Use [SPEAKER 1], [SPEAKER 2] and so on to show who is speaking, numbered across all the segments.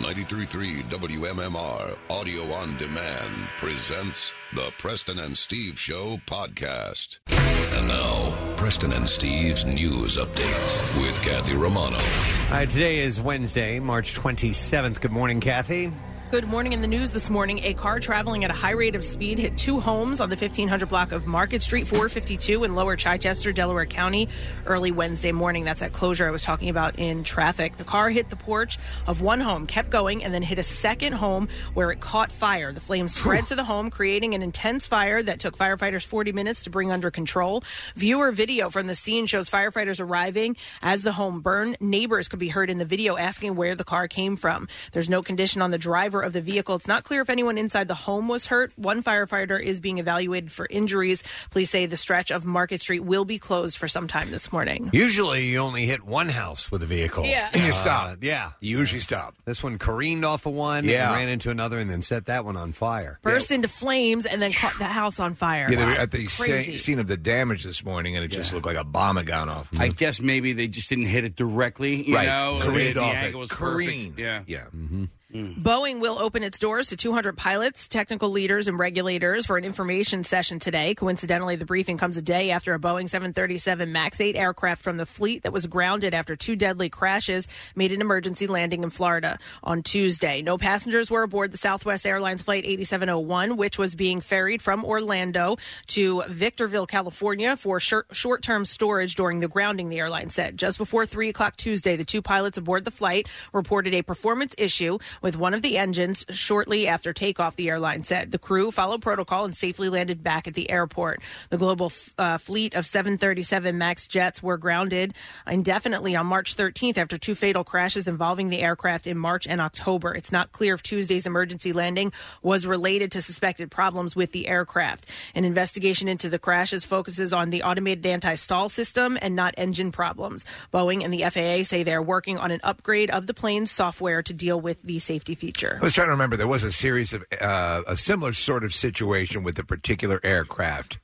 [SPEAKER 1] 933 WMMR Audio on Demand presents the Preston and Steve Show podcast. And now, Preston and Steve's news update with Kathy Romano.
[SPEAKER 2] All right, today is Wednesday, March 27th. Good morning, Kathy.
[SPEAKER 3] Good morning. In the news this morning, a car traveling at a high rate of speed hit two homes on the 1500 block of Market Street 452 in Lower Chichester, Delaware County, early Wednesday morning. That's that closure I was talking about in traffic. The car hit the porch of one home, kept going, and then hit a second home where it caught fire. The flames spread to the home, creating an intense fire that took firefighters 40 minutes to bring under control. Viewer video from the scene shows firefighters arriving as the home burned. Neighbors could be heard in the video asking where the car came from. There's no condition on the driver of the vehicle. It's not clear if anyone inside the home was hurt. One firefighter is being evaluated for injuries. Police say the stretch of Market Street will be closed for some time this morning.
[SPEAKER 2] Usually, you only hit one house with a vehicle.
[SPEAKER 3] Yeah. And you
[SPEAKER 4] Uh,
[SPEAKER 2] stop. Yeah. You usually stop. This one careened off of one,
[SPEAKER 4] Yeah.
[SPEAKER 2] and ran into another, and then set that one on fire.
[SPEAKER 3] Burst into flames and then caught the house on fire.
[SPEAKER 4] Yeah, they were
[SPEAKER 3] Wow.
[SPEAKER 4] at the
[SPEAKER 3] Crazy.
[SPEAKER 4] sa- scene of the damage this morning, and it just looked like a bomb had gone off.
[SPEAKER 5] I guess maybe they just didn't hit it directly. You
[SPEAKER 4] Right.
[SPEAKER 5] know,
[SPEAKER 4] Careened
[SPEAKER 5] the,
[SPEAKER 4] off it.
[SPEAKER 5] angle was
[SPEAKER 4] Careened.
[SPEAKER 5] perfect. Yeah,
[SPEAKER 4] yeah.
[SPEAKER 3] Boeing will open its doors to 200 pilots, technical leaders, and regulators for an information session today. Coincidentally, the briefing comes a day after a Boeing 737 MAX 8 aircraft from the fleet that was grounded after two deadly crashes made an emergency landing in Florida on Tuesday. No passengers were aboard the Southwest Airlines Flight 8701, which was being ferried from Orlando to Victorville, California for short term storage during the grounding, the airline said. Just before 3 o'clock Tuesday, the two pilots aboard the flight reported a performance issue with one of the engines shortly after takeoff, the airline said. The crew followed protocol and safely landed back at the airport. The global f- uh, fleet of 737 MAX jets were grounded indefinitely on March 13th after two fatal crashes involving the aircraft in March and October. It's not clear if Tuesday's emergency landing was related to suspected problems with the aircraft. An investigation into the crashes focuses on the automated anti stall system and not engine problems. Boeing and the FAA say they are working on an upgrade of the plane's software to deal with the safety feature.
[SPEAKER 4] I was trying to remember. There was a series of uh, a similar sort of situation with a particular aircraft.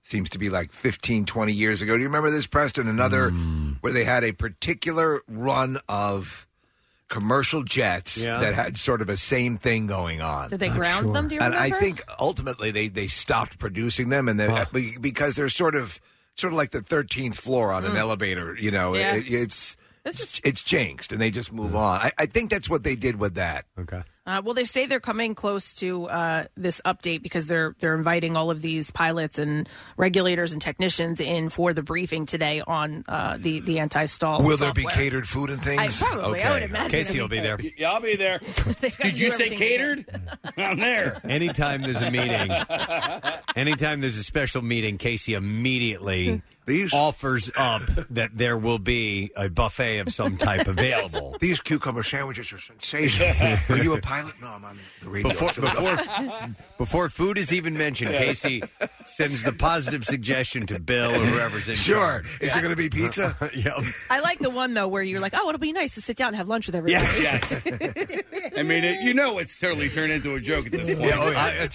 [SPEAKER 4] Seems to be like 15, 20 years ago. Do you remember this, Preston? Another where they had a particular run of commercial jets
[SPEAKER 6] Yeah.
[SPEAKER 4] that had sort of a same thing going on.
[SPEAKER 3] Did they Not ground sure. them? Do you
[SPEAKER 4] and I
[SPEAKER 3] remember?
[SPEAKER 4] think ultimately they, they stopped producing them, and then be- because they're sort of sort of like the thirteenth floor on an
[SPEAKER 7] Mm.
[SPEAKER 4] elevator. You know,
[SPEAKER 3] Hmm. Yeah.
[SPEAKER 4] It- it's.
[SPEAKER 3] This
[SPEAKER 4] It's, it's jinxed, and they just move on. I, I think that's what they did with that.
[SPEAKER 2] Okay.
[SPEAKER 3] Uh, well, they say they're coming close to uh, this update because they're they're inviting all of these pilots and regulators and technicians in for the briefing today on uh, the the anti stall.
[SPEAKER 4] Will there be catered food and things?
[SPEAKER 3] I- probably, I would imagine Casey
[SPEAKER 2] will be there.
[SPEAKER 5] yeah, I'll be there. Did you say catered? I'm there.
[SPEAKER 2] Anytime there's a meeting, anytime there's a special meeting, Casey immediately offers up that there will be a buffet of some type available.
[SPEAKER 4] These cucumber sandwiches are sensational. are you a pilot? No, I'm on the radio.
[SPEAKER 2] Before, before, before food is even mentioned, Casey sends the positive suggestion to Bill or whoever's in
[SPEAKER 4] Sure.
[SPEAKER 2] charge.
[SPEAKER 4] Is there gonna be pizza?
[SPEAKER 2] yep.
[SPEAKER 3] I like the one though where you're like, oh, it'll be nice to sit down and have lunch with everybody.
[SPEAKER 5] I mean, it, you know, it's totally turned into a joke at this point.
[SPEAKER 4] Yeah,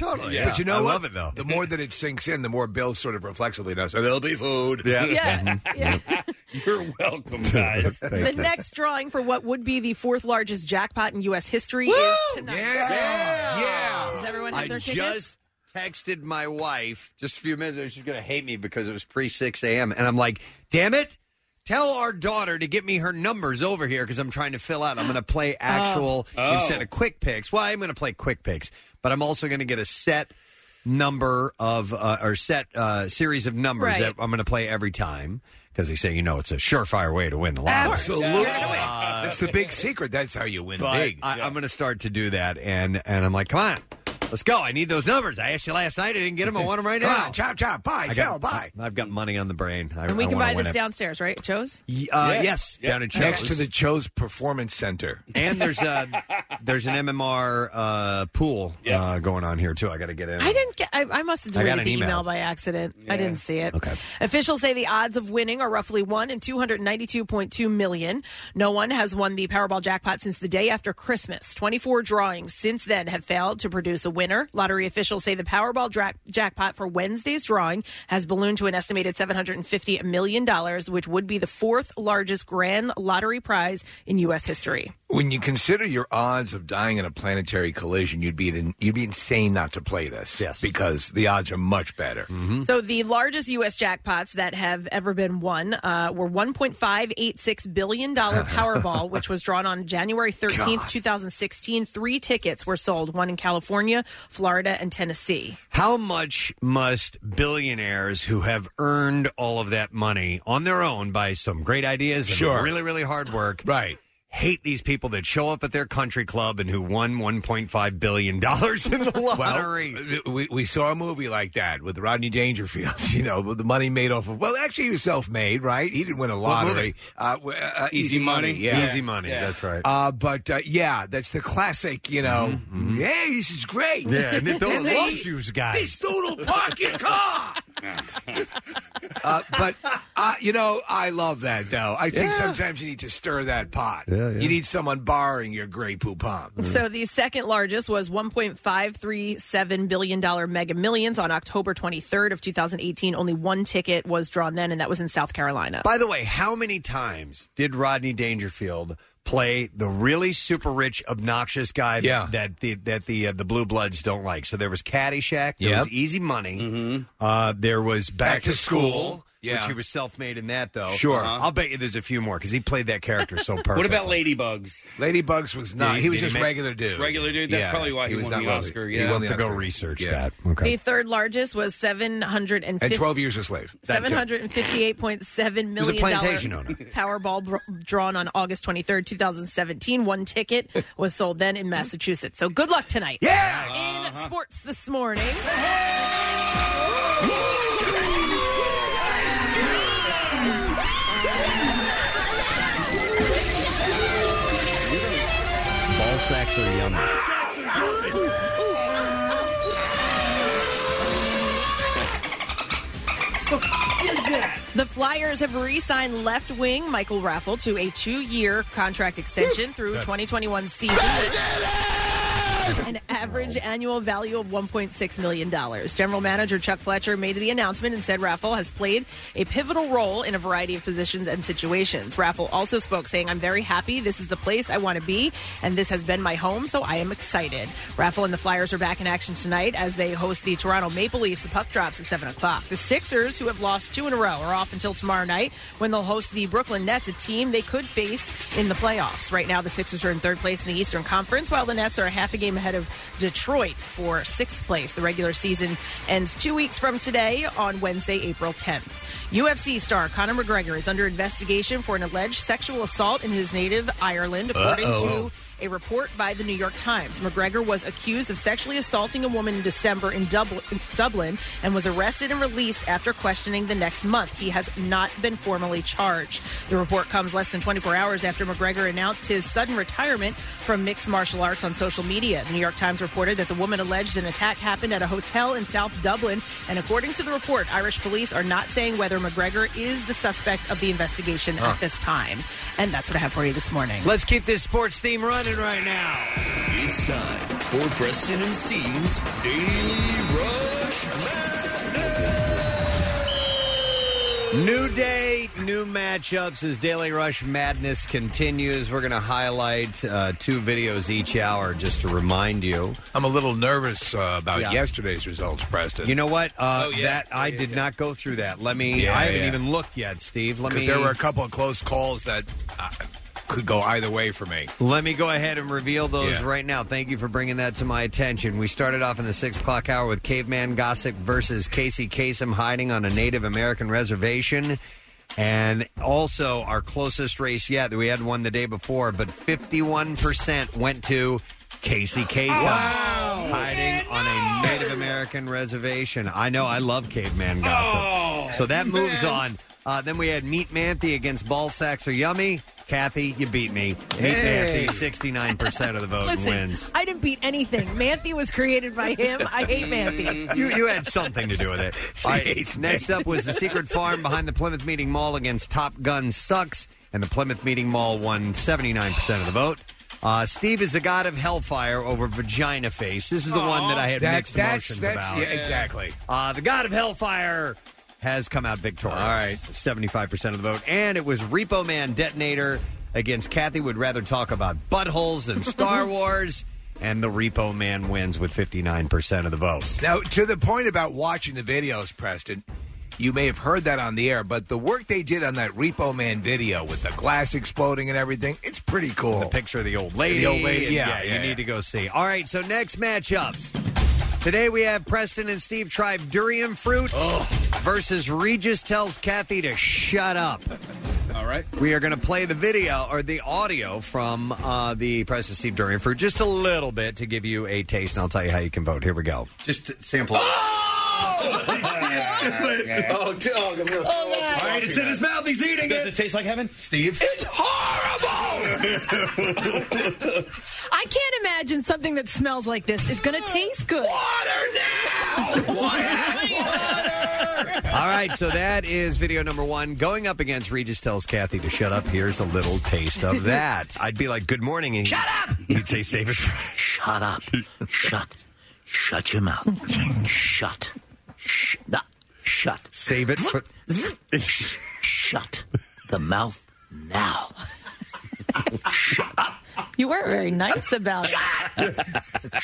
[SPEAKER 4] oh, yeah. But you know what? The more that it sinks in, the more Bill sort of reflexively knows. So there'll be food.
[SPEAKER 5] Yeah. Yeah.
[SPEAKER 2] Mm-hmm.
[SPEAKER 5] You're welcome, guys.
[SPEAKER 3] the next drawing for what would be the fourth largest jackpot in U.S. history is tonight.
[SPEAKER 4] Yeah, yeah.
[SPEAKER 3] Does everyone have
[SPEAKER 2] I
[SPEAKER 3] their tickets?
[SPEAKER 2] just texted my wife just a few minutes ago. She's going to hate me because it was pre 6 a.m. And I'm like, damn it. Tell our daughter to get me her numbers over here because I'm trying to fill out. I'm going to play actual
[SPEAKER 8] Oh.
[SPEAKER 2] instead of quick picks. Well, I'm going to play quick picks, but I'm also going to get a set number of uh, or set uh, series of numbers
[SPEAKER 8] Right.
[SPEAKER 2] that I'm going to play every time because they say you know it's a surefire way to win the lottery.
[SPEAKER 4] Absolutely. That's the big secret. That's how you win
[SPEAKER 2] Uh, But
[SPEAKER 4] big.
[SPEAKER 2] I, I'm going to start to do that, and and I'm like, come on, let's go. I need those numbers. I asked you last night. I didn't get them. I want them right
[SPEAKER 4] Come
[SPEAKER 2] now.
[SPEAKER 4] on, chop, chop, buy,
[SPEAKER 2] I got-
[SPEAKER 4] sell, buy.
[SPEAKER 2] I've got money on the brain. I,
[SPEAKER 3] and we
[SPEAKER 2] I
[SPEAKER 3] can
[SPEAKER 2] wanna
[SPEAKER 3] buy
[SPEAKER 2] win
[SPEAKER 3] this
[SPEAKER 2] it.
[SPEAKER 3] downstairs, right, Joe's?
[SPEAKER 2] Y- Uh, Yes, down in Cho's.
[SPEAKER 4] Next to the Cho's Performance Center.
[SPEAKER 2] And there's a there's an MMR uh, pool uh, going on here too. I got to get in.
[SPEAKER 3] I didn't get. I, I must have
[SPEAKER 2] I got
[SPEAKER 3] deleted
[SPEAKER 2] an
[SPEAKER 3] the
[SPEAKER 2] email.
[SPEAKER 3] email by accident. I didn't see it. Okay. Officials say the odds of winning are roughly one in two hundred ninety-two point two million. No one has won the Powerball jackpot since the day after Christmas. Twenty-four drawings since then have failed to produce a winner. Lottery officials say the Powerball dra- jackpot for Wednesday's drawing has ballooned to an estimated seven hundred and fifty million dollars, which would be the fourth largest grand lottery prize in U.S. history.
[SPEAKER 4] When you consider your odds odds of dying in a planetary collision, you'd be in, you'd be insane not to play this. Yes, because the odds are much better.
[SPEAKER 3] So the largest U.S. jackpots that have ever been won uh, were 1.586 billion dollar Powerball, which was drawn on January 13th, 2016. Three tickets were sold: one in California, Florida, and Tennessee.
[SPEAKER 2] How much must billionaires who have earned all of that money on their own by some great ideas and
[SPEAKER 5] Sure.
[SPEAKER 2] really, really hard work?
[SPEAKER 4] Right.
[SPEAKER 2] Hate these people that show up at their country club and who won $1.5 billion in the
[SPEAKER 4] Well,
[SPEAKER 2] lottery.
[SPEAKER 4] th- we, we saw a movie like that with Rodney Dangerfield, you know, with the money made off of. Well, actually, he was self made, right? He didn't win a
[SPEAKER 2] What movie?
[SPEAKER 4] lottery. Uh, w- uh,
[SPEAKER 2] Easy Money?
[SPEAKER 4] Yeah.
[SPEAKER 2] Easy Money, Yeah. that's right.
[SPEAKER 4] Uh, but uh, yeah, that's the classic, you know,
[SPEAKER 8] mm-hmm.
[SPEAKER 4] hey, this is great.
[SPEAKER 2] Yeah, and it don't
[SPEAKER 4] they-
[SPEAKER 2] loves you guys.
[SPEAKER 4] This noodle park your car. uh, but, uh, you know, I love that, though. I think
[SPEAKER 3] Yeah.
[SPEAKER 4] sometimes you need to stir that pot.
[SPEAKER 2] Yeah, yeah.
[SPEAKER 4] You need someone borrowing your Grey Poupon.
[SPEAKER 2] Hmm.
[SPEAKER 3] So the second largest was 1.537 billion dollar Mega Millions on October 23rd of 2018. Only one ticket was drawn then, and that was in South Carolina.
[SPEAKER 2] By the way, how many times did Rodney Dangerfield play the really super rich, obnoxious guy that-
[SPEAKER 4] Yeah.
[SPEAKER 2] that the that the uh, the Blue Bloods don't like? So there was Caddyshack, there
[SPEAKER 4] Yep. Mm-hmm.
[SPEAKER 2] was Easy Money, uh, there was Back,
[SPEAKER 4] Back to School,
[SPEAKER 2] which
[SPEAKER 4] yeah.
[SPEAKER 2] he was self made in that though.
[SPEAKER 4] Sure. Uh-huh.
[SPEAKER 2] I'll bet you there's a few more because he played that character so perfect.
[SPEAKER 8] What about Ladybugs?
[SPEAKER 4] Ladybugs was
[SPEAKER 8] not-
[SPEAKER 4] he was
[SPEAKER 8] did he
[SPEAKER 4] just
[SPEAKER 8] make-
[SPEAKER 4] regular dude.
[SPEAKER 8] Regular dude? That's probably why he won
[SPEAKER 4] not
[SPEAKER 8] the
[SPEAKER 4] wealthy.
[SPEAKER 8] Oscar,
[SPEAKER 4] He
[SPEAKER 8] yeah.
[SPEAKER 4] won
[SPEAKER 8] You'll
[SPEAKER 4] the
[SPEAKER 8] have to
[SPEAKER 2] go
[SPEAKER 4] Oscar.
[SPEAKER 2] research
[SPEAKER 4] Yeah.
[SPEAKER 2] that?
[SPEAKER 3] The third largest was 750.
[SPEAKER 4] And 12 years a slave.
[SPEAKER 3] Seven hundred and fifty-eight point seven
[SPEAKER 4] was a
[SPEAKER 3] million
[SPEAKER 4] plantation owner.
[SPEAKER 3] Powerball br- drawn on August twenty-third, two thousand seventeen. One ticket was sold then in Massachusetts. So good luck tonight.
[SPEAKER 4] Yeah.
[SPEAKER 3] In
[SPEAKER 9] Uh-huh.
[SPEAKER 3] sports this morning.
[SPEAKER 2] Ball sacks are yummy.
[SPEAKER 3] The Flyers have re-signed left wing Michael Raffle to a two-year contract extension through
[SPEAKER 10] Good.
[SPEAKER 3] 2021 season. An average annual value of $1.6 million. General Manager Chuck Fletcher made the announcement and said Raffle has played a pivotal role in a variety of positions and situations. Raffle also spoke, saying, I'm very happy. This is the place I want to be, and this has been my home, so I am excited. Raffle and the Flyers are back in action tonight as they host the Toronto Maple Leafs. The puck drops at 7 o'clock. The Sixers, who have lost two in a row, are off until tomorrow night when they'll host the Brooklyn Nets, a team they could face in the playoffs. Right now, the Sixers are in third place in the Eastern Conference, while the Nets are a half a game ahead of Detroit for sixth place. The regular season ends two weeks from today on Wednesday, April 10th. UFC star Conor McGregor is under investigation for an alleged sexual assault in his native Ireland, according
[SPEAKER 11] Uh-oh.
[SPEAKER 3] to a report by the New York Times. McGregor was accused of sexually assaulting a woman in December in Dublin, Dublin and was arrested and released after questioning the next month. He has not been formally charged. The report comes less than 24 hours after McGregor announced his sudden retirement from mixed martial arts on social media. The New York Times reported that the woman alleged an attack happened at a hotel in South Dublin. And according to the report, Irish police are not saying whether McGregor is the suspect of the investigation
[SPEAKER 2] Huh.
[SPEAKER 3] at this time. And that's what I have for you this morning.
[SPEAKER 2] Let's keep this sports theme running right now.
[SPEAKER 12] It's time for Preston and Steve's Daily Rush
[SPEAKER 2] New day, new matchups as Daily Rush madness continues. We're going to highlight uh, two videos each hour just to remind you.
[SPEAKER 4] I'm a little nervous uh, about
[SPEAKER 2] Yeah.
[SPEAKER 4] yesterday's results, Preston.
[SPEAKER 2] You know what? Uh,
[SPEAKER 4] Oh, yeah.
[SPEAKER 2] That I
[SPEAKER 4] Yeah,
[SPEAKER 2] did
[SPEAKER 4] yeah.
[SPEAKER 2] not go through that. Let me.
[SPEAKER 4] Yeah,
[SPEAKER 2] I haven't
[SPEAKER 4] yeah.
[SPEAKER 2] even looked yet, Steve. Let me.
[SPEAKER 4] because there were a couple of close calls that uh, could go either way for me.
[SPEAKER 2] Let me go ahead and reveal those
[SPEAKER 4] Yeah.
[SPEAKER 2] right now. Thank you for bringing that to my attention. We started off in the six o'clock hour with Caveman Gossick versus Casey Kasem hiding on a Native American reservation. And also, our closest race yet, we had one the day before, but 51% went to Casey Kasem. Hiding on a Native American reservation. I know, I love caveman gossip. so that moves on. Uh, then we had Meat Manthe against Ball Sacks or Yummy. Kathy, you beat me. Meat
[SPEAKER 3] Hey.
[SPEAKER 2] Manthe, 69% of the vote
[SPEAKER 3] Listen,
[SPEAKER 2] wins.
[SPEAKER 3] I didn't beat anything. Manthe was created by him. I hate Manthe.
[SPEAKER 2] You, you had something to do with it. All right, next up was the secret farm behind the Plymouth Meeting Mall against Top Gun Sucks, and the Plymouth Meeting Mall won 79% of the vote. Uh, Steve is the god of hellfire over vagina face. This is the one that I had
[SPEAKER 4] That-
[SPEAKER 2] mixed
[SPEAKER 4] that's-
[SPEAKER 2] emotions
[SPEAKER 4] that's-
[SPEAKER 2] about.
[SPEAKER 4] yeah, exactly.
[SPEAKER 2] Uh, the god of hellfire has come out victorious. All right, seventy-five percent of the vote, and it was Repo Man Detonator against Kathy would rather talk about buttholes than Star Wars, and the Repo Man wins with 59% of the vote.
[SPEAKER 4] Now, to the point about watching the videos, Preston, you may have heard that on the air, but the work they did on that Repo Man video with the glass exploding and everything, it's pretty cool. The
[SPEAKER 2] picture of the old lady.
[SPEAKER 4] The old lady,
[SPEAKER 2] and
[SPEAKER 4] yeah.
[SPEAKER 2] yeah, you need to go see. All right, so next matchups. Today we have Preston and Steve Tribe Durian Fruit versus Regis tells Kathy to shut up.
[SPEAKER 5] All right.
[SPEAKER 2] We are going to play the video or the audio from uh, the Preston and Steve Durian Fruit just a little bit to give you a taste, and I'll tell you how you can vote. Here we go. Just sample.
[SPEAKER 13] Oh, t- oh, I'm gonna- All right, it's in his mouth. He's eating it. Does it
[SPEAKER 5] taste like heaven?
[SPEAKER 13] Steve? It's horrible!
[SPEAKER 14] I can't imagine something that smells like this is going to taste good. Water now!
[SPEAKER 2] All right, so that is video number one. Going up against Regis tells Kathy to shut up. Here's a little taste of that. I'd be like, "Good morning," and shut up. He'd say, "Save it."
[SPEAKER 15] Shut up. Shut. Shut your mouth. Shut. Sh- no. Shut.
[SPEAKER 2] Save it for.
[SPEAKER 15] Shut the mouth now.
[SPEAKER 14] You weren't very nice about it.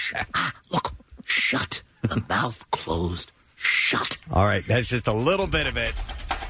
[SPEAKER 15] Shut. The mouth closed. Shut.
[SPEAKER 2] All right, that's just a little bit of it.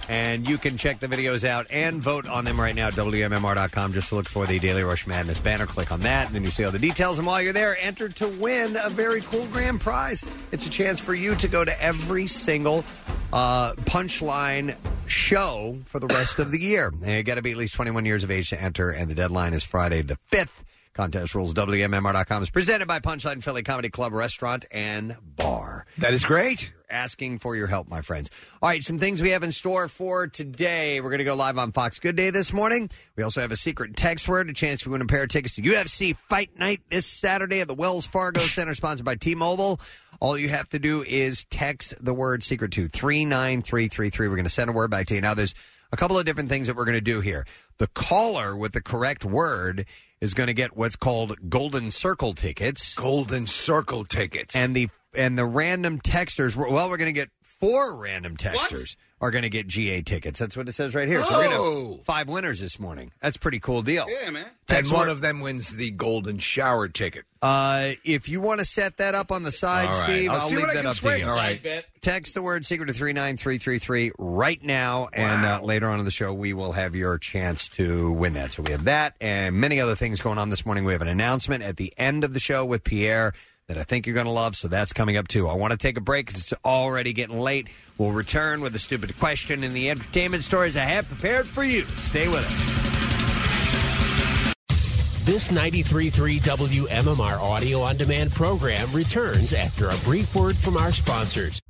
[SPEAKER 2] And you can check the videos out and vote on them right now. WMMR.com. Just look for the Daily Rush Madness banner. Click on that, and then you see all the details. And while you're there, enter to win a very cool grand prize. It's a chance for you to go to every single uh, punchline show for the rest of the year. And you got to be at least 21 years of age to enter, and the deadline is Friday the 5th. Contest rules. WMMR.com is presented by Punchline Philly Comedy Club Restaurant and Bar.
[SPEAKER 4] That is great.
[SPEAKER 2] Asking for your help, my friends. All right, some things we have in store for today. We're going to go live on Fox Good Day this morning. We also have a secret text word, a chance to win a pair of tickets to UFC Fight Night this Saturday at the Wells Fargo Center, sponsored by T Mobile. All you have to do is text the word secret to 39333. We're going to send a word back to you. Now, there's a couple of different things that we're going to do here. The caller with the correct word is going to get what's called golden circle tickets.
[SPEAKER 4] Golden circle tickets.
[SPEAKER 2] And the and the random texters, well, we're going to get four random texters are going to get GA tickets. That's what it says right here. So we're going to
[SPEAKER 4] Oh.
[SPEAKER 2] have five winners this morning. That's a pretty cool deal.
[SPEAKER 4] Yeah,
[SPEAKER 5] man.
[SPEAKER 4] And
[SPEAKER 2] Text
[SPEAKER 4] one
[SPEAKER 2] word-
[SPEAKER 4] of them wins the golden shower ticket.
[SPEAKER 2] Uh, if you want to set that up on the side,
[SPEAKER 4] All right.
[SPEAKER 2] Steve,
[SPEAKER 4] I'll
[SPEAKER 2] I'll,
[SPEAKER 4] see
[SPEAKER 2] leave
[SPEAKER 4] what I
[SPEAKER 2] that
[SPEAKER 4] can
[SPEAKER 2] up to
[SPEAKER 4] swing.
[SPEAKER 2] you.
[SPEAKER 4] All right. I bet.
[SPEAKER 2] Text the word secret to 39333 right now. And uh, later on in the show, we will have your chance to win that. So we have that and many other things going on this morning. We have an announcement at the end of the show with Pierre that I think you're going to love. So that's coming up too. I want to take a break because it's already getting late. We'll return with a stupid question and the entertainment stories I have prepared for you. Stay with us.
[SPEAKER 16] This 93.3 WMMR audio on demand program returns after a brief word from our sponsors.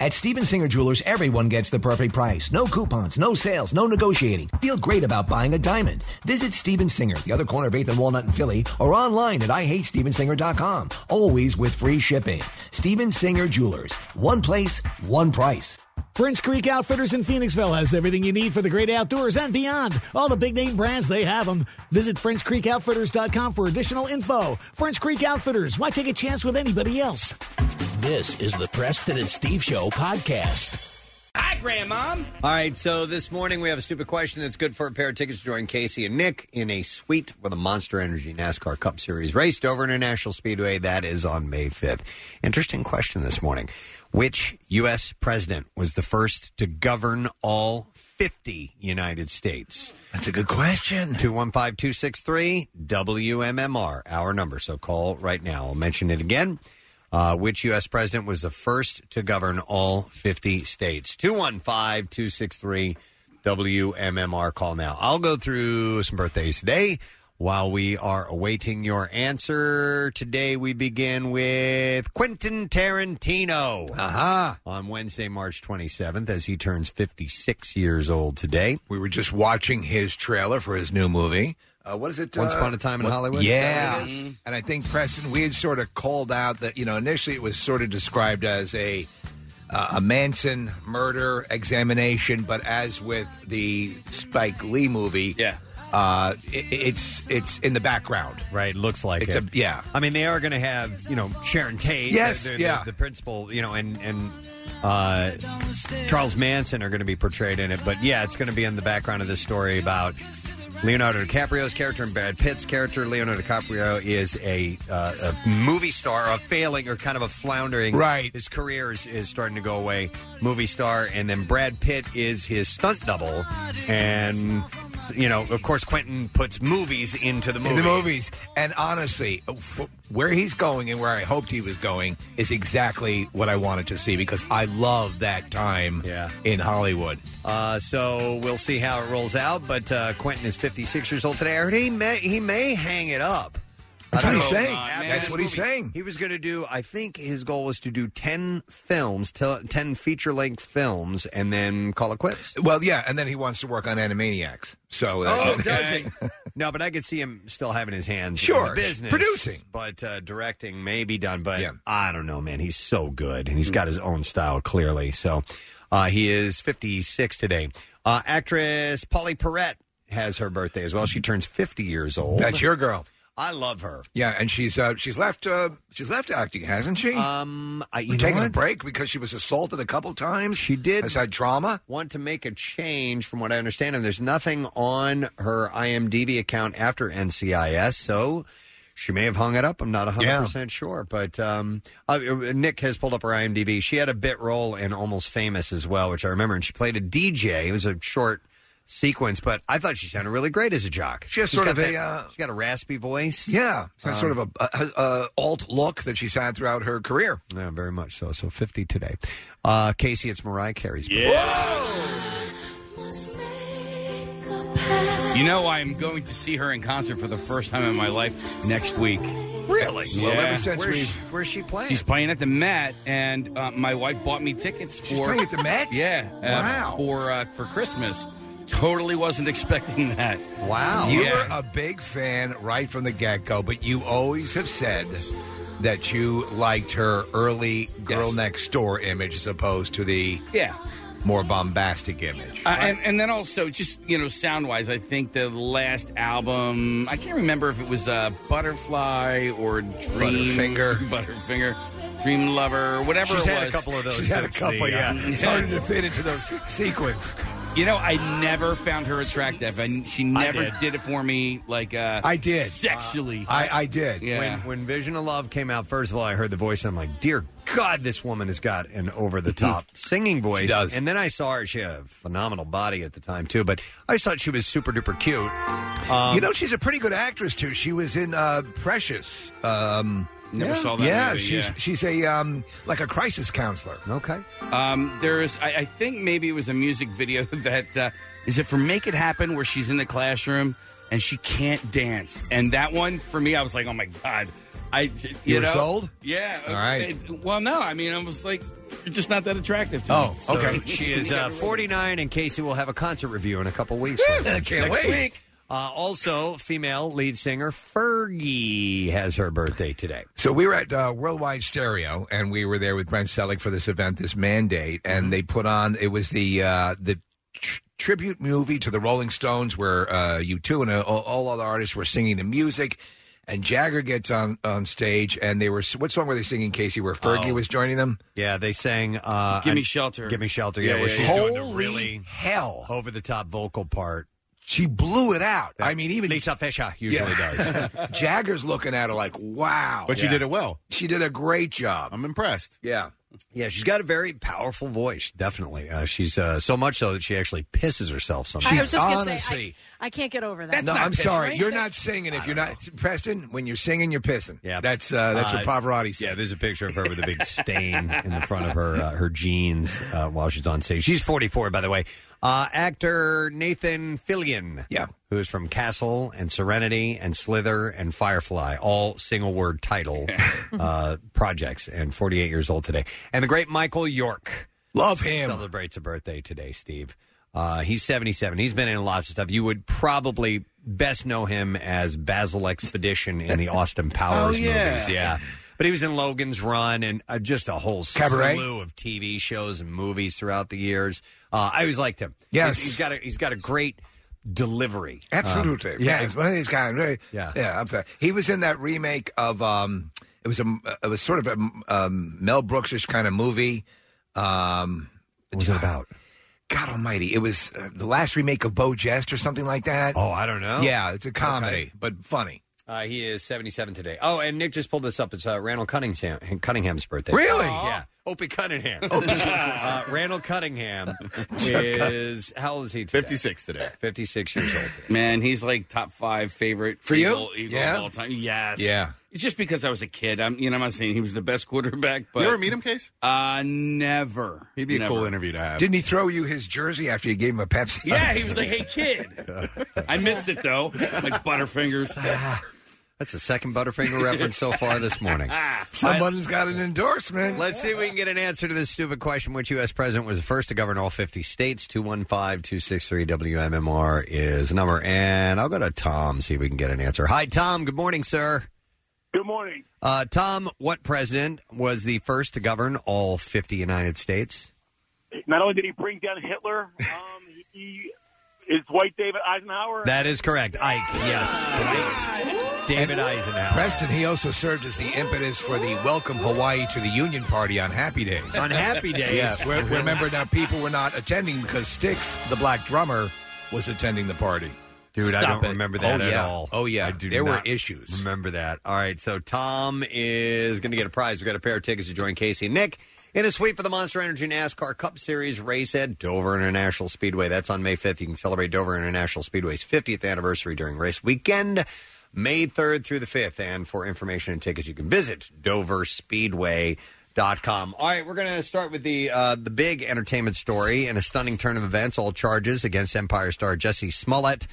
[SPEAKER 17] At Steven Singer Jewelers, everyone gets the perfect price. No coupons, no sales, no negotiating. Feel great about buying a diamond. Visit Steven Singer, the other corner of 8th and Walnut in Philly, or online at IHateStevenSinger.com. Always with free shipping. Steven Singer Jewelers. One place, one price.
[SPEAKER 18] French Creek Outfitters in Phoenixville has everything you need for the great outdoors and beyond. All the big name brands, they have them. Visit FrenchCreekOutfitters.com for additional info. French Creek Outfitters, why take a chance with anybody else?
[SPEAKER 16] This is the Preston and Steve Show podcast.
[SPEAKER 5] Hi, Grandmom.
[SPEAKER 2] All right, so this morning we have a stupid question that's good for a pair of tickets to join Casey and Nick in a suite for the Monster Energy NASCAR Cup Series race to over International Speedway. That is on May 5th. Interesting question this morning. Which U.S. president was the first to govern all 50 United States?
[SPEAKER 4] That's a good question.
[SPEAKER 2] 215 263 WMMR, our number. So call right now. I'll mention it again. Uh, which U.S. president was the first to govern all 50 states? 215 263 WMMR. Call now. I'll go through some birthdays today while we are awaiting your answer. Today we begin with Quentin Tarantino.
[SPEAKER 4] Aha.
[SPEAKER 2] On Wednesday, March 27th, as he turns 56 years old today.
[SPEAKER 4] We were just watching his trailer for his new movie. Uh, what is it?
[SPEAKER 2] Once
[SPEAKER 4] uh,
[SPEAKER 2] Upon a Time in
[SPEAKER 4] what-
[SPEAKER 2] Hollywood? Is
[SPEAKER 4] Yeah.
[SPEAKER 2] Mm-hmm. that what it is?
[SPEAKER 4] And I think, Preston, we had sort of called out that, you know, initially it was sort of described as a. Uh, a Manson murder examination, but as with the Spike Lee movie, yeah, uh, it, it's it's in the background,
[SPEAKER 2] right? Looks like
[SPEAKER 4] it's
[SPEAKER 2] it.
[SPEAKER 4] a yeah.
[SPEAKER 2] I mean, they are going to have you know Sharon Tate,
[SPEAKER 4] Yes,
[SPEAKER 2] the, the-
[SPEAKER 4] yeah.
[SPEAKER 2] the, the principal, you know, and and uh, Charles Manson are going to be portrayed in it. But yeah, it's going to be in the background of this story about Leonardo DiCaprio's character and Brad Pitt's character. Leonardo DiCaprio is a, uh, a movie star, a failing or kind of a floundering.
[SPEAKER 4] Right.
[SPEAKER 2] His career is, is starting to go away. Movie star. And then Brad Pitt is his stunt double. And, you know, of course, Quentin puts movies into the
[SPEAKER 4] In
[SPEAKER 2] movies.
[SPEAKER 4] the movies. And honestly, f- where he's going and where I hoped he was going is exactly what I wanted to see because I love that time in Hollywood.
[SPEAKER 2] Uh, so we'll see how it rolls out. But uh, Quentin is 56 years old today. And he may, he may hang it up.
[SPEAKER 4] That's
[SPEAKER 2] I
[SPEAKER 4] what
[SPEAKER 2] don't
[SPEAKER 4] he's
[SPEAKER 2] know.
[SPEAKER 4] saying.
[SPEAKER 2] After
[SPEAKER 4] That's
[SPEAKER 2] this
[SPEAKER 4] what he's
[SPEAKER 2] movie,
[SPEAKER 4] saying.
[SPEAKER 2] He was going to do, I think his goal was to do 10 films, te- 10 feature length films, and then call it quits.
[SPEAKER 4] Well, yeah, and then he wants to work on Animaniacs. So, uh,
[SPEAKER 2] Oh, does he? No, but I could see him still having his hands in
[SPEAKER 4] Sure,
[SPEAKER 2] the business.
[SPEAKER 4] producing.
[SPEAKER 2] But uh, directing may be done. But I don't know, man. He's so good, and he's got his own style, clearly. So uh, he is 56 today. Uh, actress Polly Perrette has her birthday as well. She turns 50 years old.
[SPEAKER 4] That's your girl.
[SPEAKER 2] I love her.
[SPEAKER 4] Yeah, and she's uh, she's left uh, she's left acting, hasn't she?
[SPEAKER 2] Um, I, you know
[SPEAKER 4] taking a
[SPEAKER 2] what?
[SPEAKER 4] break because she was assaulted a couple times. She
[SPEAKER 2] did.
[SPEAKER 4] Has had trauma.
[SPEAKER 2] Want to make a change from what I understand, and there's nothing on her IMDb account after NCIS, so she may have hung it up. I'm not 100% sure. But um, uh, Nick has pulled up her IMDb. She had a bit role in Almost Famous as well, which I remember, and she played a DJ. It was a short sequence, but I thought she sounded really great as a jock.
[SPEAKER 4] She has
[SPEAKER 2] She's
[SPEAKER 4] sort
[SPEAKER 2] got
[SPEAKER 4] of
[SPEAKER 2] that-
[SPEAKER 4] a uh,
[SPEAKER 2] she's got a raspy voice.
[SPEAKER 4] Yeah,
[SPEAKER 2] Um,
[SPEAKER 4] sort of a, a, a alt look that she's had throughout her career.
[SPEAKER 2] Yeah, very much so. So 50 today. Uh, Casey, it's Mariah Carey's birthday.
[SPEAKER 5] You know, I'm going to see her in concert for the first time in my life next week.
[SPEAKER 2] Really?
[SPEAKER 5] Yeah.
[SPEAKER 2] where's, she, where's she playing?
[SPEAKER 5] She's playing at the Met, and uh, my wife bought me tickets for.
[SPEAKER 2] She's playing at the Met?
[SPEAKER 5] Yeah. uh,
[SPEAKER 2] Wow.
[SPEAKER 5] For uh, for Christmas, totally wasn't expecting that.
[SPEAKER 2] Wow.
[SPEAKER 4] You
[SPEAKER 5] Yeah.
[SPEAKER 4] were a big fan right from the get go, but you always have said that you liked her early girl next door image as opposed to the
[SPEAKER 5] Yeah.
[SPEAKER 4] more bombastic image.
[SPEAKER 5] Uh, and, and then also, just you know, sound wise, I think the last album I can't remember if it was uh, Butterfly or Dream
[SPEAKER 4] Butterfinger.
[SPEAKER 5] Butterfinger, Dream Lover, whatever.
[SPEAKER 4] She's
[SPEAKER 5] it
[SPEAKER 4] had a
[SPEAKER 5] was.
[SPEAKER 4] couple of those She's had a since couple, the, yeah. uh, It's hard to fit into those sequence.
[SPEAKER 5] You know, I never found her attractive, and she never did. it for me. Like uh,
[SPEAKER 4] I did Uh,
[SPEAKER 5] sexually.
[SPEAKER 4] I, I did.
[SPEAKER 5] Yeah.
[SPEAKER 2] When, when Vision of Love came out, first of all, I heard the voice. And I'm like, dear God, this woman has got an over the top singing voice.
[SPEAKER 4] does.
[SPEAKER 2] And then I saw her. She had a phenomenal body at the time, too. But I just thought she was super duper cute. Um,
[SPEAKER 4] you know, she's a pretty good actress too. She was in uh, Precious. Um,
[SPEAKER 5] Never saw that
[SPEAKER 4] Yeah,
[SPEAKER 5] movie,
[SPEAKER 4] she's
[SPEAKER 5] yeah.
[SPEAKER 4] she's a um, like a crisis counselor.
[SPEAKER 2] Okay.
[SPEAKER 5] Um, there's, I, I think maybe it was a music video that uh, is it for "Make It Happen" where she's in the classroom and she can't dance. And that one for me, I was like, oh my god, I you,
[SPEAKER 4] You were
[SPEAKER 5] know?
[SPEAKER 4] sold?
[SPEAKER 5] Yeah.
[SPEAKER 4] All right.
[SPEAKER 5] It- well, no, I mean, I was like, you're just not that attractive. To
[SPEAKER 4] Oh,
[SPEAKER 5] me.
[SPEAKER 2] so she is uh, 49, and Casey will have a concert review in a couple weeks.
[SPEAKER 5] I can't
[SPEAKER 2] Next
[SPEAKER 5] wait.
[SPEAKER 2] week. Uh, also, female lead singer Fergie has her birthday today.
[SPEAKER 4] So we were at uh, Worldwide Stereo, and we were there with Brent Selleck for this event, this mandate, and
[SPEAKER 2] Mm-hmm.
[SPEAKER 4] they put on. It was the uh, the tr- tribute movie to the Rolling Stones, where uh, you two and uh, all, all other artists were singing the music. And Jagger gets on on stage, and they were what song were they singing, Casey? Where Fergie
[SPEAKER 2] Oh.
[SPEAKER 4] was joining them?
[SPEAKER 2] Yeah, they sang uh,
[SPEAKER 5] Give Me
[SPEAKER 2] I-
[SPEAKER 5] Shelter.
[SPEAKER 2] Give Me Shelter. Yeah,
[SPEAKER 4] Yeah,
[SPEAKER 2] where
[SPEAKER 4] yeah,
[SPEAKER 2] she's
[SPEAKER 4] yeah.
[SPEAKER 2] doing the
[SPEAKER 4] Holy
[SPEAKER 2] really
[SPEAKER 4] hell
[SPEAKER 2] over the top vocal part.
[SPEAKER 4] She blew it out. I mean, even
[SPEAKER 2] Lisa Fisher usually does.
[SPEAKER 4] Jagger's looking at her like, wow.
[SPEAKER 8] But she did it well.
[SPEAKER 4] She did a great job.
[SPEAKER 8] I'm impressed.
[SPEAKER 4] Yeah.
[SPEAKER 2] Yeah, she's got a very powerful voice. Definitely, uh, she's uh, so much so that she actually pisses herself sometimes.
[SPEAKER 14] I was just gonna
[SPEAKER 4] honestly-
[SPEAKER 14] say, I, I can't get over that.
[SPEAKER 4] no, I'm sorry. You're not singing if you're not Preston. When you're singing, you're pissing. Yeah, that's uh, that's what
[SPEAKER 2] Uh,
[SPEAKER 4] Pavarotti said.
[SPEAKER 2] Yeah, there's a picture of her with a big stain in the front of her uh, her jeans uh, while she's on stage. She's 44, by the way. Uh, actor Nathan Fillion, yeah, who is from Castle and Serenity and Slither and Firefly, all single word title uh, projects, and 48 years old today. And the great Michael York,
[SPEAKER 4] love him,
[SPEAKER 2] celebrates a birthday today. Steve, uh, he's 77. He's been in lots of stuff. You would probably best know him as Basil Expedition in the Austin Powers
[SPEAKER 5] Oh, yeah.
[SPEAKER 2] movies. Yeah. But he was in Logan's Run and uh, just a whole
[SPEAKER 4] Cabaret?
[SPEAKER 2] slew of TV shows and movies throughout the years. Uh, I always liked him.
[SPEAKER 4] Yes.
[SPEAKER 2] He's- he's got a, he's got a great delivery.
[SPEAKER 4] Absolutely.
[SPEAKER 2] Um,
[SPEAKER 4] yeah,
[SPEAKER 2] yeah,
[SPEAKER 4] he's one of these guys. Really,
[SPEAKER 2] Yeah.
[SPEAKER 4] yeah. I'm sorry. He was in that remake of um, it was a it was sort of a um, Mel Brooksish kind of movie. Um,
[SPEAKER 2] What was it about?
[SPEAKER 4] God Almighty, it was uh, the last remake of Bo Jest or something like that.
[SPEAKER 2] Oh, I don't know.
[SPEAKER 4] Yeah, it's a comedy,
[SPEAKER 2] Okay.
[SPEAKER 4] but funny.
[SPEAKER 2] Uh, he is 77 today. Oh, and Nick just pulled this up. It's uh, Randall Cunningham, Cunningham's birthday.
[SPEAKER 4] Really?
[SPEAKER 2] Yeah.
[SPEAKER 4] Oh,
[SPEAKER 2] Opie Cunningham. Opie, uh, Randall Cunningham is how old is he? Today?
[SPEAKER 5] 56 today.
[SPEAKER 2] 56 years old.
[SPEAKER 5] Man, he's like top five favorite
[SPEAKER 2] For you?
[SPEAKER 5] Eagle, Eagle
[SPEAKER 2] Yeah.
[SPEAKER 5] of all time. Yes.
[SPEAKER 2] Yeah.
[SPEAKER 5] It's just because I was a kid. I'm, you know, I'm not saying he was the best quarterback, but
[SPEAKER 4] ever meet
[SPEAKER 5] him, Case? Uh, never. He'd
[SPEAKER 4] Didn't he throw you his jersey after you gave him a Pepsi?
[SPEAKER 5] Yeah, he was like, "Hey, kid." I missed it though. Like Butterfingers.
[SPEAKER 2] That's the second Butterfinger reference so far this morning.
[SPEAKER 4] Someone's got an endorsement.
[SPEAKER 2] Let's see if we can get an answer to this stupid question. Which U.S. president was the first to govern all 50 states? 215 263 WMMR is the number. And I'll go to Tom, see if we can get an answer. Hi, Tom. Good morning, sir.
[SPEAKER 8] Good morning.
[SPEAKER 2] Uh, Tom, what president was the first to govern all 50 United States?
[SPEAKER 8] Not only did he bring down Hitler, um, he is white David Eisenhower.
[SPEAKER 2] That is correct. Ike, yes. David Eisenhower.
[SPEAKER 4] Preston, he also served as the impetus for the Welcome Hawaii to the Union Party on Happy Days.
[SPEAKER 2] On Happy Days.
[SPEAKER 4] Yeah, we're- remember now, people were not attending because Styx, the black drummer, was attending the party.
[SPEAKER 2] Dude, I
[SPEAKER 4] Stop
[SPEAKER 2] don't
[SPEAKER 4] it.
[SPEAKER 2] remember that
[SPEAKER 4] Oh,
[SPEAKER 2] at
[SPEAKER 4] yeah.
[SPEAKER 2] all.
[SPEAKER 4] Oh, yeah.
[SPEAKER 2] I do
[SPEAKER 4] There were
[SPEAKER 2] not
[SPEAKER 4] issues.
[SPEAKER 2] Remember that. All right, so Tom is going to get a prize. We've got a pair of tickets to join Casey and Nick in a suite for the Monster Energy NASCAR Cup Series race at Dover International Speedway. That's on May 5th. You can celebrate Dover International Speedway's 50th anniversary during race weekend, May 3rd through the 5th. And for information and tickets, you can visit doverspeedway.com. All right, we're going to start with the uh, the big entertainment story. In a stunning turn of events, all charges against Empire star Jesse Smollett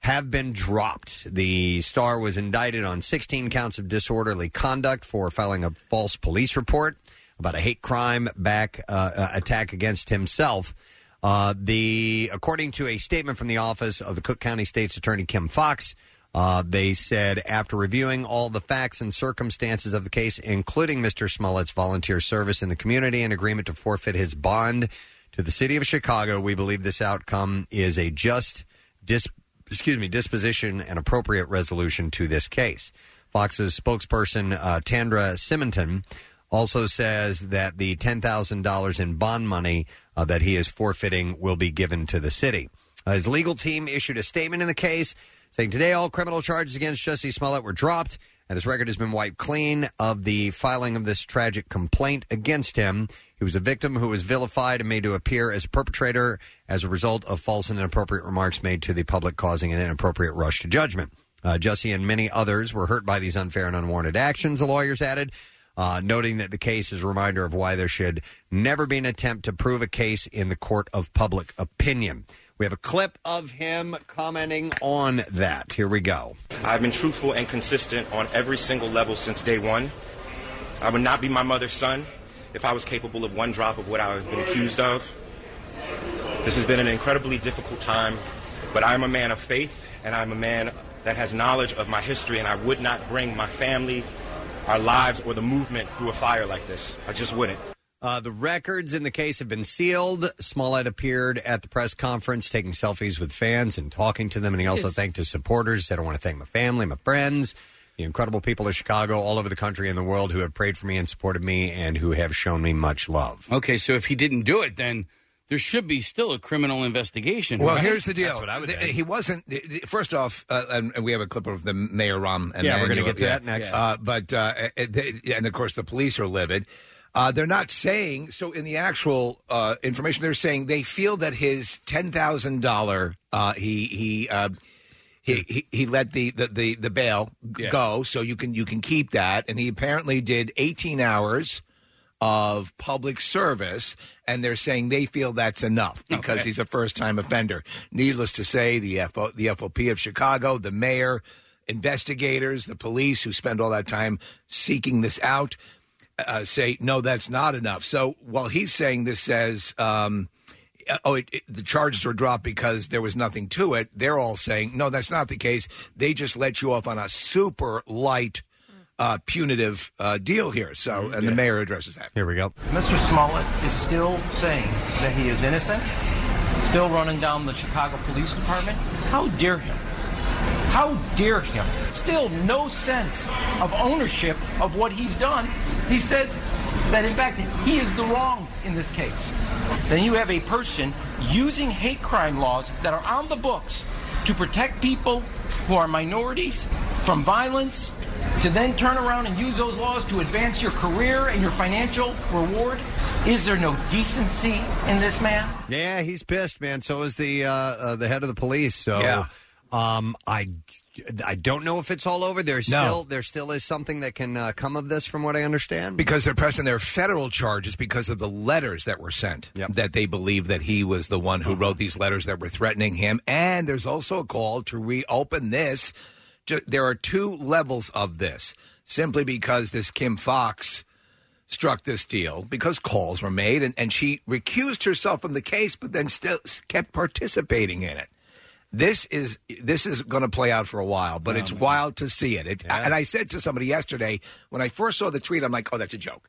[SPEAKER 2] have been dropped. The star was indicted on 16 counts of disorderly conduct for filing a false police report about a hate crime back uh, uh, attack against himself. Uh, the according to a statement from the office of the Cook County State's Attorney Kim Fox, uh, they said after reviewing all the facts and circumstances of the case, including Mr. Smollett's volunteer service in the community and agreement to forfeit his bond to the city of Chicago, we believe this outcome is a just dis- excuse me, disposition and appropriate resolution to this case. Fox's spokesperson, uh, Tandra Simonton, also says that the $10,000 in bond money uh, that he is forfeiting will be given to the city. Uh, his legal team issued a statement in the case saying today all criminal charges against Jesse Smollett were dropped and his record has been wiped clean of the filing of this tragic complaint against him. He was a victim who was vilified and made to appear as a perpetrator as a result of false and inappropriate remarks made to the public, causing an inappropriate rush to judgment. Uh, Jesse and many others were hurt by these unfair and unwarranted actions, the lawyers added, uh, noting that the case is a reminder of why there should never be an attempt to prove a case in the court of public opinion. We have a clip of him commenting on that. Here we go.
[SPEAKER 19] I've been truthful and consistent on every single level since day one. I would not be my mother's son if I was capable of one drop of what I have been accused of. This has been an incredibly difficult time, but I am a man of faith and I'm a man that has knowledge of my history, and I would not bring my family, our lives, or the movement through a fire like this. I just wouldn't.
[SPEAKER 2] Uh, the records in the case have been sealed. Smollett appeared at the press conference, taking selfies with fans and talking to them. And he also
[SPEAKER 20] Yes.
[SPEAKER 2] thanked his supporters. Said, "I want to thank my family, my friends, the incredible people of Chicago, all over the country and the world who have prayed for me and supported me, and who have shown me much love."
[SPEAKER 5] Okay, so if he didn't do it, then there should be still a criminal investigation.
[SPEAKER 4] Well,
[SPEAKER 5] right?
[SPEAKER 4] here's the deal. Th- he wasn't. th- th- First off, uh, and, and we have a clip of the mayor Rahm.
[SPEAKER 2] Yeah, we're
[SPEAKER 4] going
[SPEAKER 2] gonna
[SPEAKER 4] to
[SPEAKER 2] get to that next.
[SPEAKER 4] Uh, but uh, uh, they- and of course the police are livid. Uh, they're not saying so. In the actual uh, information, they're saying they feel that his ten thousand uh, he he. Uh, he, he, he let the, the, the, the bail
[SPEAKER 20] Yeah.
[SPEAKER 4] go, so you can you can keep that. And he apparently did 18 hours of public service, and they're saying they feel that's enough because
[SPEAKER 20] Okay.
[SPEAKER 4] he's a first time offender. Needless to say, the FO, the FOP of Chicago, the mayor, investigators, the police who spend all that time seeking this out uh, say no, that's not enough. So while he's saying this says. Um, uh, oh, it, it- the charges were dropped because there was nothing to it. They're all saying, no, that's not the case. They just let you off on a super light, uh, punitive uh, deal here. So, and the mayor addresses that.
[SPEAKER 2] Mm-hmm. Here we go.
[SPEAKER 3] Mr. Smollett is still saying that he is innocent, still running down the Chicago Police Department. How dare him? How dare him? Still no sense of ownership of what he's done. He says that in fact he is the wrong in this case. Then you have a person using hate crime laws that are on the books to protect people who are minorities from violence, to then turn around and use those laws to advance your career and your financial reward. Is there no decency in this man?
[SPEAKER 2] Yeah, he's pissed, man. So is the uh, uh, the head of the police. So,
[SPEAKER 4] Yeah.
[SPEAKER 2] um, I I don't know if it's all over. There's
[SPEAKER 4] No.
[SPEAKER 2] still there still is something that can uh, come of this, from what I understand.
[SPEAKER 4] Because they're pressing their federal charges because of the letters that were sent. That they believe that he was the one who wrote these letters that were threatening him. And there's also a call to reopen this. Ju- There are two levels of this. Simply because this Kim Fox struck this deal because calls were made and, and she recused herself from the case, but then still s- kept participating in it. This is this is going to play out for a while,
[SPEAKER 5] Oh,
[SPEAKER 4] but it's wild to see it. it And I said to somebody yesterday when I first saw the tweet, I'm like, "Oh, that's a joke,"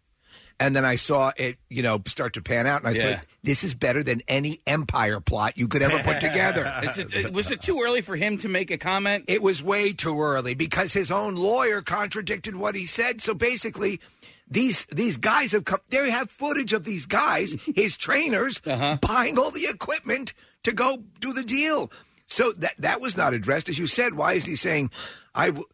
[SPEAKER 4] and then I saw it, you know, start to pan out, and I
[SPEAKER 5] Yeah.
[SPEAKER 4] thought, "This is better than any Empire plot you could ever put together."
[SPEAKER 5] It's a- it- was it too early for him to make a comment?
[SPEAKER 4] It was way too early because his own lawyer contradicted what he said. So basically, these these guys have come. They have footage of these guys, his trainers,
[SPEAKER 2] Uh-huh.
[SPEAKER 4] buying all the equipment to go do the deal. So that that was not addressed, as you said. Why is he saying, "I"? W-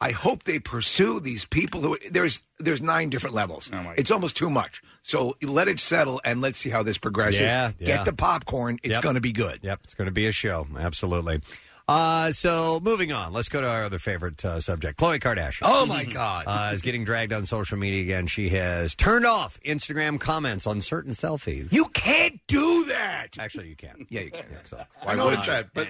[SPEAKER 4] I hope they pursue these people who there's there's nine different levels.
[SPEAKER 2] Oh
[SPEAKER 4] it's almost too much. So let it settle and let's see how this progresses.
[SPEAKER 2] Yeah, yeah.
[SPEAKER 4] Get the popcorn. It's
[SPEAKER 2] Yep.
[SPEAKER 4] going to be good.
[SPEAKER 2] Yep, it's going to be a show. Absolutely. Uh, so moving on, let's go to our other favorite uh, subject, Khloe Kardashian.
[SPEAKER 4] Oh, my God.
[SPEAKER 2] Uh, is getting dragged on social media again. She has turned off Instagram comments on certain selfies.
[SPEAKER 4] You can't do that.
[SPEAKER 2] Actually, you can.
[SPEAKER 4] Yeah, you can.
[SPEAKER 20] I noticed that, but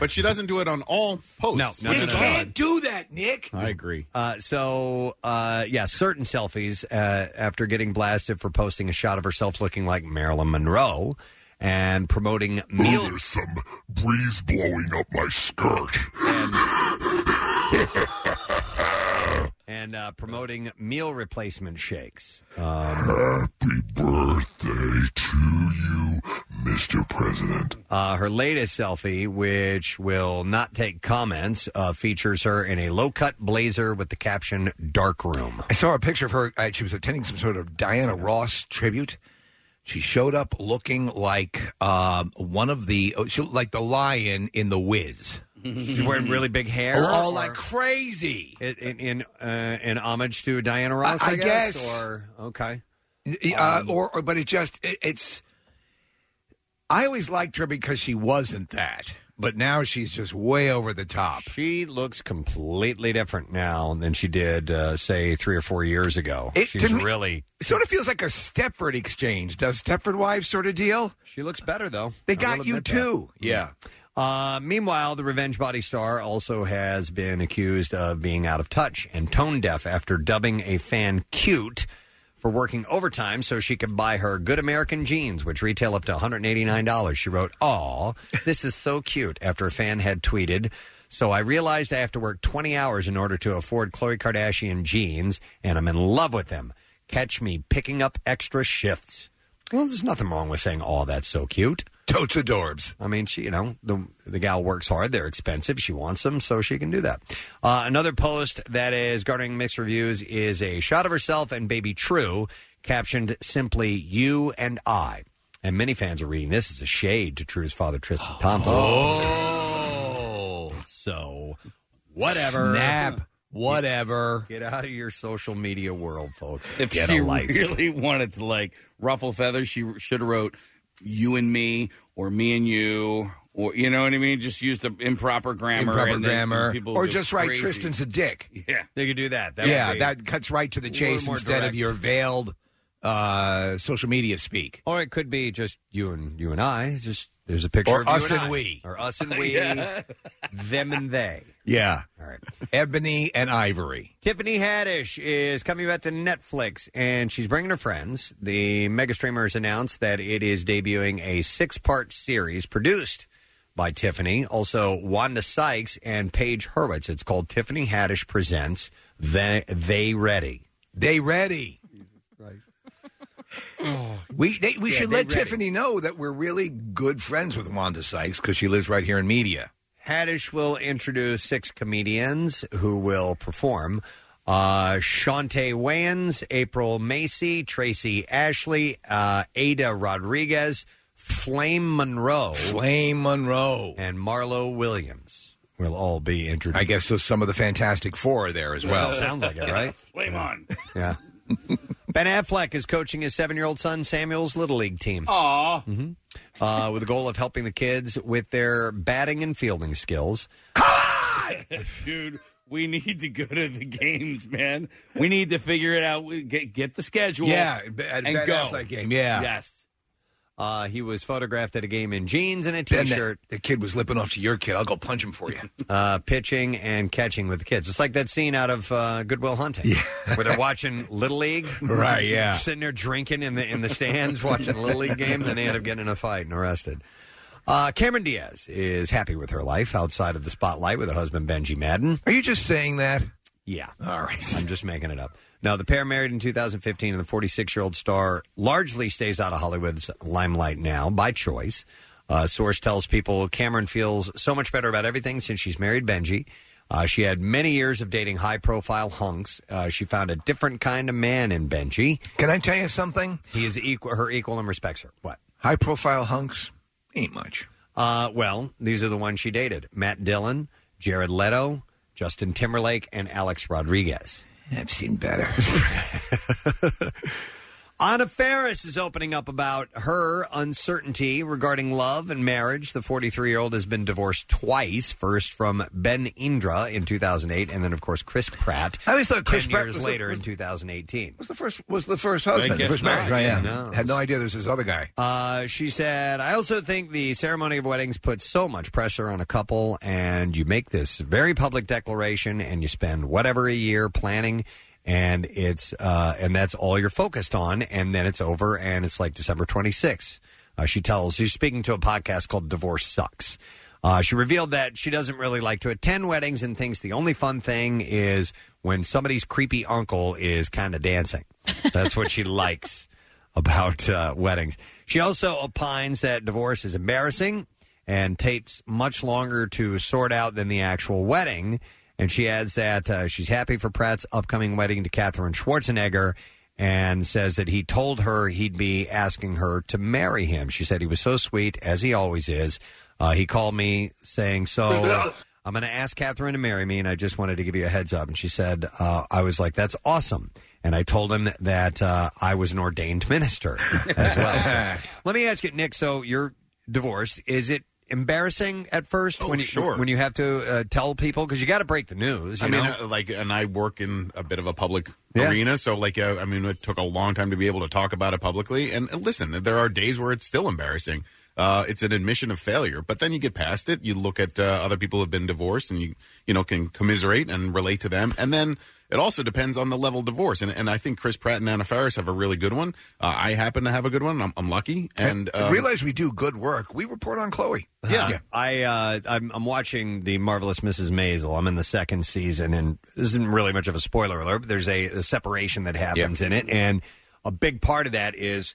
[SPEAKER 20] but she doesn't do it on all posts.
[SPEAKER 2] No, no,
[SPEAKER 20] which
[SPEAKER 2] no,
[SPEAKER 20] is
[SPEAKER 2] no.
[SPEAKER 20] odd.
[SPEAKER 2] can't
[SPEAKER 4] do that, Nick.
[SPEAKER 20] I agree.
[SPEAKER 2] Uh, so, uh, yeah, certain selfies uh, after getting blasted for posting a shot of herself looking like Marilyn Monroe and promoting meal.
[SPEAKER 12] Oh, There's some breeze blowing up my skirt.
[SPEAKER 2] and uh, promoting meal replacement shakes. Um,
[SPEAKER 12] Happy birthday to you, Mr. President.
[SPEAKER 2] Uh, her latest selfie, which will not take comments, uh, features her in a low cut blazer with the caption "Dark Room."
[SPEAKER 4] I saw a picture of her. Uh, she was attending some sort of Diana Ross tribute. She showed up looking like um, one of the oh, she, looked like the lion in The Wiz.
[SPEAKER 2] She's wearing really big hair,
[SPEAKER 4] Oh, oh,
[SPEAKER 2] or-
[SPEAKER 4] like crazy.
[SPEAKER 2] In in, uh, in homage to Diana Ross, I,
[SPEAKER 4] I
[SPEAKER 2] guess,
[SPEAKER 4] guess.
[SPEAKER 2] Or okay, Um,
[SPEAKER 4] Uh, or, or, but it just it, it's. I always liked her because she wasn't that, but now she's just way over the top.
[SPEAKER 2] She looks completely different now than she did, uh, say, three or four years ago.
[SPEAKER 4] It-
[SPEAKER 2] She's
[SPEAKER 4] to me-
[SPEAKER 2] really
[SPEAKER 4] It sort of feels like a Stepford exchange, does Stepford wives sort of deal?
[SPEAKER 2] She looks better though.
[SPEAKER 4] They
[SPEAKER 2] I
[SPEAKER 4] got
[SPEAKER 2] will
[SPEAKER 4] you
[SPEAKER 2] admit
[SPEAKER 4] too.
[SPEAKER 2] that.
[SPEAKER 4] Yeah.
[SPEAKER 2] Uh, meanwhile, the revenge body star also has been accused of being out of touch and tone deaf after dubbing a fan cute for working overtime so she could buy her good American jeans, which retail up to $189. She wrote, Aw, this is so cute, after a fan had tweeted. So I realized I have to work 20 hours in order to afford Khloe Kardashian jeans, and I'm in love with them. Catch me picking up extra shifts. Well, there's nothing wrong with saying, "Oh, that's so cute."
[SPEAKER 4] Totes adorbs.
[SPEAKER 2] I mean, she, you know, the the gal works hard. They're expensive. She wants them, so she can do that. Uh, another post that is garnering mixed reviews is a shot of herself and baby True, captioned simply "You and I." And many fans are reading this as a shade to True's father, Tristan Thompson.
[SPEAKER 4] Oh.
[SPEAKER 2] So, whatever.
[SPEAKER 4] Snap. Whatever.
[SPEAKER 2] Get out of your social media world, folks.
[SPEAKER 5] If
[SPEAKER 2] Get
[SPEAKER 5] she
[SPEAKER 2] a life.
[SPEAKER 5] really wanted to like ruffle feathers, she should have wrote "you and me" or "me and you" or you know what I mean. Just use the improper grammar,
[SPEAKER 4] Improper
[SPEAKER 5] and then
[SPEAKER 4] grammar,
[SPEAKER 5] people
[SPEAKER 4] or
[SPEAKER 5] would go
[SPEAKER 4] just write
[SPEAKER 5] crazy.
[SPEAKER 4] Tristan's a dick.
[SPEAKER 5] Yeah,
[SPEAKER 2] they could do that. That
[SPEAKER 4] yeah,
[SPEAKER 2] would be
[SPEAKER 4] that cuts right to the
[SPEAKER 2] a little
[SPEAKER 4] chase
[SPEAKER 2] more
[SPEAKER 4] instead
[SPEAKER 2] direct.
[SPEAKER 4] of your veiled uh, social media speak.
[SPEAKER 2] Or it could be just you and you and I. It's Just there's a picture
[SPEAKER 4] Or
[SPEAKER 2] of you
[SPEAKER 4] us and
[SPEAKER 2] I.
[SPEAKER 4] we.
[SPEAKER 2] or us and we,
[SPEAKER 4] Yeah.
[SPEAKER 2] them and they.
[SPEAKER 4] Yeah.
[SPEAKER 2] All right.
[SPEAKER 4] Ebony and Ivory.
[SPEAKER 2] Tiffany Haddish is coming back to Netflix, and she's bringing her friends. The mega streamer has announced that it is debuting a six-part series produced by Tiffany, also Wanda Sykes and Paige Hurwitz. It's called Tiffany Haddish Presents They, they Ready.
[SPEAKER 4] They Ready.
[SPEAKER 2] Oh.
[SPEAKER 4] We they, we
[SPEAKER 2] Yeah,
[SPEAKER 4] should
[SPEAKER 2] they
[SPEAKER 4] let
[SPEAKER 2] ready.
[SPEAKER 4] Tiffany know that we're really good friends with Wanda Sykes because she lives right here in media.
[SPEAKER 2] Haddish will introduce six comedians who will perform. Uh, Shantae Wayans, April Macy, Tracy Ashley, uh, Ada Rodriguez, Flame Monroe. Flame Monroe. And Marlo Williams will all be introduced.
[SPEAKER 4] I guess so. Some of the Fantastic Four are there as well.
[SPEAKER 2] Sounds like it, right?
[SPEAKER 5] Flame on.
[SPEAKER 2] Yeah. ben Affleck is coaching his seven year old son Samuel's Little League team.
[SPEAKER 5] Aw.
[SPEAKER 2] Uh, with the goal of helping the kids with their batting and fielding skills.
[SPEAKER 5] Dude, we need to go to the games, man. We need to figure it out. We Get get the schedule.
[SPEAKER 4] Yeah,
[SPEAKER 5] and
[SPEAKER 4] b- at Ben
[SPEAKER 5] go.
[SPEAKER 4] Affleck game, yeah.
[SPEAKER 5] Yes.
[SPEAKER 2] Uh, he was photographed at a game in jeans and a t shirt.
[SPEAKER 4] The kid was lipping off to your kid. I'll go punch him for you.
[SPEAKER 2] uh, pitching and catching with the kids. It's like that scene out of uh, Goodwill Hunting, where they're watching Little League,
[SPEAKER 4] Right, yeah.
[SPEAKER 2] sitting there drinking in the in the stands watching Little League game, then they end up getting in a fight and arrested. Uh, Cameron Diaz is happy with her life outside of the spotlight with her husband Benji Madden.
[SPEAKER 4] Are you just saying that?
[SPEAKER 2] Yeah. All right. I'm just making it up. Now, the pair married in 2015, and the 46 year old star largely stays out of Hollywood's limelight now by choice. Uh, source tells people Cameron feels so much better about everything since she's married Benji. Uh, she had many years of dating high profile hunks. Uh, she found a different kind of man in Benji.
[SPEAKER 4] Can I tell you something?
[SPEAKER 2] He is equal, her equal and respects her. What?
[SPEAKER 4] High profile hunks ain't much.
[SPEAKER 2] Uh, well, these are the ones she dated Matt Dillon, Jared Leto, Justin Timberlake, and Alex Rodriguez.
[SPEAKER 4] I've seen better.
[SPEAKER 2] Anna Ferris is opening up about her uncertainty regarding love and marriage. The 43 year old has been divorced twice, first from Ben Indra in 2008, and then, of course, Chris Pratt.
[SPEAKER 4] I always thought Chris
[SPEAKER 2] 10
[SPEAKER 4] Pratt
[SPEAKER 2] years
[SPEAKER 4] was the-
[SPEAKER 2] later
[SPEAKER 4] was-
[SPEAKER 2] in 2018.
[SPEAKER 4] Was the first was the first husband, the
[SPEAKER 2] guess
[SPEAKER 4] first
[SPEAKER 2] not.
[SPEAKER 4] marriage, right? Yeah.
[SPEAKER 2] No.
[SPEAKER 4] Had no idea there was this other guy.
[SPEAKER 2] Uh, she said, I also think the ceremony of weddings puts so much pressure on a couple, and you make this very public declaration, and you spend whatever a year planning, and it's uh, and that's all you're focused on, and then it's over, and it's like December 26th. Uh, she tells, she's speaking to a podcast called Divorce Sucks. Uh, she revealed that she doesn't really like to attend weddings and thinks the only fun thing is when somebody's creepy uncle is kind of dancing. That's what she likes about uh, weddings. She also opines that divorce is embarrassing and takes much longer to sort out than the actual wedding. And she adds that uh, she's happy for Pratt's upcoming wedding to Katherine Schwarzenegger and says that he told her he'd be asking her to marry him. She said he was so sweet, as he always is. Uh, he called me saying, So. I'm going to ask Catherine to marry me, and I just wanted to give you a heads up. And she said, uh, I was like, that's awesome. And I told him that uh, I was an ordained minister as well.
[SPEAKER 4] Ah.
[SPEAKER 2] So, let me ask you, Nick. So you're divorced. Is it embarrassing at first when you
[SPEAKER 20] Oh, sure.
[SPEAKER 2] when you have to uh, tell people because you got to break the news? You
[SPEAKER 20] I mean,
[SPEAKER 2] know?
[SPEAKER 20] uh, like, and I work in a bit of a public
[SPEAKER 2] Yeah.
[SPEAKER 20] arena, so like, uh, I mean, it took a long time to be able to talk about it publicly. And, and listen, there are days where it's still embarrassing. Uh, it's an admission of failure, but then you get past it. You look at uh, other people who've been divorced, and you you know can commiserate and relate to them. And then it also depends on the level of divorce. And and I think Chris Pratt and Anna Faris have a really good one. Uh, I happen to have a good one. I'm, I'm lucky. And
[SPEAKER 4] I
[SPEAKER 20] um,
[SPEAKER 4] realize we do good work. We report on Chloe.
[SPEAKER 2] Yeah, I uh, I'm, I'm watching the marvelous Mrs. Maisel. I'm in the second season, and this isn't really much of a spoiler alert. But there's a, a separation that happens in it, and a big part of that is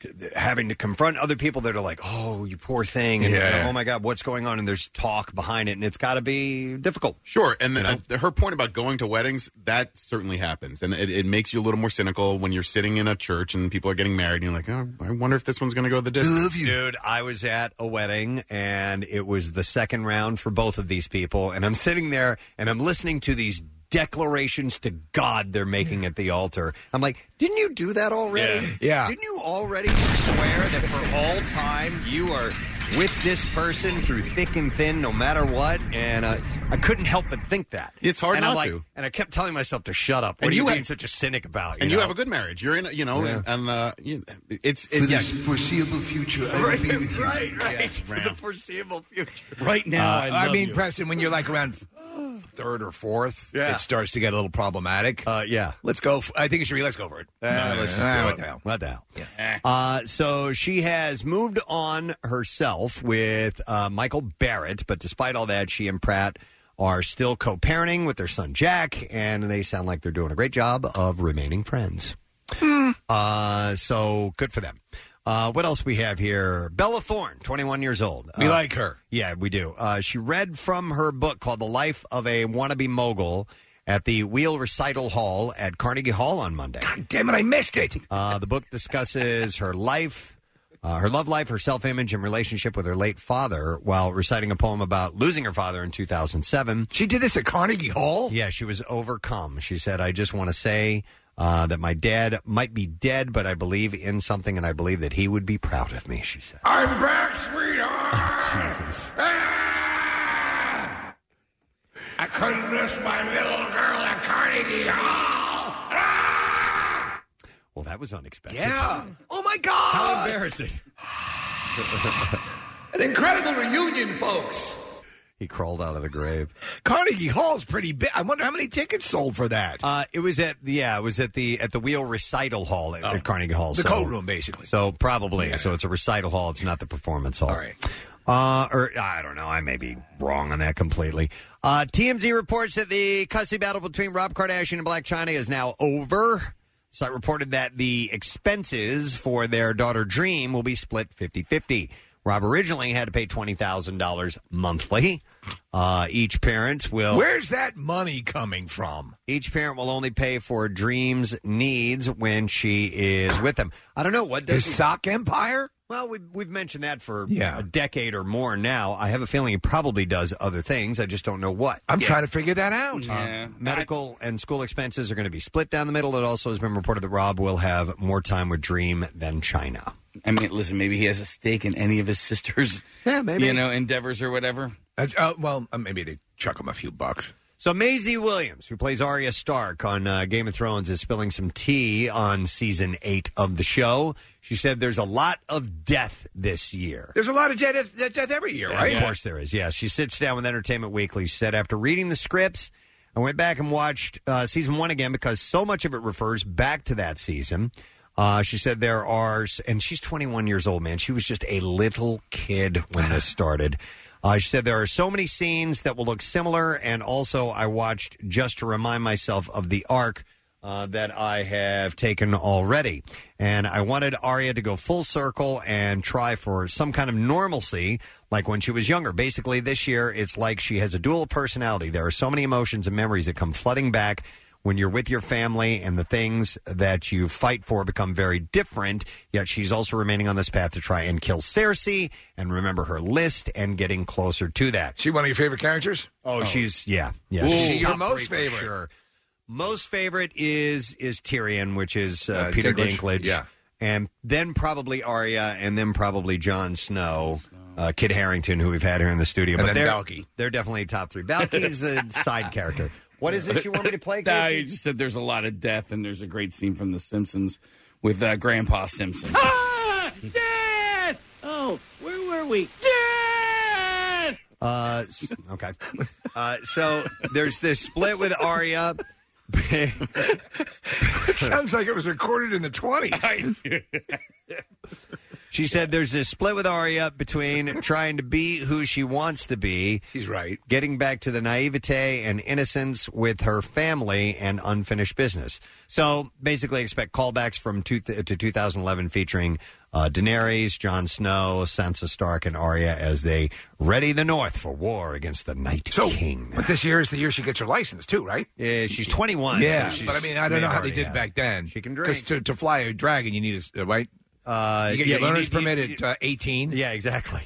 [SPEAKER 2] t- having to confront other people that are like, "Oh, you poor thing," and
[SPEAKER 20] Yeah, yeah.
[SPEAKER 2] "Oh my God, what's going on?" And there's talk behind it, and it's got to be difficult.
[SPEAKER 20] Sure, and uh, her point about going to weddings that certainly happens, and it, it makes you a little more cynical when you're sitting in a church and people are getting married, and you're like, oh, I wonder if this one's going to go the distance.
[SPEAKER 2] Dude, I was at a wedding and it was the second round for both of these people. And I'm sitting there and I'm listening to these declarations to God they're making at the altar. I'm like, didn't you do that already?
[SPEAKER 4] Yeah.
[SPEAKER 2] Didn't you already swear that for all time you are with this person through thick and thin, no matter what? And uh, I couldn't help but think that.
[SPEAKER 20] It's hard
[SPEAKER 2] and I'm
[SPEAKER 20] not
[SPEAKER 2] like-
[SPEAKER 20] to.
[SPEAKER 2] And I kept telling myself to shut up. What
[SPEAKER 20] And
[SPEAKER 2] are you,
[SPEAKER 20] you
[SPEAKER 2] being
[SPEAKER 20] had-
[SPEAKER 2] such a cynic about?
[SPEAKER 20] and you
[SPEAKER 2] know?
[SPEAKER 20] have a good marriage. You're in, a- you know,
[SPEAKER 2] Yeah.
[SPEAKER 20] and uh, you, it's,
[SPEAKER 2] For
[SPEAKER 20] it's
[SPEAKER 2] the
[SPEAKER 20] foreseeable future.
[SPEAKER 2] I will Right, be with you. right, right. For the
[SPEAKER 20] foreseeable future.
[SPEAKER 4] Right
[SPEAKER 20] now, I love
[SPEAKER 4] Uh, mean,
[SPEAKER 20] you.
[SPEAKER 4] Preston, when you're like around third or fourth,
[SPEAKER 2] Yeah.
[SPEAKER 4] it starts to get a little problematic.
[SPEAKER 2] Uh, yeah.
[SPEAKER 4] Let's go. F- I think it should be. Let's go for it.
[SPEAKER 2] Uh, let's just do
[SPEAKER 4] Ah,
[SPEAKER 2] it.
[SPEAKER 4] what the hell.
[SPEAKER 2] What the hell? Uh, so she has moved on herself with uh, Michael Barrett, but despite all that, she and Pratt are still co parenting with their son Jack, and they sound like they're doing a great job of remaining friends. Uh, so good for them. Uh, what else we have here? Bella Thorne, 21 years old.
[SPEAKER 4] We
[SPEAKER 2] Uh,
[SPEAKER 4] like her.
[SPEAKER 2] Yeah, we do. Uh, she read from her book called The Life of a Wannabe Mogul at the Wheel Recital Hall at Carnegie Hall on Monday. God
[SPEAKER 4] damn it, I missed it.
[SPEAKER 2] Uh, the book discusses her life, uh, her love life, her self image, and relationship with her late father while reciting a poem about losing her father in 2007.
[SPEAKER 4] She did this at Carnegie Hall?
[SPEAKER 2] Yeah, she was overcome. She said, I just want to say. Uh, that my dad might be dead, but I believe in something, and I believe that he would be proud of me. She said,
[SPEAKER 4] I'm back, sweetheart.
[SPEAKER 2] Jesus.
[SPEAKER 4] Ah! I couldn't miss my little girl at Carnegie Hall.
[SPEAKER 2] "Well, that was unexpected."
[SPEAKER 4] Yeah. Oh my God.
[SPEAKER 2] How embarrassing.
[SPEAKER 4] An incredible reunion, folks.
[SPEAKER 2] He crawled out of the grave.
[SPEAKER 4] Carnegie Hall's pretty big. I wonder how many tickets sold for that.
[SPEAKER 2] Uh, it was at yeah, it was at the at the Wheel Recital Hall at, at Carnegie Hall,
[SPEAKER 4] Oh. The
[SPEAKER 2] so-
[SPEAKER 4] coat room, basically.
[SPEAKER 2] So probably, so it's a recital hall. It's not the performance hall. All right. Uh, or I don't know. I may be wrong on that completely. Uh, TMZ reports that the cussy battle between Rob Kardashian and Black China is now over. So I reported that the expenses for their daughter Dream will be split 50-50. Rob originally had to pay twenty thousand dollars monthly. Uh, each parent will.
[SPEAKER 4] Where's that money coming from?
[SPEAKER 2] Each parent will only pay for Dream's needs when she is with them. I don't know what
[SPEAKER 4] His sock empire.
[SPEAKER 2] Well, we've we've mentioned that for
[SPEAKER 4] Yeah.
[SPEAKER 2] a decade or more now. I have a feeling he probably does other things. I just don't know what.
[SPEAKER 4] I'm trying to figure that out.
[SPEAKER 2] Um, medical and school expenses are going to be split down the middle. It also has been reported that Rob will have more time with Dream than China.
[SPEAKER 5] I mean, listen, maybe he has a stake in any of his sisters.
[SPEAKER 2] Yeah, maybe.
[SPEAKER 5] You know, endeavors or whatever.
[SPEAKER 4] Uh, well, uh, maybe they chuck him a few bucks.
[SPEAKER 2] So Maisie Williams, who plays Arya Stark on uh, Game of Thrones, is spilling some tea on season eight of the show. She said there's a lot of death this year.
[SPEAKER 4] There's a lot of death, death, death every year,
[SPEAKER 2] Yeah,
[SPEAKER 4] right?
[SPEAKER 2] Of course there is. Yeah, she sits down with Entertainment Weekly. She said after reading the scripts, I went back and watched uh, season one again because so much of it refers back to that season. Uh, she said there are, and she's 21 years old, man. She was just a little kid when this started. Uh, she said there are so many scenes that will look similar, and also I watched just to remind myself of the arc uh, that I have taken already. And I wanted Arya to go full circle and try for some kind of normalcy like when she was younger. Basically, this year, it's like she has a dual personality. There are so many emotions and memories that come flooding back when you're with your family, and the things that you fight for become very different. Yet she's also remaining on this path to try and kill Cersei and remember her list and getting closer to that.
[SPEAKER 4] She one of your favorite characters?
[SPEAKER 2] Oh, she's yeah, yeah.
[SPEAKER 4] Ooh.
[SPEAKER 2] She's
[SPEAKER 4] Your
[SPEAKER 2] top
[SPEAKER 4] most
[SPEAKER 2] three for
[SPEAKER 4] favorite.
[SPEAKER 2] sure. Most favorite is is Tyrion, which is uh,
[SPEAKER 4] Uh,
[SPEAKER 2] Peter
[SPEAKER 4] Dinklage,
[SPEAKER 2] Dinklage.
[SPEAKER 4] yeah.
[SPEAKER 2] and then probably Arya, and then probably Jon Snow, uh, Kid Harrington, who we've had here in the studio.
[SPEAKER 4] And
[SPEAKER 2] but
[SPEAKER 4] then
[SPEAKER 2] they're
[SPEAKER 4] Valky.
[SPEAKER 2] they're definitely top three. Valky's a side character. What is it you want me to play?
[SPEAKER 5] Nah,
[SPEAKER 2] Casey?
[SPEAKER 5] you just said there's a lot of death, and there's a great scene from The Simpsons with uh, Grandpa Simpson.
[SPEAKER 21] Ah, death! Oh, where were we? Death!
[SPEAKER 2] Uh, s- okay. Uh, so there's this split with Arya.
[SPEAKER 4] it sounds like it was recorded in the 20s.
[SPEAKER 2] She said there's this split with Arya between trying to be who she wants to be.
[SPEAKER 4] She's right.
[SPEAKER 2] Getting back to the naivete and innocence with her family and unfinished business. So basically, expect callbacks from two to 2011 featuring uh, Daenerys, Jon Snow, Sansa Stark, and Arya as they ready the North for war against the Night King.
[SPEAKER 4] but this year is the year she gets her license, too, right?
[SPEAKER 2] Yeah, she's 21. so
[SPEAKER 4] Yeah,
[SPEAKER 2] she's-
[SPEAKER 4] but I mean, I don't
[SPEAKER 2] may
[SPEAKER 4] know
[SPEAKER 2] have
[SPEAKER 4] how they
[SPEAKER 2] already
[SPEAKER 4] did
[SPEAKER 2] had it.
[SPEAKER 4] back then. She
[SPEAKER 2] can
[SPEAKER 4] Because to, to fly a dragon, you need a, s- uh, right?
[SPEAKER 2] Uh,
[SPEAKER 4] you get
[SPEAKER 2] yeah,
[SPEAKER 4] your learner's
[SPEAKER 2] need- you-
[SPEAKER 4] permit at uh, 18.
[SPEAKER 2] Yeah, exactly.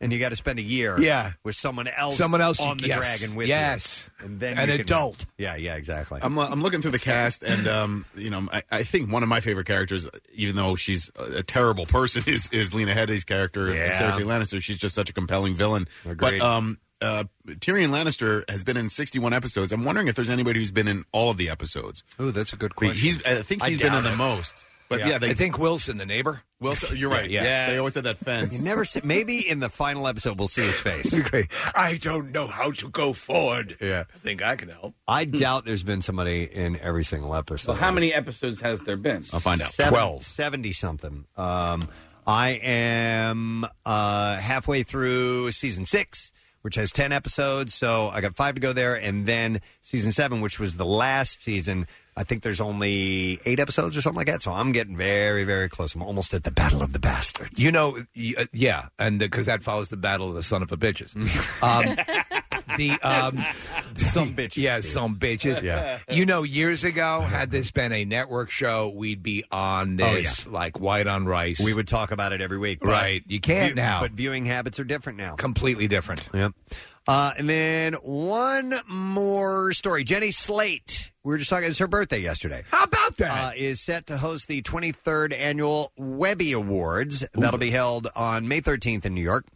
[SPEAKER 2] and you got to spend a year
[SPEAKER 4] Yeah.
[SPEAKER 2] with someone else
[SPEAKER 4] Someone else
[SPEAKER 2] on
[SPEAKER 4] you-
[SPEAKER 2] the
[SPEAKER 4] yes,
[SPEAKER 2] dragon with
[SPEAKER 4] yes.
[SPEAKER 2] you. and then
[SPEAKER 4] An
[SPEAKER 2] you can-
[SPEAKER 4] adult.
[SPEAKER 2] yeah yeah exactly
[SPEAKER 20] I'm, uh, I'm looking through the cast, and um, you know, I, I think one of my favorite characters, even though she's a, a terrible person, is is Lena Headey's character,
[SPEAKER 2] Yeah.
[SPEAKER 20] Cersei Lannister. She's just such a compelling villain.
[SPEAKER 2] Agreed.
[SPEAKER 20] But um, uh, Tyrion Lannister has been in 61 episodes. I'm wondering if there's anybody who's been in all of the episodes.
[SPEAKER 2] oh that's a good
[SPEAKER 20] Wait,
[SPEAKER 2] question
[SPEAKER 20] hehe's- I think
[SPEAKER 2] I
[SPEAKER 20] he's been in
[SPEAKER 2] doubt
[SPEAKER 20] the
[SPEAKER 2] it.
[SPEAKER 20] most. But yeah, they,
[SPEAKER 4] I think Wilson, the neighbor.
[SPEAKER 20] Wilson, you're right.
[SPEAKER 4] Yeah,
[SPEAKER 20] Yeah,
[SPEAKER 4] yeah.
[SPEAKER 20] they always had that fence.
[SPEAKER 2] you never see, maybe in the final episode we'll see his face
[SPEAKER 4] Great. I don't know how to go forward.
[SPEAKER 2] Yeah.
[SPEAKER 4] I think I can help.
[SPEAKER 2] I doubt there's been somebody in every single episode
[SPEAKER 5] So, how many episodes has there been?
[SPEAKER 20] I'll find out.
[SPEAKER 2] Seven- 70 something um I am uh halfway through season six which has 10 episodes so I got five to go there and then season seven which was the last season I think there's only eight episodes or something like that so I'm getting very very close I'm almost at the battle of the bastards
[SPEAKER 4] You know, y- uh, yeah, and because that follows the battle of the son of a bitches. Um, the um, some bitches. Yeah, some bitches.
[SPEAKER 22] Yeah.
[SPEAKER 4] You know, years ago, had this been a network show, we'd be on
[SPEAKER 2] Oh,
[SPEAKER 4] this like white on rice. We
[SPEAKER 2] would talk about it every week. but-
[SPEAKER 4] Right. You can't
[SPEAKER 2] View-
[SPEAKER 4] now.
[SPEAKER 2] But viewing habits are different now.
[SPEAKER 4] completely different.
[SPEAKER 2] Yep. Uh, and then one more story. Jenny Slate. We were just talking. It was her birthday yesterday. How
[SPEAKER 4] about
[SPEAKER 2] that? Uh, is set to host the 23rd annual Webby Awards. That'll be held on May 13th in New York.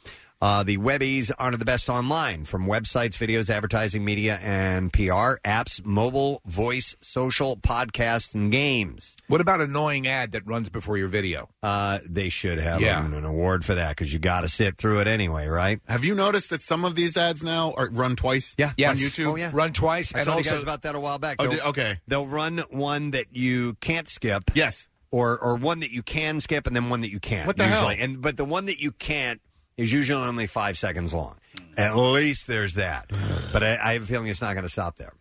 [SPEAKER 2] Uh, the Webbies honor the best online from websites, videos, advertising, media, and PR, apps, mobile, voice, social, podcasts, and games.
[SPEAKER 4] What about annoying ad that runs before your video?
[SPEAKER 2] Uh, they should have
[SPEAKER 4] Yeah.
[SPEAKER 2] an, an award for that because you got to sit through it anyway, right?
[SPEAKER 20] Have you noticed that some of these ads now are run twice? Yeah,
[SPEAKER 2] Yes.
[SPEAKER 20] on YouTube.
[SPEAKER 2] Oh, yeah.
[SPEAKER 4] Run twice,
[SPEAKER 2] I told you guys about that a while back.
[SPEAKER 20] Oh,
[SPEAKER 2] They'll-
[SPEAKER 20] did- okay.
[SPEAKER 2] They'll run one that you can't skip.
[SPEAKER 20] Yes.
[SPEAKER 2] Or or one that you can skip and then one that you can't.
[SPEAKER 20] What the hell?
[SPEAKER 2] usually. And but the one that you can't is usually only five seconds long. At least there's that. but I, I have a feeling it's not going to stop there.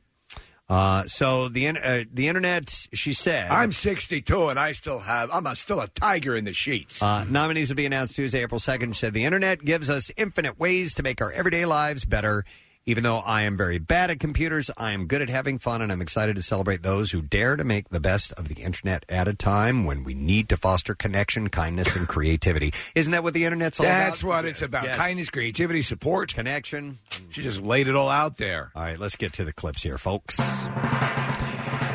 [SPEAKER 2] Uh, so the in- uh, the internet, she said,
[SPEAKER 4] I'm 62 and I still have. I'm a, still a tiger in the sheets.
[SPEAKER 2] Uh, nominees will be announced Tuesday, April 2nd. She said, The internet gives us infinite ways to make our everyday lives better. Even though I am very bad at computers, I am good at having fun, and I'm excited to celebrate those who dare to make the best of the internet at a time when we need to foster connection, kindness, and creativity. Isn't that what the internet's all about?
[SPEAKER 4] That's what it's about. Kindness, creativity, support,
[SPEAKER 2] connection.
[SPEAKER 4] She just laid it all out there.
[SPEAKER 2] All right, let's get to the clips here, folks.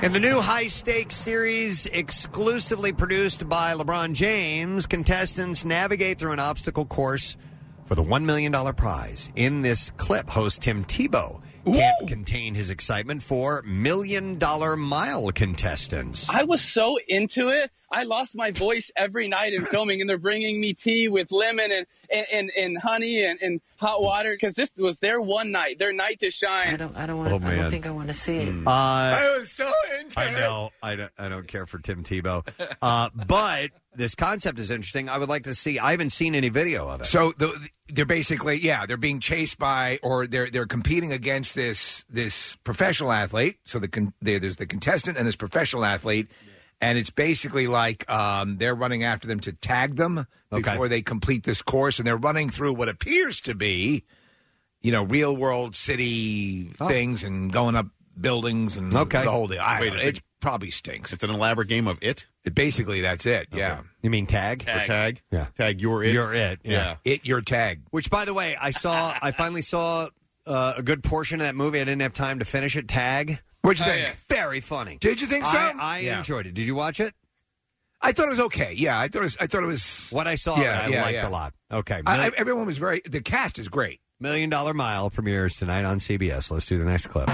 [SPEAKER 2] And the new high stakes series, exclusively produced by LeBron James, contestants navigate through an obstacle course for the $1 million prize. In this clip, host Tim Tebow can't contain his excitement for Million Dollar Mile contestants.
[SPEAKER 23] I was so into it. I lost my voice every night in filming, and they're bringing me tea with lemon and, and, and, and honey and, and hot water because this was their one night, their night to shine. I don't, I don't want.
[SPEAKER 2] Oh, man.
[SPEAKER 23] I want to see it.
[SPEAKER 2] Uh, I
[SPEAKER 4] was so into
[SPEAKER 2] I know. I don't, I don't care for Tim Tebow. Uh, but this concept is interesting. I would like to see, I haven't seen any video of it.
[SPEAKER 4] So the, they're basically, yeah, they're being chased by, or they're they're competing against this this professional athlete. So the con- there, there's the contestant and this professional athlete, and it's basically like um, they're running after them to tag them before they complete this course, and they're running through what appears to be, you know, real world city
[SPEAKER 2] Oh.
[SPEAKER 4] things and going up buildings and the whole deal. I
[SPEAKER 20] Wait,
[SPEAKER 4] don't know.
[SPEAKER 20] it's a-
[SPEAKER 4] it probably stinks.
[SPEAKER 20] It's an elaborate game of it.
[SPEAKER 4] basically, that's it. Yeah.
[SPEAKER 2] You mean tag?
[SPEAKER 20] Or tag?
[SPEAKER 2] Yeah.
[SPEAKER 20] Tag, you're it.
[SPEAKER 2] You're it, yeah.
[SPEAKER 4] It your tag.
[SPEAKER 2] Which, by the way, I saw. I finally saw uh, a good portion of that movie. I didn't have time to finish it. Tag.
[SPEAKER 4] What'd you think?
[SPEAKER 2] Very funny.
[SPEAKER 4] Oh, Did you think so?
[SPEAKER 2] I, I
[SPEAKER 4] Yeah.
[SPEAKER 2] enjoyed it. Did you watch it?
[SPEAKER 4] I thought it was okay. Yeah, I thought it was. I thought it was
[SPEAKER 2] what I saw.
[SPEAKER 4] Yeah,
[SPEAKER 2] Yeah, I
[SPEAKER 4] yeah,
[SPEAKER 2] liked
[SPEAKER 4] yeah.
[SPEAKER 2] a lot. Okay.
[SPEAKER 4] I, I- everyone was very. The cast is great.
[SPEAKER 2] Million Dollar Mile premieres tonight on CBS. Let's do the next clip.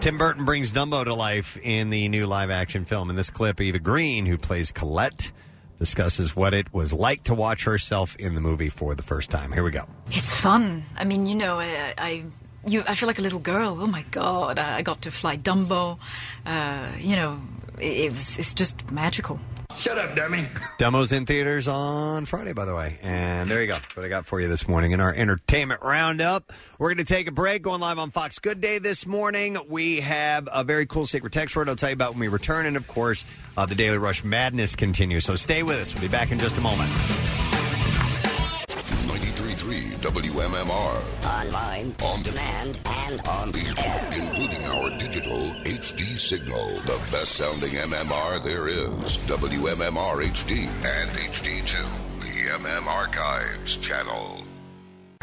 [SPEAKER 2] Tim Burton brings Dumbo to life in the new live action film. In this clip, Eva Green, who plays Colette, discusses what it was like to watch herself in the movie for the first time. Here we go.
[SPEAKER 24] It's fun. I mean, you know, I, I, you, I feel like a little girl. Oh my god, I, I got to fly Dumbo. Uh, you know, it, it was, it's just magical.
[SPEAKER 12] Shut up, dummy.
[SPEAKER 2] Demo's in theaters on Friday, by the way. And there you go. That's What I got for you this morning in our entertainment roundup. We're going to take a break, going live on Fox Good Day this morning. We have a very cool secret text word I'll tell you about when we return. And of course, uh, the Daily Rush madness continues. So stay with us. We'll be back in just a moment.
[SPEAKER 1] 93.3 WMMR. Online, on demand, and on the air. Including our digital HD signal. The best sounding MMR there is. WMMR HD and HD2. The MM Archives channel.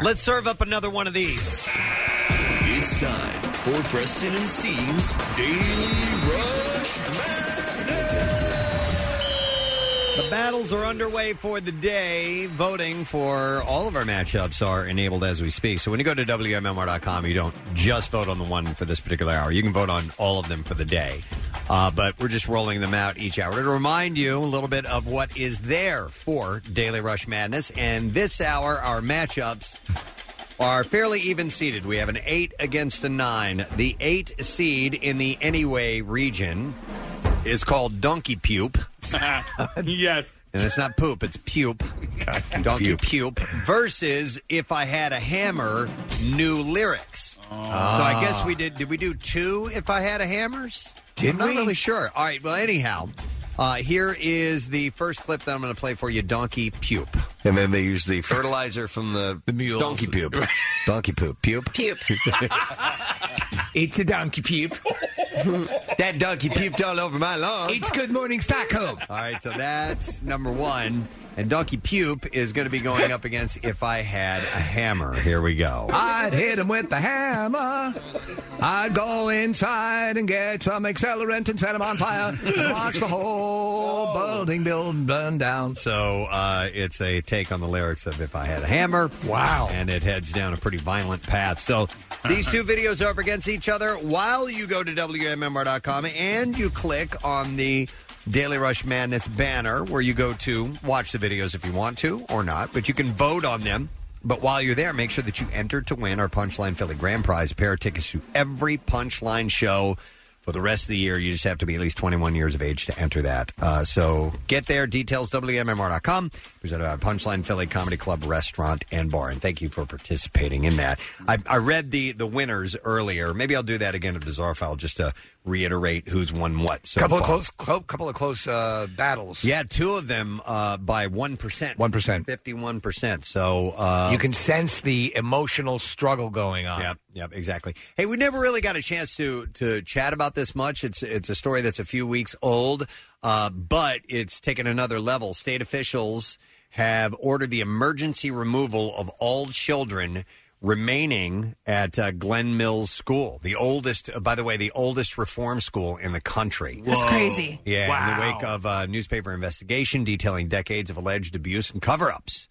[SPEAKER 2] Let's serve up another one of these.
[SPEAKER 13] It's time for Preston and Steve's Daily Rush
[SPEAKER 2] The battles are underway for the day. Voting for all of our matchups are enabled as we speak. So when you go to WMMR.com, you don't just vote on the one for this particular hour. You can vote on all of them for the day. Uh, but we're just rolling them out each hour to remind you a little bit of what is there for Daily Rush Madness. And this hour, our matchups are fairly even seeded. We have an eight against a nine. The eight seed in the Anyway region is called Donkey Pupe.
[SPEAKER 5] yes.
[SPEAKER 2] And it's not poop, it's pupe. Donkey, pupe. Versus If I Had a Hammer, new lyrics. So I guess we did. Did we do two If I Had a Hammers?
[SPEAKER 4] Did
[SPEAKER 2] I'm not
[SPEAKER 4] we?
[SPEAKER 2] really sure. All right, well, anyhow, uh, here is the first clip that I'm going to play for you Donkey Pupe. And then they use the fertilizer from the, donkey poop. donkey poop. Pupe?
[SPEAKER 14] Pupe.
[SPEAKER 2] it's a donkey pupe. that donkey puked all over my lawn. It's Good Morning Stockholm. All right, so that's number one. And donkey pupe is going to be going up against If I Had a Hammer. Here we go.
[SPEAKER 4] I'd hit him with the hammer. I'd go inside and get some accelerant and set him on fire. And watch the whole building build burn down.
[SPEAKER 2] So uh, it's a take on the lyrics of If I Had a Hammer. Wow. And it heads down a pretty violent path. So these two videos are up against each other while you go to WMMR.com and you click on the Daily Rush Madness banner where you go to watch the videos if you want to or not, but you can vote on them. But while you're there, make sure that you enter to win our Punchline Philly Grand Prize pair of tickets to every Punchline show for the rest of the year. You just have to be at least 21 years of age to enter that. Uh, so get there. Details WMMR.com. Presented by uh, Punchline Philly Comedy Club Restaurant and Bar. And thank you for participating in that. I, I read the the winners earlier. Maybe I'll do that again at Bizarre File just to reiterate who's won what. So
[SPEAKER 4] couple of
[SPEAKER 2] far.
[SPEAKER 4] close, clo- couple of close uh, battles.
[SPEAKER 2] Yeah, two of them uh, by 1%. 1%. 51%. So uh,
[SPEAKER 4] you can sense the emotional struggle going on.
[SPEAKER 2] Yep, yep, exactly. Hey, we never really got a chance to to chat about this much. It's it's a story that's a few weeks old, uh, but it's taken another level. State officials have ordered the emergency removal of all children remaining at uh, Glen Mills School, the oldest, uh, by the way, the oldest reform school in the country.
[SPEAKER 14] That's Whoa. crazy.
[SPEAKER 2] Yeah, in
[SPEAKER 14] Wow.
[SPEAKER 2] the wake of a newspaper investigation detailing decades of alleged abuse and cover-ups.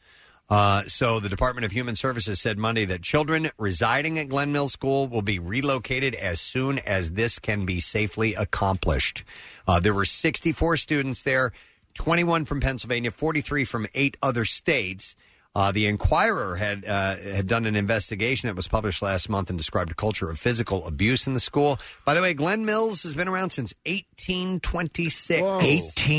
[SPEAKER 2] Uh, so the Department of Human Services said Monday that children residing at Glen Mills School will be relocated as soon as this can be safely accomplished. Uh, there were 64 students there, 21 from Pennsylvania, 43 from eight other states. Uh, the Inquirer had uh, had done an investigation that was published last month and described a culture of physical abuse in the school. By the way, Glenn Mills has been around since 1826.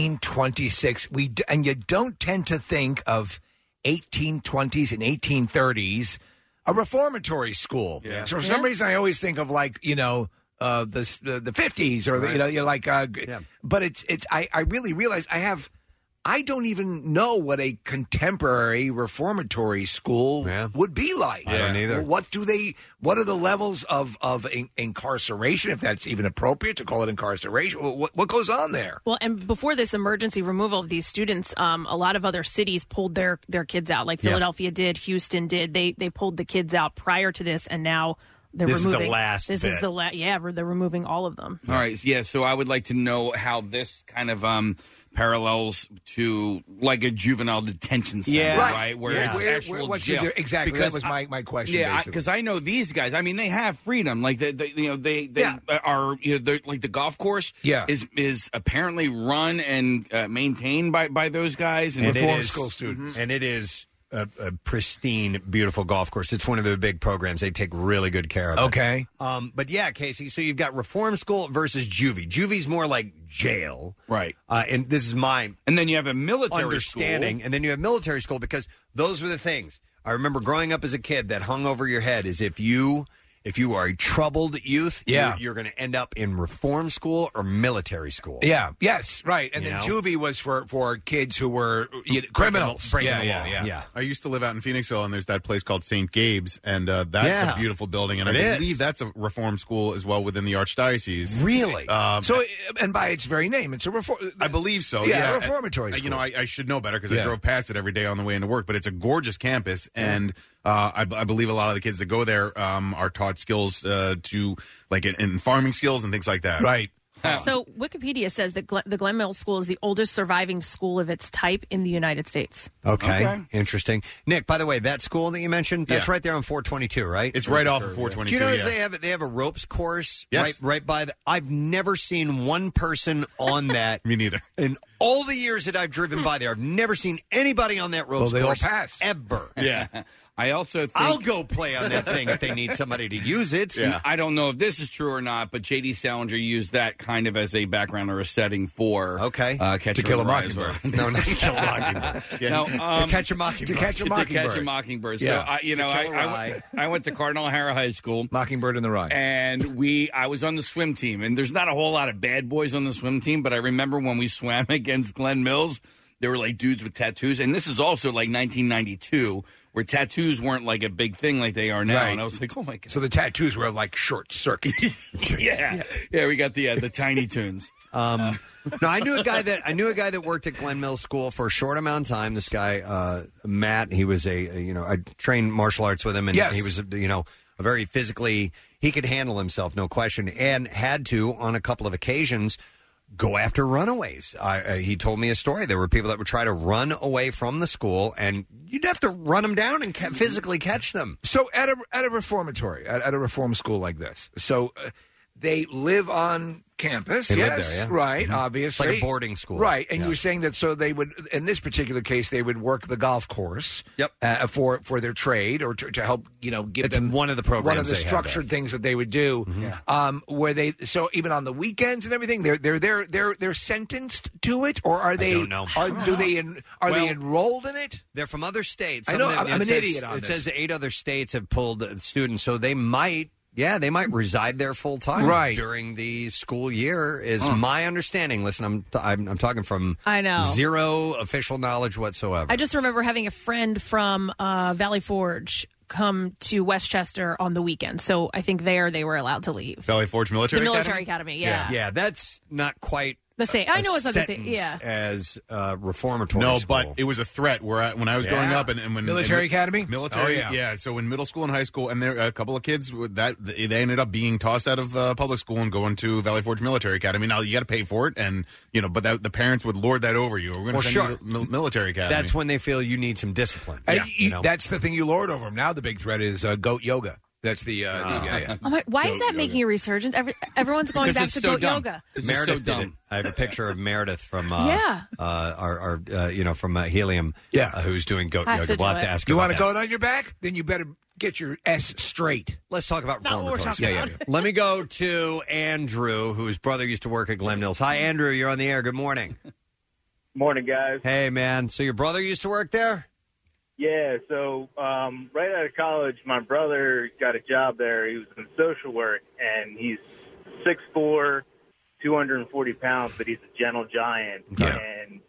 [SPEAKER 4] 1826. We d- and you don't tend to think of 1820s and 1830s a reformatory school.
[SPEAKER 15] Yeah.
[SPEAKER 4] So for some
[SPEAKER 15] Yeah.
[SPEAKER 4] reason, I always think of like you know. Uh, the s- the the fifties or the you
[SPEAKER 15] Right.
[SPEAKER 4] know you're like uh, g- but it's it's I, I really realize I have I don't even know what a contemporary reformatory school would be like.
[SPEAKER 2] I don't either.
[SPEAKER 4] Well, what do they? What are the levels of of in, incarceration, if that's even appropriate to call it incarceration? Wh- What what goes on there?
[SPEAKER 14] Well, and before this emergency removal of these students, um, a lot of other cities pulled their their kids out. Like
[SPEAKER 4] Yeah.
[SPEAKER 14] Philadelphia did, Houston did. They they pulled the kids out prior to this, and now they're
[SPEAKER 5] This is the
[SPEAKER 14] removing.
[SPEAKER 5] last
[SPEAKER 14] This is
[SPEAKER 5] bit.
[SPEAKER 14] the last. Yeah, they're removing all of them.
[SPEAKER 5] All right, yeah. So I would like to know how this kind of um parallels to like a juvenile detention center,
[SPEAKER 4] Yeah.
[SPEAKER 5] right?
[SPEAKER 4] Right.
[SPEAKER 5] Where
[SPEAKER 4] Yeah.
[SPEAKER 5] it's
[SPEAKER 4] Where- where-
[SPEAKER 5] actual
[SPEAKER 4] what's the
[SPEAKER 5] jail.
[SPEAKER 4] di- exactly, that was my-
[SPEAKER 5] I-
[SPEAKER 4] my question,
[SPEAKER 5] Yeah,
[SPEAKER 4] basically.
[SPEAKER 5] because I, know these guys. I mean, they have freedom. Like they, they you know, they they are you know, they're like the golf course.
[SPEAKER 4] Yeah.
[SPEAKER 5] is is apparently run and uh, maintained by by those guys and, Mm-hmm.
[SPEAKER 2] it is-
[SPEAKER 4] Mm-hmm.
[SPEAKER 2] And it is a, a pristine, beautiful golf course. It's one of their big programs. They take really good care of it.
[SPEAKER 4] Okay.
[SPEAKER 2] Um, but yeah, Casey, so you've got reform school versus juvie. Juvie's more like jail.
[SPEAKER 5] Right.
[SPEAKER 2] Uh, and this is my
[SPEAKER 5] And then you have a military
[SPEAKER 2] understanding. And then you have military school because those were the things I remember growing up as a kid that hung over your head is if you. If you are a troubled youth,
[SPEAKER 4] Yeah.
[SPEAKER 2] you're, you're going to end up in reform school or military school.
[SPEAKER 4] Yeah. Yes. Right. And
[SPEAKER 2] You
[SPEAKER 4] then
[SPEAKER 2] know?
[SPEAKER 4] juvie was for for kids who were you know, criminals.
[SPEAKER 20] breaking
[SPEAKER 4] yeah,
[SPEAKER 20] the
[SPEAKER 4] yeah,
[SPEAKER 20] law.
[SPEAKER 4] yeah.
[SPEAKER 20] I used to live out in Phoenixville, and there's that place called St. Gabe's, and uh, that's
[SPEAKER 4] Yeah.
[SPEAKER 20] a beautiful building. And
[SPEAKER 4] It
[SPEAKER 20] I
[SPEAKER 4] is.
[SPEAKER 20] believe that's a reform school as well within the archdiocese.
[SPEAKER 4] Really?
[SPEAKER 20] Um,
[SPEAKER 4] so, and by Uh, its very name, it's a reform.
[SPEAKER 20] I believe so.
[SPEAKER 4] Yeah,
[SPEAKER 20] Yeah,
[SPEAKER 4] a reformatory
[SPEAKER 2] Uh,
[SPEAKER 20] I- You know, I, I should know better because
[SPEAKER 4] Yeah.
[SPEAKER 20] I drove past it every day on the way into work. But it's a gorgeous campus, and uh, I, b- I believe a lot of the kids that go there um, are taught skills uh, to like in, in farming skills and things like that. Uh,
[SPEAKER 4] Right.
[SPEAKER 14] So Wikipedia says that Glen, the Glen Mills School is the oldest surviving school of its type in the United States.
[SPEAKER 2] Okay. Interesting. Nick, by the way, that school that you mentioned, that's
[SPEAKER 20] Yeah.
[SPEAKER 2] right there on 422, right?
[SPEAKER 20] It's right off of 422,
[SPEAKER 2] Do you notice
[SPEAKER 20] yeah.
[SPEAKER 2] they have they have a ropes course
[SPEAKER 20] Yes.
[SPEAKER 2] right right by the I've never seen one person on that.
[SPEAKER 20] Me neither.
[SPEAKER 2] In all the years that I've driven by there, I've never seen anybody on that ropes
[SPEAKER 5] Well, they all
[SPEAKER 2] course
[SPEAKER 5] passed.
[SPEAKER 2] ever.
[SPEAKER 5] Yeah. I also think
[SPEAKER 2] I'll go play on that thing if they need somebody to use it.
[SPEAKER 5] And I don't know if this is true or not, but J.D. Salinger used that kind of as a background or a setting for okay uh, Catch
[SPEAKER 2] To Kill a Mockingbird. No, not To Kill a
[SPEAKER 5] Mockingbird.
[SPEAKER 2] Yeah. To Catch a Mockingbird.
[SPEAKER 5] um, To Catch a Mockingbird. So
[SPEAKER 2] Yeah.
[SPEAKER 5] I, you
[SPEAKER 2] To
[SPEAKER 5] know, I,
[SPEAKER 2] Kill a
[SPEAKER 5] I
[SPEAKER 2] Rye.
[SPEAKER 5] went- I went to Cardinal O'Hara High School.
[SPEAKER 4] Mockingbird and the Rye.
[SPEAKER 5] And we, I was on the swim team, and there's not a whole lot of bad boys on the swim team, but I remember when we swam against Glenn Mills. there were like dudes with tattoos, and this is also like 1992, where tattoos weren't like a big thing like they are now.
[SPEAKER 4] Right.
[SPEAKER 5] And I was like, oh my god.
[SPEAKER 4] So the tattoos were like short circuit.
[SPEAKER 5] yeah, yeah, we got the uh, the Tiny Tunes.
[SPEAKER 2] Um, no, I knew a guy that I knew a guy that worked at Glen Mills School for a short amount of time. This guy, uh, Matt, he was a a, you know I trained martial arts with him, and
[SPEAKER 4] Yes.
[SPEAKER 2] he was you know a very physically he could handle himself, no question, and had to on a couple of occasions go after runaways. I, uh, he told me a story. There were people that would try to run away from the school, and you'd have to run them down and ca- physically catch them.
[SPEAKER 4] So at a at a reformatory, at, at a reform school like this, so uh, they live on campus.
[SPEAKER 2] They live
[SPEAKER 4] yes,
[SPEAKER 2] there, yeah.
[SPEAKER 4] right.
[SPEAKER 2] Mhm.
[SPEAKER 4] Obviously,
[SPEAKER 2] Like a boarding school.
[SPEAKER 4] Right, and
[SPEAKER 2] Yeah.
[SPEAKER 4] you were saying that so they would in this particular case they would work the golf course. Yep. Uh, for for their trade or to, to help you know give
[SPEAKER 2] It's
[SPEAKER 4] them
[SPEAKER 2] one of the
[SPEAKER 4] one
[SPEAKER 2] programs
[SPEAKER 4] of the
[SPEAKER 2] they have Mm-hmm.
[SPEAKER 4] structured things that they would do. Um, where they so even on the weekends and everything they're they're they're they're they're sentenced to it or are they
[SPEAKER 2] don't know.
[SPEAKER 4] are do they en, are they
[SPEAKER 2] Well,
[SPEAKER 4] enrolled in it?
[SPEAKER 2] They're from other states.
[SPEAKER 4] I know.
[SPEAKER 2] Some of
[SPEAKER 4] I'm,
[SPEAKER 2] the-
[SPEAKER 4] I'm
[SPEAKER 2] it
[SPEAKER 4] an
[SPEAKER 2] says-
[SPEAKER 4] idiot on
[SPEAKER 2] It
[SPEAKER 4] this.
[SPEAKER 2] says eight other states have pulled uh, students, so they might, yeah, they might reside there full time
[SPEAKER 4] Right.
[SPEAKER 2] during the school year. Is
[SPEAKER 4] Huh.
[SPEAKER 2] my understanding? Listen, I'm, t- I'm I'm talking from
[SPEAKER 14] I know.
[SPEAKER 2] zero official knowledge whatsoever.
[SPEAKER 14] I just remember having a friend from uh, Valley Forge come to Westchester on the weekend. So I think there they were allowed to leave.
[SPEAKER 20] Valley Forge Military
[SPEAKER 14] the
[SPEAKER 20] Academy.
[SPEAKER 14] military academy, yeah.
[SPEAKER 2] yeah, that's not quite
[SPEAKER 14] The same. I
[SPEAKER 2] a
[SPEAKER 14] know it's not the same.
[SPEAKER 2] sentence
[SPEAKER 14] Yeah.
[SPEAKER 2] as uh, reformatory.
[SPEAKER 20] No,
[SPEAKER 2] school.
[SPEAKER 20] but it was a threat. Where I, when I was growing
[SPEAKER 2] Yeah.
[SPEAKER 20] up, and, and when
[SPEAKER 2] Military
[SPEAKER 20] and-
[SPEAKER 2] academy?
[SPEAKER 20] military,
[SPEAKER 2] Oh,
[SPEAKER 20] yeah.
[SPEAKER 2] yeah.
[SPEAKER 20] So in middle school and high school, and there a couple of kids with that they they ended up being tossed out of uh, public school and going to Valley Forge Military Academy. Now you got to pay for it, and you know, but that, the parents would lord that over you. We're going to
[SPEAKER 2] Well,
[SPEAKER 20] send
[SPEAKER 2] sure.
[SPEAKER 20] you to mil- military academy.
[SPEAKER 2] that's when they feel you need some discipline.
[SPEAKER 4] And you- That's the thing you lord over them. Now the big threat is uh, goat yoga. That's the, uh, the yeah, yeah.
[SPEAKER 14] I'm like, why is
[SPEAKER 4] Goat
[SPEAKER 14] that making a resurgence? Every, everyone's going back to goat yoga.
[SPEAKER 2] Meredith did it. I have a picture of Meredith from uh,
[SPEAKER 14] Yeah.
[SPEAKER 2] uh, our, our uh, you know from uh, Helium, yeah, who's doing goat
[SPEAKER 4] I have
[SPEAKER 2] yoga.
[SPEAKER 4] to
[SPEAKER 2] we'll
[SPEAKER 4] do
[SPEAKER 2] have to
[SPEAKER 4] it.
[SPEAKER 2] ask
[SPEAKER 4] You
[SPEAKER 2] want
[SPEAKER 4] wanna
[SPEAKER 2] to
[SPEAKER 4] go on your back? Then you better get your S straight.
[SPEAKER 2] Let's talk about
[SPEAKER 4] Not what we're
[SPEAKER 2] reformatory
[SPEAKER 4] talking
[SPEAKER 2] school.
[SPEAKER 4] Yeah, yeah, about.
[SPEAKER 2] Let me go to Andrew, whose brother used to work at Glen Mills. Hi, Andrew. You're on the air. Good morning.
[SPEAKER 22] Morning, guys.
[SPEAKER 2] Hey, man. So your brother used to work there?
[SPEAKER 22] Yeah, so um, right out of college, my brother got a job there. He was in social work, and he's 6'4", 240 pounds, but he's a gentle giant. And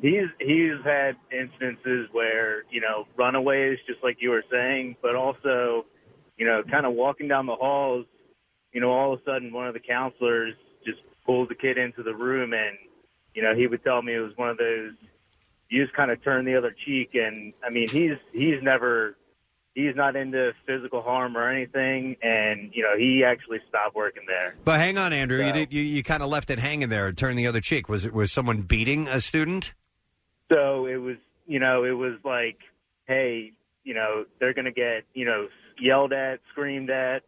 [SPEAKER 22] he's he's had instances where you know runaways, just like you were saying, but also you know kind of walking down the halls. You know, all of a sudden, one of the counselors just pulls the kid into the room, and you know he would tell me it was one of those you just kind of turn the other cheek and i mean he's he's never he's not into physical harm or anything and you know he actually stopped working there
[SPEAKER 2] But hang on, Andrew. You did, you, you kind of left it hanging there. Turn the other cheek. Was it was someone beating a student?
[SPEAKER 22] so it was you know it was like hey you know they're going to get you know yelled at screamed at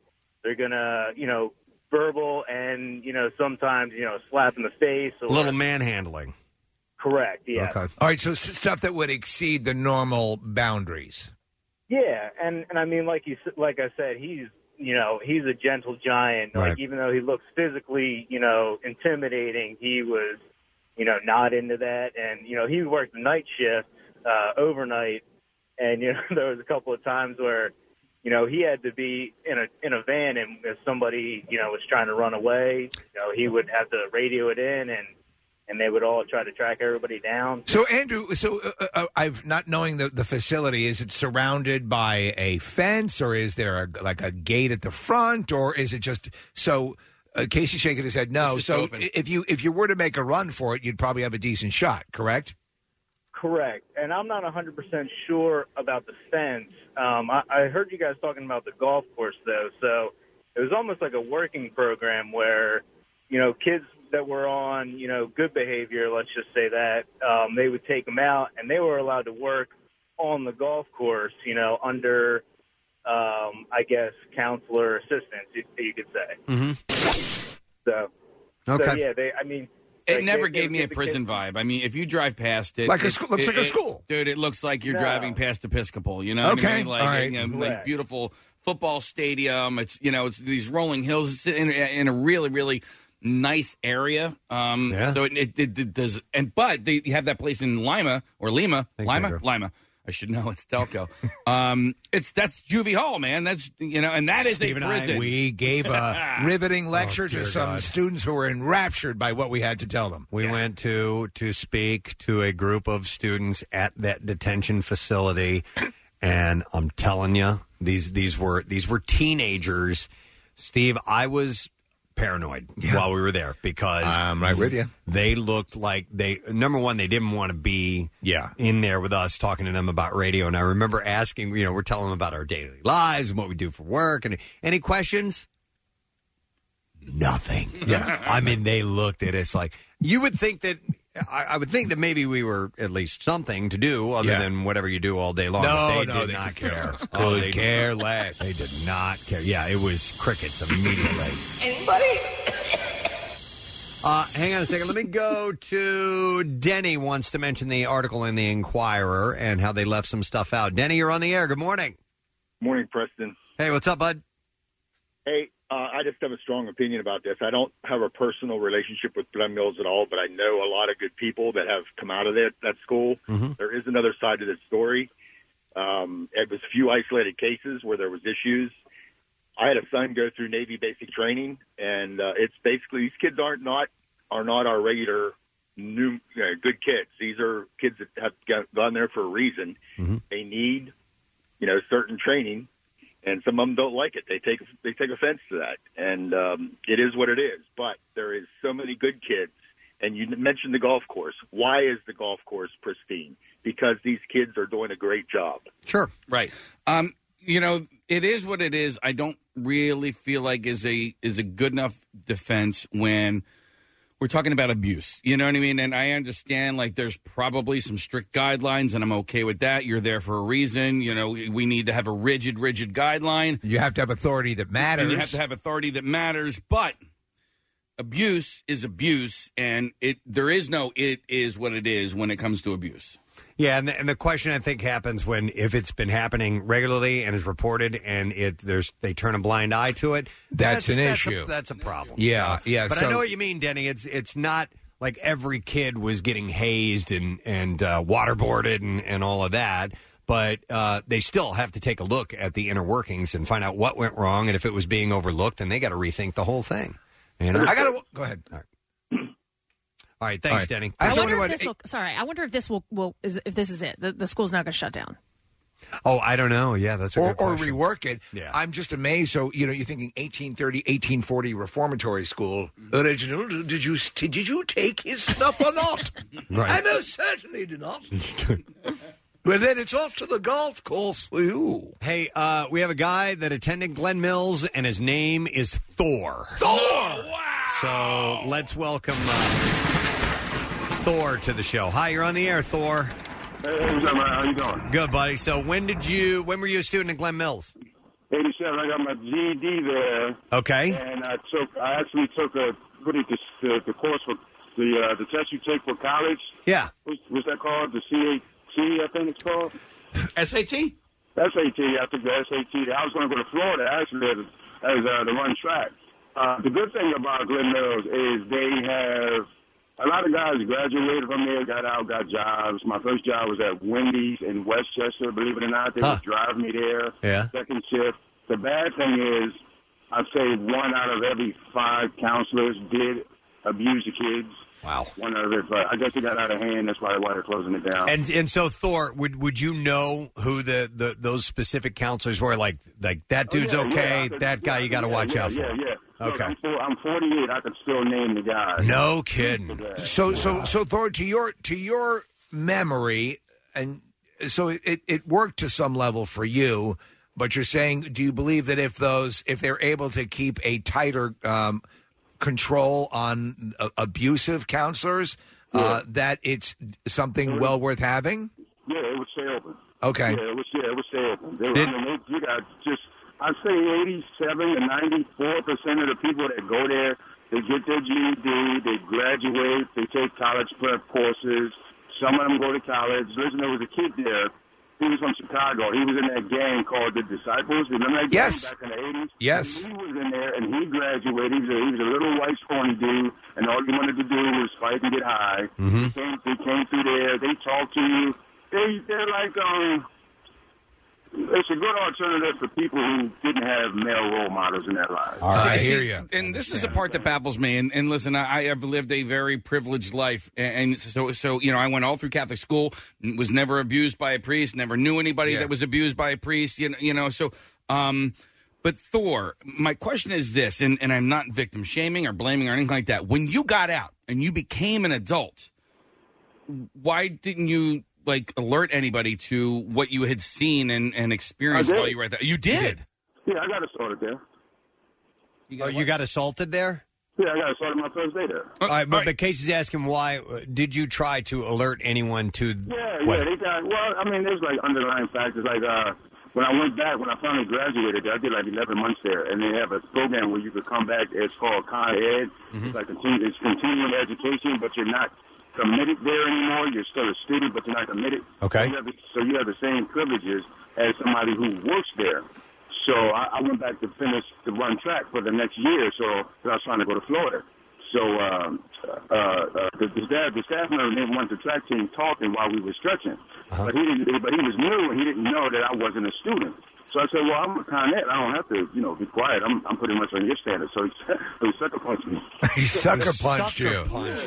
[SPEAKER 22] they're going to you know verbal and you know sometimes you know slap in the face or
[SPEAKER 2] Little manhandling.
[SPEAKER 22] correct yeah
[SPEAKER 4] All right. So s- stuff that would exceed the normal boundaries.
[SPEAKER 22] Yeah, and and I mean, like you s- like I said, he's you know he's a gentle giant.
[SPEAKER 2] Right.
[SPEAKER 22] Like even though he looks physically you know intimidating, he was you know not into that. And you know he worked the night shift uh, overnight, and you know there was a couple of times where you know he had to be in a in a van, and if somebody you know was trying to run away, you know he would have to radio it in and. And they would all try to track everybody down.
[SPEAKER 4] So Andrew, so uh, uh, uh, I've not knowing the, the facility. Is it surrounded by a fence, or is there a, like a gate at the front, or is it just so? Uh, Casey shaking his head. No.
[SPEAKER 22] just
[SPEAKER 4] So
[SPEAKER 22] open.
[SPEAKER 4] i- if you if you were to make a run for it, you'd probably have a decent shot. Correct.
[SPEAKER 22] Correct. And I'm not 100% sure about the fence. Um, I, I heard you guys talking about the golf course, though. So it was almost like a working program where, you know, kids that were on, you know, good behavior, let's just say that, um, they would take them out and they were allowed to work on the golf course, you know, under, um, I guess, counselor assistance, you, you could say.
[SPEAKER 4] Mm-hmm.
[SPEAKER 22] So, so
[SPEAKER 5] Okay.
[SPEAKER 22] yeah, they, I mean,
[SPEAKER 5] It
[SPEAKER 22] like,
[SPEAKER 5] never
[SPEAKER 22] they- they
[SPEAKER 5] gave
[SPEAKER 22] would
[SPEAKER 5] me
[SPEAKER 22] give
[SPEAKER 5] a
[SPEAKER 22] the
[SPEAKER 5] prison
[SPEAKER 22] kids-
[SPEAKER 5] vibe. I mean, if you drive past it,
[SPEAKER 4] Like a
[SPEAKER 5] it-
[SPEAKER 4] school- looks
[SPEAKER 5] it-
[SPEAKER 4] like a
[SPEAKER 5] it-
[SPEAKER 4] school.
[SPEAKER 5] dude. It looks like you're
[SPEAKER 4] No.
[SPEAKER 5] driving past Episcopal. You know, what I
[SPEAKER 4] Okay.
[SPEAKER 5] mean? like,
[SPEAKER 4] All right.
[SPEAKER 5] you know, like
[SPEAKER 4] Correct.
[SPEAKER 5] beautiful football stadium. It's you know, it's these rolling hills. It's in, in a really, really nice area. Um,
[SPEAKER 10] Yeah.
[SPEAKER 5] So it, it, it does, and but they have that place in Lima or Lima, Lima, Lima. I should know it's Delco. um, it's that's Juvie Hall, man. That's you know, and that is
[SPEAKER 4] Steve and
[SPEAKER 5] a
[SPEAKER 4] I, Oh,
[SPEAKER 5] prison.
[SPEAKER 4] we gave a riveting lecture to some students who were enraptured by what we had to tell them.
[SPEAKER 2] We went to to speak to a group of students at that detention facility, and I'm telling you, these these were these were teenagers. Steve, I was paranoid while we were there because
[SPEAKER 4] I'm right with you.
[SPEAKER 2] They looked like they number one, they didn't want to be
[SPEAKER 4] yeah
[SPEAKER 2] in there with us talking to them about radio. And I remember asking, you know, we're telling them about our daily lives and what we do for work. And any questions? Nothing. Yeah. I mean, they looked at us like you would think that. I, I would think that maybe we were at least something to do other
[SPEAKER 4] Yeah.
[SPEAKER 2] than whatever you do all day long.
[SPEAKER 4] No,
[SPEAKER 2] but they
[SPEAKER 4] no,
[SPEAKER 2] did
[SPEAKER 4] they
[SPEAKER 2] not
[SPEAKER 4] could care.
[SPEAKER 2] care. Uh,
[SPEAKER 4] Could care less.
[SPEAKER 2] They did not care. Yeah, it was crickets immediately.
[SPEAKER 8] Anybody?
[SPEAKER 2] Uh, hang on a second. Let me go to Denny wants to mention the article in the Inquirer and how they left some stuff out. Denny, you're on the air. Good morning.
[SPEAKER 10] Morning, Preston.
[SPEAKER 2] Hey, what's up, bud?
[SPEAKER 10] Hey, uh, I just have a strong opinion about this. I don't have a personal relationship with Glen Mills at all, but I know a lot of good people that have come out of that, that school. There is another side to this story. Um, it was few isolated cases where there was issues. I had a son go through Navy basic training, and uh, it's basically these kids aren't not are not our regular new uh, good kids. These are kids that have got- gone there for a reason. They need you know certain training, and some of them don't like it. They take they take offense to that, and um, it is what it is. But there is so many good kids, and you mentioned the golf course. Why is the golf course pristine? Because these kids are doing a great job.
[SPEAKER 2] Sure.
[SPEAKER 5] Right. Um, you know, it is what it is. I don't really feel like is a is a good enough defense when we're talking about abuse. You know what I mean? And I understand like there's probably some strict guidelines and I'm okay with that. You're there for a reason. You know, we need to have a rigid rigid guideline.
[SPEAKER 4] You have to have authority that matters.
[SPEAKER 5] And you have to have authority that matters, but abuse is abuse and it there is no it is what it is when it comes to abuse.
[SPEAKER 2] Yeah, and the, and the question I think happens when if it's been happening regularly and is reported, and it there's they turn a blind eye to it.
[SPEAKER 4] That's an
[SPEAKER 2] a-
[SPEAKER 4] issue.
[SPEAKER 2] that's a problem.
[SPEAKER 4] Yeah,
[SPEAKER 2] So-
[SPEAKER 4] yeah,
[SPEAKER 2] But
[SPEAKER 4] so-
[SPEAKER 2] I know what you mean, Denny. It's it's not like every kid was getting hazed and and uh, waterboarded and and all of that. But uh, they still have to take a look at the inner workings and find out what went wrong, and if it was being overlooked, and they got to rethink the whole thing. You know?
[SPEAKER 4] I gotta go ahead.
[SPEAKER 2] All right,
[SPEAKER 4] All
[SPEAKER 2] thanks,
[SPEAKER 4] right.
[SPEAKER 2] Denny.
[SPEAKER 3] I, wonder if this will. Sorry, I wonder if this will. will is, if this is it, the, the school's not going to shut down.
[SPEAKER 2] Oh, I don't know. Yeah, that's a
[SPEAKER 4] or,
[SPEAKER 2] good
[SPEAKER 4] or
[SPEAKER 2] question.
[SPEAKER 4] rework it.
[SPEAKER 2] Yeah.
[SPEAKER 4] I'm just amazed. So you know, you're thinking 1830, 1840 reformatory school.
[SPEAKER 2] Mm-hmm.
[SPEAKER 4] Original? Did you did you take his stuff or not?
[SPEAKER 8] Right.
[SPEAKER 4] I most certainly did not. well, then it's off to the golf course for you.
[SPEAKER 2] Hey, uh, we have a guy that attended Glen Mills, and his name is Thor. Thor! So let's welcome uh, Thor to the show. Hi, you're on the air, Thor.
[SPEAKER 21] Hey, what's up, man? How you doing?
[SPEAKER 2] Good, buddy. So when did you? When were you a student at Glen Mills?
[SPEAKER 21] 87. I got my GED there.
[SPEAKER 2] Okay.
[SPEAKER 21] And I took. I actually took a what is this, the, the course for the uh, the test you take for college.
[SPEAKER 2] Yeah.
[SPEAKER 21] What's, what's that called? The CAT, I think it's called.
[SPEAKER 5] SAT.
[SPEAKER 21] SAT. I took the SAT. I was going to go to Florida actually as, as uh, to run track. Uh, the good thing about Glen Mills is they have a lot of guys graduated from there, got out, got jobs. My first job was at Wendy's in Westchester. Believe it or not, they would drive me there.
[SPEAKER 8] Yeah.
[SPEAKER 21] Second shift. The bad thing is, I'd say one out of every five counselors did abuse the kids.
[SPEAKER 2] Wow.
[SPEAKER 21] One out of every five. I guess it got out of hand. That's probably why they're closing it down.
[SPEAKER 2] And and so Thor, would would you know who the, the those specific counselors were? Like like that dude's
[SPEAKER 21] Oh, yeah, yeah,
[SPEAKER 2] okay.
[SPEAKER 21] I could-
[SPEAKER 2] that guy you got to
[SPEAKER 21] yeah,
[SPEAKER 2] watch
[SPEAKER 21] yeah,
[SPEAKER 2] out for.
[SPEAKER 21] Yeah, yeah. Look,
[SPEAKER 2] Okay.
[SPEAKER 21] I'm, four, I'm 48. I could still name the guy.
[SPEAKER 2] No kidding.
[SPEAKER 4] So so so Thor, to your to your memory, and so it it worked to some level for you. But you're saying, do you believe that if those if they're able to keep a tighter um, control on uh, abusive counselors, uh, that it's something well worth having?
[SPEAKER 21] Yeah, it was terrible.
[SPEAKER 4] Okay.
[SPEAKER 21] Yeah, it was. Yeah, it was terrible. They were,
[SPEAKER 4] Did-
[SPEAKER 21] I mean, they, you got just. I say 87 to 94 percent of the people that go there, they get their GED, they graduate, they take college prep courses. Some of them go to college. Listen, there was a kid there. He was from Chicago. He was in that gang called the Disciples. Remember that gang
[SPEAKER 8] Yes.
[SPEAKER 21] back in the 80s?
[SPEAKER 8] Yes.
[SPEAKER 21] And he was in there, and he graduated. He was a, he was a little white scrawny dude, and all he wanted to do was fight and get high.
[SPEAKER 8] Mhm.
[SPEAKER 21] They, came, they came through there. They talked to you. It they they're like um, it's a good alternative for people who didn't have male role models in their lives.
[SPEAKER 5] See, And this is the part that baffles me. And, and listen, I, I have lived a very privileged life, and, and so so you know, I went all through Catholic school, n- was never abused by a priest, never knew anybody that was abused by a priest. You know, you know. So, um, but Thor, my question is this, and, and I'm not victim shaming or blaming or anything like that. When you got out and you became an adult, why didn't you? Like alert anybody to what you had seen and, and experienced
[SPEAKER 21] I did.
[SPEAKER 5] while you were at that. You did.
[SPEAKER 21] Yeah, I got assaulted there.
[SPEAKER 2] oh, you got assaulted there?
[SPEAKER 21] Yeah, I got assaulted my first day there.
[SPEAKER 2] all Uh, right, but, but Casey's asking why uh, did you try to alert anyone to
[SPEAKER 21] Yeah,
[SPEAKER 2] what
[SPEAKER 21] yeah, they got. Well, I mean, there's like underlying factors. Like uh, when I went back, when I finally graduated, I did like 11 months there, and they have a program where you could come back. It's called Con Ed. It's like continu- it's continuing education, but you're not committed there anymore. You're still a student, but you're not committed.
[SPEAKER 2] Okay.
[SPEAKER 21] So you have the, so you have the same privileges as somebody who works there. So I, I went back to finish to run track for the next year. So 'cause I was trying to go to Florida. So um, uh, uh, the, the staff the staff member didn't want the track team talking while we were stretching,
[SPEAKER 4] Uh-huh.
[SPEAKER 21] but he didn't. But he was new and he didn't know that I wasn't a student. So I said, "Well, I'm a Con Ed. I don't have to, you know, be quiet. I'm, I'm pretty much on your standard." So he, so he sucker punched me.
[SPEAKER 4] he sucker punched you.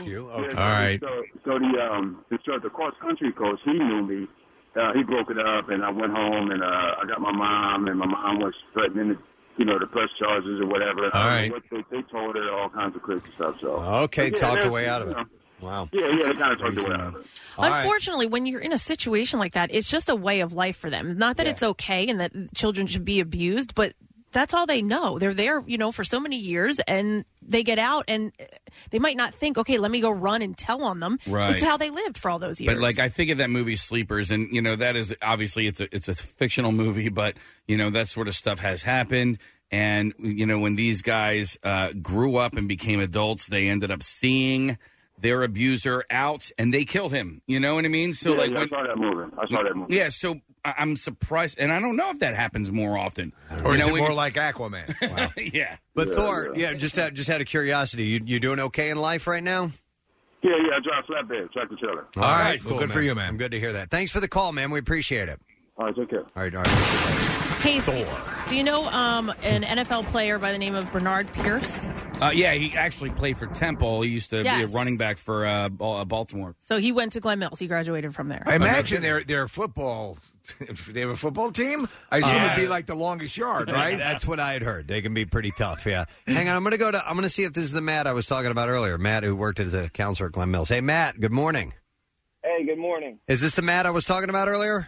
[SPEAKER 21] Yeah,
[SPEAKER 4] All right.
[SPEAKER 21] So, so the um the, so the cross country coach he knew me. Uh, he broke it up, and I went home, and uh, I got my mom, and my mom was threatening, to, you know, to press charges or whatever.
[SPEAKER 2] All
[SPEAKER 21] I don't know
[SPEAKER 2] right.
[SPEAKER 21] What they, they told her all kinds of crazy stuff. So
[SPEAKER 2] Okay,
[SPEAKER 21] But yeah,
[SPEAKER 2] talked her
[SPEAKER 21] that's-
[SPEAKER 2] way out of
[SPEAKER 21] you
[SPEAKER 2] it.
[SPEAKER 21] know.
[SPEAKER 2] Wow.
[SPEAKER 21] Yeah, yeah, they kind of talked her way out of it.
[SPEAKER 3] Unfortunately, when you're in a situation like that, it's just a way of life for them. Not that it's okay and that children should be abused, but that's all they know. They're there, you know, for so many years and they get out and uh, they might not think, okay, let me go run and tell on them.
[SPEAKER 5] Right.
[SPEAKER 3] It's how they lived for all those years.
[SPEAKER 5] But like I think of that movie Sleepers, and you know that is obviously it's a it's a fictional movie, but you know that sort of stuff has happened. And you know when these guys uh, grew up and became adults, they ended up seeing their abuser out, and they killed him. You know what I mean? So
[SPEAKER 21] yeah,
[SPEAKER 5] like
[SPEAKER 21] yeah,
[SPEAKER 5] when,
[SPEAKER 21] I saw that movie. I saw that movie.
[SPEAKER 5] yeah, so I- I'm surprised, and I don't know if that happens more often,
[SPEAKER 4] Or is it more
[SPEAKER 5] like Aquaman? yeah,
[SPEAKER 2] But Thor, yeah, just out, just out of curiosity, you you doing okay in life right now?
[SPEAKER 21] Yeah, yeah, I drive flatbed, E. track and trailer.
[SPEAKER 2] All right, well, good for you, man. I'm good to hear that. Thanks for the call, man. We appreciate it.
[SPEAKER 21] All right, take care.
[SPEAKER 2] All right, all right.
[SPEAKER 3] Case, do, do you know um, an NFL player by the name of Bernard Pierce?
[SPEAKER 5] uh, yeah. He actually played for Temple. He used to
[SPEAKER 3] Yes.
[SPEAKER 5] be a running back for uh, Bal- Baltimore.
[SPEAKER 3] So he went to Glen Mills. He graduated from there.
[SPEAKER 4] I imagine their their football. If they have a football team, I assume it'd be like the longest yard, right?
[SPEAKER 2] That's what I had heard. They can be pretty tough. Yeah. Hang on, I'm gonna go to. I'm gonna see if this is the Matt I was talking about earlier. Matt, who worked as a counselor at Glen Mills. Hey, Matt. Good morning.
[SPEAKER 17] Hey, good morning.
[SPEAKER 2] Is this the Matt I was talking about earlier?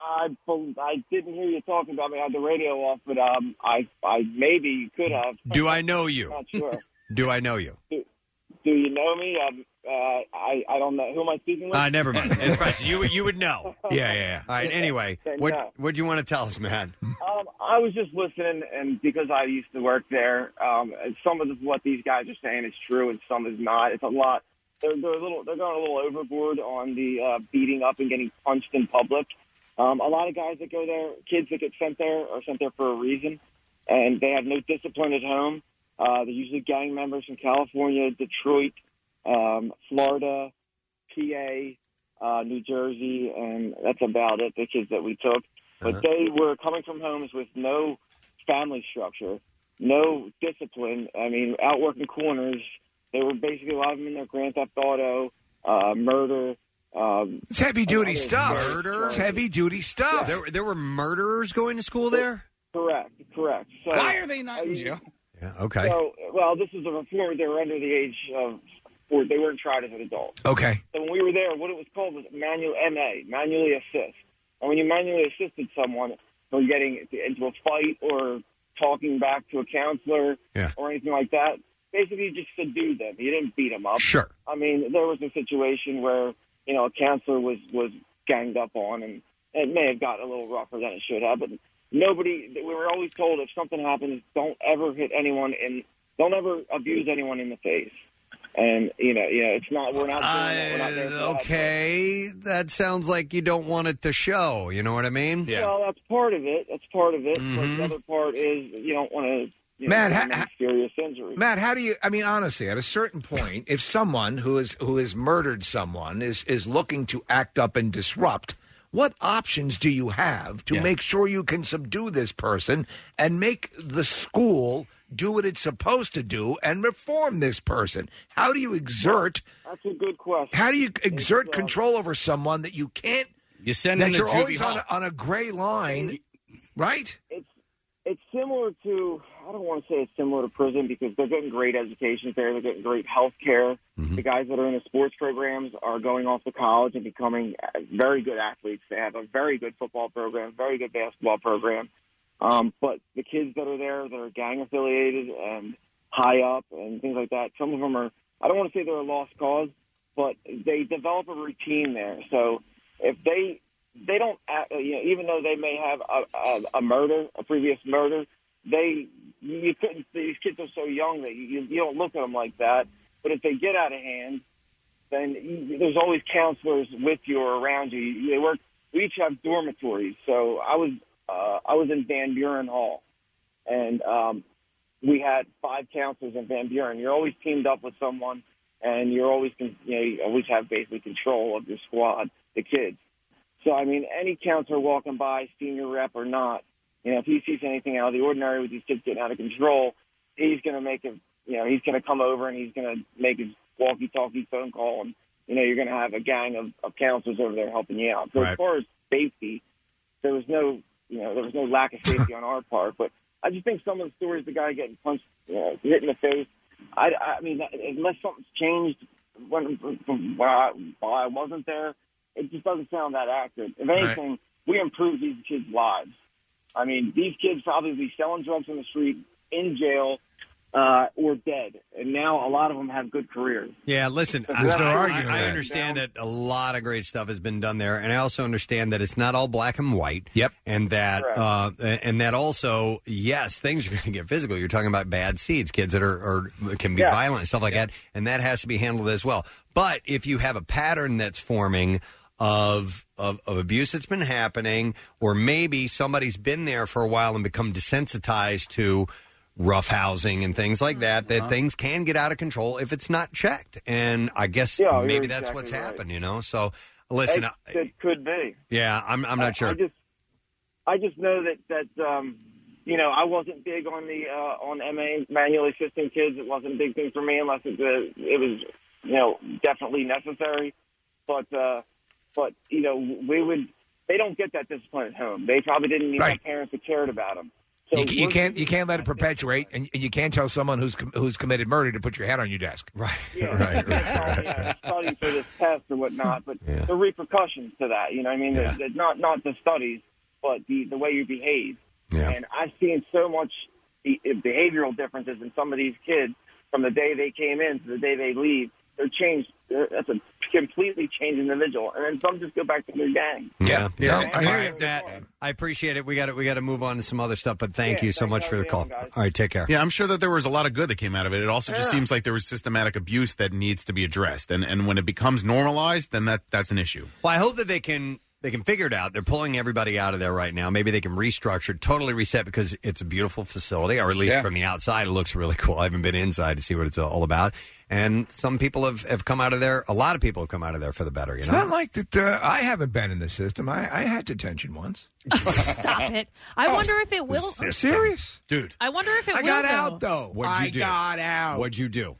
[SPEAKER 17] I bel- I didn't hear you talking about me. I had the radio off, but um, I I maybe you could have.
[SPEAKER 2] Do I know you?
[SPEAKER 17] Not sure.
[SPEAKER 2] Do I know you?
[SPEAKER 17] Do you know me? Um, uh, I I don't know who am I speaking with.
[SPEAKER 2] Uh, never mind. It's Preston. You you would know.
[SPEAKER 4] Yeah, yeah. yeah.
[SPEAKER 2] All right. Anyway,
[SPEAKER 17] Then no.
[SPEAKER 2] what what do you want to tell us, Matt?
[SPEAKER 17] Um, I was just listening, and because I used to work there, um, and some of what these guys are saying is true, and some is not. It's a lot. They're they're a little they're going a little overboard on the uh, beating up and getting punched in public. Um, a lot of guys that go there, kids that get sent there, are sent there for a reason, and they have no discipline at home. Uh, they're usually gang members from California, Detroit, um, Florida, PA, uh, New Jersey, and that's about it. The kids that we took, but they were coming from homes with no family structure, no discipline. I mean, out working corners. They were basically a lot of them in their Grand Theft Auto, uh, murder. Um,
[SPEAKER 4] it's heavy duty stuff.
[SPEAKER 17] Murder.
[SPEAKER 4] It's heavy duty stuff.
[SPEAKER 2] There, there were murderers going to school there.
[SPEAKER 17] Correct. Correct. So
[SPEAKER 2] Why
[SPEAKER 5] are they not in jail?
[SPEAKER 2] Yeah. Okay.
[SPEAKER 17] So, well, this is a reform. They were under the age of, or they weren't tried as an adult.
[SPEAKER 4] Okay.
[SPEAKER 17] So when we were there, what it was called was manual MA, manually assist. And when you manually assisted someone for getting into a fight or talking back to a counselor or anything like that, basically you just subdued them. You didn't beat them up.
[SPEAKER 2] Sure.
[SPEAKER 17] I mean, there was a situation where you know a counselor was was ganged up on, and it may have gotten a little rougher than it should have. But nobody, we were always told if something happens, don't ever hit anyone in, don't ever abuse anyone in the face. And you know, yeah, it's not we're not
[SPEAKER 4] uh,
[SPEAKER 17] doing that. We're not there for that.
[SPEAKER 2] Uh, Okay, that sounds like you don't want it to show. You know what I mean?
[SPEAKER 17] Well, that's part of it. That's part of it. But
[SPEAKER 2] Mhm.
[SPEAKER 17] the other part is you don't want to you
[SPEAKER 4] Mm-hmm. Matt,
[SPEAKER 17] know,
[SPEAKER 4] ha-
[SPEAKER 17] make serious injury.
[SPEAKER 4] Matt, how do you? I mean, honestly, at a certain point, if someone who is who has murdered someone is is looking to act up and disrupt, What options do you have to make sure you can subdue this person and make the school do what it's supposed to do and reform this person? How do you exert?
[SPEAKER 17] That's a good question. uh,
[SPEAKER 4] How do you exert control over someone that you can't?
[SPEAKER 5] You send
[SPEAKER 4] that
[SPEAKER 5] them to
[SPEAKER 4] you're
[SPEAKER 5] juvie
[SPEAKER 4] always on
[SPEAKER 5] hall.
[SPEAKER 4] a, on a gray line, right?
[SPEAKER 17] It's it's similar to I don't want to say it's similar to prison because they're getting great educations there, they're getting great health care. The guys that are in the sports programs are going off to college and becoming uh, very good athletes. They have a very good football program, very good basketball program. Um, but the kids that are there that are gang affiliated and high up and things like that, some of them are I don't want to say they're a lost cause, but they develop a routine there. So if they they don't, act- you know, even though they may have a, a, a murder, a previous murder, they you couldn't. These kids are so young that you, you don't look at them like that. But if they get out of hand, then you, there's always counselors with you or around you. They work. We each have dormitories. So I was uh, I was in Van Buren Hall, and um, we had five counselors in Van Buren. You're always teamed up with someone, and you're always con- you, know, you always have basically control of your squad, the kids. So I mean, any counselor walking by, senior rep or not, you know, if he sees anything out of the ordinary with these kids getting out of control, he's going to make a you know he's going to come over and he's going to make his walkie-talkie phone call, and you know you're going to have a gang of, of counselors over there helping you out. So as
[SPEAKER 10] Right.
[SPEAKER 17] far as safety, there was no you know there was no lack of safety on our part, but I just think some of the stories the guy getting punched, you know, hit in the face. I, I mean, unless something's changed when, when, I, while I wasn't there, it just doesn't sound that accurate. If
[SPEAKER 10] Right.
[SPEAKER 17] anything, we improved these kids' lives. I mean, these kids probably be selling drugs on the street, in jail, uh, or dead. And now a lot of them have good careers.
[SPEAKER 2] Yeah, listen, I,
[SPEAKER 17] There's
[SPEAKER 2] I,
[SPEAKER 17] no
[SPEAKER 2] I-
[SPEAKER 17] arguing
[SPEAKER 2] I
[SPEAKER 17] that.
[SPEAKER 2] understand that a lot of great stuff has been done there, and I also understand that it's not all black and white. Yep, and that uh, and that also, yes, things are going to get physical. You're talking about bad seeds, kids that are, are can be violent and stuff like that, and that has to be handled as well. But if you have a pattern that's forming. Of, of of abuse that's been happening, or maybe somebody's been there for a while and become desensitized to rough housing and things like that that
[SPEAKER 17] Uh-huh.
[SPEAKER 2] things can get out of control if it's not checked and i guess
[SPEAKER 17] Yeah, Oh, you're
[SPEAKER 2] maybe that's
[SPEAKER 17] exactly
[SPEAKER 2] what's
[SPEAKER 17] right.
[SPEAKER 2] happened you know so listen
[SPEAKER 17] it,
[SPEAKER 2] I-
[SPEAKER 17] it could be.
[SPEAKER 2] yeah i'm, I'm
[SPEAKER 17] I- I
[SPEAKER 2] not sure
[SPEAKER 17] just- I just know that that um, you know I wasn't big on the uh, on MA manually assisting kids. It wasn't a big thing for me unless it, uh, it was you know definitely necessary. But uh, but you know we would they don't get that discipline at home. They probably didn't need
[SPEAKER 4] Right.
[SPEAKER 17] their parents that cared about them. So
[SPEAKER 4] You, ca- you
[SPEAKER 17] we're-
[SPEAKER 4] can't you can't let it perpetuate, and and you can't tell someone who's com- who's committed murder to put your head on your desk.
[SPEAKER 2] Right.
[SPEAKER 17] Yeah,
[SPEAKER 4] right,
[SPEAKER 17] study for this test or whatnot, but the repercussions to that, you know, what I mean, the, the, not not the studies, but the the way you behave. And I've seen so much be- behavioral differences in some of these kids from the day they came in to the day they leave. They're changed. They're, that's a completely changed individual, and then some just go back to their gang.
[SPEAKER 2] yeah yeah,
[SPEAKER 17] No,
[SPEAKER 2] All
[SPEAKER 17] I hear
[SPEAKER 2] right, Matt, i appreciate it we got to we got to move on to some other stuff but thank you so much for the call all right take care
[SPEAKER 20] Yeah, I'm sure that there was a lot of good that came out of it. It also just seems like there was systematic abuse that needs to be addressed, and and when it becomes normalized, then that that's an issue.
[SPEAKER 2] Well, I hope that they can they can figure it out. They're pulling everybody out of there right now. Maybe they can restructure, totally reset because it's a beautiful facility, or at least
[SPEAKER 25] Yeah.
[SPEAKER 2] from the outside, it looks really cool. I haven't been inside to see what it's all about. And some people have, have come out of there. A lot of people have come out of there for the better. You
[SPEAKER 4] It's
[SPEAKER 2] know,
[SPEAKER 4] not like that. Uh, I haven't been in the system. I, I had detention once.
[SPEAKER 3] Stop it. I wonder if it will.
[SPEAKER 4] Oh, serious,
[SPEAKER 5] dude.
[SPEAKER 3] I wonder if it
[SPEAKER 4] I
[SPEAKER 3] will.
[SPEAKER 4] got
[SPEAKER 3] though.
[SPEAKER 4] out though.
[SPEAKER 2] What'd you
[SPEAKER 4] I
[SPEAKER 2] do?
[SPEAKER 4] got out.
[SPEAKER 2] What'd you do?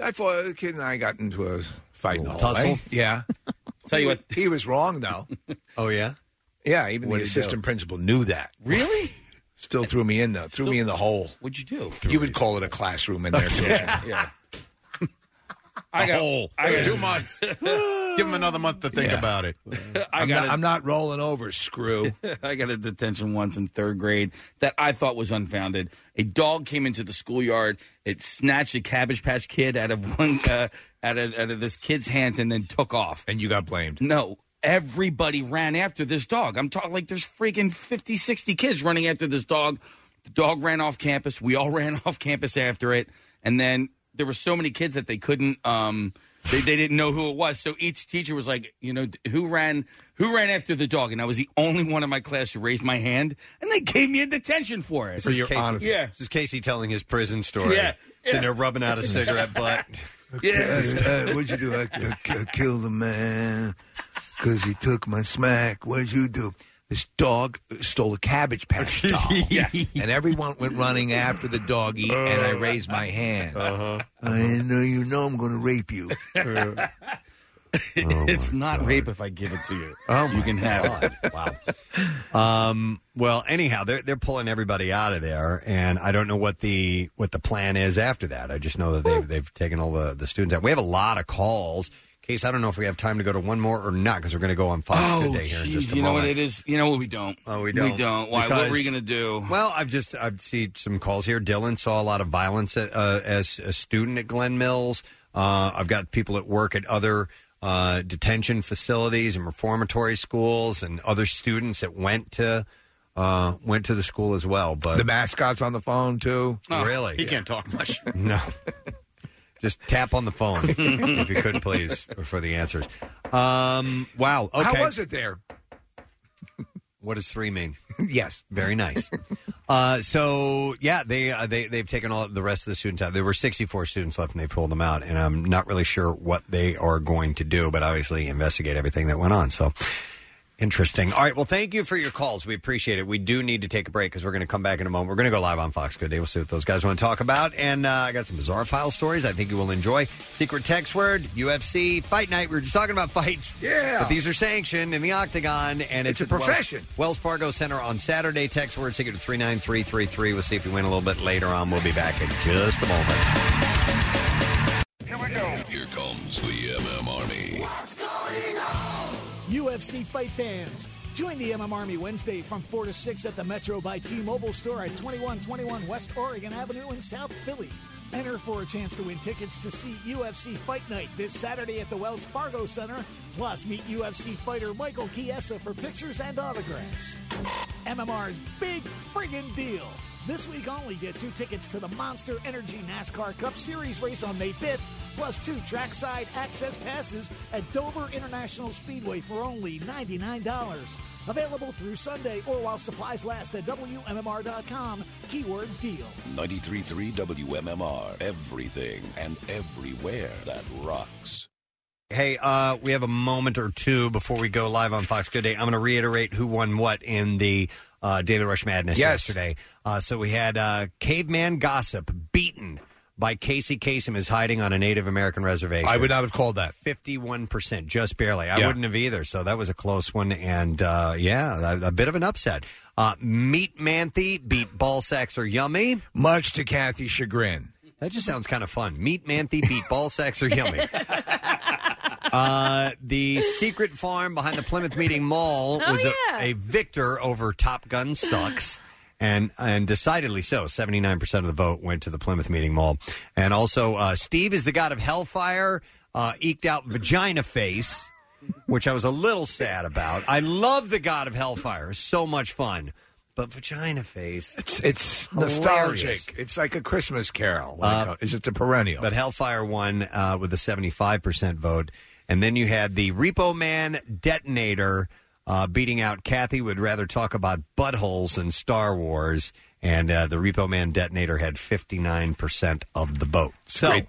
[SPEAKER 4] I fought a kid and I got into a fight in the
[SPEAKER 5] Tussle?
[SPEAKER 4] hallway. Yeah.
[SPEAKER 5] Tell you what,
[SPEAKER 4] he was wrong though.
[SPEAKER 2] oh yeah,
[SPEAKER 4] yeah. Even the
[SPEAKER 5] What'd he
[SPEAKER 4] assistant
[SPEAKER 5] do?
[SPEAKER 4] principal knew that.
[SPEAKER 5] Really?
[SPEAKER 4] Still threw me in though. Threw me in the hole.
[SPEAKER 5] What'd you do?
[SPEAKER 4] You would call it a classroom in there.
[SPEAKER 5] Yeah. I got, I got
[SPEAKER 20] two months. Give him another month to think
[SPEAKER 5] Yeah.
[SPEAKER 20] about it.
[SPEAKER 5] I
[SPEAKER 4] I'm
[SPEAKER 5] got
[SPEAKER 4] not-
[SPEAKER 5] a-
[SPEAKER 4] I'm not rolling over, screw.
[SPEAKER 5] I got a detention once in third grade that I thought was unfounded. A dog came into the schoolyard. It snatched a Cabbage Patch Kid out of one uh, out, of, out of this kid's hands and then took off.
[SPEAKER 4] And you got blamed.
[SPEAKER 5] No. Everybody ran after this dog. I'm talking like there's freaking 50, 60 kids running after this dog. The dog ran off campus. We all ran off campus after it. And then there were so many kids that they couldn't um they, they didn't know who it was. So each teacher was like, you know, d- who ran who ran after the dog? And I was the only one in my class who raised my hand and they gave me a detention for it.
[SPEAKER 2] This is Casey,
[SPEAKER 5] Yeah.
[SPEAKER 2] this is Casey telling his prison story.
[SPEAKER 5] Yeah,
[SPEAKER 2] sitting
[SPEAKER 5] yeah.
[SPEAKER 2] there rubbing out a cigarette butt.
[SPEAKER 5] Yeah.
[SPEAKER 8] Uh, uh, what'd you do? I, I, I killed a man.
[SPEAKER 4] because he took my smack. What'd you do? This dog stole a cabbage patch doll.
[SPEAKER 2] Oh,
[SPEAKER 4] And everyone went running after the doggy, and
[SPEAKER 2] Uh,
[SPEAKER 4] I raised my hand. Uh-huh. I know you know I'm going to rape you. Oh
[SPEAKER 5] it's not rape if I give it to you.
[SPEAKER 2] Oh,
[SPEAKER 5] you can have it.
[SPEAKER 2] Um, well, anyhow, they're they're pulling everybody out of there, and I don't know what the what the plan is after that. I just know that they've they've taken all the the students out. We have a lot of calls. Case, I don't know if we have time to go to one more or not because we're going to go on Fox
[SPEAKER 5] Oh,
[SPEAKER 2] Today here in just
[SPEAKER 5] geez,
[SPEAKER 2] a
[SPEAKER 5] you know
[SPEAKER 2] moment.
[SPEAKER 5] what it is? You know what we don't? Oh,
[SPEAKER 2] We don't.
[SPEAKER 5] We don't. Why? what
[SPEAKER 2] Because-
[SPEAKER 5] were you going to do?
[SPEAKER 2] Well, I've just I've seen some calls here. Dylan saw a lot of violence at, uh, as a student at Glen Mills. Uh, I've got people at work at other uh, detention facilities and reformatory schools, and other students that went to uh, went to the school as well. But
[SPEAKER 4] The mascot's on the phone, too.
[SPEAKER 2] really,
[SPEAKER 20] He can't talk much.
[SPEAKER 2] no. Just tap on the phone if you could, please, for the answers. Um, wow. Okay.
[SPEAKER 4] How was it there?
[SPEAKER 2] What does three mean?
[SPEAKER 4] yes.
[SPEAKER 2] Very nice. uh, so yeah, they uh, they they've taken all the rest of the students out. There were 64 students left, and they pulled them out. And I'm not really sure what they are going to do, but obviously investigate everything that went on. So. Interesting. All right. Well, thank you for your calls. We appreciate it. We do need to take a break because we're going to come back in a moment. We're going to go live on Fox Good Day. We'll see what those guys want to talk about. And uh, I got some bizarre file stories I think you will enjoy. Secret text word, UFC, fight night. We were just talking about fights.
[SPEAKER 4] Yeah.
[SPEAKER 2] But these are sanctioned in the octagon, and it's,
[SPEAKER 4] It's a
[SPEAKER 2] at Wells-
[SPEAKER 4] profession.
[SPEAKER 2] Wells Fargo Center on Saturday. Text word ticket to 39333. We'll see if we win a little bit later on. We'll be back in just a moment.
[SPEAKER 1] Here comes the MM Army.
[SPEAKER 18] UFC fight fans. Join the MM Army Wednesday from 4 to 6 at the Metro by T Mobile store at 2121 West Oregon Avenue in South Philly. Enter for a chance to win tickets to see UFC Fight Night this Saturday at the Wells Fargo Center. Plus, meet UFC fighter Michael Chiesa for pictures and autographs. MMR's big friggin' deal. This week only, get two tickets to the Monster Energy NASCAR Cup Series race on May 5th, plus two trackside access passes at Dover International Speedway for only $99. Available through Sunday or while supplies last at WMMR.com, keyword deal.
[SPEAKER 1] 93.3 WMMR. Everything and everywhere that rocks.
[SPEAKER 2] Hey, uh, we have a moment or two before we go live on Fox Good Day. I'm going to reiterate who won what in the uh, Daily Rush Madness
[SPEAKER 4] Yes.
[SPEAKER 2] yesterday. Uh, so we had uh, Caveman Gossip beaten by Casey Kasem is hiding on a Native American reservation.
[SPEAKER 4] I would not have called that.
[SPEAKER 2] 51%, just barely. I
[SPEAKER 4] Yeah.
[SPEAKER 2] wouldn't have either. So that was a close one. And uh, yeah, a, a bit of an upset. Uh, Meat Manthe beat Ballsacks or Yummy.
[SPEAKER 4] Much to Kathy's chagrin.
[SPEAKER 2] That just sounds kind of fun. Meat Manthe beat Ballsacks or Yummy. Uh, the secret farm behind the Plymouth Meeting Mall
[SPEAKER 21] Oh,
[SPEAKER 2] was a,
[SPEAKER 21] yeah.
[SPEAKER 2] a victor over Top Gun Sucks. And, and decidedly so. 79% of the vote went to the Plymouth Meeting Mall. And also, uh, Steve is the god of hellfire, uh, eked out Vagina Face, which I was a little sad about. I love the god of hellfire. It's so much fun. But Vagina Face.
[SPEAKER 4] It's, it's
[SPEAKER 2] Hilarious.
[SPEAKER 4] nostalgic. It's like a Christmas carol. Like,
[SPEAKER 2] Uh,
[SPEAKER 4] uh, it's just a perennial.
[SPEAKER 2] But Hellfire won uh, with a 75% vote. And then you had the Repo Man Detonator uh, beating out Kathy would rather talk about buttholes than Star Wars. And uh, the Repo Man Detonator had 59% of the vote. So.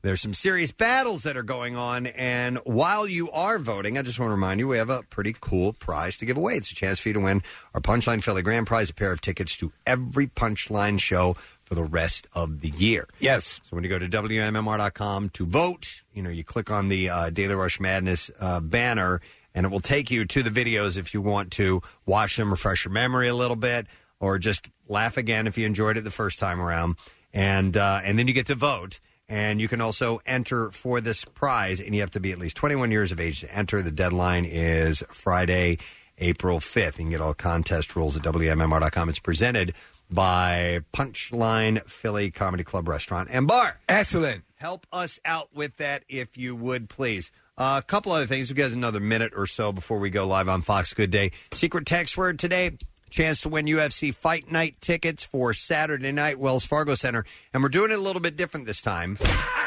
[SPEAKER 2] There's some serious battles that are going on. And while you are voting, I just want to remind you we have a pretty cool prize to give away. It's a chance for you to win our Punchline Philly Grand Prize, a pair of tickets to every Punchline show for the rest of the year.
[SPEAKER 4] Yes.
[SPEAKER 2] So when you go to WMMR.com to vote, you know, you click on the uh, Daily Rush Madness uh, banner, and it will take you to the videos if you want to watch them, refresh your memory a little bit, or just laugh again if you enjoyed it the first time around. And, uh, and then you get to vote. And you can also enter for this prize, and you have to be at least 21 years of age to enter. The deadline is Friday, April 5th. You can get all contest rules at WMMR.com. It's presented by Punchline Philly Comedy Club Restaurant and Bar.
[SPEAKER 4] Excellent.
[SPEAKER 2] Help us out with that if you would, please. Uh, a couple other things. We guys another minute or so before we go live on Fox Good Day. Secret text word today. Chance to win UFC Fight Night tickets for Saturday night, Wells Fargo Center. And we're doing it a little bit different this time.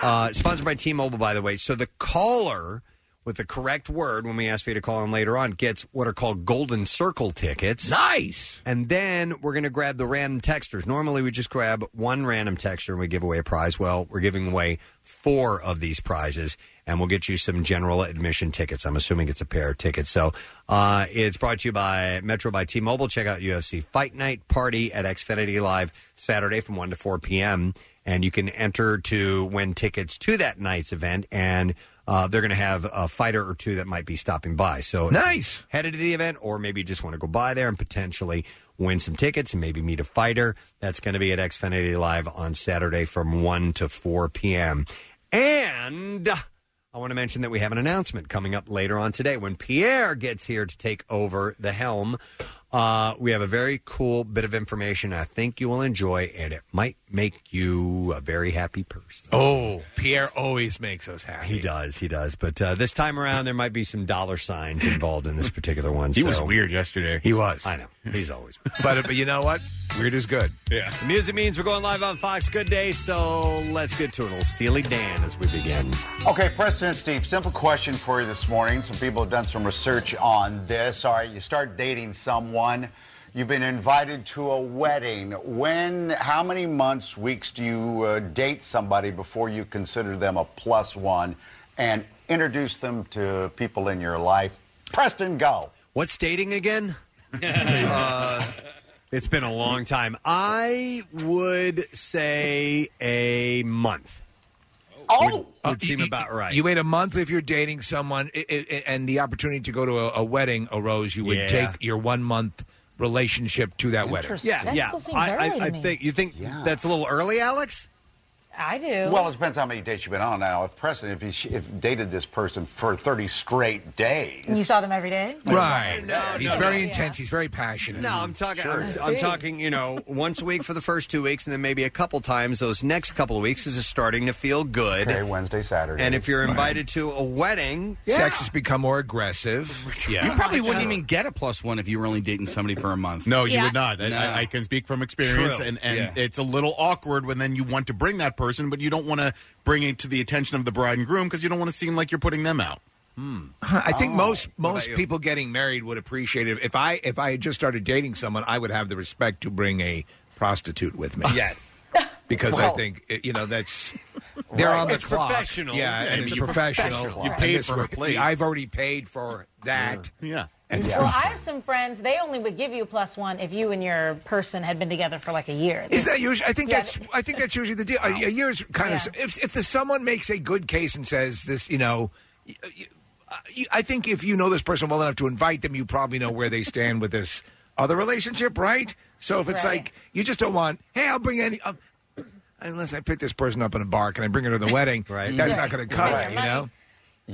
[SPEAKER 2] Uh, sponsored by T Mobile, by the way. So the caller with the correct word when we ask for you to call in later on gets what are called golden circle tickets.
[SPEAKER 4] Nice.
[SPEAKER 2] And then we're going to grab the random texters. Normally we just grab one random texter and we give away a prize. Well, we're giving away four of these prizes. and we'll get you some general admission tickets. I'm assuming it's a pair of tickets. So uh, it's brought to you by Metro by T-Mobile. Check out UFC Fight Night Party at Xfinity Live Saturday from 1 to 4 p.m. And you can enter to win tickets to that night's event. And uh, they're going to have a fighter or two that might be stopping by. So nice. Headed to the event, or maybe you just want to go by there and potentially win some tickets and maybe meet a fighter. That's going to be at Xfinity Live on Saturday from 1 to 4 p.m. And uh, I want to mention that we have an announcement coming up later on today when Pierre gets here to take over the helm. Uh, we have a very cool bit of information I think you will enjoy, and it might make you a very happy person.
[SPEAKER 4] Oh, Pierre always makes us happy.
[SPEAKER 2] He does, he does. But uh, this time around, there might be some dollar signs involved in this particular one.
[SPEAKER 4] He was
[SPEAKER 2] weird
[SPEAKER 20] yesterday.
[SPEAKER 4] He was.
[SPEAKER 2] I know. He's always.
[SPEAKER 4] but but you know what? Weird is good.
[SPEAKER 20] Yeah.
[SPEAKER 2] Music means we're going live on Fox Good Day, so let's get to it. Little Steely Dan as we begin.
[SPEAKER 16] Okay, President Steve, simple question for you this morning. Some people have done some research on this. All right, you start dating someone, you've been invited to a wedding. When, how many months, weeks do you uh, date somebody before you consider them a plus one and introduce them to people in your life? Preston, go.
[SPEAKER 2] What's dating again? Uh, it's been a long time. I would say a month.
[SPEAKER 16] Oh,
[SPEAKER 2] would, would seem about right.
[SPEAKER 4] uh, You wait a month if you're dating someone, i i i- and the opportunity to go to a, a wedding arose. You would
[SPEAKER 2] Yeah.
[SPEAKER 4] take your one month relationship to that wedding.
[SPEAKER 2] Yeah, yeah. I, I, I think you think that's a little early, Alex.
[SPEAKER 26] I do.
[SPEAKER 16] Well, it depends how many dates you've been on now. If Preston, if he if dated this person for 30 straight days,
[SPEAKER 26] you saw them every day?
[SPEAKER 4] Right. He's
[SPEAKER 2] no,
[SPEAKER 4] very
[SPEAKER 2] no.
[SPEAKER 4] intense. He's very passionate.
[SPEAKER 2] No, I'm talking.
[SPEAKER 4] Sure.
[SPEAKER 2] I'm, I'm talking. You know, once a week for the first two weeks, and then maybe a couple times those next couple of weeks is it's starting to feel good.
[SPEAKER 16] Okay, Wednesday, Saturday.
[SPEAKER 2] And if you're
[SPEAKER 4] Right.
[SPEAKER 2] invited to a wedding,
[SPEAKER 4] Sex has become more aggressive.
[SPEAKER 5] You probably wouldn't even get a plus one if you were only dating somebody for a month.
[SPEAKER 20] No, you would not. I, I, I can speak from experience,
[SPEAKER 5] True.
[SPEAKER 20] and, and
[SPEAKER 5] Yeah.
[SPEAKER 20] it's a little awkward when then you want to bring that person, but you don't want to bring it to the attention of the bride and groom because you don't want to seem like you're putting them out.
[SPEAKER 4] Hmm. I think
[SPEAKER 20] Oh.
[SPEAKER 4] most
[SPEAKER 20] What about
[SPEAKER 4] most
[SPEAKER 20] you?
[SPEAKER 4] people getting married would appreciate it. If I if I had just started dating someone, I would have the respect to bring a prostitute with me. Yes. Because I
[SPEAKER 20] Well-
[SPEAKER 4] think eh, you know that's they're
[SPEAKER 20] Right.
[SPEAKER 4] on the
[SPEAKER 20] It's
[SPEAKER 4] clock.
[SPEAKER 20] professional. Yeah,
[SPEAKER 4] yeah, and
[SPEAKER 20] I
[SPEAKER 4] it's
[SPEAKER 20] mean, you-
[SPEAKER 4] professional.
[SPEAKER 20] professional. You
[SPEAKER 4] And
[SPEAKER 20] paid
[SPEAKER 4] this
[SPEAKER 20] for her
[SPEAKER 4] would-
[SPEAKER 20] plate.
[SPEAKER 4] I've already paid for that.
[SPEAKER 20] Yeah,
[SPEAKER 4] and
[SPEAKER 26] Well, I have some friends. They only would give you a plus one if you and your person had been together for like a year.
[SPEAKER 4] Is that usually? I think that's. I think that's usually the deal. A, a year's kind of. If if the someone makes a good case and says this, you know, y- y- I- I think if you know this person well enough to invite them, you probably know where they stand with this other relationship, right? So if it's
[SPEAKER 27] Right.
[SPEAKER 4] like you just don't want, hey, I'll bring any. Um, unless I pick this person up in a bar and I bring her to the wedding, right? That's not going to cut it, you know. Hmm.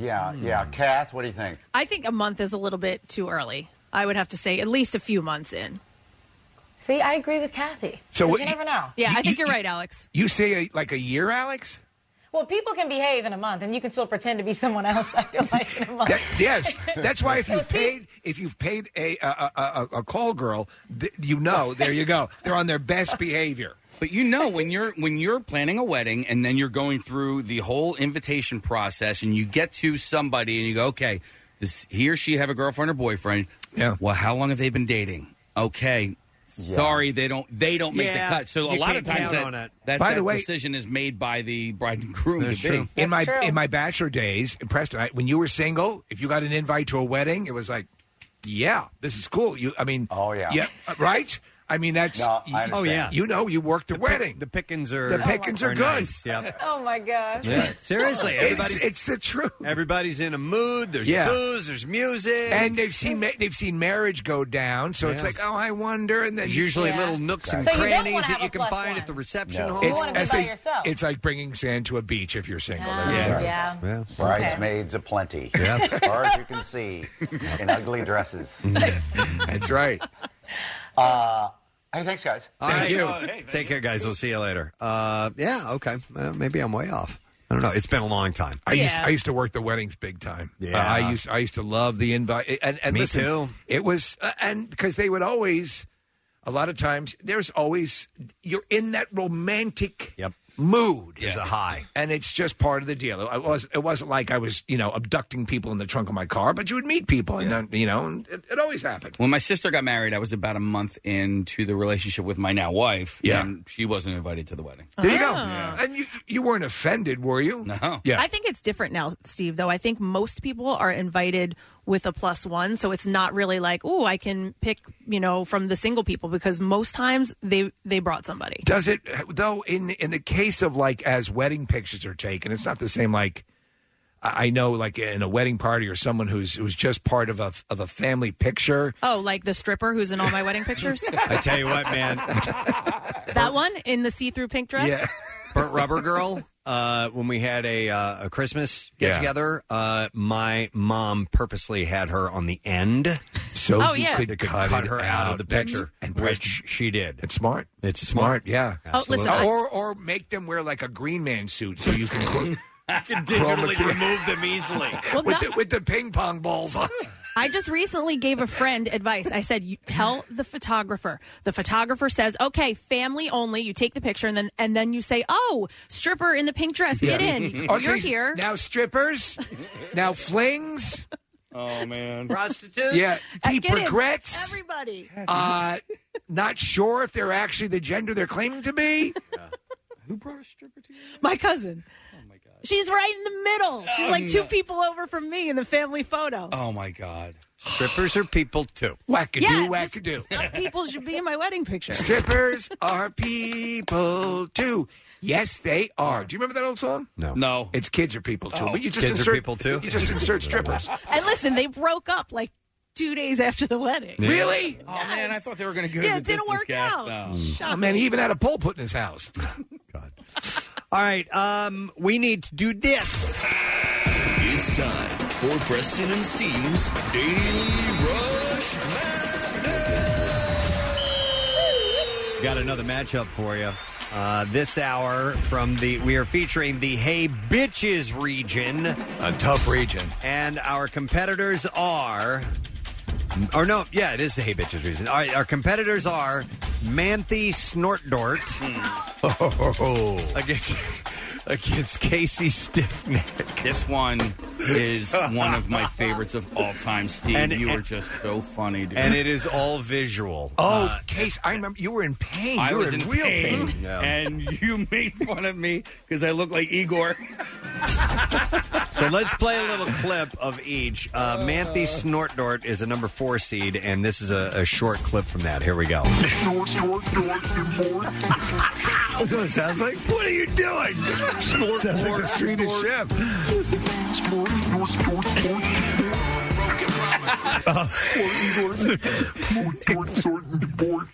[SPEAKER 16] Yeah, yeah. Kath, what do you think?
[SPEAKER 14] I think a month is a little bit too early. I would have to say at least a few months in.
[SPEAKER 26] See, I agree with Kathy.
[SPEAKER 4] So
[SPEAKER 26] 'Cause
[SPEAKER 4] what-
[SPEAKER 26] you never know.
[SPEAKER 14] Yeah, I think you're right, Alex.
[SPEAKER 4] You say a, like a year, Alex?
[SPEAKER 26] Well, people can behave in a month, and you can still pretend to be someone else. I feel like in a month.
[SPEAKER 4] Yes, that's why if you've paid if you've paid a a, a, a- a call girl, th- you know. There you go. They're on their best behavior.
[SPEAKER 5] But you know when you're when you're planning a wedding and then you're going through the whole invitation process and you get to somebody and you go, okay, does he or she have a girlfriend or boyfriend? Yeah. Well, how long have they been dating? Okay. Sorry, they don't. They don't make
[SPEAKER 4] Yeah,
[SPEAKER 5] the cut. So a
[SPEAKER 4] you
[SPEAKER 5] lot of
[SPEAKER 4] can't
[SPEAKER 5] times
[SPEAKER 4] count
[SPEAKER 5] that,
[SPEAKER 4] on it.
[SPEAKER 5] that,
[SPEAKER 4] By
[SPEAKER 5] that
[SPEAKER 4] the way-
[SPEAKER 5] decision is made by the bride and groom. to be.
[SPEAKER 4] In my in my bachelor days, Preston, I, when you were single, if you got an invite to a wedding, it was like, yeah, this is cool. You, I mean, oh yeah, yeah, uh, right. I mean, that's
[SPEAKER 2] No, I
[SPEAKER 4] you-
[SPEAKER 2] understand. Oh, yeah.
[SPEAKER 4] You know, you worked the, wedding.
[SPEAKER 2] the pickings are
[SPEAKER 4] the pickings are,
[SPEAKER 2] are
[SPEAKER 4] good.
[SPEAKER 2] nice, yep.
[SPEAKER 26] Oh my gosh.
[SPEAKER 2] Yeah. Seriously, everybody's
[SPEAKER 4] it's the truth.
[SPEAKER 2] Everybody's in a mood. There's
[SPEAKER 4] Yeah.
[SPEAKER 2] booze. There's music.
[SPEAKER 4] And they've seen ma- they've seen marriage go down, so it's
[SPEAKER 2] Yeah.
[SPEAKER 4] like, oh, I wonder. And then
[SPEAKER 2] There's usually little nooks and
[SPEAKER 26] So you don't wanna
[SPEAKER 2] crannies
[SPEAKER 26] have
[SPEAKER 2] that
[SPEAKER 26] a
[SPEAKER 2] you can
[SPEAKER 26] plus
[SPEAKER 2] find
[SPEAKER 26] one.
[SPEAKER 2] at the reception
[SPEAKER 26] No.
[SPEAKER 2] hall.
[SPEAKER 16] Oh,
[SPEAKER 26] You wanna be by yourself.
[SPEAKER 4] it's like bringing sand to a beach if you're single.
[SPEAKER 26] Ah,
[SPEAKER 4] That's right.
[SPEAKER 26] yeah.
[SPEAKER 2] yeah.
[SPEAKER 16] Bridesmaids aplenty. As far as you can see, in ugly dresses.
[SPEAKER 4] That's right.
[SPEAKER 16] Uh, hey, thanks, guys.
[SPEAKER 2] All right. Take care, guys. We'll see you later. Uh, yeah, okay. Uh, maybe I'm way off. I don't know. It's been a long time.
[SPEAKER 4] I used I used to work the weddings big time.
[SPEAKER 2] Yeah.
[SPEAKER 4] Uh, I used I used to love the invite and, and
[SPEAKER 2] Me
[SPEAKER 4] listen,
[SPEAKER 2] too.
[SPEAKER 4] It was uh, and because they would always, a lot of times there's always you're in that romantic
[SPEAKER 2] Yep.
[SPEAKER 4] mood is a high, and it's just part of the deal. It was it wasn't like I was you know abducting people in the trunk of my car, but you would meet people, and then, you know and it, it always happened.
[SPEAKER 5] When my sister got married, I was about a month into the relationship with my now wife. Yeah. And she wasn't invited to the wedding.
[SPEAKER 4] There you go.
[SPEAKER 16] Oh.
[SPEAKER 3] Ah.
[SPEAKER 4] And you you weren't offended, were you? No. Yeah.
[SPEAKER 3] I think it's different now, Steve, though. I think most people are invited with a plus one. So it's not really like, oh, I can pick, you know, from the single people because most times they, they brought somebody.
[SPEAKER 4] Does it though? In in the case of like as wedding pictures are taken, it's not the same. Like I I know, like in a wedding party or someone who's who's just part of a of a family picture.
[SPEAKER 3] Oh, like the stripper who's in all my wedding pictures?
[SPEAKER 4] I tell you what, man.
[SPEAKER 3] That one in the see through pink dress?
[SPEAKER 2] Burnt Rubber Girl. Uh, when we had a uh, a Christmas get together, uh, my mom purposely had her on the end,
[SPEAKER 4] so
[SPEAKER 3] Oh, you yeah. could
[SPEAKER 4] cut it
[SPEAKER 2] her out, of
[SPEAKER 4] out.
[SPEAKER 2] the picture,
[SPEAKER 4] And
[SPEAKER 2] which she did.
[SPEAKER 4] It's smart.
[SPEAKER 2] It's
[SPEAKER 4] Smart, yeah.
[SPEAKER 3] Oh, listen, I-
[SPEAKER 4] or or make them wear like a green man suit so you can cro-
[SPEAKER 2] digitally
[SPEAKER 4] chroma-
[SPEAKER 2] remove them easily.
[SPEAKER 3] Well,
[SPEAKER 4] with,
[SPEAKER 3] no-
[SPEAKER 4] the, with the ping pong balls on.
[SPEAKER 3] I just recently gave a friend advice. I said, "You tell the photographer." The photographer says, "Okay, family only." You take the picture and then and then you say, "Oh, stripper in the pink dress, get
[SPEAKER 4] Yeah.
[SPEAKER 3] in.
[SPEAKER 4] Okay,
[SPEAKER 3] You're here."
[SPEAKER 4] now, strippers. now flings.
[SPEAKER 5] Oh man,
[SPEAKER 2] prostitutes.
[SPEAKER 4] Yeah,
[SPEAKER 3] Uh,
[SPEAKER 4] deep
[SPEAKER 3] get in,
[SPEAKER 4] regrets.
[SPEAKER 3] Everybody.
[SPEAKER 4] Uh, not sure if they're actually the gender they're claiming to be.
[SPEAKER 3] My cousin. She's right in the middle. She's
[SPEAKER 5] Oh,
[SPEAKER 3] like two
[SPEAKER 5] no.
[SPEAKER 3] people over from me in the family photo.
[SPEAKER 5] Oh my god.
[SPEAKER 2] Strippers are people too.
[SPEAKER 4] Wackadoo,
[SPEAKER 3] Yeah, just-
[SPEAKER 4] wackadoo.
[SPEAKER 3] What people should be in my wedding picture.
[SPEAKER 4] Strippers are people too. Yes, they are. Do you remember that old song?
[SPEAKER 2] No,
[SPEAKER 5] no.
[SPEAKER 4] It's kids are people too.
[SPEAKER 2] Oh.
[SPEAKER 4] but you just
[SPEAKER 2] Kids are
[SPEAKER 4] insert
[SPEAKER 2] people too?
[SPEAKER 4] You just insert strippers.
[SPEAKER 3] And listen, they broke up like two days after the wedding.
[SPEAKER 4] Really?
[SPEAKER 5] Oh man, I thought they were going to go.
[SPEAKER 3] Yeah,
[SPEAKER 5] to
[SPEAKER 3] it
[SPEAKER 5] the
[SPEAKER 3] didn't
[SPEAKER 5] distance
[SPEAKER 3] work
[SPEAKER 5] gap.
[SPEAKER 3] out.
[SPEAKER 5] No.
[SPEAKER 4] Oh man, he even had a pole put in his house.
[SPEAKER 2] All right, um, we need to do this.
[SPEAKER 12] It's time for Preston and Steve's Daily Rush
[SPEAKER 2] Got another matchup for you. Uh, this hour from the we are featuring the Hey Bitches region.
[SPEAKER 4] A tough region.
[SPEAKER 2] And our competitors are or no, yeah, it is the Hey Bitches region. All right, our competitors are Manthe Snortdort Oh. against against Casey Stiffneck.
[SPEAKER 5] This one is one of my favorites of all time, Steve.
[SPEAKER 2] And-
[SPEAKER 5] you were
[SPEAKER 2] and-
[SPEAKER 5] just so funny, dude.
[SPEAKER 2] and it is all visual.
[SPEAKER 4] Oh, Case, I remember you were in pain.
[SPEAKER 5] I
[SPEAKER 4] you were
[SPEAKER 5] was in
[SPEAKER 4] real
[SPEAKER 5] pain,
[SPEAKER 4] pain.
[SPEAKER 5] and you made fun of me because I look like Igor.
[SPEAKER 2] So let's play a little clip of each. Uh, Manthe Snortdort is a number four seed, and this is a, a short clip from that. Here we go.
[SPEAKER 8] Snort, snort, snort, snort. That's what it sounds like. What are you doing? Snort,
[SPEAKER 4] Sounds like a Swedish chef.
[SPEAKER 8] Snort, snort, snort, snort. Uh, snort, snort, snort, snort.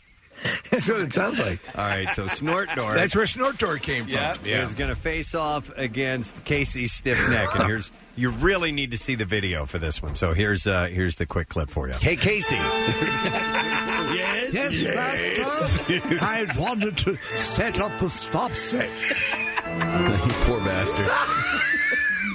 [SPEAKER 4] That's what it sounds like.
[SPEAKER 2] All right, so Snortdort.
[SPEAKER 4] That's where Snortdor came from.
[SPEAKER 2] Is going to face off against Casey Stiffneck, and here's you really need to see the video for this one. So here's uh, here's the quick clip for you. Hey Casey,
[SPEAKER 28] Yes.
[SPEAKER 8] Yes, Master. I wanted to set up the stop set.
[SPEAKER 29] Poor bastard.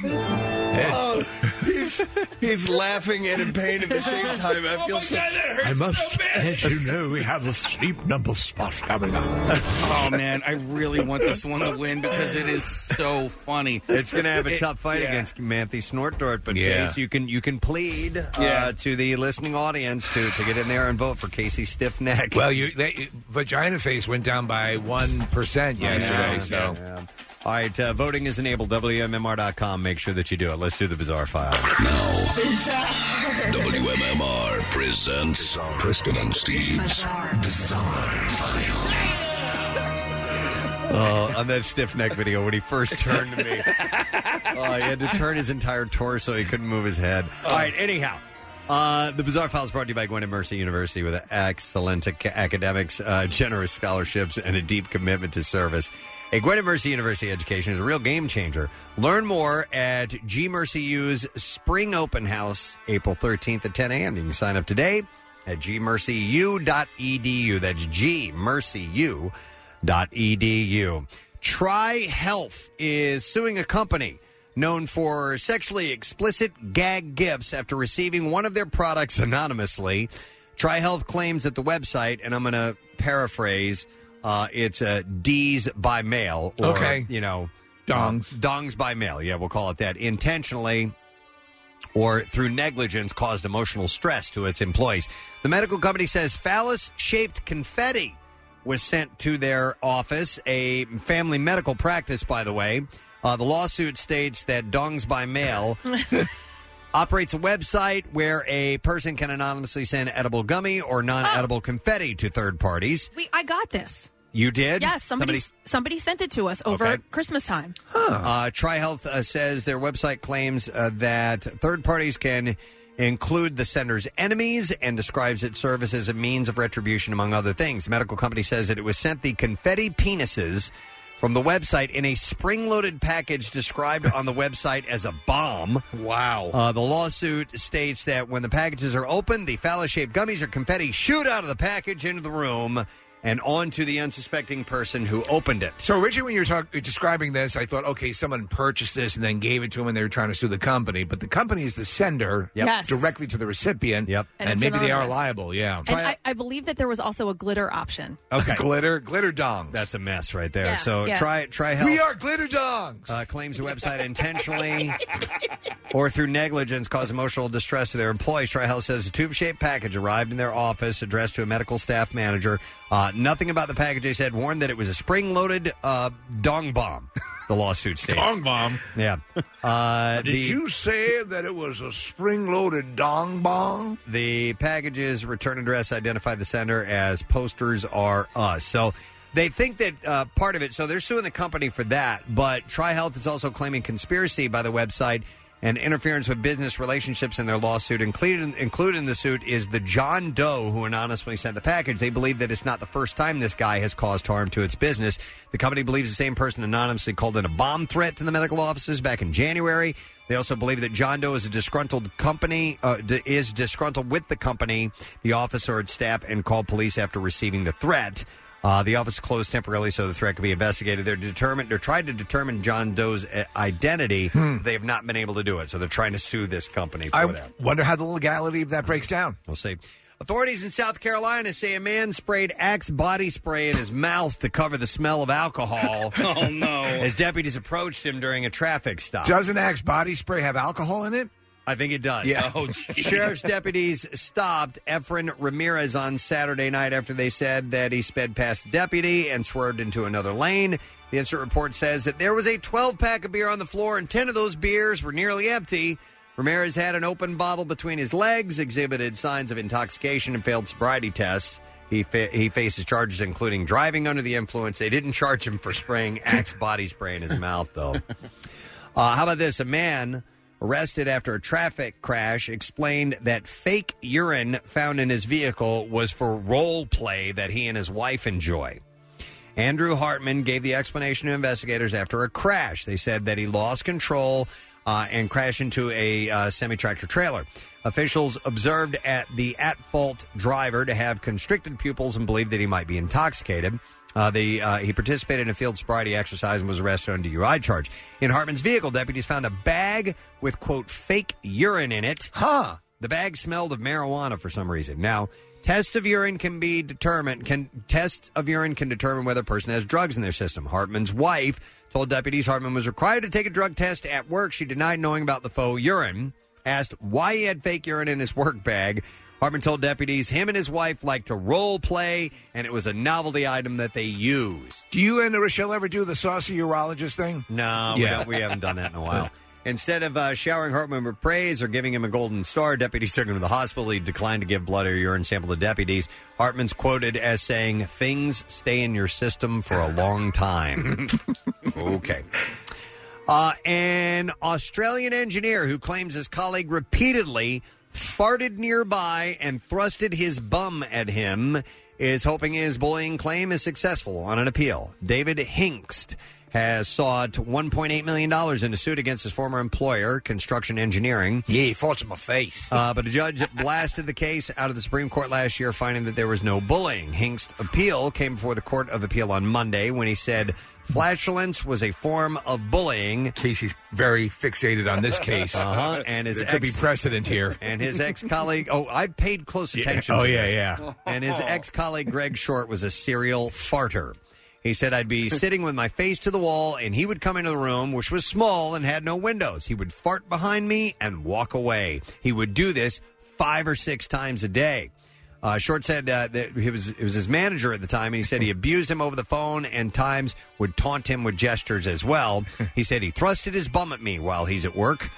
[SPEAKER 8] Oh, he's, he's laughing and in pain at the same time. I feel so.
[SPEAKER 29] I must let you know we have a sleep number spot coming up.
[SPEAKER 5] Oh man, I really want this one to win because it is so funny.
[SPEAKER 2] it's going to have a
[SPEAKER 5] It-
[SPEAKER 2] tough fight
[SPEAKER 5] yeah.
[SPEAKER 2] against Manthe Snortdort, but
[SPEAKER 5] Yeah.
[SPEAKER 2] Case, you can you can plead
[SPEAKER 5] Yeah.
[SPEAKER 2] uh, to the listening audience to to get in there and vote for Casey Stiffneck.
[SPEAKER 4] Well, you they, vagina face went down by one percent yesterday.
[SPEAKER 2] Yeah,
[SPEAKER 4] so
[SPEAKER 2] yeah. All right, uh, voting is enabled. WMMR.com. Make sure that you do it. Let's do the bizarre file.
[SPEAKER 1] WMMR presents Preston and Steve's Bizarre File.
[SPEAKER 2] Oh, on that stiff neck video when he first turned to me. Oh, he had to turn his entire torso. He couldn't move his head. All right, anyhow. Uh, the Bizarre Files brought to you by Gwinnett Mercy University with excellent ac- academics, uh, generous scholarships, and a deep commitment to service. A Gwinnett Mercy University education is a real game changer. Learn more at gmercyu's Spring Open House, April 13th at 10 a.m. You can sign up today at gmercyu.edu. E That's E gmercyu.edu. Try Health is suing a company known for sexually explicit gag gifts after receiving one of their products anonymously. Tri Health claims that the website, and I'm going to paraphrase, Uh, it's uh, D's by mail, or
[SPEAKER 4] Okay.
[SPEAKER 2] you know, dongs, dongs by mail. Yeah, we'll call it that. Intentionally or through negligence caused emotional stress to its employees. The medical company says phallus shaped confetti was sent to their office, a family medical practice, by the way. Uh, the lawsuit states that dongs by mail operates a website where a person can anonymously send edible gummy or non
[SPEAKER 14] Oh.
[SPEAKER 2] edible confetti to third parties.
[SPEAKER 14] We, I got this.
[SPEAKER 2] You did?
[SPEAKER 14] Yes, somebody
[SPEAKER 2] Somebody-
[SPEAKER 14] somebody sent it to us over
[SPEAKER 2] Okay.
[SPEAKER 14] Christmas time.
[SPEAKER 2] Uh, TriHealth uh, says their website claims uh, that third parties can include the sender's enemies and describes its service as a means of retribution, among other things. The medical company says that it was sent the confetti penises from the website in a spring loaded package described on the website as a bomb. Wow. Uh, the lawsuit states that when the packages are opened, the phallus shaped gummies or confetti shoot out of the package into the room. And onto the unsuspecting person who opened it.
[SPEAKER 4] So originally, when you were talk- describing this, I thought, okay, someone purchased this and then gave it to them, and they were trying to sue the company. But the company is the sender
[SPEAKER 14] Yep. Yes.
[SPEAKER 4] directly to the recipient, yep.
[SPEAKER 14] And
[SPEAKER 4] and,
[SPEAKER 14] it's
[SPEAKER 4] maybe they
[SPEAKER 14] anonymous.
[SPEAKER 4] are liable. Yeah,
[SPEAKER 14] And I, I believe that there was also a glitter option.
[SPEAKER 2] Okay.
[SPEAKER 4] glitter, glitter dongs.
[SPEAKER 2] That's a mess right there.
[SPEAKER 14] Yeah,
[SPEAKER 2] So
[SPEAKER 14] yeah.
[SPEAKER 2] try try help.
[SPEAKER 4] We are glitter dongs.
[SPEAKER 2] Uh, claims the website intentionally or through negligence cause emotional distress to their employees. TriHealth says a tube shaped package arrived in their office addressed to a medical staff manager. Uh, nothing about the package they said warned that it was a spring loaded uh, dong bomb, the lawsuit stated.
[SPEAKER 8] Dong bomb.
[SPEAKER 2] Yeah. Uh,
[SPEAKER 8] Did
[SPEAKER 2] the-
[SPEAKER 8] you say that it was a spring-loaded dong bomb?
[SPEAKER 2] The package's return address identified the sender as Posters Are Us. So they think that uh, part of it, so they're suing the company for that, but TriHealth is also claiming conspiracy by the website and interference with business relationships in their lawsuit. Included, included in the suit is the John Doe who anonymously sent the package. They believe that it's not the first time this guy has caused harm to its business. The company believes the same person anonymously called in a bomb threat to the medical offices back in January. They also believe that John Doe is a disgruntled company uh, d- is disgruntled with the company, the office or its staff, and called police after receiving the threat. Uh, the office closed temporarily so the threat could be investigated. They're determined. They're trying to determine John Doe's uh, identity. They have not been able to do it, so they're trying to sue this company for
[SPEAKER 4] I
[SPEAKER 2] that.
[SPEAKER 4] wonder how the legality of that breaks down.
[SPEAKER 2] We'll see. Authorities in South Carolina say a man sprayed Axe body spray in his mouth to cover the smell of alcohol.
[SPEAKER 4] Oh, no.
[SPEAKER 2] As deputies approached him during a traffic stop.
[SPEAKER 4] Doesn't Axe body spray have alcohol in it?
[SPEAKER 2] I think it does.
[SPEAKER 4] Yeah. Oh, geez.
[SPEAKER 2] Sheriff's deputies stopped Efren Ramirez on Saturday night after they said that he sped past a deputy and swerved into another lane. The incident report says that there was a 12 pack of beer on the floor, and 10 of those beers were nearly empty. Ramirez had an open bottle between his legs, exhibited signs of intoxication, and failed sobriety tests. He, fa- he faces charges including driving under the influence. They didn't charge him for spraying Axe body spray in his mouth, though. Uh, how about this? A man arrested after a traffic crash explained that fake urine found in his vehicle was for role play that he and his wife enjoy. Andrew Hartman gave the explanation to investigators after a crash. They said that he lost control uh, and crashed into a uh, semi tractor trailer. Officials observed at the at fault driver to have constricted pupils and believed that he might be intoxicated. Uh, the, uh, he participated in a field sobriety exercise and was arrested on a DUI charge. In Hartman's vehicle, deputies found a bag with, quote, fake urine in it. Huh. The bag smelled of marijuana for some reason. Now, Tests of urine can be determined. Can tests of urine can determine whether a person has drugs in their system. Hartman's wife told deputies Hartman was required to take a drug test at work. She denied knowing about the faux urine. Asked why he had fake urine in his work bag, Hartman told deputies him and his wife like to role play, and it was a novelty item that they use.
[SPEAKER 4] Do you and Rochelle ever do the saucy urologist thing?
[SPEAKER 2] No, we,
[SPEAKER 4] Yeah.
[SPEAKER 2] don't, we haven't done that in a while. Instead of uh, showering Hartman with praise or giving him a golden star, deputies took him to the hospital. He declined to give blood or urine sample to deputies. Hartman's quoted as saying, "Things stay in your system for a long time." okay. Uh, an Australian engineer who claims his colleague repeatedly farted nearby and thrusted his bum at him is hoping his bullying claim is successful on an appeal. David Hinkst has sought $1.8 million in a suit against his former employer, Construction Engineering.
[SPEAKER 4] Yeah, he falls in my face.
[SPEAKER 2] Uh, but a judge blasted the case out of the Supreme Court last year, finding that there was no bullying. Hink's appeal came before the Court of Appeal on Monday when he said Flatulence was a form of bullying.
[SPEAKER 4] Casey's very fixated on this case.
[SPEAKER 2] Uh-huh. And his
[SPEAKER 4] There could be
[SPEAKER 2] ex-
[SPEAKER 4] precedent here.
[SPEAKER 2] And his ex colleague, oh, I paid close
[SPEAKER 4] Yeah.
[SPEAKER 2] attention.
[SPEAKER 4] Oh,
[SPEAKER 2] to
[SPEAKER 4] yeah,
[SPEAKER 2] this.
[SPEAKER 4] yeah.
[SPEAKER 2] And his ex colleague, Greg Short, was a serial farter. He said, I'd be sitting with my face to the wall, and he would come into the room, which was small and had no windows. He would fart behind me and walk away. He would do this five or six times a day. Uh, Short said uh, that he was it was his manager at the time, and he said he abused him over the phone and times would taunt him with gestures as well. He said he thrusted his bum at me while he's at work.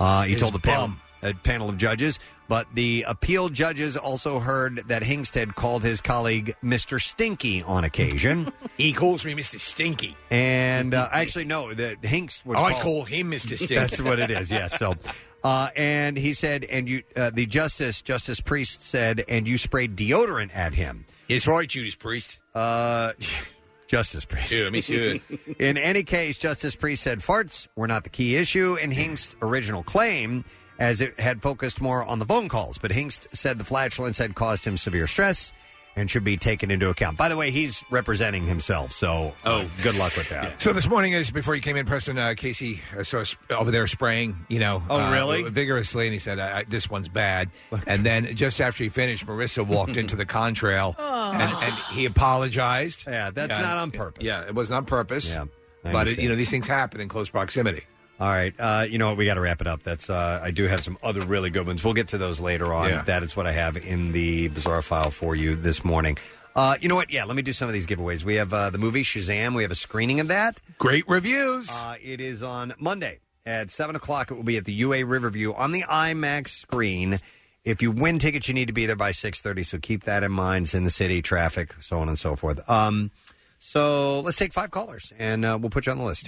[SPEAKER 2] Uh, he
[SPEAKER 4] His
[SPEAKER 2] told the panel,
[SPEAKER 4] bum.
[SPEAKER 2] a panel of judges, but the appeal judges also heard that Hingstead called his colleague Mr. Stinky on occasion.
[SPEAKER 4] He calls me Mr. Stinky.
[SPEAKER 2] And uh, actually, no, the Hinks would.
[SPEAKER 4] Oh, I call him Mr. Stinky.
[SPEAKER 2] That's what it is. Yes. So, uh, and he said, and you, uh, the justice, Justice Priest said, and you sprayed deodorant at him.
[SPEAKER 4] It's right, Judas Priest.
[SPEAKER 2] Uh, Justice Priest.
[SPEAKER 4] Yeah, me too.
[SPEAKER 2] In any case, Justice Priest said farts were not the key issue in Hink's original claim, as it had focused more on the phone calls. But Hinks said the flatulence had caused him severe stress and should be taken into account. By the way, he's representing himself, so uh, good luck with that.
[SPEAKER 4] So this morning, as before you came in, Preston uh, Casey uh, saw us over there spraying, you know,
[SPEAKER 2] Oh,
[SPEAKER 4] uh,
[SPEAKER 2] really?
[SPEAKER 4] vigorously, and he said, I, I, "This one's bad." And then just after he finished, Marissa walked into the contrail,
[SPEAKER 2] Oh.
[SPEAKER 4] and, and he apologized.
[SPEAKER 2] Yeah, that's not on purpose.
[SPEAKER 4] Yeah, it wasn't on purpose. Yeah,
[SPEAKER 2] I
[SPEAKER 4] but it,
[SPEAKER 2] understand.
[SPEAKER 4] you know, these things happen in close proximity.
[SPEAKER 2] All right, uh, you know what? We got to wrap it up. That's uh, I do have some other really good ones. We'll get to those later on.
[SPEAKER 4] Yeah.
[SPEAKER 2] That is what I have in the bizarre file for you this morning. Uh, you know what? Yeah, let me do some of these giveaways. We have uh, the movie Shazam. We have a screening of that.
[SPEAKER 4] Great reviews.
[SPEAKER 2] Uh, it is on Monday at seven o'clock. It will be at the UA Riverview on the IMAX screen. If you win tickets, you need to be there by six thirty. So keep that in mind. It's in the city, traffic, so on and so forth. Um, so let's take five callers and uh, we'll put you on the list.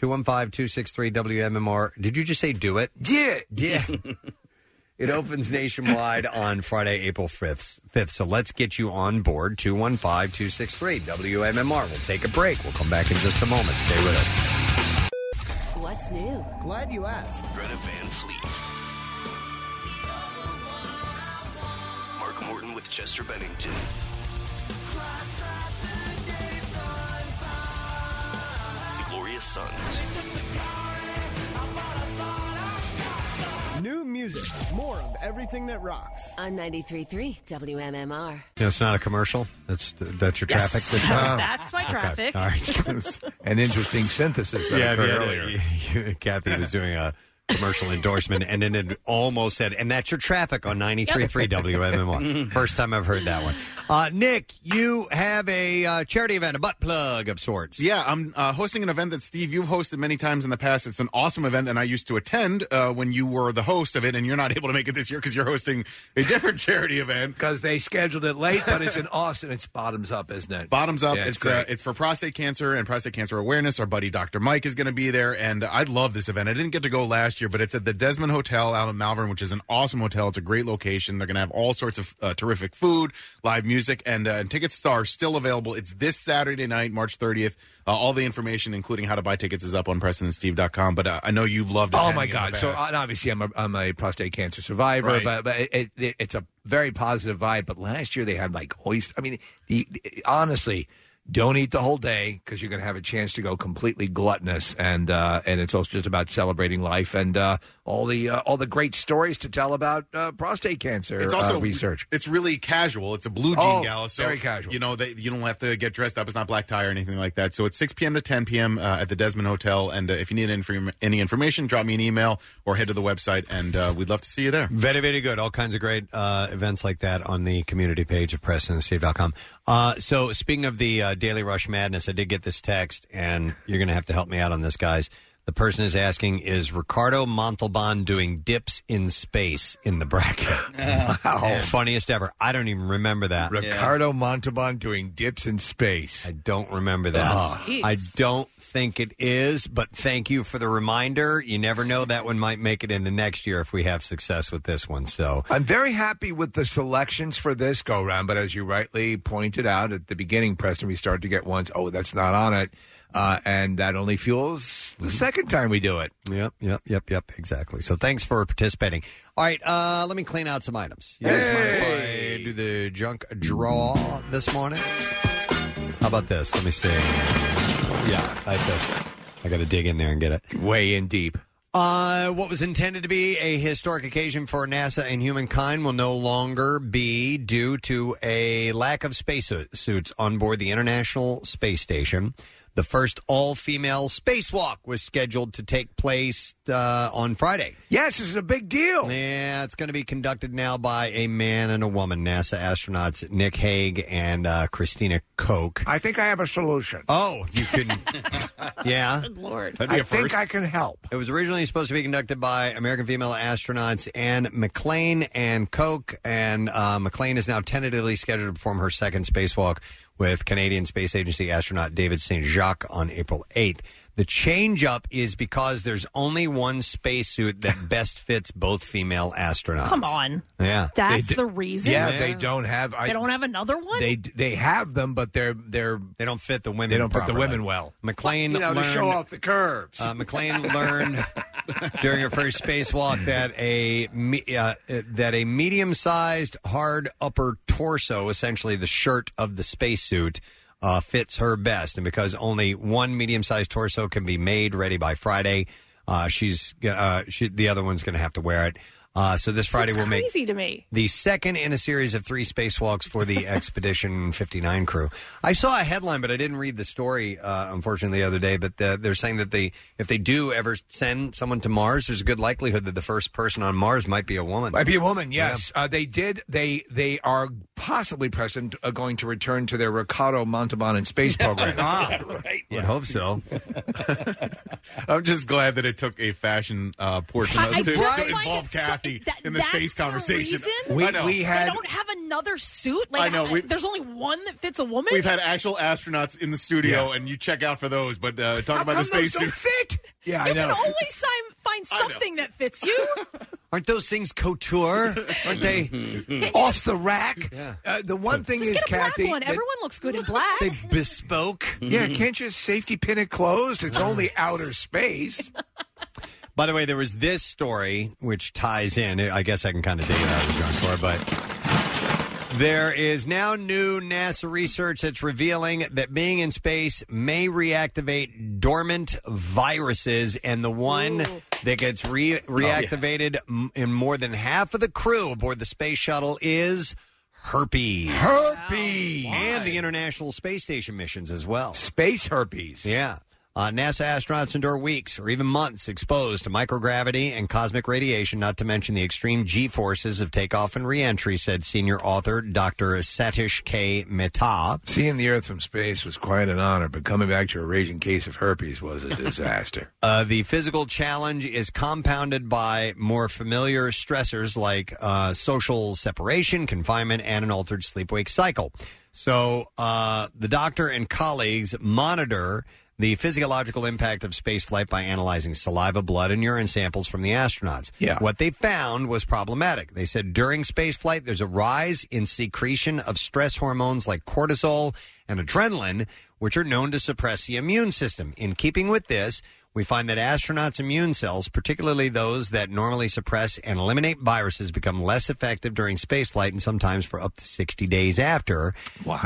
[SPEAKER 2] 215 263 WMMR. Did you just say do it?
[SPEAKER 4] Yeah.
[SPEAKER 2] Yeah. it opens nationwide on Friday, April 5th. 5th. So let's get you on board. 215 263 WMMR. We'll take a break. We'll come back in just a moment. Stay with us.
[SPEAKER 19] What's new? Glad you asked.
[SPEAKER 13] Greta Van Fleet. Mark Morton with Chester Bennington. The Glorious Sons.
[SPEAKER 19] New music. More of everything that rocks. On 93.3 WMMR.
[SPEAKER 2] No, it's not a commercial. That's that's your
[SPEAKER 19] Yes.
[SPEAKER 2] traffic. This
[SPEAKER 19] Yes,
[SPEAKER 2] time?
[SPEAKER 19] that's my
[SPEAKER 2] Okay.
[SPEAKER 19] traffic.
[SPEAKER 2] All right.
[SPEAKER 4] An interesting synthesis that occurred
[SPEAKER 2] yeah,
[SPEAKER 4] earlier.
[SPEAKER 2] yeah, yeah. Kathy was doing a commercial endorsement, and then it almost said, "And that's your traffic on 93.3 WMMR." First time I've heard that one. Uh, Nick, you have a uh, charity event, a butt plug of sorts.
[SPEAKER 20] Yeah, I'm uh, hosting an event that Steve you've hosted many times in the past. It's an awesome event, and I used to attend uh, when you were the host of it, and you're not able to make it this year because you're hosting a different charity event.
[SPEAKER 4] Because they scheduled it late, but it's an awesome. It's bottoms up, isn't it?
[SPEAKER 20] Bottoms up.
[SPEAKER 4] Yeah,
[SPEAKER 20] it's
[SPEAKER 4] it's
[SPEAKER 20] it's, uh, it's for prostate cancer and prostate cancer awareness. Our buddy Dr. Mike is going to be there, and I love this event. I didn't get to go last year, but it's at the Desmond Hotel out in Malvern, which is an awesome hotel. It's a great location. They're going to have all sorts of uh, terrific food, live music, and, uh, and tickets are still available. It's this Saturday night, March 30th. Uh, all the information, including how to buy tickets, is up on PrestonandSteve.com. But uh, I know you've loved it.
[SPEAKER 4] Oh my God! So and obviously, I'm a, I'm a prostate cancer survivor,
[SPEAKER 20] Right.
[SPEAKER 4] but but it, it, it's a very positive vibe. But last year they had like oyster. I mean, the, the- honestly, don't eat the whole day because you're going to have a chance to go completely gluttonous, and uh, and it's also just about celebrating life and uh, all the uh, all the great stories to tell about uh, prostate cancer.
[SPEAKER 20] It's also
[SPEAKER 4] uh, research.
[SPEAKER 20] It's really casual. It's a blue jean
[SPEAKER 4] Oh,
[SPEAKER 20] gala, so
[SPEAKER 4] very casual.
[SPEAKER 20] You know, they, you don't have to get dressed up. It's not black tie or anything like that. So it's 6 p.m. to 10 p.m. Uh, at the Desmond Hotel. And uh, if you need inform- any information, drop me an email or head to the website, and uh, we'd love to see you there.
[SPEAKER 2] Very, very good. All kinds of great uh, events like that on the community page of PrestonandSteve.com. Uh, so, speaking of the uh, Daily Rush Madness, I did get this text, and you're going to have to help me out on this, guys. The person is asking, is Ricardo Montalban doing dips in space in the bracket? wow. Funniest ever. I don't even remember that.
[SPEAKER 4] Ricardo Montalban doing dips in space.
[SPEAKER 2] I don't remember that.
[SPEAKER 4] Ah. Jeez.
[SPEAKER 2] I don't think it is, but thank you for the reminder. You never know. That one might make it into next year if we have success with this one. So,
[SPEAKER 4] I'm very happy with the selections for this go round, but as you rightly pointed out at the beginning, Preston, we start to get ones, oh, that's not on it. Uh, and that only fuels the second time we do it.
[SPEAKER 2] Mm-hmm. Yep, yep, yep, yep, exactly. So thanks for participating. all right, uh, let me clean out some items. You guys mind if I do the junk draw this morning? How about this? Let me see. Yeah, I just I got to dig in there and get it.
[SPEAKER 4] Way in deep.
[SPEAKER 2] Uh, what was intended to be a historic occasion for NASA and humankind will no longer be due to a lack of spacesuits on board the International Space Station. The first all female spacewalk was scheduled to take place uh, on Friday.
[SPEAKER 4] Yes, this is a big deal.
[SPEAKER 2] Yeah, it's going to be conducted now by a man and a woman, NASA astronauts Nick Hague and uh, Christina Koch.
[SPEAKER 4] I think I have a solution.
[SPEAKER 2] Oh, you can. yeah.
[SPEAKER 14] Lord.
[SPEAKER 4] I think I can help.
[SPEAKER 2] It was originally supposed to be conducted by American female astronauts Anne McLean and Koch, and uh, McLean is now tentatively scheduled to perform her second spacewalk with Canadian Space Agency astronaut David St. Jacques on April 8th. The change up is because there's only one spacesuit that best fits both female
[SPEAKER 4] Uh,
[SPEAKER 2] astronauts.
[SPEAKER 14] Come on.
[SPEAKER 2] Yeah.
[SPEAKER 14] That's
[SPEAKER 4] They d-
[SPEAKER 14] the reason.
[SPEAKER 4] Yeah, they don't have. I,
[SPEAKER 14] They don't have another one?
[SPEAKER 4] They they have them, but they're they're
[SPEAKER 2] they don't fit the women.
[SPEAKER 4] They don't fit the
[SPEAKER 2] properly.
[SPEAKER 4] women well.
[SPEAKER 2] McLean
[SPEAKER 4] you know, to show
[SPEAKER 2] learned-
[SPEAKER 4] off the curves.
[SPEAKER 2] Uh, McLean learned during her first spacewalk that a me- uh, uh, that a medium sized hard upper torso, essentially the shirt of the spacesuit, uh, fits her best. And because only one medium sized torso can be made ready by Friday, uh, she's uh, she, the other one's going to have to wear it. Uh, so this Friday
[SPEAKER 14] That's
[SPEAKER 2] we'll make
[SPEAKER 14] crazy to me.
[SPEAKER 2] the second in a series of three spacewalks for the Expedition 59 crew. I saw a headline, but I didn't read the story, uh, unfortunately, the other day. But the, they're saying that they, if they do ever send someone to Mars, there's a good likelihood that the first person on Mars might be a woman.
[SPEAKER 4] Might be a woman. Yes, uh, they did. They they are possibly present uh, going to return to their Ricardo Montalban and space program.
[SPEAKER 2] Ah. right. Would hope so.
[SPEAKER 20] I'm just glad that it took a fashion uh, portion
[SPEAKER 14] I-
[SPEAKER 20] of
[SPEAKER 14] I
[SPEAKER 20] it to,
[SPEAKER 14] just
[SPEAKER 20] to
[SPEAKER 14] find
[SPEAKER 20] involve
[SPEAKER 14] it so-
[SPEAKER 20] Kathy
[SPEAKER 14] that-
[SPEAKER 20] in the
[SPEAKER 14] that's
[SPEAKER 20] space conversation.
[SPEAKER 14] reason?
[SPEAKER 20] I know.
[SPEAKER 14] They don't have another suit. Like,
[SPEAKER 20] I know, we've-
[SPEAKER 14] there's only one that fits a woman.
[SPEAKER 20] We've had actual astronauts in the studio, and you check out for those. But uh, talk about the
[SPEAKER 14] come those
[SPEAKER 20] space
[SPEAKER 14] don't
[SPEAKER 20] suit.
[SPEAKER 4] fit.
[SPEAKER 20] Yeah,
[SPEAKER 14] you can always si- find
[SPEAKER 20] I know.
[SPEAKER 14] something that fits you.
[SPEAKER 2] Aren't those things couture? Aren't they
[SPEAKER 4] off the rack? Uh, the one thing
[SPEAKER 14] Just
[SPEAKER 4] is,
[SPEAKER 14] get a black
[SPEAKER 4] Kathy,
[SPEAKER 14] one.
[SPEAKER 4] that-
[SPEAKER 14] Everyone looks good in black.
[SPEAKER 2] They bespoke.
[SPEAKER 4] Yeah, can't you safety pin it closed? It's only outer space.
[SPEAKER 2] By the way, there was this story which ties in. I guess I can kind of dig it out of the John Core, but there is now new NASA research that's revealing that being in space may reactivate dormant viruses, and the one that gets re- reactivated m in more than half of the crew aboard the space shuttle is herpes.
[SPEAKER 4] Herpes!
[SPEAKER 2] And the International Space Station missions as well.
[SPEAKER 4] Space herpes.
[SPEAKER 2] Yeah. Uh, NASA astronauts endure weeks or even months exposed to microgravity and cosmic radiation, not to mention the extreme G forces of takeoff and reentry, said senior author Dr. Satish K. Mehta.
[SPEAKER 4] Seeing the Earth from space was quite an honor, but coming back to a raging case of herpes was a disaster.
[SPEAKER 2] Uh, the physical challenge is compounded by more familiar stressors like uh, social separation, confinement, and an altered sleep wake cycle. So uh, the doctor and colleagues monitor the physiological impact of space flight by analyzing saliva, blood, and urine samples from the astronauts.
[SPEAKER 4] Yeah.
[SPEAKER 2] What they found was problematic. They said during space flight, there's a rise in secretion of stress hormones like cortisol and adrenaline, which are known to suppress the immune system. In keeping with this, we find that astronauts' immune cells, particularly those that normally suppress and eliminate viruses, become less effective during spaceflight and sometimes for up to 60 days after.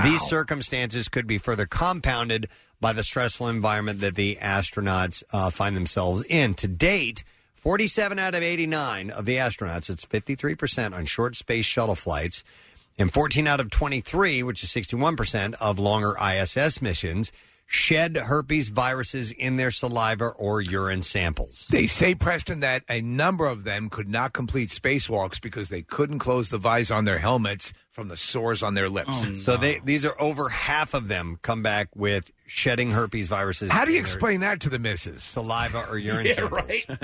[SPEAKER 2] These circumstances could be further compounded by the stressful environment that the astronauts uh, find themselves in. To date, 47 out of 89 of the astronauts, it's 53% on short space shuttle flights, and 14 out of 23, which is 61% of longer ISS missions, shed herpes viruses in their saliva or urine samples.
[SPEAKER 4] They say, Preston, that a number of them could not complete spacewalks because they couldn't close the visor on their helmets from the sores on their lips.
[SPEAKER 2] So they, these are over half of them come back with shedding herpes viruses.
[SPEAKER 4] How do you
[SPEAKER 2] in their
[SPEAKER 4] explain that to the missus?
[SPEAKER 2] Saliva or urine
[SPEAKER 4] Yeah,
[SPEAKER 2] samples.
[SPEAKER 4] right. Let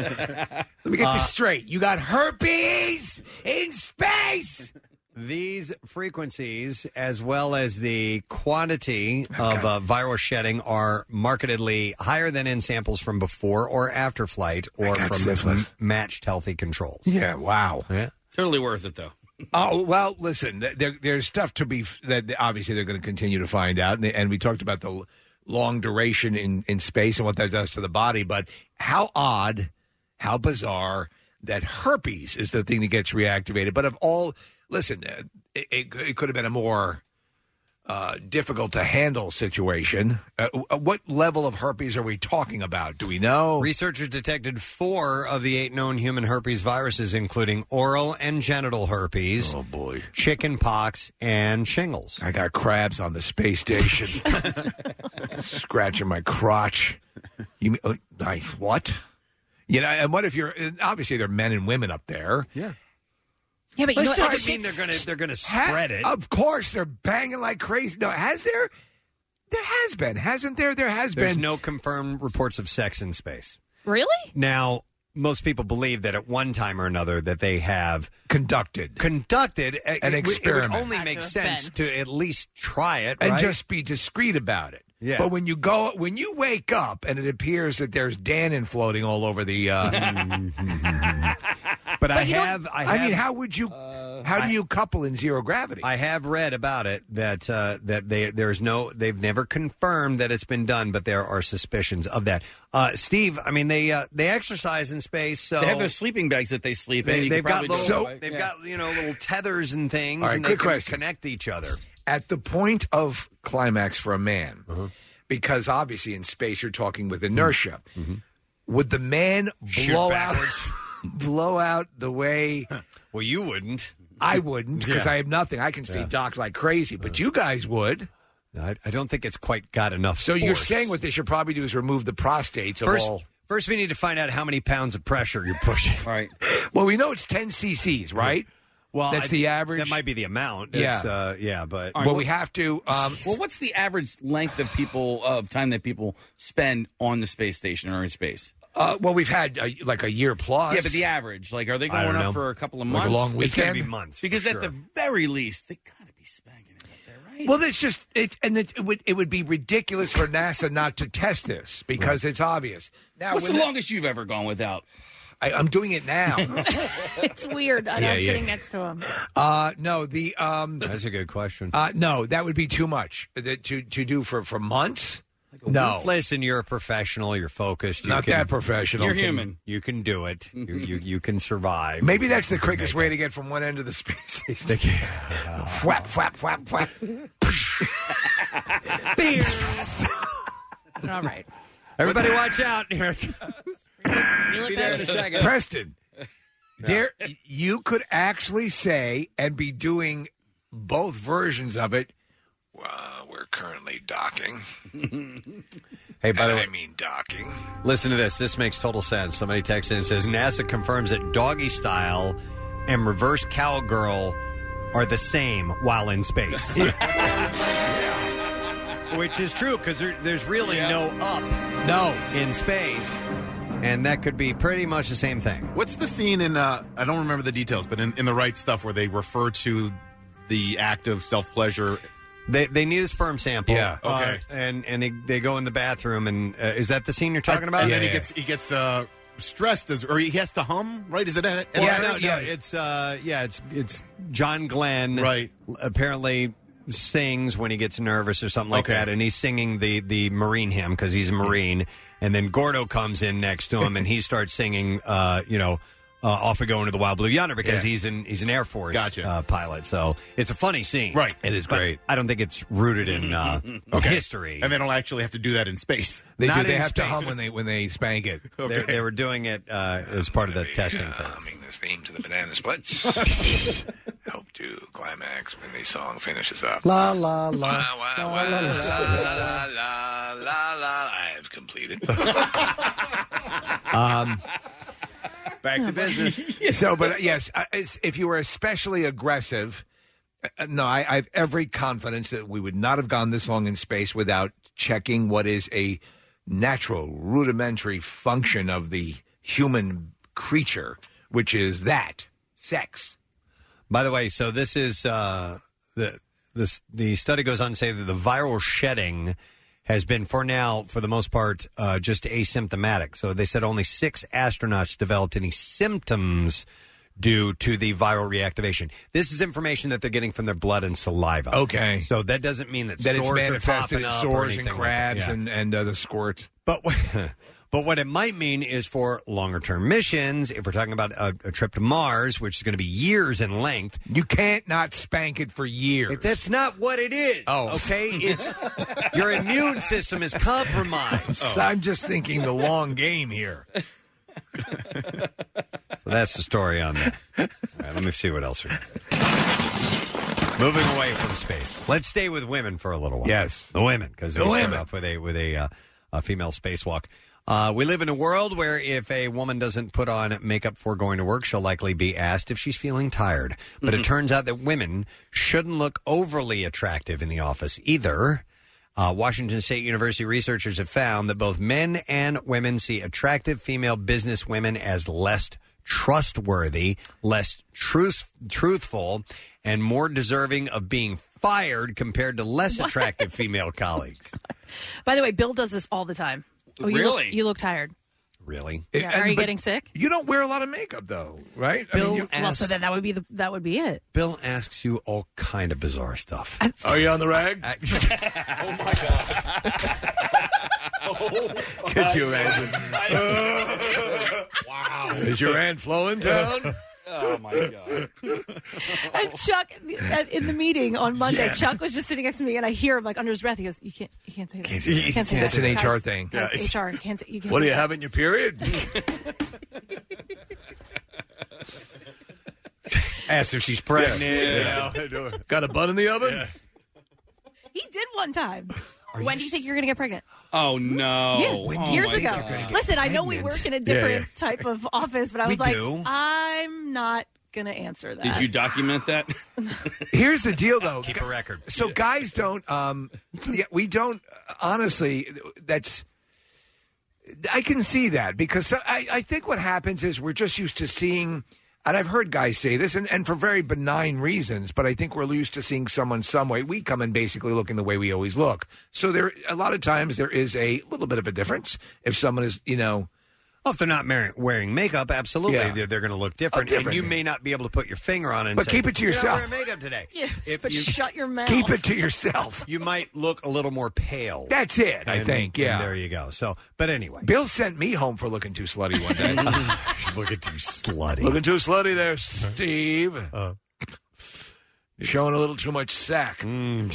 [SPEAKER 4] me get this
[SPEAKER 2] Uh,
[SPEAKER 4] straight. You got herpes in space.
[SPEAKER 2] These frequencies, as well as the quantity
[SPEAKER 4] Oh,
[SPEAKER 2] of uh, viral shedding, are markedly higher than in samples from before or after flight or
[SPEAKER 4] got
[SPEAKER 2] from
[SPEAKER 4] syphilis.
[SPEAKER 2] m- matched healthy controls.
[SPEAKER 4] Yeah, wow.
[SPEAKER 2] Yeah.
[SPEAKER 5] Totally worth it, though.
[SPEAKER 4] Oh well, listen. th- There, there's stuff to be f- that obviously they're going to continue to find out, and, and we talked about the l- long duration in in space and what that does to the body. But how odd, how bizarre that herpes is the thing that gets reactivated. But of all, listen, uh, it, it, it could have been a more uh, difficult to handle situation. Uh, w- what level of herpes are we talking about? Do we know?
[SPEAKER 2] Researchers detected four of the eight known human herpes viruses, including oral and genital herpes. Oh boy! Chicken pox and shingles.
[SPEAKER 4] I got crabs on the space station, scratching my crotch. You mean, uh, I, what? You know, and what if you're and obviously there are men and women up there.
[SPEAKER 2] Yeah.
[SPEAKER 14] Yeah, but you
[SPEAKER 2] This
[SPEAKER 14] know what?
[SPEAKER 2] doesn't
[SPEAKER 14] Every-
[SPEAKER 2] mean they're gonna they're gonna spread it.
[SPEAKER 4] Of course, they're banging like crazy. No, has there? There has been, hasn't there? There has
[SPEAKER 2] There's
[SPEAKER 4] been.
[SPEAKER 2] no confirmed reports of sex in space.
[SPEAKER 14] Really?
[SPEAKER 2] Now, most people believe that at one time or another that they have
[SPEAKER 4] conducted
[SPEAKER 2] conducted a-
[SPEAKER 4] An
[SPEAKER 2] it would-
[SPEAKER 4] experiment.
[SPEAKER 2] It would only
[SPEAKER 4] Had to
[SPEAKER 2] make
[SPEAKER 4] have
[SPEAKER 2] sense
[SPEAKER 4] been.
[SPEAKER 2] to at least try it
[SPEAKER 4] and
[SPEAKER 2] right?
[SPEAKER 4] just be discreet about it.
[SPEAKER 2] Yeah.
[SPEAKER 4] But when you go, when you wake up and it appears that there's Danon floating all over the. Uh,
[SPEAKER 2] But I have- I have- Uh,
[SPEAKER 4] mean, how would you? how do you couple in zero gravity?
[SPEAKER 2] I have read about it that uh, that they there's no they've never confirmed that it's been done, but there are suspicions of that. Uh, Steve, I mean they uh, they exercise in space, so
[SPEAKER 5] they have their sleeping bags that they sleep in.
[SPEAKER 2] they,
[SPEAKER 5] You
[SPEAKER 2] have
[SPEAKER 5] could
[SPEAKER 2] got
[SPEAKER 5] probably
[SPEAKER 2] little,
[SPEAKER 5] just-
[SPEAKER 2] they've
[SPEAKER 5] yeah.
[SPEAKER 2] got you know little tethers and things,
[SPEAKER 4] All right,
[SPEAKER 2] and they
[SPEAKER 4] quick
[SPEAKER 2] can
[SPEAKER 4] question.
[SPEAKER 2] connect each other.
[SPEAKER 4] at the point of climax for a man, because obviously in space you're talking with inertia. Would the man
[SPEAKER 2] Shoot
[SPEAKER 4] blow out,
[SPEAKER 2] backwards.
[SPEAKER 4] blow out the way?
[SPEAKER 2] Well, you wouldn't.
[SPEAKER 4] I wouldn't because
[SPEAKER 2] Yeah.
[SPEAKER 4] I have nothing. I can stay
[SPEAKER 2] Yeah.
[SPEAKER 4] docked like crazy, but you guys would.
[SPEAKER 2] I, I don't think it's quite got enough.
[SPEAKER 4] So you're
[SPEAKER 2] force.
[SPEAKER 4] saying what they should probably do is remove the prostates of
[SPEAKER 2] first
[SPEAKER 4] all.
[SPEAKER 2] first we need to find out how many pounds of pressure you're pushing.
[SPEAKER 5] All right.
[SPEAKER 4] Well, we know it's 10 cc's, right?
[SPEAKER 2] Well,
[SPEAKER 4] that's
[SPEAKER 2] I-
[SPEAKER 4] the average.
[SPEAKER 2] That might be the amount.
[SPEAKER 4] Yeah.
[SPEAKER 2] It's, uh, yeah, but
[SPEAKER 5] All right,
[SPEAKER 4] well, we have to. Um,
[SPEAKER 5] well, what's the average length of people of time that people spend on the space station or in space?
[SPEAKER 4] Uh, well, we've had uh, like a year plus.
[SPEAKER 5] yeah, but the average, like, are they
[SPEAKER 4] I
[SPEAKER 5] going
[SPEAKER 4] don't
[SPEAKER 5] up
[SPEAKER 4] know.
[SPEAKER 5] for a couple of
[SPEAKER 4] Like
[SPEAKER 5] months?
[SPEAKER 4] a long
[SPEAKER 5] It's gotta
[SPEAKER 4] weekend?
[SPEAKER 5] because at the very least, they gotta
[SPEAKER 4] Well, it's just it, and it, it would it would be ridiculous for NASA not to test this because it's obvious. Now,
[SPEAKER 5] What's
[SPEAKER 4] when
[SPEAKER 5] the
[SPEAKER 4] the-
[SPEAKER 5] longest you've ever gone without?
[SPEAKER 4] I, I'm doing it now.
[SPEAKER 14] it's weird. I know
[SPEAKER 4] Yeah,
[SPEAKER 14] I'm
[SPEAKER 4] yeah.
[SPEAKER 14] sitting next to him.
[SPEAKER 4] uh, no, the um,
[SPEAKER 2] that's a good question.
[SPEAKER 4] Uh, no, that would be too much uh, that, to to do for for months. no,
[SPEAKER 2] Listen, you're a professional. You're focused. You
[SPEAKER 4] Not
[SPEAKER 2] can-
[SPEAKER 4] that professional.
[SPEAKER 2] you can-
[SPEAKER 4] You're human.
[SPEAKER 2] You can do it. You you, you can survive.
[SPEAKER 4] maybe that's the quickest way to get from one end of the space station. Flap, flap, flap, flap.
[SPEAKER 14] All right.
[SPEAKER 2] Everybody, watch out! Be there in a second.
[SPEAKER 4] Preston, there you could actually say and be doing both versions of it. Uh, we're currently docking.
[SPEAKER 2] Hey, by the
[SPEAKER 4] And
[SPEAKER 2] way-
[SPEAKER 4] I mean docking.
[SPEAKER 2] Listen to this. This makes total sense. Somebody texts in and says NASA confirms that doggy style and reverse cowgirl are the same while in space. Which is true because there, there's really no up,
[SPEAKER 4] no
[SPEAKER 2] in space, and that could be pretty much the same thing.
[SPEAKER 20] What's the scene in? Uh, I don't remember the details, but in, in the right stuff where they refer to the act of self pleasure.
[SPEAKER 2] They they need a sperm sample.
[SPEAKER 20] Yeah. Okay.
[SPEAKER 2] Uh, and and they, they go in the bathroom, and uh, is that the scene you're talking about?
[SPEAKER 20] And then he gets he gets uh, stressed as, or he has to hum. Right? Is it? At, at
[SPEAKER 2] yeah,
[SPEAKER 20] at-
[SPEAKER 2] no, no, it's uh, yeah, it's it's John Glenn, right? Apparently sings when he gets nervous or something like
[SPEAKER 20] Okay.
[SPEAKER 2] that, and he's singing the the Marine hymn because he's a Marine. And then Gordo comes in next to him, and he starts singing, uh, you know, uh, "Off We Go into the Wild Blue Yonder" because
[SPEAKER 20] Yeah.
[SPEAKER 2] he's an he's an Air Force
[SPEAKER 20] Gotcha.
[SPEAKER 2] uh, pilot. So it's a funny scene, right? It is
[SPEAKER 4] great.
[SPEAKER 2] I don't think it's rooted in uh,
[SPEAKER 20] Okay.
[SPEAKER 2] history,
[SPEAKER 20] and they don't actually have to do that in space.
[SPEAKER 4] They
[SPEAKER 2] Not
[SPEAKER 4] do. They
[SPEAKER 2] in
[SPEAKER 4] have to
[SPEAKER 2] space.
[SPEAKER 4] hum when they when they spank it.
[SPEAKER 2] They, they were doing it uh, as part of the testing phase.
[SPEAKER 4] uh, Humming this theme to the banana splits. Hope to climax when the song finishes up.
[SPEAKER 2] La la la.
[SPEAKER 4] Wah, wah,
[SPEAKER 2] La,
[SPEAKER 4] wah,
[SPEAKER 2] la, la,
[SPEAKER 4] la, la, la, la, I have completed.
[SPEAKER 2] Um, Back to business.
[SPEAKER 4] So, but uh, yes, uh, it's, if you were especially aggressive, uh, uh, no, I, I have every confidence that we would not have gone this long in space without checking what is a natural, rudimentary function of the human creature, which is that sex.
[SPEAKER 2] By the way, so this is uh, the this the study goes on to say that the viral shedding has been for now, for the most part, uh, just asymptomatic. So they said only six astronauts developed any symptoms due to the viral reactivation. This is information that they're getting from their blood and saliva.
[SPEAKER 4] Okay.
[SPEAKER 2] so that doesn't mean that,
[SPEAKER 4] That it's
[SPEAKER 2] sores are
[SPEAKER 4] manifested
[SPEAKER 2] popping
[SPEAKER 4] in
[SPEAKER 2] up or
[SPEAKER 4] sores and
[SPEAKER 2] anything like that.
[SPEAKER 4] crabs
[SPEAKER 2] Yeah.
[SPEAKER 4] and, and uh, the squirts.
[SPEAKER 2] But But what it might mean is for longer term missions, if we're talking about a, a trip to Mars, which is going to be years in length,
[SPEAKER 4] you can't not spank it for years.
[SPEAKER 2] that's not what it is.
[SPEAKER 4] Oh.
[SPEAKER 2] okay. It's your immune system is compromised.
[SPEAKER 4] So I'm just thinking the long game here.
[SPEAKER 2] So that's the story on that. All right, let me see what else we got. Moving away from space, let's stay with women for a little while.
[SPEAKER 4] Yes.
[SPEAKER 2] the women, because we
[SPEAKER 4] The
[SPEAKER 2] start
[SPEAKER 4] women.
[SPEAKER 2] off with a with a, uh, a female spacewalk. Uh, we live in a world where if a woman doesn't put on makeup for going to work, she'll likely be asked if she's feeling tired. But it
[SPEAKER 4] Mm-hmm.
[SPEAKER 3] Mhm.
[SPEAKER 2] turns out that women shouldn't look overly attractive in the office either. Uh, Washington State University researchers have found that both men and women see attractive female business women as less trustworthy, less truth- truthful, and more deserving of being fired compared to less attractive female colleagues.
[SPEAKER 14] By the way, Bill does this all the time. Oh, you Look,
[SPEAKER 4] Really?
[SPEAKER 14] you look tired.
[SPEAKER 2] Really?
[SPEAKER 14] Yeah, are you getting sick?
[SPEAKER 4] You don't wear a lot of makeup though, right?
[SPEAKER 2] Bill
[SPEAKER 14] Well, so
[SPEAKER 2] asks,
[SPEAKER 14] then that would be the that would be it.
[SPEAKER 2] Bill asks you all kind of bizarre stuff.
[SPEAKER 4] Are you on the rag?
[SPEAKER 12] oh my
[SPEAKER 2] Oh,
[SPEAKER 12] god.
[SPEAKER 4] Could you imagine?
[SPEAKER 12] wow.
[SPEAKER 4] Is your aunt Flo in town?
[SPEAKER 5] Oh my god!
[SPEAKER 14] And Chuck at- in the meeting on Monday,
[SPEAKER 4] Yeah.
[SPEAKER 14] Chuck was just sitting next to me, and I hear him like under his breath. He goes, "You can't, you can't say that.
[SPEAKER 4] Can't say that.
[SPEAKER 14] You can't say
[SPEAKER 4] That's
[SPEAKER 14] that.
[SPEAKER 4] an HR
[SPEAKER 14] Guys,
[SPEAKER 4] thing.
[SPEAKER 14] guys,
[SPEAKER 4] Yeah.
[SPEAKER 14] HR can't say. You can't
[SPEAKER 4] What do
[SPEAKER 14] say
[SPEAKER 4] you
[SPEAKER 14] that."
[SPEAKER 4] have in your period?
[SPEAKER 2] Ask if she's pregnant.
[SPEAKER 4] Yeah. Got a bun in the oven?
[SPEAKER 14] He did one time. when do you think you're going to get pregnant?
[SPEAKER 5] Oh no!
[SPEAKER 14] Yeah,
[SPEAKER 5] Oh,
[SPEAKER 14] years
[SPEAKER 5] my
[SPEAKER 14] ago.
[SPEAKER 5] God.
[SPEAKER 14] Listen, I know we work in a different type of office, but I was like,
[SPEAKER 5] do.
[SPEAKER 14] I'm not going to answer that.
[SPEAKER 5] Did you document that?
[SPEAKER 4] Here's the deal, though.
[SPEAKER 2] Keep a record.
[SPEAKER 4] So guys don't. Um, yeah, we don't. Honestly, that's. I can see that because so- I, I think what happens is we're just used to seeing, and I've heard guys say this, and, and for very benign reasons. But I think we're used to seeing someone some way. We come in basically looking the way we always look. So there, a lot of times there is a little bit of a difference if someone is, you know,
[SPEAKER 2] Well, if they're not mar- wearing makeup, absolutely,
[SPEAKER 4] Yeah.
[SPEAKER 2] they're, they're going to look different,
[SPEAKER 4] Oh, different.
[SPEAKER 2] and you may not be able to put your finger on it. And
[SPEAKER 4] But
[SPEAKER 2] say,
[SPEAKER 4] keep it to
[SPEAKER 2] "You're not wearing
[SPEAKER 4] yourself."
[SPEAKER 2] makeup today.
[SPEAKER 14] Yes,
[SPEAKER 2] If
[SPEAKER 14] but
[SPEAKER 2] you-
[SPEAKER 14] shut your mouth.
[SPEAKER 3] Oh.
[SPEAKER 4] Keep it to yourself.
[SPEAKER 2] You might look a little more pale.
[SPEAKER 4] That's it. I
[SPEAKER 2] And-
[SPEAKER 4] think.
[SPEAKER 2] and
[SPEAKER 4] Yeah.
[SPEAKER 2] there you go. So, but anyway,
[SPEAKER 4] Bill sent me home for looking too slutty one day.
[SPEAKER 2] looking too slutty. Uh-huh. Uh.
[SPEAKER 4] Looking too slutty there, Steve. Showing a little too much sack.
[SPEAKER 2] Woman,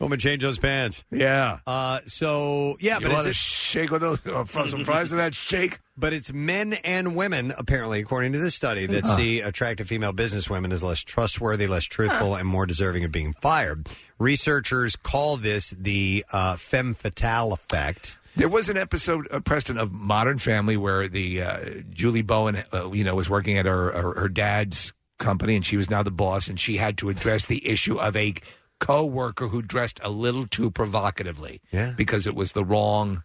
[SPEAKER 2] Mm. change those pants.
[SPEAKER 4] Yeah.
[SPEAKER 2] Uh, so yeah,
[SPEAKER 4] You
[SPEAKER 2] but
[SPEAKER 4] want
[SPEAKER 2] it's
[SPEAKER 4] a shake with those uh, fr- some fries with that shake.
[SPEAKER 2] But it's men and women, apparently, according to this study, that
[SPEAKER 4] Huh.
[SPEAKER 2] see attractive female business women as less trustworthy, less truthful, and more deserving of being fired. Researchers call this the uh, femme fatale effect.
[SPEAKER 4] There was an episode, uh, Preston, of Modern Family where the uh, Julie Bowen, uh, you know, was working at her, her her dad's company, and she was now the boss, and she had to address the issue of a co-worker who dressed a little too provocatively.
[SPEAKER 2] Yeah.
[SPEAKER 4] because it was the wrong.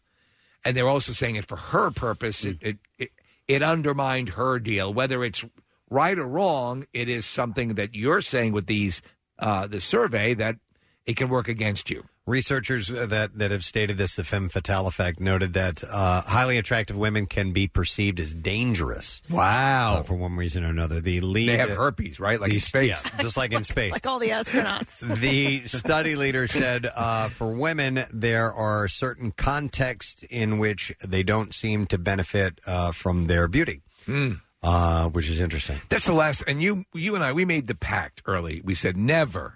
[SPEAKER 4] And they're also saying it for her purpose. It it, it it undermined her deal. Whether it's right or wrong, it is something that you're saying with these uh, the survey that it can work against you.
[SPEAKER 2] Researchers that, that have stated this, the femme fatale effect, noted that uh, highly attractive women can be perceived as dangerous. uh,
[SPEAKER 4] Wow.
[SPEAKER 2] for one reason or another. The lead.
[SPEAKER 4] They have herpes, right? Like in
[SPEAKER 2] the-
[SPEAKER 4] space.
[SPEAKER 2] yeah, just like in space.
[SPEAKER 14] Like all the astronauts.
[SPEAKER 2] the study leader said uh, for women, there are certain contexts in which they don't seem to benefit uh, from their beauty,
[SPEAKER 4] Hmm.
[SPEAKER 2] uh, which is interesting.
[SPEAKER 4] That's the last. And you, you and I, we made the pact early. We said never,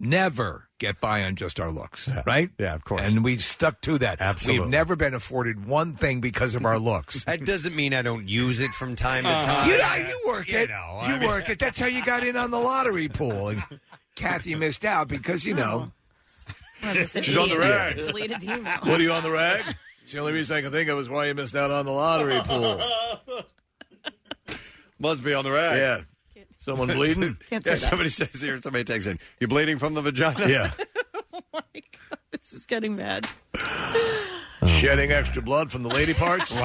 [SPEAKER 4] never get by on just our looks, right?
[SPEAKER 2] Yeah, of course.
[SPEAKER 4] And we stuck to that.
[SPEAKER 2] Absolutely.
[SPEAKER 4] We've never been afforded one thing because of our looks.
[SPEAKER 2] That doesn't mean I don't use it from time to
[SPEAKER 4] Uh-huh.
[SPEAKER 2] time.
[SPEAKER 4] You know, you work it. you
[SPEAKER 2] I mean-
[SPEAKER 4] work it. That's how you got in on the lottery pool. And Kathy missed out because you know.
[SPEAKER 12] She's on the rag.
[SPEAKER 14] Deleted the email.
[SPEAKER 4] What are you on the rag? It's the only reason I can think of is why you missed out on the lottery pool.
[SPEAKER 2] Must be on the rag.
[SPEAKER 4] Yeah. Someone bleeding?
[SPEAKER 14] Can't
[SPEAKER 2] yeah,
[SPEAKER 14] say that.
[SPEAKER 2] somebody says here, somebody texts in, you're bleeding from the vagina?
[SPEAKER 4] Yeah.
[SPEAKER 14] This is getting bad.
[SPEAKER 4] Oh. Shedding extra blood from the lady parts.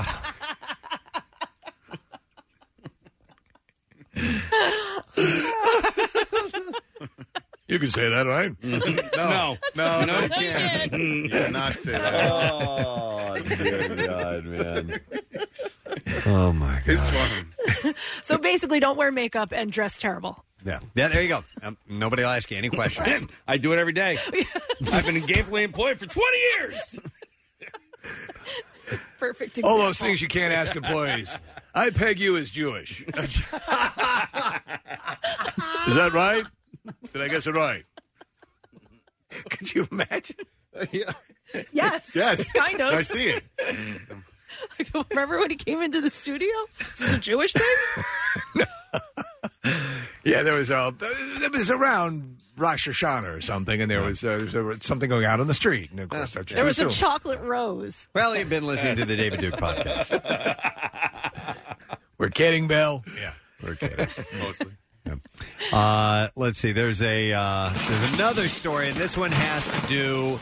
[SPEAKER 4] You can say that, right? no,
[SPEAKER 5] No. No, no, you can't. You cannot say that.
[SPEAKER 2] Oh, dear God, man. Oh, my God.
[SPEAKER 14] So basically, don't wear makeup and dress terrible.
[SPEAKER 2] Yeah. Yeah, there you go. Um, nobody will ask you any questions.
[SPEAKER 5] I do it every day. I've been gainfully employed for 20 years.
[SPEAKER 3] Perfect.
[SPEAKER 4] All those things you can't ask employees. I peg you as Jewish. Is that right? Did I guess it right? Could you imagine?
[SPEAKER 3] Yes.
[SPEAKER 4] Yes.
[SPEAKER 3] Kind of.
[SPEAKER 4] I see it.
[SPEAKER 3] Remember when he came into the studio? Is this a Jewish thing?
[SPEAKER 4] Yeah, there was a it was around Rosh Hashanah or something, and there was, uh, there was something going out on the street, and of course that's
[SPEAKER 3] there was a
[SPEAKER 4] assume.
[SPEAKER 3] chocolate rose.
[SPEAKER 2] Well, you've been listening to the David Duke podcast.
[SPEAKER 4] We're kidding, Bill.
[SPEAKER 2] Yeah,
[SPEAKER 4] we're kidding.
[SPEAKER 2] Mostly. Uh, let's see. There's a uh, there's another story, and this one has to do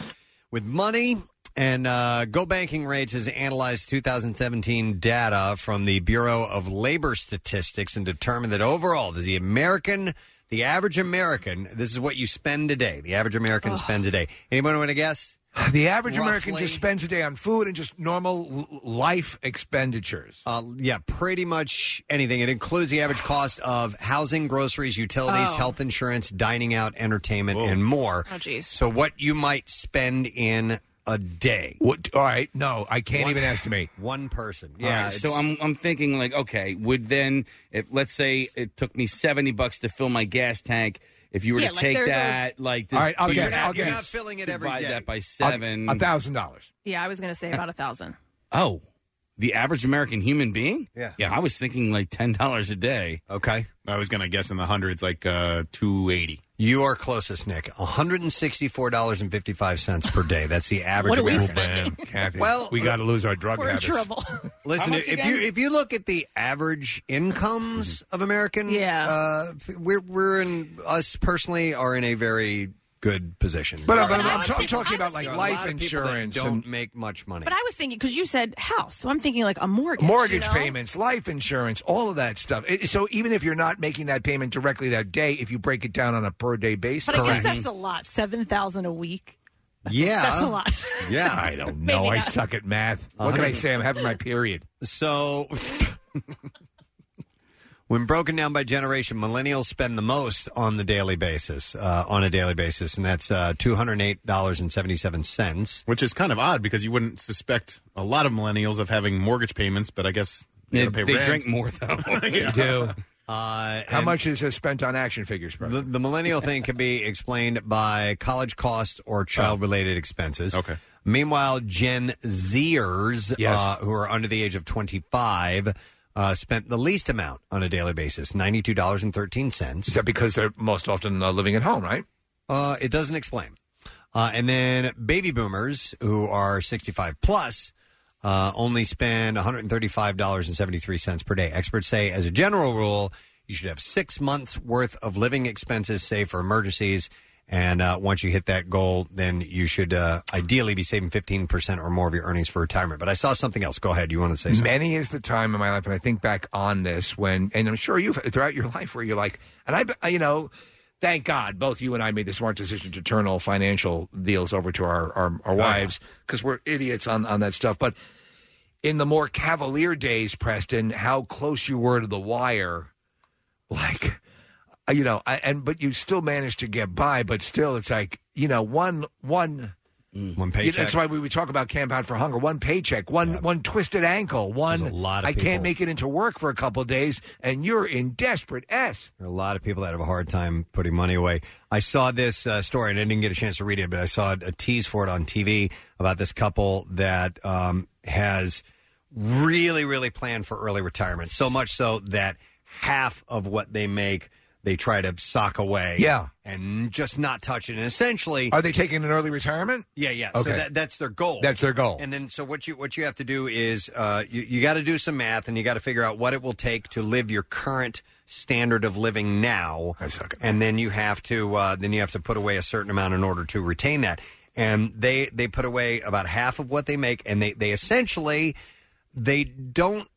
[SPEAKER 2] with money. And uh, Go Banking Rates has analyzed 2017 data from the Bureau of Labor Statistics and determined that overall, the American, the average American, this is what you spend today. The average American spends a day. Anyone want to guess?
[SPEAKER 4] The average American
[SPEAKER 2] Roughly?
[SPEAKER 4] just spends a day on food and just normal l- life expenditures.
[SPEAKER 2] Uh, yeah, pretty much anything. It includes the average cost of housing, groceries, utilities,
[SPEAKER 3] Oh.
[SPEAKER 2] health insurance, dining out, entertainment, and more.
[SPEAKER 3] Oh, jeez.
[SPEAKER 2] So, what you might spend in a day?
[SPEAKER 4] What? All right, no, I can't even estimate.
[SPEAKER 2] One person.
[SPEAKER 5] Yeah. so I'm I'm thinking like, okay, would then if let's say it took me seventy bucks to fill my gas tank, if you were
[SPEAKER 2] Yeah,
[SPEAKER 5] to
[SPEAKER 2] like
[SPEAKER 5] take
[SPEAKER 2] there goes-
[SPEAKER 5] that, like,
[SPEAKER 4] All right, I'll
[SPEAKER 5] but you're
[SPEAKER 4] guess,
[SPEAKER 5] not-
[SPEAKER 4] I'll
[SPEAKER 5] you're
[SPEAKER 4] guess.
[SPEAKER 5] not
[SPEAKER 2] filling it every
[SPEAKER 5] divide
[SPEAKER 2] day.
[SPEAKER 5] that by seven.
[SPEAKER 4] A thousand dollars.
[SPEAKER 3] Yeah, I was going to say about a thousand.
[SPEAKER 5] Oh, the average American human being.
[SPEAKER 2] Yeah.
[SPEAKER 5] Yeah. I was thinking like ten dollars a day.
[SPEAKER 2] Okay.
[SPEAKER 20] I was gonna guess in the hundreds, like uh, two eighty.
[SPEAKER 2] You are closest, Nick. One hundred and sixty-four dollars and fifty-five cents per day. That's the average.
[SPEAKER 4] What are we
[SPEAKER 2] American.
[SPEAKER 4] spending? Man, Kathy, we gotta lose our drug We're in habits. trouble.
[SPEAKER 2] Listen,
[SPEAKER 4] How much
[SPEAKER 2] if
[SPEAKER 4] again?
[SPEAKER 2] you if you look at the average incomes of American, yeah, uh, f- we're we're in us personally are in a very good position.
[SPEAKER 4] But, uh, but
[SPEAKER 2] There
[SPEAKER 4] I'm,
[SPEAKER 2] are
[SPEAKER 4] I'm ta- talking about
[SPEAKER 2] a
[SPEAKER 4] like
[SPEAKER 2] lot
[SPEAKER 4] life
[SPEAKER 2] of people that
[SPEAKER 4] insurance,
[SPEAKER 2] don't
[SPEAKER 4] and
[SPEAKER 2] make much money.
[SPEAKER 3] But I was thinking because you said house, so I'm thinking like a mortgage.
[SPEAKER 4] mortgage
[SPEAKER 3] you know?
[SPEAKER 4] payments, life insurance, all of that stuff. It- so even if you're not making that payment directly that day, if you break it down on a per day basis,
[SPEAKER 3] But I guess that's a lot. Seven thousand a week.
[SPEAKER 2] Yeah.
[SPEAKER 3] that's a lot.
[SPEAKER 2] Yeah,
[SPEAKER 4] I don't
[SPEAKER 3] Maybe
[SPEAKER 4] know. I
[SPEAKER 3] not.
[SPEAKER 4] suck at math. What can I say? I'm having my period.
[SPEAKER 2] So, when broken down by generation, millennials spend the most on the daily basis, uh, on a daily basis, and that's uh, two hundred eight dollars and seventy-seven cents.
[SPEAKER 20] Which is kind of odd because you wouldn't suspect a lot of millennials of having mortgage payments, but I guess they,
[SPEAKER 2] They-
[SPEAKER 20] gotta pay
[SPEAKER 2] they
[SPEAKER 20] rent.
[SPEAKER 2] drink more, though.
[SPEAKER 4] They do.
[SPEAKER 2] Uh,
[SPEAKER 4] How
[SPEAKER 2] and-
[SPEAKER 4] much is uh, spent on action figures, bro?
[SPEAKER 2] The, the millennial thing can be explained by college costs
[SPEAKER 4] Oh.
[SPEAKER 2] or child related expenses. Okay. Meanwhile, Gen Zers,
[SPEAKER 4] Yes.
[SPEAKER 2] uh, who are under the age of 25, uh, spent the least amount on a daily basis $92.13. Is
[SPEAKER 4] that because they're most often uh, living at home, right?
[SPEAKER 2] Uh, it doesn't explain. Uh, and then baby boomers, who are 65 plus, uh, only spend $135.73 per day. Experts say, as a general rule, you should have six months worth of living expenses saved for emergencies. And uh, once you hit that goal, then you should uh, ideally be saving 15% or more of your earnings for retirement. But I saw something else. Go ahead. You want to say something?
[SPEAKER 4] Many is the time in my life, and I think back on this when, and I'm sure you've throughout your life where you're like, and I, you know, thank God both you and I made the smart decision to turn all financial deals over to our our, our wives because we're idiots on on that stuff. But in the more cavalier days, Preston, how close you were to the wire, like. uh, You know, I, and but you still managed to get by, but still, it's like you know, one one
[SPEAKER 2] One
[SPEAKER 4] you know, that's why we would talk about Camp Out for Hunger. One paycheck, one one twisted ankle, one.
[SPEAKER 2] lot of
[SPEAKER 4] I can't
[SPEAKER 2] people-
[SPEAKER 4] make it into work for a couple of days, and you're in desperate s.
[SPEAKER 2] There are a lot of people that have a hard time putting money away. I saw this uh, story and I didn't get a chance to read it, but I saw a tease for it on TV about this couple that um, has really, really planned for early retirement. So much so that half of what they make, they try to sock away.
[SPEAKER 4] Yeah.
[SPEAKER 2] And just not touch it. And essentially,
[SPEAKER 4] Are they taking an early retirement?
[SPEAKER 2] yeah, yeah.
[SPEAKER 4] Okay.
[SPEAKER 2] So that, that's their goal.
[SPEAKER 4] That's their goal.
[SPEAKER 2] And then, so what you what you have to do is uh, you you got to do some math, and you got to figure out what it will take to live your current standard of living now. I suck and then you have to uh, then you have to put away a certain amount in order to retain that. And they they put away about half of what they make, and they they essentially they don't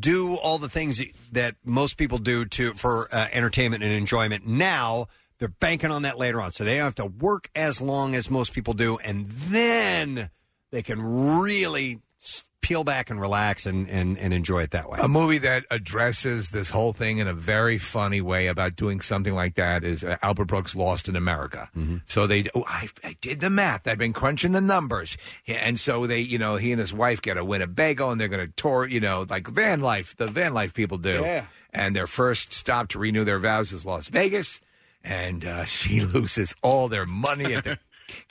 [SPEAKER 2] do all the things that most people do to for uh, entertainment and enjoyment now they're banking on that later on so they don't have to work as long as most people do and then they can really s- peel back and relax and, and, and enjoy it that way.
[SPEAKER 4] A movie that addresses this whole thing in a very funny way about doing something like that is uh, Albert Brooks' Lost in America. So they, oh, I, I did the math. I've been crunching the numbers, Yeah, and so they, you know, he and his wife get a Winnebago, and they're going to tour, you know, like van life. The van life people do.
[SPEAKER 5] Yeah.
[SPEAKER 4] And their first stop to renew their vows is Las Vegas, and uh, she loses all their money at the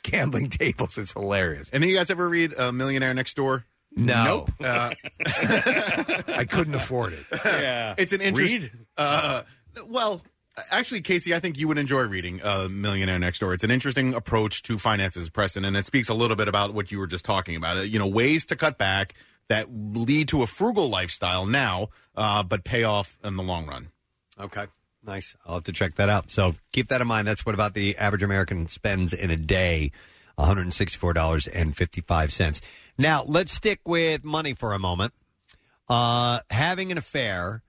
[SPEAKER 4] gambling tables. It's hilarious.
[SPEAKER 20] And do you guys ever read uh, Millionaire Next Door?
[SPEAKER 4] No.
[SPEAKER 20] Nope. Uh,
[SPEAKER 4] I couldn't afford it.
[SPEAKER 5] Yeah.
[SPEAKER 20] it's an interest. Uh, well, actually, Casey, I think you would enjoy reading uh, Millionaire Next Door. It's an interesting approach to finances, Preston, and it speaks a little bit about what you were just talking about. Uh, You know, ways to cut back that lead to a frugal lifestyle now, uh, but pay off in the long run.
[SPEAKER 2] Okay. Nice. I'll have to check that out. So keep that in mind. That's what about the average American spends in a day $164.55. Now, let's stick with money for a moment. Uh, having an affair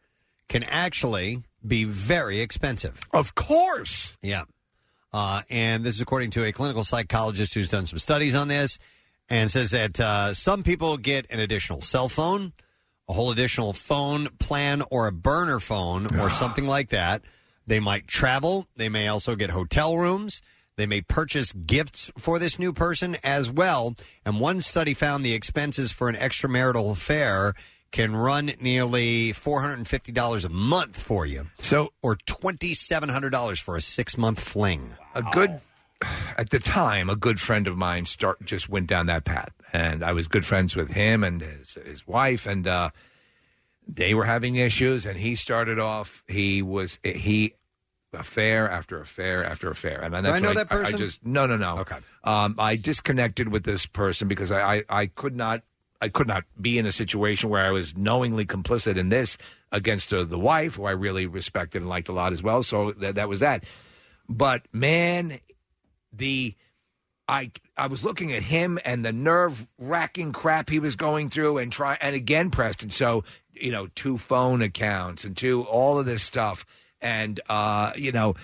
[SPEAKER 2] can actually be very expensive.
[SPEAKER 4] Of course.
[SPEAKER 2] Yeah. Uh, and this is according to a clinical psychologist who's done some studies on this and says that uh, some people get an additional cell phone, a whole additional phone plan, or a burner phone, or something like that. They might travel. They may also get hotel rooms. They may purchase gifts for this new person as well. And one study found the expenses for an extramarital affair can run nearly $450 a month for you.
[SPEAKER 4] So,
[SPEAKER 2] or $2,700 for a six month fling.
[SPEAKER 4] a good at the time a good friend of mine start just went down that path and i was good friends with him and his his wife and uh they were having issues and he started off he was he affair after affair after affair and that's
[SPEAKER 2] I know
[SPEAKER 4] when
[SPEAKER 2] that person?
[SPEAKER 4] I, just no no no okay um i disconnected with this person because I, I i could not i could not be in a situation where i was knowingly complicit in this against uh, the wife who i really respected and liked a lot as well so that that was that but man the I I was looking at him and the nerve wracking crap he was going through and try and again Preston so you know two phone accounts and two all of this stuff and uh you know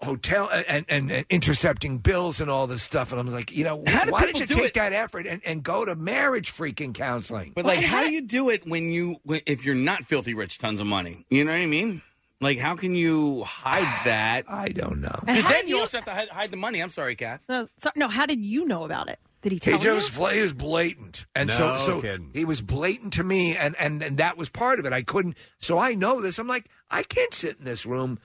[SPEAKER 4] hotel uh, and, and, and intercepting bills and all this stuff and I'm like you know
[SPEAKER 5] How do
[SPEAKER 4] why did
[SPEAKER 5] people
[SPEAKER 4] you
[SPEAKER 5] do
[SPEAKER 4] take
[SPEAKER 5] it?
[SPEAKER 4] that effort and, and go to marriage freaking counseling
[SPEAKER 5] But like, how do you do it when you when- if you're not filthy rich, tons of money? You know what I mean? Like, how can you hide that?
[SPEAKER 4] I don't know.
[SPEAKER 3] And
[SPEAKER 5] Because
[SPEAKER 3] how
[SPEAKER 5] then
[SPEAKER 3] did
[SPEAKER 5] you
[SPEAKER 3] you-
[SPEAKER 5] also have to hide, hide the money. I'm sorry, Kath.
[SPEAKER 3] So, so, no, how did you know about it? Did he tell
[SPEAKER 4] He
[SPEAKER 3] you?
[SPEAKER 4] just fla- he was blatant, and so
[SPEAKER 5] No
[SPEAKER 4] so
[SPEAKER 5] kidding.
[SPEAKER 4] he was blatant to me, and and and that was part of it. I couldn't, so I know this. I'm like, I can't sit in this room.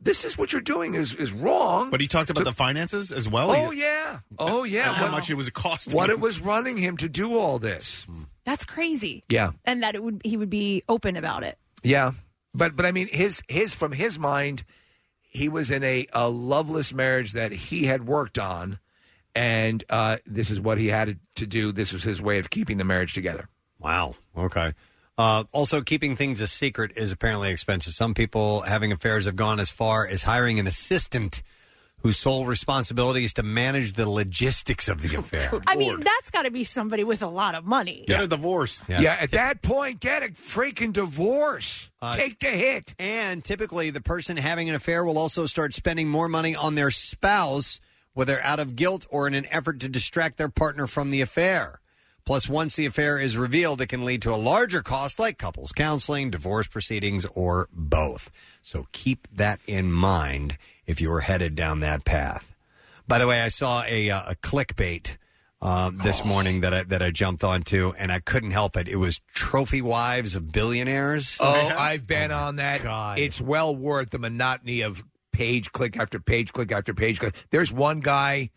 [SPEAKER 4] This is what you're doing is is wrong.
[SPEAKER 20] But he talked about the finances as well.
[SPEAKER 4] oh
[SPEAKER 20] He-
[SPEAKER 4] yeah, oh yeah.
[SPEAKER 20] And how much it was costing?
[SPEAKER 4] What
[SPEAKER 20] him.
[SPEAKER 4] it was running him to do all this?
[SPEAKER 3] That's crazy.
[SPEAKER 4] Yeah.
[SPEAKER 3] And that it would he would be open about it.
[SPEAKER 4] Yeah, but but I mean, his his from his mind, he was in a a loveless marriage that he had worked on, and uh, this is what he had to do. This was his way of keeping the marriage together.
[SPEAKER 2] Wow. Okay. Uh, also, keeping things a secret is apparently expensive. Some people having affairs have gone as far as hiring an assistant whose sole responsibility is to manage the logistics of the affair.
[SPEAKER 30] I mean, that's got to be somebody with a lot of money.
[SPEAKER 2] Get a
[SPEAKER 20] divorce.
[SPEAKER 4] Yeah. at that point, get a freaking divorce. Take the hit.
[SPEAKER 2] Uh, And typically, the person having an affair will also start spending more money on their spouse, whether out of guilt or in an effort to distract their partner from the affair. Plus, once the affair is revealed, it can lead to a larger cost like couples counseling, divorce proceedings, or both. So keep that in mind if you are headed down that path. By the way, I saw a, uh, a clickbait uh,
[SPEAKER 4] Oh.
[SPEAKER 2] this morning that I, that I jumped onto, and I couldn't help it. It was trophy wives of billionaires.
[SPEAKER 4] Oh, I've been on that. It's well worth the monotony of page click after page click after page click. There's one guy.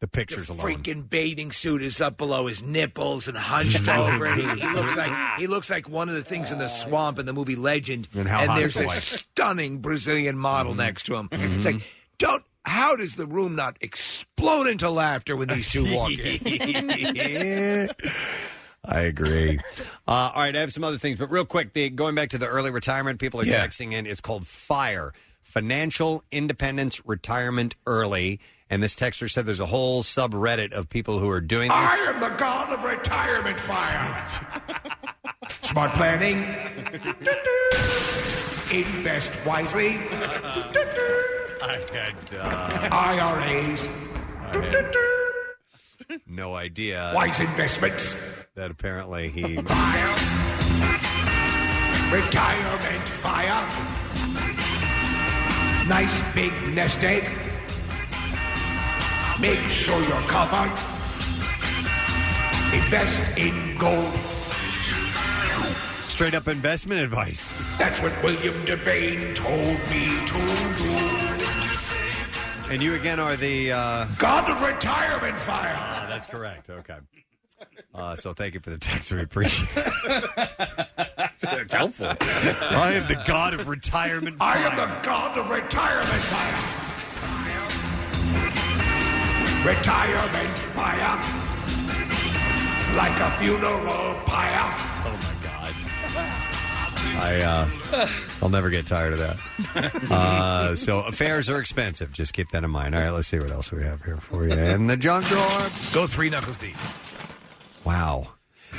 [SPEAKER 2] The pictures alone.
[SPEAKER 4] Freaking bathing suit is up below his nipples and hunched over, and he, he looks like he looks like one of the things in the swamp in the movie Legend.
[SPEAKER 2] And how hot
[SPEAKER 4] there's
[SPEAKER 2] is the Mm-hmm.
[SPEAKER 4] this
[SPEAKER 2] wife?
[SPEAKER 4] stunning Brazilian model next to him. It's like, don't. How does the room not explode into laughter when these two walk in?
[SPEAKER 2] I agree. uh, all right, I have some other things, but real quick, the, going back to the early retirement, people are
[SPEAKER 4] Yeah.
[SPEAKER 2] texting in. It's called FIRE, Financial Independence Retirement Early. And this texter said there's a whole subreddit of people who are doing this.
[SPEAKER 4] I am the god of retirement fire. Smart planning. Invest wisely.
[SPEAKER 2] uh,
[SPEAKER 4] IRAs.
[SPEAKER 2] No idea.
[SPEAKER 4] Wise investments.
[SPEAKER 2] That apparently he.
[SPEAKER 4] Retirement fire. Nice big nest egg. Make sure you're covered. Invest in gold.
[SPEAKER 2] Straight up investment advice.
[SPEAKER 4] That's what William Devane told me to do.
[SPEAKER 2] And you again are the. Uh...
[SPEAKER 4] God of retirement fire.
[SPEAKER 2] Ah, that's correct. Okay. Uh, so thank you for the text. We appreciate it.
[SPEAKER 20] That's helpful.
[SPEAKER 2] I am the god of retirement.
[SPEAKER 4] I am the god of retirement fire. Retirement fire. Like a funeral pyre.
[SPEAKER 2] I uh, I'll never get tired of that. Uh, so affairs are expensive. Just keep that in mind. All right, let's see what else we have here for you. And the junk drawer.
[SPEAKER 4] Go three knuckles deep.
[SPEAKER 2] Wow.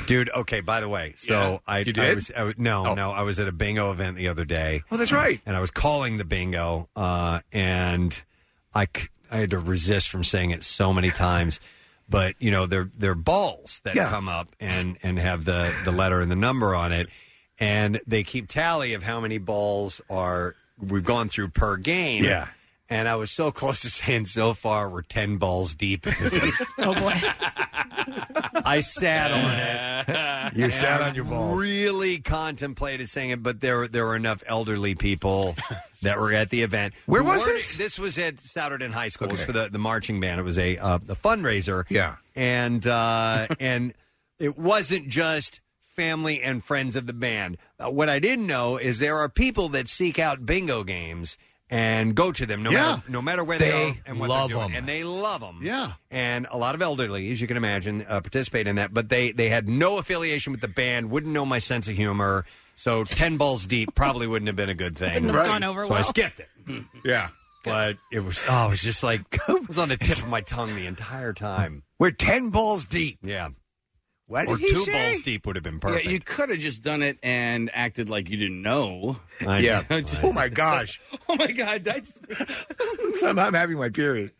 [SPEAKER 2] Dude, okay, by the way, so
[SPEAKER 4] Yeah.
[SPEAKER 2] I,
[SPEAKER 4] You
[SPEAKER 2] I
[SPEAKER 4] did?
[SPEAKER 2] was I, was- no, no, I was at a bingo event the other day.
[SPEAKER 4] Oh, that's right.
[SPEAKER 2] And I was calling the bingo uh and I c- I had to resist from saying it so many times. But, you know, they're they're balls that
[SPEAKER 12] Yeah.
[SPEAKER 2] come up and and have the the letter and the number on it and they keep tally of how many balls are we've gone through per game.
[SPEAKER 12] Yeah.
[SPEAKER 2] And I was so close to saying so far we're 10 balls deep.
[SPEAKER 14] Oh boy.
[SPEAKER 2] I sat on it.
[SPEAKER 12] You sat
[SPEAKER 2] And
[SPEAKER 12] on your balls.
[SPEAKER 2] Really contemplated saying it, but there there were enough elderly people that were at the event.
[SPEAKER 12] Where
[SPEAKER 2] Who
[SPEAKER 12] was
[SPEAKER 2] weren't-
[SPEAKER 12] this?
[SPEAKER 2] This was at Souderton High School. It was for the, the marching band. It was a uh, a fundraiser.
[SPEAKER 12] Yeah.
[SPEAKER 2] and uh, and it wasn't just family and friends of the band. Uh, what I didn't know is there are people that seek out bingo games and go to them no
[SPEAKER 12] Yeah.
[SPEAKER 2] matter no matter where they,
[SPEAKER 12] They
[SPEAKER 2] are and what
[SPEAKER 12] love
[SPEAKER 2] they're doing.
[SPEAKER 12] 'em.
[SPEAKER 2] and they love them.
[SPEAKER 12] Yeah.
[SPEAKER 2] and a lot of elderly, as you can imagine, uh, participate in that. But they they had no affiliation with the band. Wouldn't know my sense of humor. So ten balls deep probably wouldn't have been a good thing.
[SPEAKER 12] Wouldn't have Right. gone over
[SPEAKER 2] so I
[SPEAKER 12] well.
[SPEAKER 2] skipped it.
[SPEAKER 20] Yeah.
[SPEAKER 2] But it was oh, it was just like it was on the tip of my tongue the entire time.
[SPEAKER 4] We're ten balls deep.
[SPEAKER 2] Yeah.
[SPEAKER 4] What
[SPEAKER 2] or two balls deep would have been perfect.
[SPEAKER 5] Yeah, you could have just done it and acted like you didn't know.
[SPEAKER 2] I
[SPEAKER 5] yeah.
[SPEAKER 2] know.
[SPEAKER 5] Just-
[SPEAKER 4] Oh my gosh.
[SPEAKER 5] oh my god. That's
[SPEAKER 4] I'm, I'm having my period.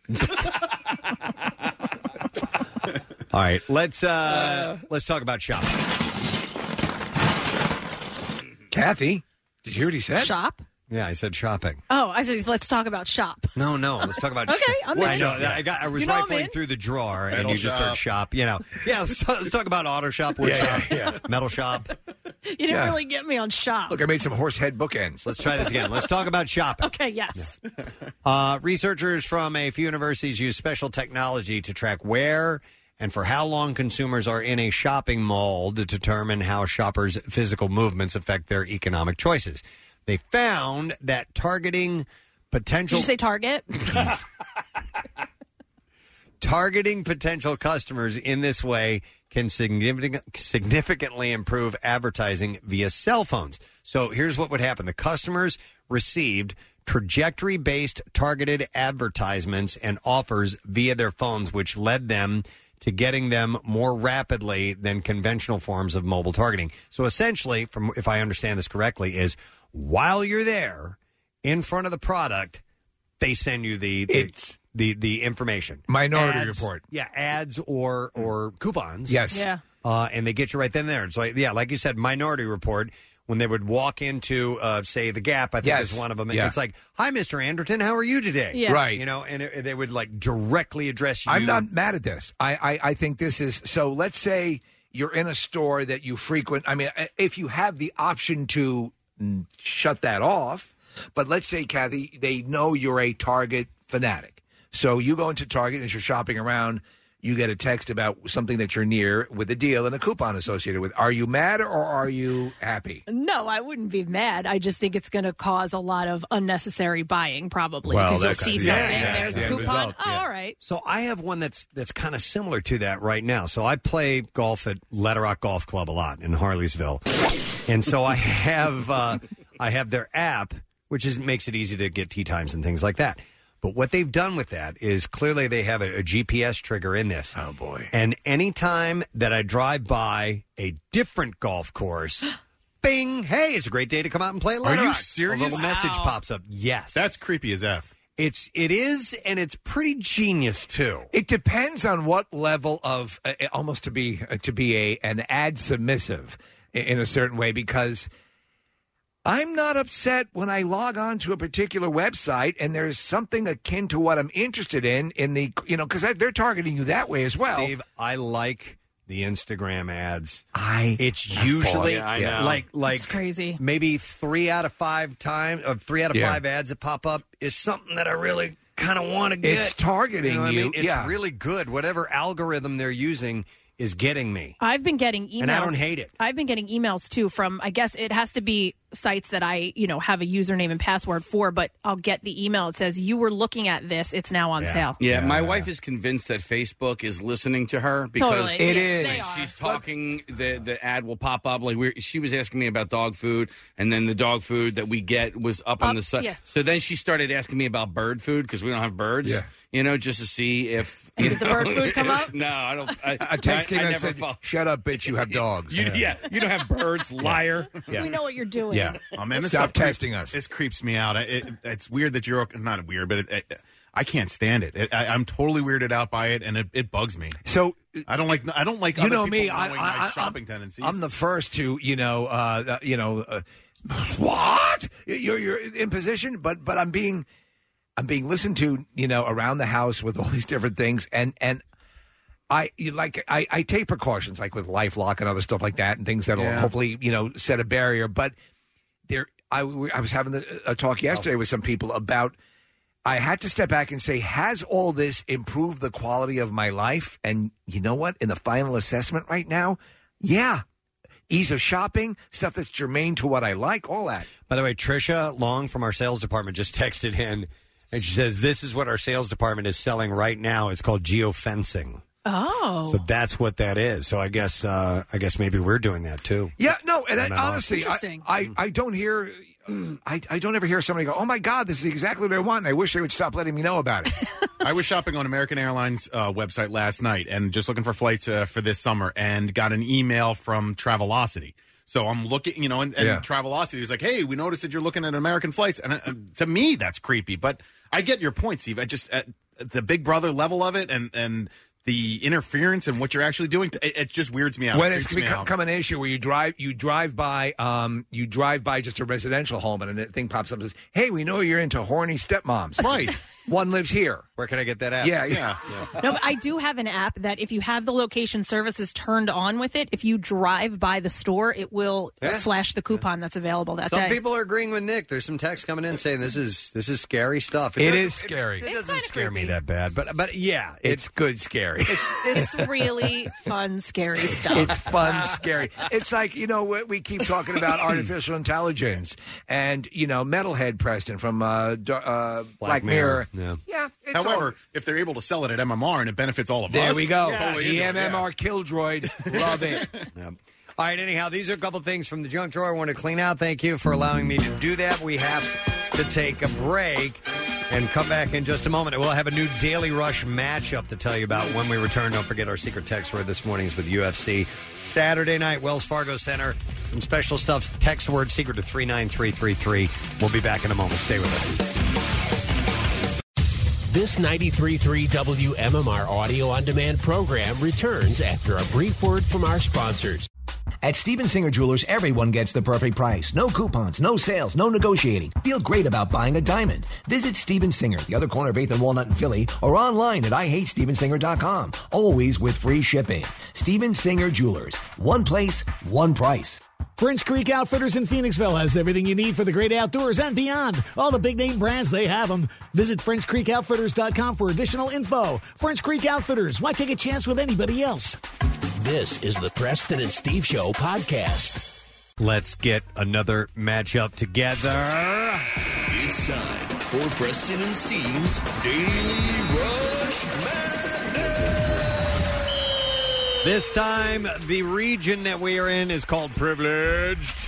[SPEAKER 2] All right, let's uh, let's talk about shopping.
[SPEAKER 4] Kathy, did you hear what he said?
[SPEAKER 3] Shop?
[SPEAKER 2] Yeah, I said shopping.
[SPEAKER 3] Oh, I said let's talk about shop.
[SPEAKER 2] No, no, let's talk about.
[SPEAKER 3] Okay, I'm
[SPEAKER 2] I
[SPEAKER 3] in.
[SPEAKER 2] know. I, got, I was
[SPEAKER 3] You know I'm
[SPEAKER 2] rifling
[SPEAKER 3] in.
[SPEAKER 2] through the drawer, and
[SPEAKER 12] Metal
[SPEAKER 2] you just heard
[SPEAKER 12] shop.
[SPEAKER 2] shop. You know, yeah. Let's, t- let's talk about auto shop, wood
[SPEAKER 12] Yeah,
[SPEAKER 2] shop, metal shop.
[SPEAKER 3] You didn't
[SPEAKER 2] Yeah.
[SPEAKER 3] really get me on shop.
[SPEAKER 4] Look, I made some horse head bookends.
[SPEAKER 2] Let's try this again. Let's talk about shopping.
[SPEAKER 3] Okay, yes.
[SPEAKER 2] Uh, researchers from a few universities use special technology to track where and for how long consumers are in a shopping mall to determine how shoppers' physical movements affect their economic choices. They found that targeting
[SPEAKER 3] Did you
[SPEAKER 2] potential
[SPEAKER 3] say Target?
[SPEAKER 2] targeting potential customers in this way can significant, significantly improve advertising via cell phones. So here's what would happen the customers received trajectory based targeted advertisements and offers via their phones, which led them to getting them more rapidly than conventional forms of mobile targeting. So essentially, from if I understand this correctly, is while you're there in front of the product, they send you the the, the the information.
[SPEAKER 4] Minority
[SPEAKER 2] Ads-
[SPEAKER 4] Report.
[SPEAKER 2] Yeah, ads or or coupons.
[SPEAKER 4] Yes. Yeah.
[SPEAKER 2] Uh, and they get you right then and there. It's like yeah, like you said, Minority Report. When they would walk into, uh, say, the Gap, I think
[SPEAKER 4] Yes.
[SPEAKER 2] is one of them. And
[SPEAKER 4] Yeah.
[SPEAKER 2] It's like, "Hi, Mister Anderton, how are you today?"
[SPEAKER 4] Yeah. Right.
[SPEAKER 2] You know, and it, they would like directly address you.
[SPEAKER 4] I'm not mad at this. I, I, I think this is so. Let's say you're in a store that you frequent. I mean, eh, if you have the option to mm, shut that off, but let's say, Kathy, they know you're a Target fanatic. So you go into Target as you're shopping around, you get a text about something that you're near with a deal and a coupon associated with. Are you mad or are you happy?
[SPEAKER 3] no, I wouldn't be mad. I just think it's going to cause a lot of unnecessary buying, probably.
[SPEAKER 2] Well,
[SPEAKER 3] because you'll
[SPEAKER 2] that's-
[SPEAKER 3] see something.
[SPEAKER 2] yeah, yeah,
[SPEAKER 3] there's
[SPEAKER 2] yeah,
[SPEAKER 3] a coupon.
[SPEAKER 2] result,
[SPEAKER 3] oh,
[SPEAKER 2] yeah.
[SPEAKER 3] all right.
[SPEAKER 2] So I have one that's that's kind of similar to that right now. So I play golf at Letter Rock Golf Club a lot in Harleysville, and so I have uh, I have their app, which is makes it easy to get tee times and things like that. But what they've done with that is clearly they have a, a GPS trigger in this. Oh boy! And anytime that I drive by a different golf course. Bing! Hey, it's a great day to come out and play. at
[SPEAKER 20] Are
[SPEAKER 2] Letter
[SPEAKER 20] you
[SPEAKER 2] Rock.
[SPEAKER 20] serious?
[SPEAKER 2] A little message
[SPEAKER 20] Wow.
[SPEAKER 2] pops up. Yes,
[SPEAKER 20] That's creepy as f.
[SPEAKER 2] It's it is, and it's pretty genius too.
[SPEAKER 4] It depends on what level of uh, almost to be uh, to be a an ad submissive i- in a certain way because I'm not upset when I log on to a particular website and there's something akin to what I'm interested in in the you know because they're targeting you that way as well.
[SPEAKER 2] Steve, I like the Instagram ads.
[SPEAKER 4] I
[SPEAKER 2] it's usually
[SPEAKER 4] Yeah, I know.
[SPEAKER 2] like like
[SPEAKER 3] It's crazy.
[SPEAKER 2] Maybe three out of five time of three out of
[SPEAKER 4] Yeah.
[SPEAKER 2] five ads that pop up is something that I really kind of want to get.
[SPEAKER 4] It's targeting
[SPEAKER 2] what I
[SPEAKER 4] you,
[SPEAKER 2] mean? It's
[SPEAKER 4] yeah.
[SPEAKER 2] really good. Whatever algorithm they're using is getting me.
[SPEAKER 3] I've been getting emails.
[SPEAKER 2] And I don't hate it.
[SPEAKER 3] I've been getting emails too from I guess it has to be sites that I, you know, have a username and password for, but I'll get the email. It says you were looking at this, it's now on sale.
[SPEAKER 5] Yeah, my wife is convinced that Facebook is listening to her because
[SPEAKER 3] Totally. It
[SPEAKER 4] is.
[SPEAKER 5] When She's talking. The the ad will pop up. Like we're, she was asking me about dog food, and then the dog food that we get was up, on
[SPEAKER 3] Up,
[SPEAKER 5] the site.
[SPEAKER 3] yeah.
[SPEAKER 5] So then she started asking me about bird food because we don't have birds.
[SPEAKER 4] Yeah.
[SPEAKER 5] You know, just to see if you
[SPEAKER 3] did the
[SPEAKER 5] know,
[SPEAKER 3] bird food come up?
[SPEAKER 5] No, I don't. I,
[SPEAKER 4] A text
[SPEAKER 5] I,
[SPEAKER 4] came
[SPEAKER 5] I
[SPEAKER 4] out and
[SPEAKER 5] never
[SPEAKER 4] said,
[SPEAKER 5] follow-
[SPEAKER 4] "Shut up, bitch! You have dogs."
[SPEAKER 5] You- yeah. you don't have birds, liar.
[SPEAKER 20] Yeah.
[SPEAKER 3] We know what you're doing.
[SPEAKER 4] Yeah.
[SPEAKER 20] Oh, man, this
[SPEAKER 4] Stop
[SPEAKER 20] stuff creep-
[SPEAKER 4] texting us.
[SPEAKER 20] This creeps me out. I- It, it's weird that you're okay- not weird, but it, it, I can't stand it. it I, I'm totally weirded out by it, and it, it bugs me.
[SPEAKER 4] So
[SPEAKER 20] I don't like. I don't like.
[SPEAKER 4] you
[SPEAKER 20] other
[SPEAKER 4] know
[SPEAKER 20] people
[SPEAKER 4] me. I,
[SPEAKER 20] knowing
[SPEAKER 4] I,
[SPEAKER 20] my
[SPEAKER 4] I-
[SPEAKER 20] shopping
[SPEAKER 4] I'm,
[SPEAKER 20] tendencies.
[SPEAKER 4] I'm the first to you know uh, uh, you know uh, what you're you're in position, but but I'm being I'm being listened to you know around the house with all these different things, and and I you like I, I take precautions like with LifeLock and other stuff like that, and things that'll
[SPEAKER 20] Yeah.
[SPEAKER 4] hopefully you know set a barrier. But there, I we- I was having a- a
[SPEAKER 20] Oh.
[SPEAKER 4] talk yesterday with some people about. I had to step back and say, has all this improved the quality of my life? And you know what? In the final assessment right now, yeah. Ease of shopping, stuff that's germane to what I like, all that.
[SPEAKER 2] By the way, Trisha Long from our sales department just texted in, and she says this is what our sales department is selling right now. It's called geofencing.
[SPEAKER 3] Oh.
[SPEAKER 2] So that's what that is. So I guess uh, I guess maybe we're doing that too.
[SPEAKER 4] Yeah, no, Mm. and I,
[SPEAKER 2] MMR.
[SPEAKER 4] honestly, I,
[SPEAKER 2] Interesting.
[SPEAKER 4] I, I don't hear, I, I don't ever hear somebody go, oh my God, this is exactly what I want. And I wish they would stop letting me know about it.
[SPEAKER 20] I was shopping on American Airlines uh, website last night and just looking for flights uh, for this summer and got an email from Travelocity. So I'm looking, you know, and, and
[SPEAKER 31] Yeah.
[SPEAKER 20] Travelocity was like, "Hey, we noticed that you're looking at American flights," and uh, uh, to me, that's creepy. But I get your point, Steve. I just at the Big Brother level of it, and and the interference and what you're actually doing, it, it just weirds me out.
[SPEAKER 4] when
[SPEAKER 20] It
[SPEAKER 4] it's
[SPEAKER 20] creeps me
[SPEAKER 4] become,
[SPEAKER 20] out.
[SPEAKER 4] become an issue where you drive you drive by um you drive by just a residential home and a thing pops up and says hey we know you're into horny stepmoms
[SPEAKER 20] right
[SPEAKER 4] one lives here
[SPEAKER 2] where can i get that at
[SPEAKER 4] yeah
[SPEAKER 20] yeah,
[SPEAKER 3] No, but I do have an app that if you have the location services turned on with it, if you drive by the store, it will
[SPEAKER 2] Yeah.
[SPEAKER 3] flash the coupon that's available that
[SPEAKER 2] Some
[SPEAKER 3] day.
[SPEAKER 2] people are agreeing with Nick. There's some text coming in saying this is this is scary stuff.
[SPEAKER 4] It
[SPEAKER 2] doesn't-
[SPEAKER 4] is scary.
[SPEAKER 2] It,
[SPEAKER 4] It's
[SPEAKER 2] doesn't scare me that bad, but but yeah,
[SPEAKER 4] it's good scary. It's
[SPEAKER 3] it's really fun, scary stuff.
[SPEAKER 4] It's fun, scary. It's like you know we- we keep talking about artificial intelligence and you know metalhead Preston from uh, Dar- uh, Black, Mirror. Yeah. it's
[SPEAKER 20] However, if they're able to sell it at MMR and it benefits all of us,
[SPEAKER 4] There we
[SPEAKER 2] Oh,
[SPEAKER 4] go. E
[SPEAKER 20] I'm totally
[SPEAKER 4] The
[SPEAKER 20] into it, yeah.
[SPEAKER 4] MMR Kildroid. Love it.
[SPEAKER 2] All right. Anyhow, these are a couple things from the junk drawer I want to clean out. Thank you for allowing me to do that. We have to take a break and come back in just a moment. We'll have a new Daily Rush matchup to tell you about when we return. Don't forget our secret text word this morning is with UFC Saturday night, Wells Fargo Center. Some special stuff. Text word secret to three nine three three three. We'll be back in a moment. Stay with us.
[SPEAKER 8] This 93.3 WMMR audio on demand program returns after a brief word from our sponsors.
[SPEAKER 32] At Steven Singer Jewelers, everyone gets the perfect price. No coupons, no sales, no negotiating. Feel great about buying a diamond. Visit Steven Singer, the other corner of 8th and Walnut in Philly, or online at IHateStevenSinger.com. Always with free shipping. Steven Singer Jewelers. One place, one price.
[SPEAKER 18] French Creek Outfitters in Phoenixville has everything you need for the great outdoors and beyond. All the big name brands, they have them. Visit FrenchCreekOutfitters.com for additional info. French Creek Outfitters, why take a chance with anybody else?
[SPEAKER 8] This is the Preston and Steve Show podcast.
[SPEAKER 2] Let's get another matchup together.
[SPEAKER 12] It's time for Preston and Steve's Daily Rush Madness.
[SPEAKER 2] This time, the region that we are in is called privileged.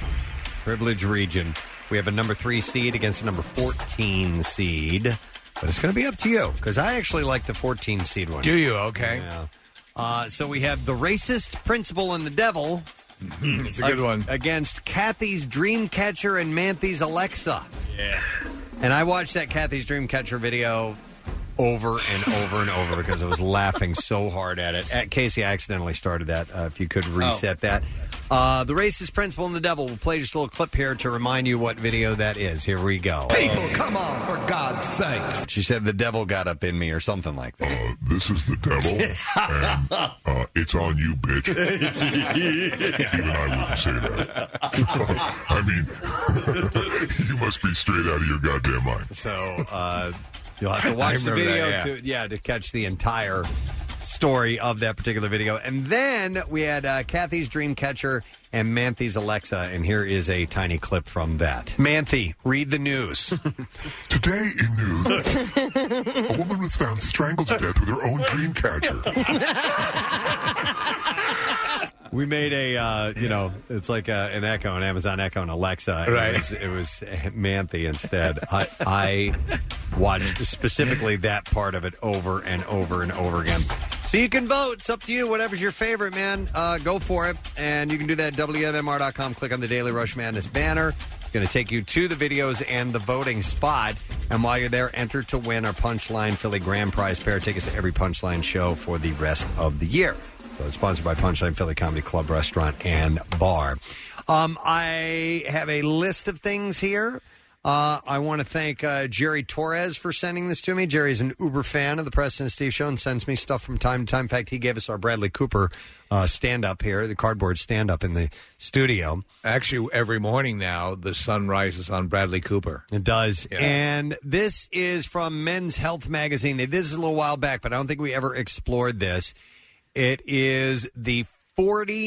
[SPEAKER 2] Privileged region. We have a number three seed against a number 14 seed. But it's going to be up to you because I actually like the 14 seed one.
[SPEAKER 4] Do you? Okay.
[SPEAKER 2] Yeah. Uh, so we have the racist principal and the devil.
[SPEAKER 4] It's a good
[SPEAKER 2] Ag-
[SPEAKER 4] one.
[SPEAKER 2] Against Kathy's dream catcher and Manthy's Alexa.
[SPEAKER 20] Yeah.
[SPEAKER 2] And I watched that Kathy's Dreamcatcher video over and over and over because I was laughing so hard at it. At Casey, I accidentally started that. Uh, if you could reset that. Uh, the racist principal and the devil. We'll play just a little clip here to remind you what video that is. Here we go.
[SPEAKER 12] People, come on, for God's sake.
[SPEAKER 2] She said the devil got up in me or something like that.
[SPEAKER 15] Uh, This is the devil, and uh, it's on you, bitch. Even I wouldn't say that. I mean, you must be straight out of your goddamn mind.
[SPEAKER 2] So uh, you'll have to watch the video to yeah to catch the entire story of that particular video. And then we had uh, Kathy's Dreamcatcher and Manthy's Alexa, and here is a tiny clip from that. Manthy, read the news.
[SPEAKER 15] Today in news, a woman was found strangled to death with her own dream catcher.
[SPEAKER 2] We made a, uh, you know, it's like a, an Echo, an Amazon Echo, and Alexa. and
[SPEAKER 12] Right.
[SPEAKER 2] It was, it was Manthe instead. I, I watched specifically that part of it over and over and over again. So you can vote. It's up to you. Whatever's your favorite, man. Uh, go for it. And you can do that at WMMR.com. Click on the Daily Rush Madness banner. It's going to take you to the videos and the voting spot. And while you're there, enter to win our Punchline Philly Grand Prize pair of tickets to every Punchline show for the rest of the year. So it's sponsored by Punchline Philly Comedy Club Restaurant and Bar. Um, I have a list of things here. Uh, I want to thank uh, Jerry Torres for sending this to me. Jerry's an uber fan of the President Steve Show and sends me stuff from time to time. In fact, he gave us our Bradley Cooper uh, stand up here, the cardboard stand up in the studio.
[SPEAKER 8] Actually, every morning now, the sun rises on Bradley Cooper.
[SPEAKER 2] It does. And this is from Men's Health Magazine. They did this a little while back, but I don't think we ever explored this. It is the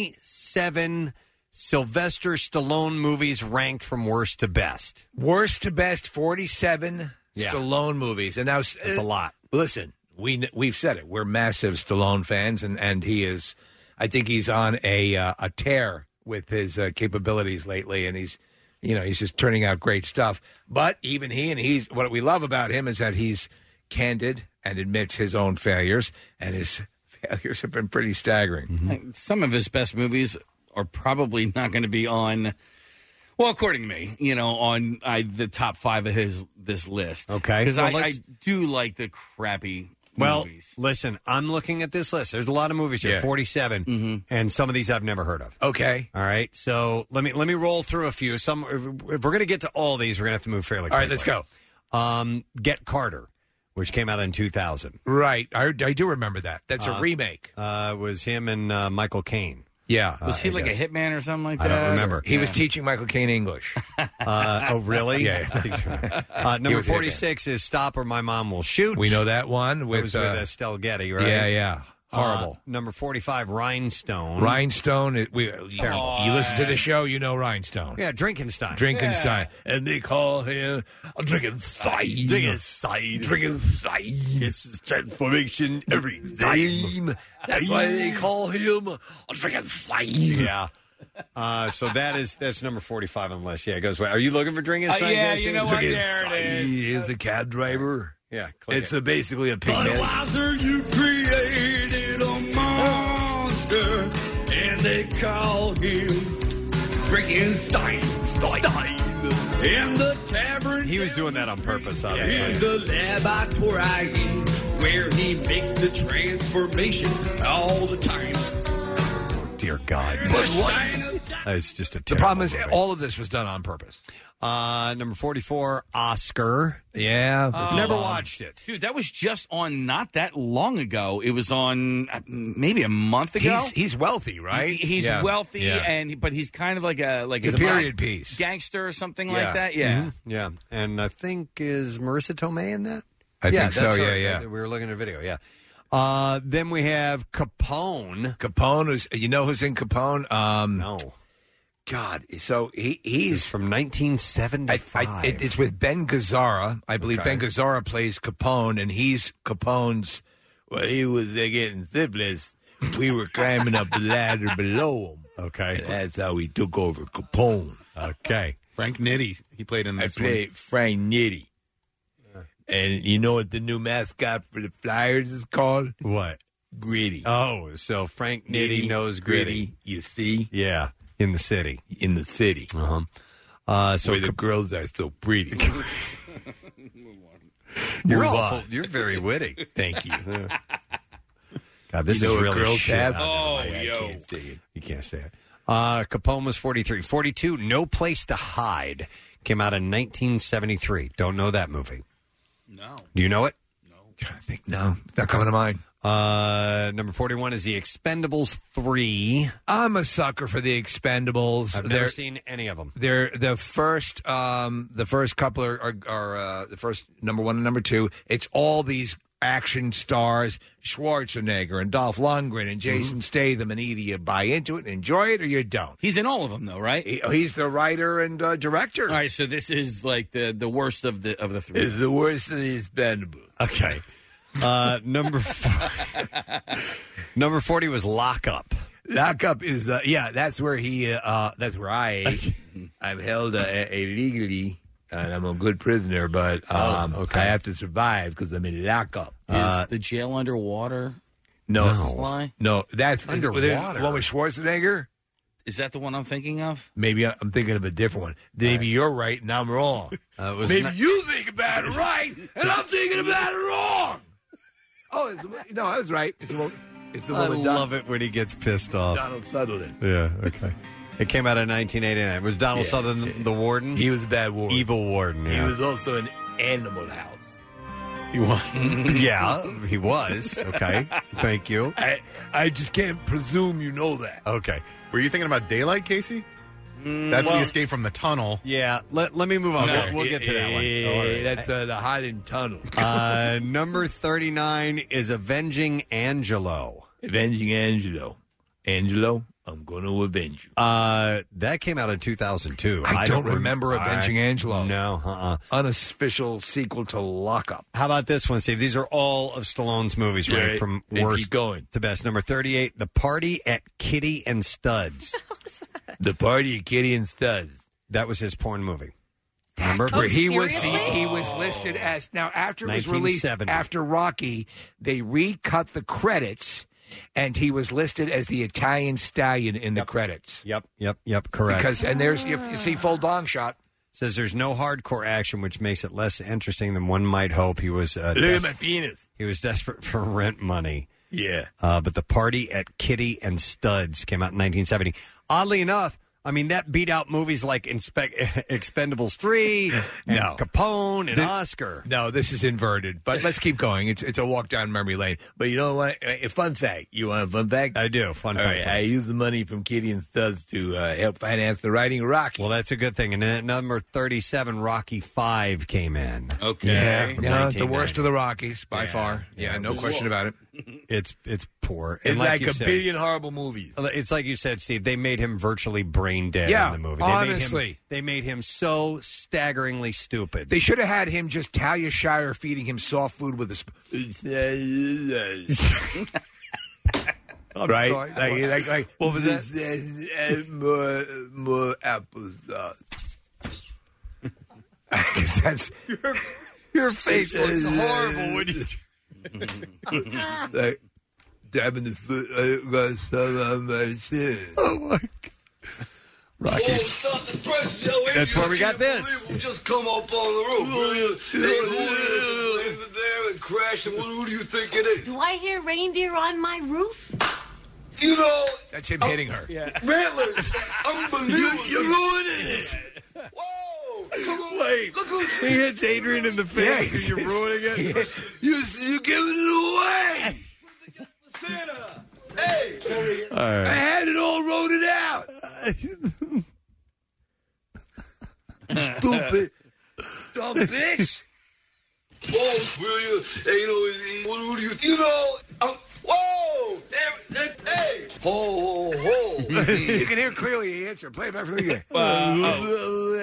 [SPEAKER 2] 47 Sylvester Stallone movies ranked from worst to best.
[SPEAKER 8] Worst to best, 47
[SPEAKER 2] Yeah.
[SPEAKER 8] Stallone movies. And now it's
[SPEAKER 2] a lot.
[SPEAKER 8] Listen, we kn- we've said it. We're massive Stallone fans and and he is I think he's on a uh, a tear with his uh, capabilities lately and he's you know, he's just turning out great stuff. But even he and he's what we love about him is that he's candid and admits his own failures and his failures have been pretty staggering.
[SPEAKER 4] Hmm.
[SPEAKER 2] Mm-hmm.
[SPEAKER 5] Some of his best movies are probably not going to be on. Well, according to me, you know, on I, the top five of his this list.
[SPEAKER 2] Okay.
[SPEAKER 5] because
[SPEAKER 2] Well,
[SPEAKER 5] I, I
[SPEAKER 2] let's-
[SPEAKER 5] do like the crappy.
[SPEAKER 2] Well, listen, I'm looking at this list. There's a lot of movies here,
[SPEAKER 5] Yeah.
[SPEAKER 2] 47,
[SPEAKER 8] Mm-hmm.
[SPEAKER 2] and some of these I've never heard of.
[SPEAKER 8] Okay.
[SPEAKER 2] All right. So let me let me roll through a few. Some if we're going to get to all these, we're going to have to move fairly.
[SPEAKER 8] All right,
[SPEAKER 2] quickly.
[SPEAKER 8] let's go.
[SPEAKER 2] Um, Get Carter, which came out in 2000.
[SPEAKER 8] Right. I, I do remember that. That's a
[SPEAKER 2] Uh,
[SPEAKER 8] remake.
[SPEAKER 2] Uh, it was him and uh, Michael Caine. Uh,
[SPEAKER 8] Yeah.
[SPEAKER 5] Was he like a hitman or something like
[SPEAKER 2] I
[SPEAKER 5] that?
[SPEAKER 2] don't remember.
[SPEAKER 8] He was
[SPEAKER 5] Yeah.
[SPEAKER 8] teaching Michael Caine English.
[SPEAKER 2] Uh, oh, really?
[SPEAKER 8] Yeah.
[SPEAKER 2] Uh,
[SPEAKER 8] He
[SPEAKER 2] number
[SPEAKER 8] was a hitman.
[SPEAKER 2] 46 is Stop or My Mom Will Shoot.
[SPEAKER 8] We know that one with,
[SPEAKER 2] it was with
[SPEAKER 8] uh,
[SPEAKER 2] Estelle Getty, right?
[SPEAKER 8] Yeah, yeah. Horrible.
[SPEAKER 2] Uh, number 45, Rhinestone.
[SPEAKER 8] Rhinestone. it- we, you,
[SPEAKER 2] Terrible.
[SPEAKER 8] you listen to the show, you know Rhinestone.
[SPEAKER 2] Yeah, Drinkenstein.
[SPEAKER 8] Drinkenstein. And they call him Drinkenstein.
[SPEAKER 2] Drinkenstein.
[SPEAKER 8] Drinkenstein.
[SPEAKER 2] It's transformation every
[SPEAKER 8] time. That's why they call him Drinkenstein.
[SPEAKER 2] Yeah. Uh, so that is that's number 45 on the list. Yeah, it goes away. Are you looking for Drinking
[SPEAKER 8] Uh,
[SPEAKER 2] Stein?
[SPEAKER 8] yeah,
[SPEAKER 2] Casey?
[SPEAKER 8] you know what? There it is. He is a cab driver.
[SPEAKER 2] Yeah.
[SPEAKER 8] It's a, basically a
[SPEAKER 12] Budweiser, you created a monster, and they call him freaking Stein. Stein. In the tavern,
[SPEAKER 2] He was doing that on purpose,
[SPEAKER 12] in
[SPEAKER 2] obviously.
[SPEAKER 12] the laboratory, where he makes the transformation all the time.
[SPEAKER 2] Dear God.
[SPEAKER 12] But Stein
[SPEAKER 2] It's just a
[SPEAKER 8] The problem is, all of this was done on purpose.
[SPEAKER 2] Uh, number 44, Oscar.
[SPEAKER 8] Yeah.
[SPEAKER 5] Oh.
[SPEAKER 2] Never watched it.
[SPEAKER 5] Dude, that was just on not that long ago. It was on uh, maybe a month ago.
[SPEAKER 8] He's- he's wealthy, right?
[SPEAKER 5] He- he's
[SPEAKER 8] Yeah.
[SPEAKER 5] wealthy,
[SPEAKER 8] Yeah.
[SPEAKER 5] and but he's kind of like a like
[SPEAKER 8] He's
[SPEAKER 5] a
[SPEAKER 8] a period piece. Mm-hmm.
[SPEAKER 5] gangster or something like that. Yeah.
[SPEAKER 2] Mhm. Yeah. And I think is Marissa Tomei in that?
[SPEAKER 8] I
[SPEAKER 2] yeah,
[SPEAKER 8] think so,
[SPEAKER 2] that's her.
[SPEAKER 8] yeah, yeah.
[SPEAKER 2] Uh, We were looking at a video, yeah. Uh, then we have Capone.
[SPEAKER 8] Capone is you know who's in Capone? Um
[SPEAKER 2] No.
[SPEAKER 8] God, so he he's
[SPEAKER 2] from 1975.
[SPEAKER 8] it, it's with Ben Gazzara, I believe.
[SPEAKER 2] Okay.
[SPEAKER 8] Ben Gazzara plays Capone, and he's Capone's. Well, he was uh, getting syphilis. We were climbing up the ladder below him.
[SPEAKER 2] Okay,
[SPEAKER 8] that's how he took over Capone.
[SPEAKER 2] Okay,
[SPEAKER 20] Frank Nitti, he played in
[SPEAKER 8] I
[SPEAKER 20] this.
[SPEAKER 8] played Frank Nitti. And you know what the new mascot for the Flyers is called?
[SPEAKER 2] What?
[SPEAKER 8] Gritty.
[SPEAKER 2] Oh, so Frank Nitty knows Gritty.
[SPEAKER 8] You see?
[SPEAKER 2] Yeah, in the city.
[SPEAKER 8] In the city.
[SPEAKER 2] Uh-huh. Uh, so
[SPEAKER 8] Where the girls are so pretty.
[SPEAKER 2] You're
[SPEAKER 8] We're
[SPEAKER 2] awful.
[SPEAKER 8] live.
[SPEAKER 2] You're very witty.
[SPEAKER 8] Thank you.
[SPEAKER 2] God, this
[SPEAKER 8] You know
[SPEAKER 2] is
[SPEAKER 8] what
[SPEAKER 2] really
[SPEAKER 8] girls
[SPEAKER 2] shit.
[SPEAKER 8] have?
[SPEAKER 2] out of
[SPEAKER 8] Oh,
[SPEAKER 2] the way. I
[SPEAKER 8] yo.
[SPEAKER 2] can't say it. You can't say it. Uh, Capone was 43. 42, No Place to Hide, came out in 1973. Don't know that movie. No. Do you know it? No. I think no. It's not coming to mind. Uh, number 41 is The Expendables 3.
[SPEAKER 4] I'm a sucker for The Expendables.
[SPEAKER 2] I've never
[SPEAKER 4] They're-
[SPEAKER 2] seen any of them.
[SPEAKER 4] They're the first, um, the first couple are, are, are uh, the first number one and number two. It's all these action stars, Schwarzenegger and Dolph Lundgren
[SPEAKER 2] Mm-hmm.
[SPEAKER 4] and Jason Statham, and either you buy into it and enjoy it or you don't.
[SPEAKER 5] He's in all of them, though, right?
[SPEAKER 4] oh, he's the writer and uh, director.
[SPEAKER 5] All right, so this is like the the worst of the of the three.
[SPEAKER 4] It's the worst of the Expendables.
[SPEAKER 2] Okay. Uh, number four, number 40 was Lock Up.
[SPEAKER 4] Lock Up is uh, yeah, that's where he uh, uh that's where I
[SPEAKER 5] Mm-hmm.
[SPEAKER 4] I'm held uh, illegally and I'm a good prisoner, but
[SPEAKER 2] Uh, Oh,
[SPEAKER 4] um I have to survive because I'm in lockup.
[SPEAKER 5] Is the jail underwater?
[SPEAKER 4] No,
[SPEAKER 5] Why?
[SPEAKER 4] no, that's
[SPEAKER 5] Underwater.
[SPEAKER 4] One with Schwarzenegger.
[SPEAKER 5] Is that the one I'm thinking of?
[SPEAKER 4] Maybe I- I'm thinking of a different one. Maybe you're right and I'm wrong.
[SPEAKER 2] Uh,
[SPEAKER 8] was
[SPEAKER 4] Maybe
[SPEAKER 8] not-
[SPEAKER 4] you think about it right and I'm thinking about it wrong. Oh, it's, no, I was right. It's the one, it's the
[SPEAKER 2] I
[SPEAKER 4] one with Don-
[SPEAKER 2] love it when he gets pissed off.
[SPEAKER 4] Donald Sutherland.
[SPEAKER 2] Yeah, okay. It came out in 1989. It was Donald
[SPEAKER 4] Yeah.
[SPEAKER 2] Southern, the warden. He
[SPEAKER 4] was a bad warden.
[SPEAKER 2] Evil warden.
[SPEAKER 4] He
[SPEAKER 2] yeah.
[SPEAKER 4] was also in Animal House.
[SPEAKER 2] He was. yeah, he was. Okay. Thank you.
[SPEAKER 4] I, I just can't presume you know that.
[SPEAKER 2] Okay.
[SPEAKER 20] Were you thinking about daylight, Casey? That's
[SPEAKER 2] well-
[SPEAKER 20] the escape from the tunnel.
[SPEAKER 2] Yeah. Let, let me move on. we'll, we'll get to that one.
[SPEAKER 4] That's uh, the hiding tunnel.
[SPEAKER 2] Uh, number 39 is Avenging Angelo.
[SPEAKER 4] Avenging Angelo. Angelo, I'm going to avenge you.
[SPEAKER 2] Uh, that came out in 2002.
[SPEAKER 4] I don't
[SPEAKER 2] rem-
[SPEAKER 4] remember Avenging
[SPEAKER 2] I-
[SPEAKER 4] Angelo.
[SPEAKER 2] No, uh-uh.
[SPEAKER 4] Unofficial sequel to Lock Up.
[SPEAKER 2] How about this one, Steve? These are all of Stallone's movies,
[SPEAKER 4] Yeah,
[SPEAKER 2] right? From
[SPEAKER 4] they keep
[SPEAKER 2] worst
[SPEAKER 4] going.
[SPEAKER 2] to best. Number 38, The Party at Kitty and Studs.
[SPEAKER 4] the Party at Kitty and Studs.
[SPEAKER 2] That was his porn movie. Remember?
[SPEAKER 4] Where he was he, he was listed as now after it was released
[SPEAKER 2] 1970.
[SPEAKER 4] after Rocky, they recut the credits, and he was listed as the Italian stallion in the credits.
[SPEAKER 2] Yep, yep, yep, correct.
[SPEAKER 4] Because and there's you, you see full dong shot.
[SPEAKER 2] Says there's no hardcore action, which makes it less interesting than one might hope. He was uh, des-
[SPEAKER 4] penis.
[SPEAKER 2] he was desperate for rent money.
[SPEAKER 4] Yeah.
[SPEAKER 2] Uh, but the party at Kitty and Studs came out in 1970. Oddly enough, I mean that beat out movies like Inspec Expendables three, and
[SPEAKER 4] No.
[SPEAKER 2] Capone, and
[SPEAKER 4] This-
[SPEAKER 2] Oscar.
[SPEAKER 4] No, this is inverted, but let's keep going. It's it's a walk down memory lane. But you know what? A fun fact. You want a fun fact?
[SPEAKER 2] I do. Fun
[SPEAKER 4] All
[SPEAKER 2] fact,
[SPEAKER 4] right,
[SPEAKER 2] please.
[SPEAKER 4] I used the money from Kitty and Studs to uh, help finance the writing of Rocky.
[SPEAKER 2] Well, that's a good thing. And then at number 37, Rocky Five came in.
[SPEAKER 5] Okay.
[SPEAKER 4] Yeah,
[SPEAKER 2] From
[SPEAKER 4] no,
[SPEAKER 2] 1990.
[SPEAKER 4] the worst of the Rockies by
[SPEAKER 2] Yeah.
[SPEAKER 4] far. Yeah,
[SPEAKER 2] Yeah,
[SPEAKER 4] no
[SPEAKER 2] it was-
[SPEAKER 4] question about it.
[SPEAKER 2] It's it's poor.
[SPEAKER 4] It's like,
[SPEAKER 2] you
[SPEAKER 4] a
[SPEAKER 2] said-
[SPEAKER 4] billion horrible movies.
[SPEAKER 2] It's like you said, Steve. They made him virtually brain dead
[SPEAKER 4] Yeah,
[SPEAKER 2] in the movie. They made him,
[SPEAKER 4] honestly.
[SPEAKER 2] they made him so staggeringly stupid.
[SPEAKER 4] They should have had him just Talia Shire feeding him soft food with a. Sp-
[SPEAKER 2] I'm
[SPEAKER 4] right?
[SPEAKER 2] sorry.
[SPEAKER 4] Like,
[SPEAKER 2] What?
[SPEAKER 4] like, uh, like,
[SPEAKER 2] What was
[SPEAKER 4] that? more, more applesauce. Because that's
[SPEAKER 2] your face looks horrible when you. Oh
[SPEAKER 4] like dabbing the foot. I got some on my chin.
[SPEAKER 2] Oh my god, Rocky. That's where we got this.
[SPEAKER 8] We just come up on the roof. They go in, just landed there and crashed. And what, who do you think it is?
[SPEAKER 26] Do I hear reindeer on my roof?
[SPEAKER 8] You know,
[SPEAKER 4] That's him hitting her.
[SPEAKER 8] Rattlers, unbelievable. You're ruining it. Wait, look who's
[SPEAKER 2] He hits Adrian in the face.
[SPEAKER 8] Yeah,
[SPEAKER 2] You're ruining it.
[SPEAKER 8] you, you're giving it away. Santa, hey,
[SPEAKER 2] All right.
[SPEAKER 8] I had it all roaded out.
[SPEAKER 4] Stupid.
[SPEAKER 8] dumb bitch. Whoa, will you? Hey, you know, eh, what, what do you? You know, um, whoa, eh, eh, hey, ho, ho, ho.
[SPEAKER 4] you can hear clearly the answer. Play it back from the beginning.
[SPEAKER 8] Whoa,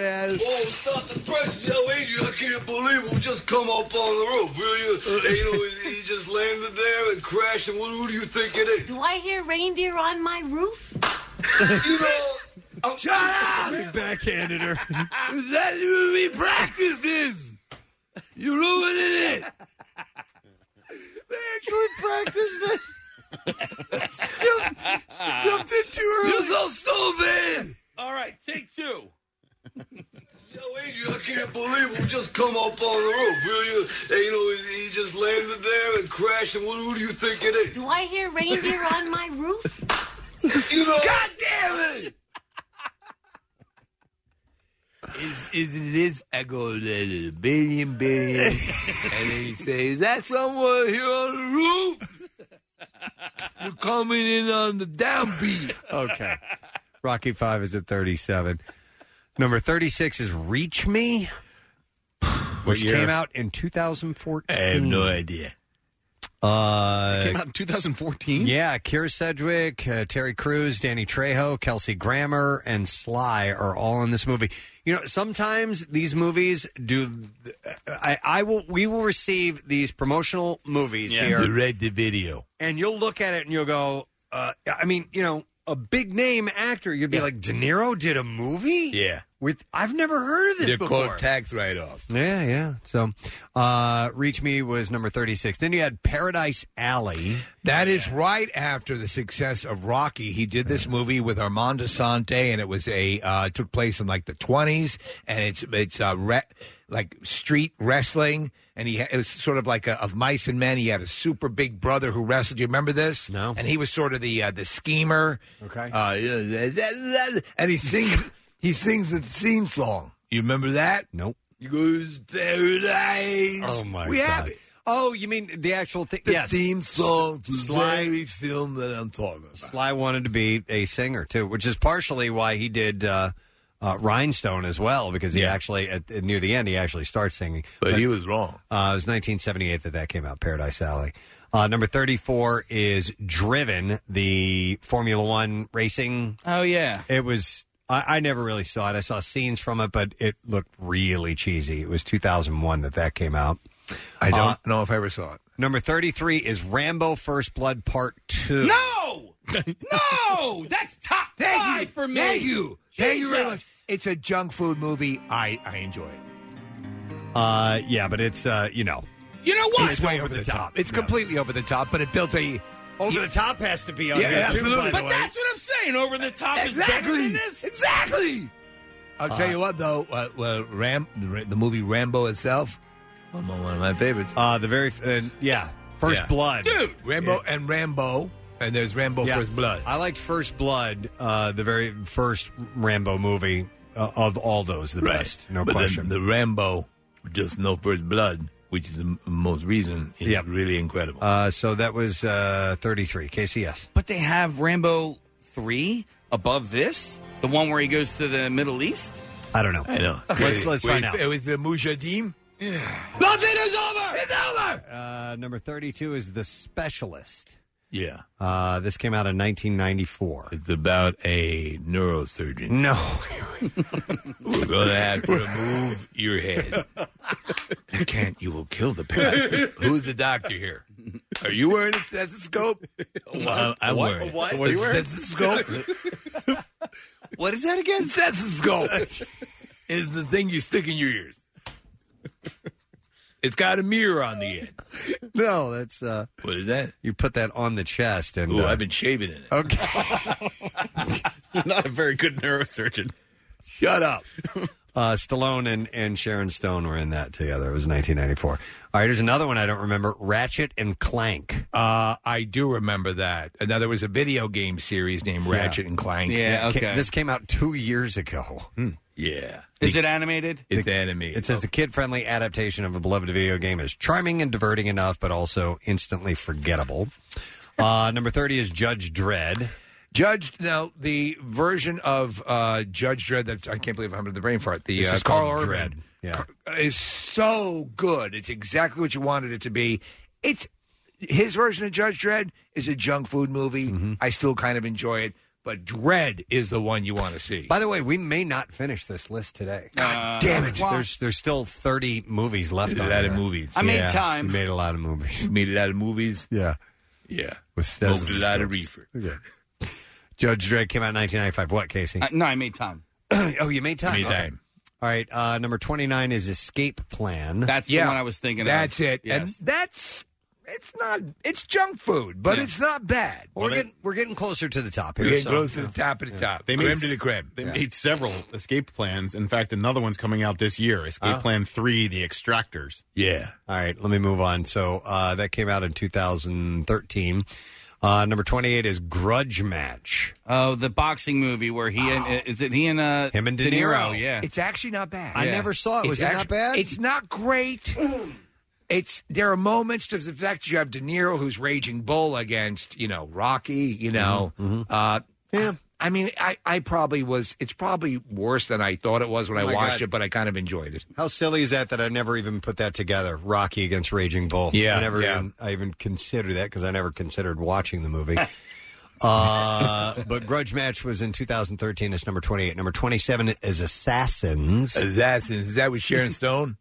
[SPEAKER 8] stop the press, yo, Adrian, I can't believe it. We just come up on the roof, will you? Hey, you know, he- he just landed there and crashed, and what, what do you think it is?
[SPEAKER 26] Do I hear reindeer on my roof?
[SPEAKER 8] You know, I'm, shut up!
[SPEAKER 2] He backhanded her.
[SPEAKER 8] that movie practice this? You ruining it.
[SPEAKER 2] They actually practiced it.
[SPEAKER 8] jumped,
[SPEAKER 2] jumped in too
[SPEAKER 8] You're so stupid.
[SPEAKER 5] All right, take two.
[SPEAKER 8] Yo, Adrian, I can't
[SPEAKER 33] can't believe it. We just come up on the roof. Will you? And, you know, he- he just landed there and crashed. And what, what do you think it is?
[SPEAKER 26] Do I hear reindeer on my roof?
[SPEAKER 33] You know,
[SPEAKER 26] God
[SPEAKER 33] damn it!
[SPEAKER 8] Is, isn't this? I go a billion billion, and then he says, "Is that someone here on the roof? You're coming in on the downbeat."
[SPEAKER 2] Okay. Rocky Five is at 37. Number 36 is Reach Me, which
[SPEAKER 20] year?
[SPEAKER 2] came out in 2014.
[SPEAKER 8] I have no idea.
[SPEAKER 2] Uh,
[SPEAKER 20] Came out in 2014.
[SPEAKER 2] Yeah, Kira Sedgwick, uh, Terry Crews, Danny Trejo, Kelsey Grammer, and Sly are all in this movie. You know, sometimes these movies do. uh, I, I will. We will receive these promotional movies here
[SPEAKER 8] Direct the video.
[SPEAKER 2] and you'll look at it and you'll go, uh, I mean, you know, a big name actor, you'd be like, De Niro did a movie?
[SPEAKER 8] Yeah.
[SPEAKER 2] With I've never heard of this
[SPEAKER 8] They're
[SPEAKER 2] before.
[SPEAKER 8] called tax write-offs.
[SPEAKER 2] yeah, yeah. So, uh, Reach Me was number 36. Then you had Paradise Alley.
[SPEAKER 4] That is right after the success of Rocky. He did this movie with Armand Sante, and it was a uh, took place in like the twenties, and it's it's uh, re- like street wrestling, and he ha- it was sort of like a, of mice and men. He had a super big brother who wrestled. Do you remember this? No. And he was sort of the uh, the schemer.
[SPEAKER 2] Okay.
[SPEAKER 8] Uh, yeah, that- that- and he sings he sings the theme song. You remember that?
[SPEAKER 2] Nope.
[SPEAKER 8] He goes paradise.
[SPEAKER 2] Oh, my
[SPEAKER 8] We
[SPEAKER 2] God.
[SPEAKER 8] have it.
[SPEAKER 2] Oh, you mean the actual thing?
[SPEAKER 8] The
[SPEAKER 2] yes.
[SPEAKER 8] theme song to
[SPEAKER 2] Sly-
[SPEAKER 8] the very film that I'm talking about.
[SPEAKER 2] Sly wanted to be a singer too, which is partially why he did uh, uh, Rhinestone as well, because he actually at, at- near the end he actually starts singing.
[SPEAKER 8] But he was wrong.
[SPEAKER 2] Uh, it was 1978 that that came out. Paradise Alley. Uh, number 34 is Driven, the Formula One racing.
[SPEAKER 5] Oh yeah,
[SPEAKER 2] it was. I, I never really saw it. I saw scenes from it, but it looked really cheesy. It was 2001 that that came out. Uh,
[SPEAKER 4] I don't know if I ever saw it.
[SPEAKER 2] Number 33 is Rambo: First Blood Part Two.
[SPEAKER 5] No, no, that's top
[SPEAKER 4] Thank
[SPEAKER 5] five
[SPEAKER 4] you
[SPEAKER 5] for me.
[SPEAKER 4] Thank you. Thank you very
[SPEAKER 5] Jesus.
[SPEAKER 4] much. It's a junk food movie. I I enjoy it.
[SPEAKER 2] Uh, yeah, but it's uh, you know,
[SPEAKER 5] You know
[SPEAKER 4] It's, way over, the top. It's completely over the top, but it built a
[SPEAKER 2] over the top has to be
[SPEAKER 4] on
[SPEAKER 5] Yeah,
[SPEAKER 4] there, too,
[SPEAKER 5] absolutely.
[SPEAKER 4] by the
[SPEAKER 5] but
[SPEAKER 4] way.
[SPEAKER 5] that's what I'm saying. Over the top is better
[SPEAKER 4] Exactly.
[SPEAKER 5] than this.
[SPEAKER 4] Exactly. I'll tell you what, though, uh, well, Ram, the movie Rambo itself, one, one of my favorites.
[SPEAKER 2] Uh, the very uh, yeah, First Blood.
[SPEAKER 4] dude, Rambo and Rambo, and there's Rambo
[SPEAKER 2] Yeah.
[SPEAKER 4] First Blood.
[SPEAKER 2] I liked First Blood, uh, the very first Rambo movie uh, of all those, the best, no
[SPEAKER 8] But then
[SPEAKER 2] question.
[SPEAKER 8] The, Rambo, just no first blood, which is the m- most reason, is really incredible.
[SPEAKER 2] uh, so that was uh, 33 KCS.
[SPEAKER 5] But they have Rambo 3 above this? The one where he goes to the Middle East?
[SPEAKER 2] I don't know.
[SPEAKER 5] I know.
[SPEAKER 2] Let's let's
[SPEAKER 4] Wait,
[SPEAKER 2] find out.
[SPEAKER 4] It was the Mujahideen.
[SPEAKER 5] Nothing is over! It's over!
[SPEAKER 2] Uh, number 32 is The Specialist.
[SPEAKER 8] Yeah.
[SPEAKER 2] Uh, this came out in 1994.
[SPEAKER 8] It's about a neurosurgeon.
[SPEAKER 2] No.
[SPEAKER 8] We're going to have to remove your head. I can't. You will kill the parent. Who's the doctor here? Are you wearing a stethoscope? I'm,
[SPEAKER 33] What?
[SPEAKER 8] I'm wearing it.
[SPEAKER 33] What?
[SPEAKER 8] A
[SPEAKER 33] What are you wearing?
[SPEAKER 8] stethoscope.
[SPEAKER 2] what is that again?
[SPEAKER 8] Stethoscope. is the thing you stick in your ears. It's got a mirror on the end.
[SPEAKER 2] No, that's uh,
[SPEAKER 8] what is that?
[SPEAKER 2] You put that on the chest and
[SPEAKER 8] Ooh,
[SPEAKER 2] uh,
[SPEAKER 8] I've been shaving in it.
[SPEAKER 2] okay.
[SPEAKER 20] Not a very good neurosurgeon.
[SPEAKER 8] Shut up.
[SPEAKER 2] Uh, Stallone and, and Sharon Stone were in that together. It was 1994. All right, here's another one I don't remember Ratchet and Clank.
[SPEAKER 4] Uh, I do remember that. And now there was a video game series named Ratchet and Clank.
[SPEAKER 2] That ca- This came out two years ago.
[SPEAKER 8] Yeah.
[SPEAKER 5] Is it animated?
[SPEAKER 8] It's animated.
[SPEAKER 2] It says the kid friendly adaptation of a beloved video game is charming and diverting enough, but also instantly forgettable. Uh, number 30 is Judge Dredd.
[SPEAKER 4] Judge, now the version of uh, Judge Dredd that's I can't believe I'm having the brain fart. The
[SPEAKER 2] This
[SPEAKER 4] uh,
[SPEAKER 2] is
[SPEAKER 4] Carl
[SPEAKER 2] called
[SPEAKER 4] Urban
[SPEAKER 2] Dredd. Yeah.
[SPEAKER 4] is so good. It's exactly what you wanted it to be. It's his version of Judge Dredd is a junk food movie.
[SPEAKER 2] Mm-hmm.
[SPEAKER 4] I still kind of enjoy it, but Dredd is the one you want to see.
[SPEAKER 2] By the way, we may not finish this list today.
[SPEAKER 4] God
[SPEAKER 8] uh,
[SPEAKER 4] damn it.
[SPEAKER 5] well-
[SPEAKER 2] there's there's still 30 movies left
[SPEAKER 8] Did a
[SPEAKER 2] on
[SPEAKER 8] lot of
[SPEAKER 2] there.
[SPEAKER 8] movies. I made
[SPEAKER 2] Yeah,
[SPEAKER 8] time.
[SPEAKER 2] you made a lot of movies.
[SPEAKER 8] Made a lot of movies.
[SPEAKER 2] Yeah.
[SPEAKER 8] Yeah.
[SPEAKER 2] With
[SPEAKER 8] Smoked a lot of
[SPEAKER 2] stethoscopes.
[SPEAKER 8] reefer.
[SPEAKER 2] Yeah. Judge Dredd came out in 1995. What, Casey?
[SPEAKER 5] Uh, no, I made time.
[SPEAKER 2] oh, you made time.
[SPEAKER 5] Made
[SPEAKER 2] Okay.
[SPEAKER 5] time.
[SPEAKER 2] All right. Uh, number 29 is Escape Plan.
[SPEAKER 5] That's the one I was thinking
[SPEAKER 4] That's
[SPEAKER 5] of.
[SPEAKER 4] it.
[SPEAKER 5] Yes.
[SPEAKER 4] And that's It's not. It's junk food, but it's not bad.
[SPEAKER 2] We're getting we're getting closer to the top here.
[SPEAKER 4] We're getting
[SPEAKER 2] so-
[SPEAKER 4] close to the top of the top.
[SPEAKER 20] They made,
[SPEAKER 4] Creme de la creme.
[SPEAKER 20] They
[SPEAKER 4] Yeah.
[SPEAKER 20] made several escape plans. In fact, another one's coming out this year. Escape
[SPEAKER 2] Oh.
[SPEAKER 20] Plan Three: The Extractors.
[SPEAKER 2] Yeah. All right, let me move on. So uh, that came out in 2013. Uh, number 28 is Grudge Match.
[SPEAKER 5] Oh, the boxing movie where he and is it he and uh
[SPEAKER 2] Him and De Niro.
[SPEAKER 5] Yeah,
[SPEAKER 8] It's actually not bad.
[SPEAKER 5] I Yeah. never saw it.
[SPEAKER 8] It's
[SPEAKER 5] Was it not bad?
[SPEAKER 8] It's not great. It's there are moments to the fact that you have De Niro who's raging bull against you know Rocky.
[SPEAKER 4] Mm-hmm.
[SPEAKER 8] You know, uh, yeah. I mean, I, I probably was. It's probably worse than I thought it was when
[SPEAKER 2] Oh
[SPEAKER 8] I
[SPEAKER 2] my
[SPEAKER 8] watched
[SPEAKER 2] God.
[SPEAKER 8] it, but I kind of enjoyed it.
[SPEAKER 2] How silly is that that I never even put that together? Rocky against Raging Bull.
[SPEAKER 8] Yeah,
[SPEAKER 2] I never
[SPEAKER 8] yeah.
[SPEAKER 2] even I even considered that because I never considered watching the movie. uh, but Grudge Match was in 2013. It's number 28. Number 27 is Assassins.
[SPEAKER 4] Assassins. Is that with Sharon Stone?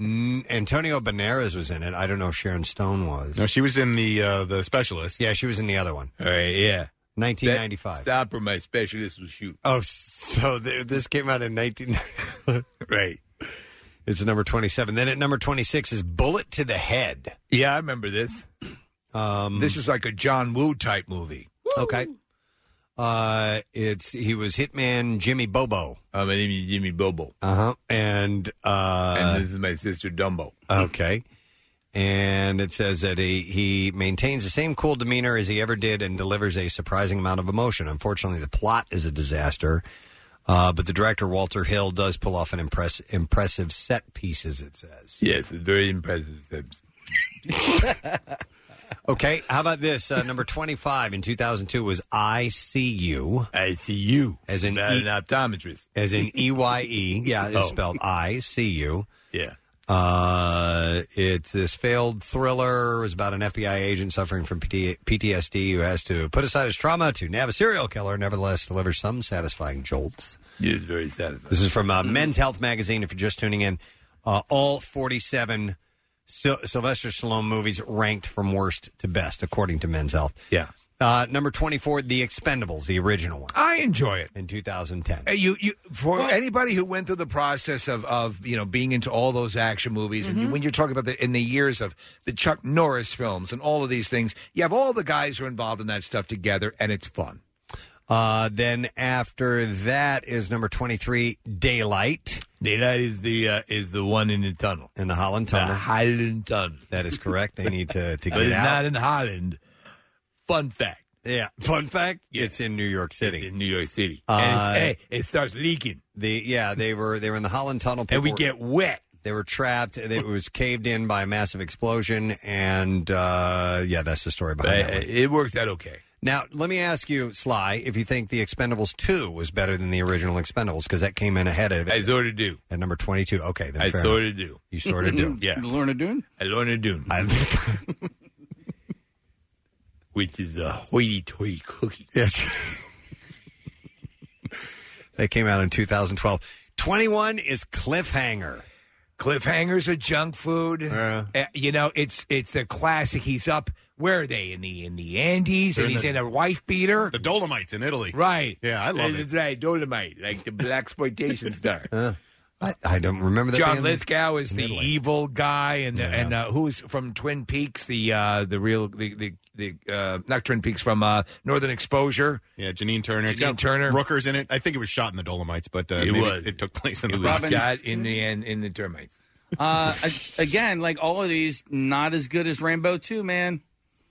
[SPEAKER 2] Antonio Banderas was in it. I don't know if Sharon Stone was.
[SPEAKER 20] No, she was in the uh, the specialist.
[SPEAKER 2] Yeah, she was in the other one.
[SPEAKER 4] All right, yeah.
[SPEAKER 2] 1995.
[SPEAKER 4] Stop or my specialist will shoot.
[SPEAKER 2] Oh, so th- this came out in 1990.
[SPEAKER 4] right.
[SPEAKER 2] It's number 27. Then at number 26 is Bullet to the Head.
[SPEAKER 4] Yeah, I remember this.
[SPEAKER 2] Um,
[SPEAKER 4] This is like a John Woo type movie.
[SPEAKER 2] Okay. Uh, it's he was Hitman Jimmy Bobo.
[SPEAKER 4] Uh, my name is Jimmy Bobo.
[SPEAKER 2] Uh huh. And uh,
[SPEAKER 4] Uh-huh. and this is my sister Dumbo.
[SPEAKER 2] Okay. And it says that he, he maintains the same cool demeanor as he ever did and delivers a surprising amount of emotion. Unfortunately, the plot is a disaster, uh, but the director, Walter Hill, does pull off an impress, impressive set pieces, it says.
[SPEAKER 4] Yes, it's very impressive. steps.
[SPEAKER 2] Okay, how about this? Uh, number 25 in 2002 was I See You.
[SPEAKER 4] I See You.
[SPEAKER 2] As in E-
[SPEAKER 4] Not an optometrist.
[SPEAKER 2] As in E-Y-E. Yeah, it's
[SPEAKER 4] Oh.
[SPEAKER 2] spelled I See You.
[SPEAKER 4] Yeah.
[SPEAKER 2] Uh, it's this failed thriller. It's about an FBI agent suffering from PT- PTSD who has to put aside his trauma to nab a serial killer, nevertheless delivers some satisfying jolts.
[SPEAKER 4] Yes, very satisfying.
[SPEAKER 2] This is from uh, Men's Health Magazine, if you're just tuning in. Uh, all 47 Syl- Sylvester Stallone movies ranked from worst to best, according to Men's Health.
[SPEAKER 4] Yeah.
[SPEAKER 2] Uh, number 24, The Expendables, the original one.
[SPEAKER 4] I enjoy it.
[SPEAKER 2] In 2010.
[SPEAKER 4] Uh, You, you, for anybody who went through the process of, of you know being into all those action movies, and you, when you're talking about the in the years of the Chuck Norris films and all of these things, you have all the guys who are involved in that stuff together, and it's fun.
[SPEAKER 2] Uh, then after that is number 23, Daylight.
[SPEAKER 4] Daylight is the uh, is the one in the tunnel.
[SPEAKER 2] In the Holland Tunnel.
[SPEAKER 4] Holland Tunnel.
[SPEAKER 2] That is correct. They need to, to
[SPEAKER 4] But
[SPEAKER 2] get
[SPEAKER 4] it's
[SPEAKER 2] out.
[SPEAKER 4] not in Holland. Fun fact.
[SPEAKER 2] Yeah. Fun fact, it's in New York City.
[SPEAKER 4] in New York City.
[SPEAKER 2] Uh,
[SPEAKER 4] and it's, hey, it starts leaking.
[SPEAKER 2] The yeah, they were they were in the Holland Tunnel,
[SPEAKER 4] And we
[SPEAKER 2] were-
[SPEAKER 4] get wet.
[SPEAKER 2] They were trapped. It was caved in by a massive explosion, and uh, yeah, that's the story behind
[SPEAKER 4] But,
[SPEAKER 2] that.
[SPEAKER 4] uh,
[SPEAKER 2] One.
[SPEAKER 4] it works out okay.
[SPEAKER 2] Now, let me ask you, Sly, if you think The Expendables 2 was better than the original Expendables, because that came in ahead of it
[SPEAKER 4] I sort of do.
[SPEAKER 2] at number 22. Okay, then
[SPEAKER 4] I
[SPEAKER 2] fair
[SPEAKER 4] sort
[SPEAKER 2] enough.
[SPEAKER 4] of do.
[SPEAKER 2] You sort of do.
[SPEAKER 4] yeah.
[SPEAKER 5] Lorna Doone.
[SPEAKER 4] I Lorna Doone. Which is a hoity-toity cookie.
[SPEAKER 2] Yes. That came out in 2012. 21 is Cliffhanger.
[SPEAKER 4] Cliffhangers are junk food. Uh, you know, it's it's the classic. He's up. Where are they in the in the Andes?
[SPEAKER 20] They're
[SPEAKER 4] and
[SPEAKER 20] in
[SPEAKER 4] he's
[SPEAKER 20] the-
[SPEAKER 4] in a wife beater.
[SPEAKER 20] The Dolomites in Italy.
[SPEAKER 4] Right.
[SPEAKER 20] Yeah, I love
[SPEAKER 4] That's
[SPEAKER 20] it.
[SPEAKER 4] Right, Dolomite, like the black exploitation star.
[SPEAKER 2] Uh, I, I don't remember that.
[SPEAKER 4] John
[SPEAKER 2] being-
[SPEAKER 4] Lithgow is the evil guy, and and uh, who's from Twin Peaks, the uh, the real the the, the uh, not Twin Peaks from uh, Northern Exposure.
[SPEAKER 20] Yeah, Janine Turner. It's
[SPEAKER 4] Janine
[SPEAKER 20] got
[SPEAKER 4] Turner.
[SPEAKER 20] Rooker's in it. I think it was shot in the Dolomites, but uh,
[SPEAKER 4] It
[SPEAKER 20] maybe
[SPEAKER 4] was.
[SPEAKER 20] It took place in
[SPEAKER 4] It
[SPEAKER 20] the
[SPEAKER 4] was
[SPEAKER 20] Robins.
[SPEAKER 4] shot in the in, in the termites.
[SPEAKER 5] Uh, a- again, like all of these, not as good as Rambo Two, man.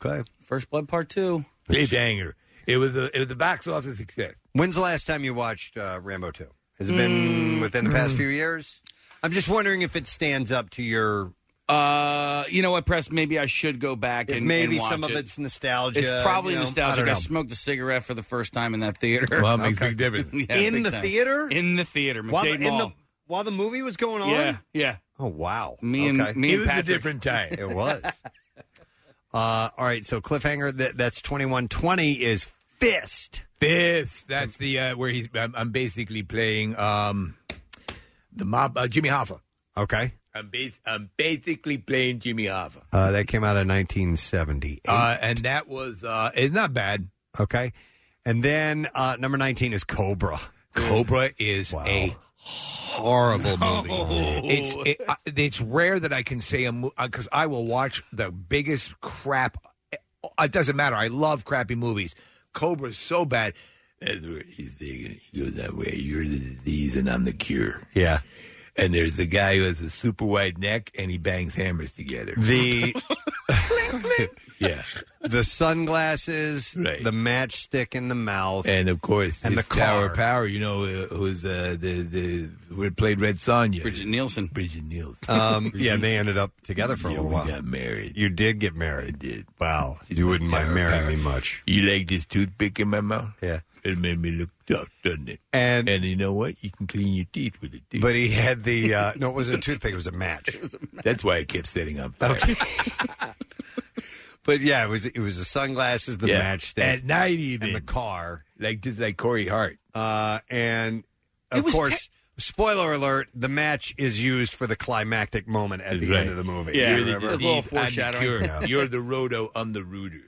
[SPEAKER 2] Okay.
[SPEAKER 5] First Blood Part Two.
[SPEAKER 4] Cliffhanger. It was a it was a box office success.
[SPEAKER 2] When's the last time you watched uh, Rambo 2? Has it
[SPEAKER 4] Hmm.
[SPEAKER 2] been within the past few years? I'm just wondering if it stands up to your.
[SPEAKER 5] Uh, you know what, Press? Maybe I should go back
[SPEAKER 2] If
[SPEAKER 5] and
[SPEAKER 2] maybe
[SPEAKER 5] and watch
[SPEAKER 2] some of
[SPEAKER 5] it.
[SPEAKER 2] it's nostalgia,
[SPEAKER 5] It's probably
[SPEAKER 2] you know, I
[SPEAKER 5] nostalgic.
[SPEAKER 2] don't
[SPEAKER 5] I,
[SPEAKER 2] know.
[SPEAKER 5] smoked a cigarette for the first time in that theater.
[SPEAKER 4] Well, it makes a big difference.
[SPEAKER 5] Yeah,
[SPEAKER 2] In
[SPEAKER 5] big
[SPEAKER 2] the
[SPEAKER 5] time.
[SPEAKER 2] theater?
[SPEAKER 5] In the theater,
[SPEAKER 2] While the,
[SPEAKER 5] McDade
[SPEAKER 2] in the,
[SPEAKER 5] Mall.
[SPEAKER 2] while the movie was going on?
[SPEAKER 5] Yeah, yeah.
[SPEAKER 2] Oh, wow.
[SPEAKER 5] Me and- me and It was a Patrick.
[SPEAKER 4] different time.
[SPEAKER 2] it was. Uh, all right, so Cliffhanger, that, that's 2120 is Fist.
[SPEAKER 4] Fist. That's the uh, where he's. I'm, I'm basically playing um, the mob. Uh, Jimmy Hoffa.
[SPEAKER 2] Okay.
[SPEAKER 4] I'm bas- I'm basically playing Jimmy Hoffa.
[SPEAKER 2] Uh, that came out in 1970.
[SPEAKER 4] Uh, and that was uh, it's not bad.
[SPEAKER 2] Okay. And then uh, number 19 is Cobra.
[SPEAKER 4] Cobra is a
[SPEAKER 12] horrible
[SPEAKER 34] No.
[SPEAKER 12] movie. It's it, I- it's rare that I can say a because I will watch the biggest crap. uh, It doesn't matter. I love crappy movies. Cobra's so bad.
[SPEAKER 4] That's what he's thinking. He goes that way. You're the disease and I'm the cure.
[SPEAKER 2] Yeah.
[SPEAKER 4] And there's the guy who has a super wide neck and he bangs hammers together.
[SPEAKER 2] The
[SPEAKER 5] Oh,
[SPEAKER 4] yeah,
[SPEAKER 2] the sunglasses, the matchstick in the mouth,
[SPEAKER 4] and of course,
[SPEAKER 2] and the
[SPEAKER 4] it's Tower
[SPEAKER 2] car.
[SPEAKER 4] of Power. You know uh, who's uh, the the who played Red Sonja? Bridget
[SPEAKER 5] Nielsen.
[SPEAKER 4] Bridget Nielsen.
[SPEAKER 2] Um, yeah, they ended up together for a little while.
[SPEAKER 4] We got married.
[SPEAKER 2] You did get married.
[SPEAKER 4] did.
[SPEAKER 2] Wow. You wouldn't mind marrying me much.
[SPEAKER 4] You like this toothpick in my mouth?
[SPEAKER 2] Yeah.
[SPEAKER 4] It made me look tough, doesn't it?
[SPEAKER 2] And
[SPEAKER 4] and you know what? You can clean your teeth with it. Too.
[SPEAKER 2] But he had the uh, no. It wasn't a toothpick. It was a match.
[SPEAKER 4] That's why it kept setting up.
[SPEAKER 2] but yeah, it was it was the sunglasses, the
[SPEAKER 4] Yeah.
[SPEAKER 2] matchstick
[SPEAKER 4] At night even.
[SPEAKER 2] and the car,
[SPEAKER 4] like just like Corey Hart.
[SPEAKER 2] Uh, and of course, spoiler alert: the match is used for the climactic moment at the end of the movie.
[SPEAKER 4] You're
[SPEAKER 2] You
[SPEAKER 4] the
[SPEAKER 2] remember?
[SPEAKER 4] disease, I'm the cure. You're the roto. I'm the rooter.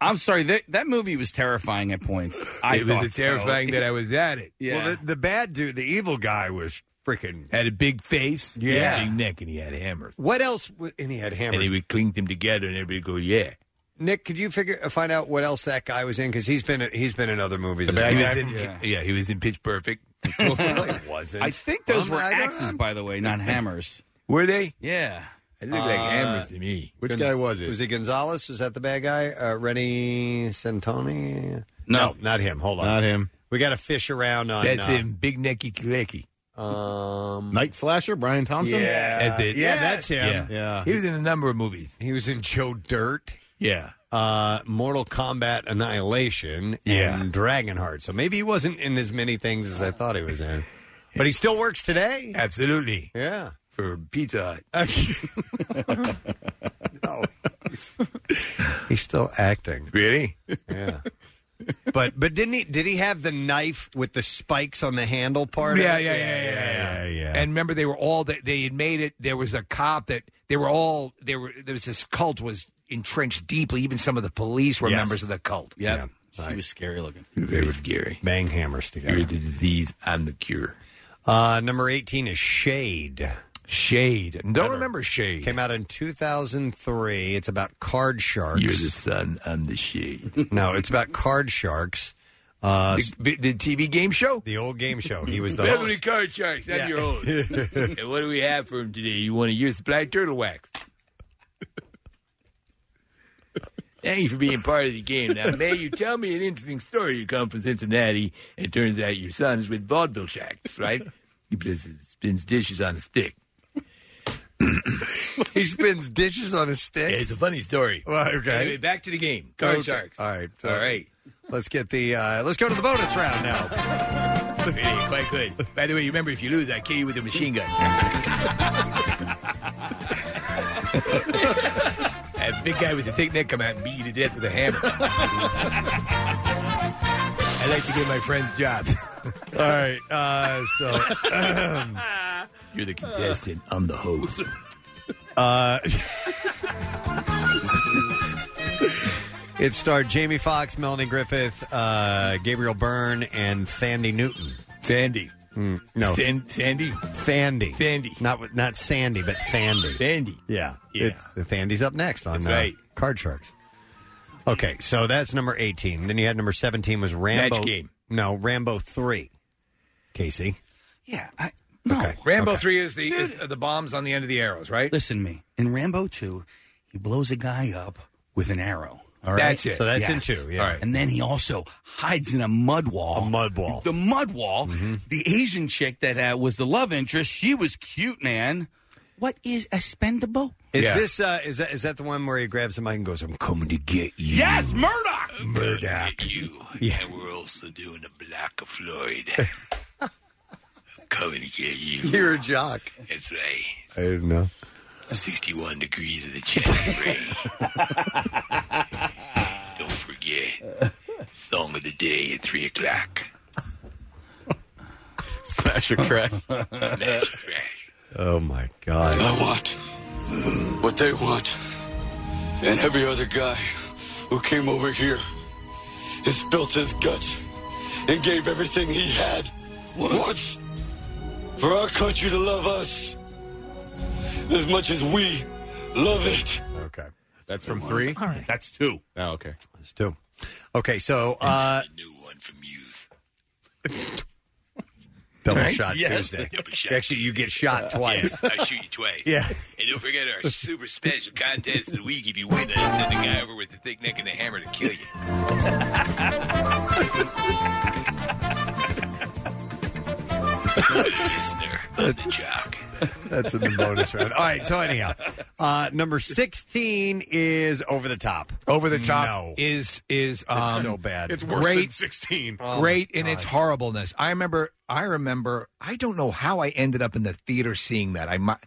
[SPEAKER 5] I'm sorry. That, that movie was terrifying at points. I
[SPEAKER 4] It was
[SPEAKER 5] thought so.
[SPEAKER 4] terrifying that I was at it.
[SPEAKER 5] Yeah.
[SPEAKER 2] Well, the, the bad dude, the evil guy, was freaking
[SPEAKER 4] had a big face.
[SPEAKER 2] Yeah.
[SPEAKER 4] He had a big neck, and he had hammers.
[SPEAKER 2] What else? w- And he had hammers.
[SPEAKER 4] And he would clink them together, and everybody would go, "Yeah."
[SPEAKER 2] Nick, could you figure find out what else that guy was in? Because he's been he's been in other movies. as
[SPEAKER 4] he
[SPEAKER 2] well.
[SPEAKER 4] was in, yeah. he was in Pitch Perfect.
[SPEAKER 2] wasn't.
[SPEAKER 5] I think those
[SPEAKER 2] Um,
[SPEAKER 5] were
[SPEAKER 2] I don't-
[SPEAKER 5] axes, by the way, not hammers.
[SPEAKER 4] Were they?
[SPEAKER 5] Yeah.
[SPEAKER 4] They
[SPEAKER 5] look
[SPEAKER 2] Uh,
[SPEAKER 5] Which
[SPEAKER 2] Gonz-
[SPEAKER 5] guy was it?
[SPEAKER 2] Was it Gonzalez? Was that the bad guy? Uh, Rennie Santoni?
[SPEAKER 5] No.
[SPEAKER 2] not him. Hold on,
[SPEAKER 5] Not him.
[SPEAKER 2] We got to fish around on
[SPEAKER 5] That's
[SPEAKER 2] uh,
[SPEAKER 5] him,
[SPEAKER 4] Big Necky Klecky.
[SPEAKER 2] Um,
[SPEAKER 35] Night Slasher, Brian Thompson.
[SPEAKER 2] Yeah,
[SPEAKER 4] That's it.
[SPEAKER 2] Yeah, that's him.
[SPEAKER 4] Yeah. He was in a number of movies.
[SPEAKER 2] He was in Joe Dirt.
[SPEAKER 4] Yeah.
[SPEAKER 2] Uh, Mortal Kombat Annihilation
[SPEAKER 4] Yeah.
[SPEAKER 2] and Dragonheart. So maybe he wasn't in as many things as I thought he was in. But he still works today.
[SPEAKER 4] Absolutely.
[SPEAKER 2] Yeah.
[SPEAKER 4] For Pizza
[SPEAKER 2] Hut. no. He's still acting.
[SPEAKER 4] Really?
[SPEAKER 2] Yeah. But but didn't he did he have the knife with the spikes on the handle part?
[SPEAKER 4] Yeah,
[SPEAKER 2] of it?
[SPEAKER 4] yeah, yeah, yeah, yeah, And remember, they were all that they had made it. There was a cop that they were all there were. There was this cult was entrenched deeply. Even some of the police were
[SPEAKER 5] Yes.
[SPEAKER 4] members of the cult.
[SPEAKER 5] Yeah. She was scary looking.
[SPEAKER 4] They were scary.
[SPEAKER 2] Bang hammers together.
[SPEAKER 4] You're the disease. I'm the cure.
[SPEAKER 2] Uh, number eighteen is Shade.
[SPEAKER 4] Shade. Don't remember Shade.
[SPEAKER 2] Came out in two thousand three. It's about card sharks.
[SPEAKER 4] You're the sun. I'm the shade.
[SPEAKER 2] no, it's about card sharks. Uh,
[SPEAKER 4] the, the TV game show.
[SPEAKER 2] The old game show. He was the
[SPEAKER 4] Beverly
[SPEAKER 2] host.
[SPEAKER 4] Card Sharks. I'm
[SPEAKER 2] Yeah.
[SPEAKER 4] your host. and what do we have for him today? You want to use supply turtle wax? Thank you for being part of the game. Now, may you tell me an interesting story. You come from Cincinnati, and it turns out your son is with vaudeville shacks, right? He plays, spins dishes on a stick.
[SPEAKER 2] he spins dishes on a stick.
[SPEAKER 4] it's a funny story.
[SPEAKER 2] Well, okay.
[SPEAKER 4] Anyway, back to the game. Card
[SPEAKER 2] Okay.
[SPEAKER 4] Sharks.
[SPEAKER 2] All right.
[SPEAKER 4] All right.
[SPEAKER 2] Let's get the. Uh, let's go to the bonus round now.
[SPEAKER 4] Hey, quite good. By the way, remember if you lose, I kill you with a machine gun. that big guy with the thick neck come out and beat you to death with a hammer. I like to give my friends jobs.
[SPEAKER 2] All right. Uh, so
[SPEAKER 4] you're the contestant. I'm the host.
[SPEAKER 2] Uh, it starred Jamie Foxx, Melanie Griffith, uh, Gabriel Byrne, and Thandi Newton. Hmm.
[SPEAKER 4] Thandi.
[SPEAKER 2] no.
[SPEAKER 4] San- Sandy.
[SPEAKER 2] Thandi.
[SPEAKER 4] Thandi.
[SPEAKER 2] Not with- not Sandy, but Thandi.
[SPEAKER 4] Thandi.
[SPEAKER 2] Yeah.
[SPEAKER 4] Yeah.
[SPEAKER 2] It's, the Thandi's up next on
[SPEAKER 4] That's
[SPEAKER 2] uh,
[SPEAKER 4] right.
[SPEAKER 2] Card Sharks. Okay, so that's number 18. Then you had number 17 was Rambo.
[SPEAKER 4] Match game.
[SPEAKER 2] No, Rambo 3. Casey.
[SPEAKER 5] Yeah.
[SPEAKER 4] Rambo three is the is the bombs on the end of the arrows, right?
[SPEAKER 5] Listen to me. In Rambo 2, he blows a guy up with an arrow. All right?
[SPEAKER 4] That's it. So that's in two, yeah. All right.
[SPEAKER 5] And then he also hides in a mud wall. A
[SPEAKER 2] mud wall.
[SPEAKER 5] The mud wall. The Asian chick that uh, was the love interest, she was cute, man. What is expendable?
[SPEAKER 2] Is this uh, is that is that the one where he grabs the mic and goes, "I'm coming to get you."
[SPEAKER 5] Yes, Murdoch!
[SPEAKER 2] Murdoch.
[SPEAKER 4] You.
[SPEAKER 2] Yeah.
[SPEAKER 4] And we're also doing a Black of Floyd. I'm coming to get you.
[SPEAKER 2] You're a jock.
[SPEAKER 4] That's right.
[SPEAKER 2] I didn't know.
[SPEAKER 4] 61 degrees of the chest ray. Don't forget, song of the day at 3 o'clock.
[SPEAKER 35] Smash or crash.
[SPEAKER 4] Smash trash.
[SPEAKER 2] Oh my god.
[SPEAKER 8] I want what they want. And every other guy who came over here and spilt his guts and gave everything he had What? For our country to love us as much as we love it.
[SPEAKER 2] Okay.
[SPEAKER 5] That's from three.
[SPEAKER 8] All right.
[SPEAKER 5] That's two. Oh, okay.
[SPEAKER 2] That's two. Okay, so uh, double
[SPEAKER 8] Right?
[SPEAKER 2] shot
[SPEAKER 8] Yes,
[SPEAKER 2] Tuesday.
[SPEAKER 8] double shot.
[SPEAKER 2] Actually, you get shot twice.
[SPEAKER 8] Yeah, I shoot you twice.
[SPEAKER 2] Yeah.
[SPEAKER 8] And don't forget our super special contest of the week. If you win, I send a guy over with a thick neck and a hammer to kill you. Listener of the jock.
[SPEAKER 2] That's in the bonus round. All right. So anyhow, uh, number sixteen is over the top.
[SPEAKER 4] Over the top
[SPEAKER 2] No.
[SPEAKER 4] is is
[SPEAKER 2] It's
[SPEAKER 4] um,
[SPEAKER 2] so bad. It's worse
[SPEAKER 4] great,
[SPEAKER 2] than 16. Oh,
[SPEAKER 4] great
[SPEAKER 2] my
[SPEAKER 4] in its
[SPEAKER 2] God.
[SPEAKER 4] horribleness. I remember. I remember. I don't know how I ended up in the theater seeing that. I might.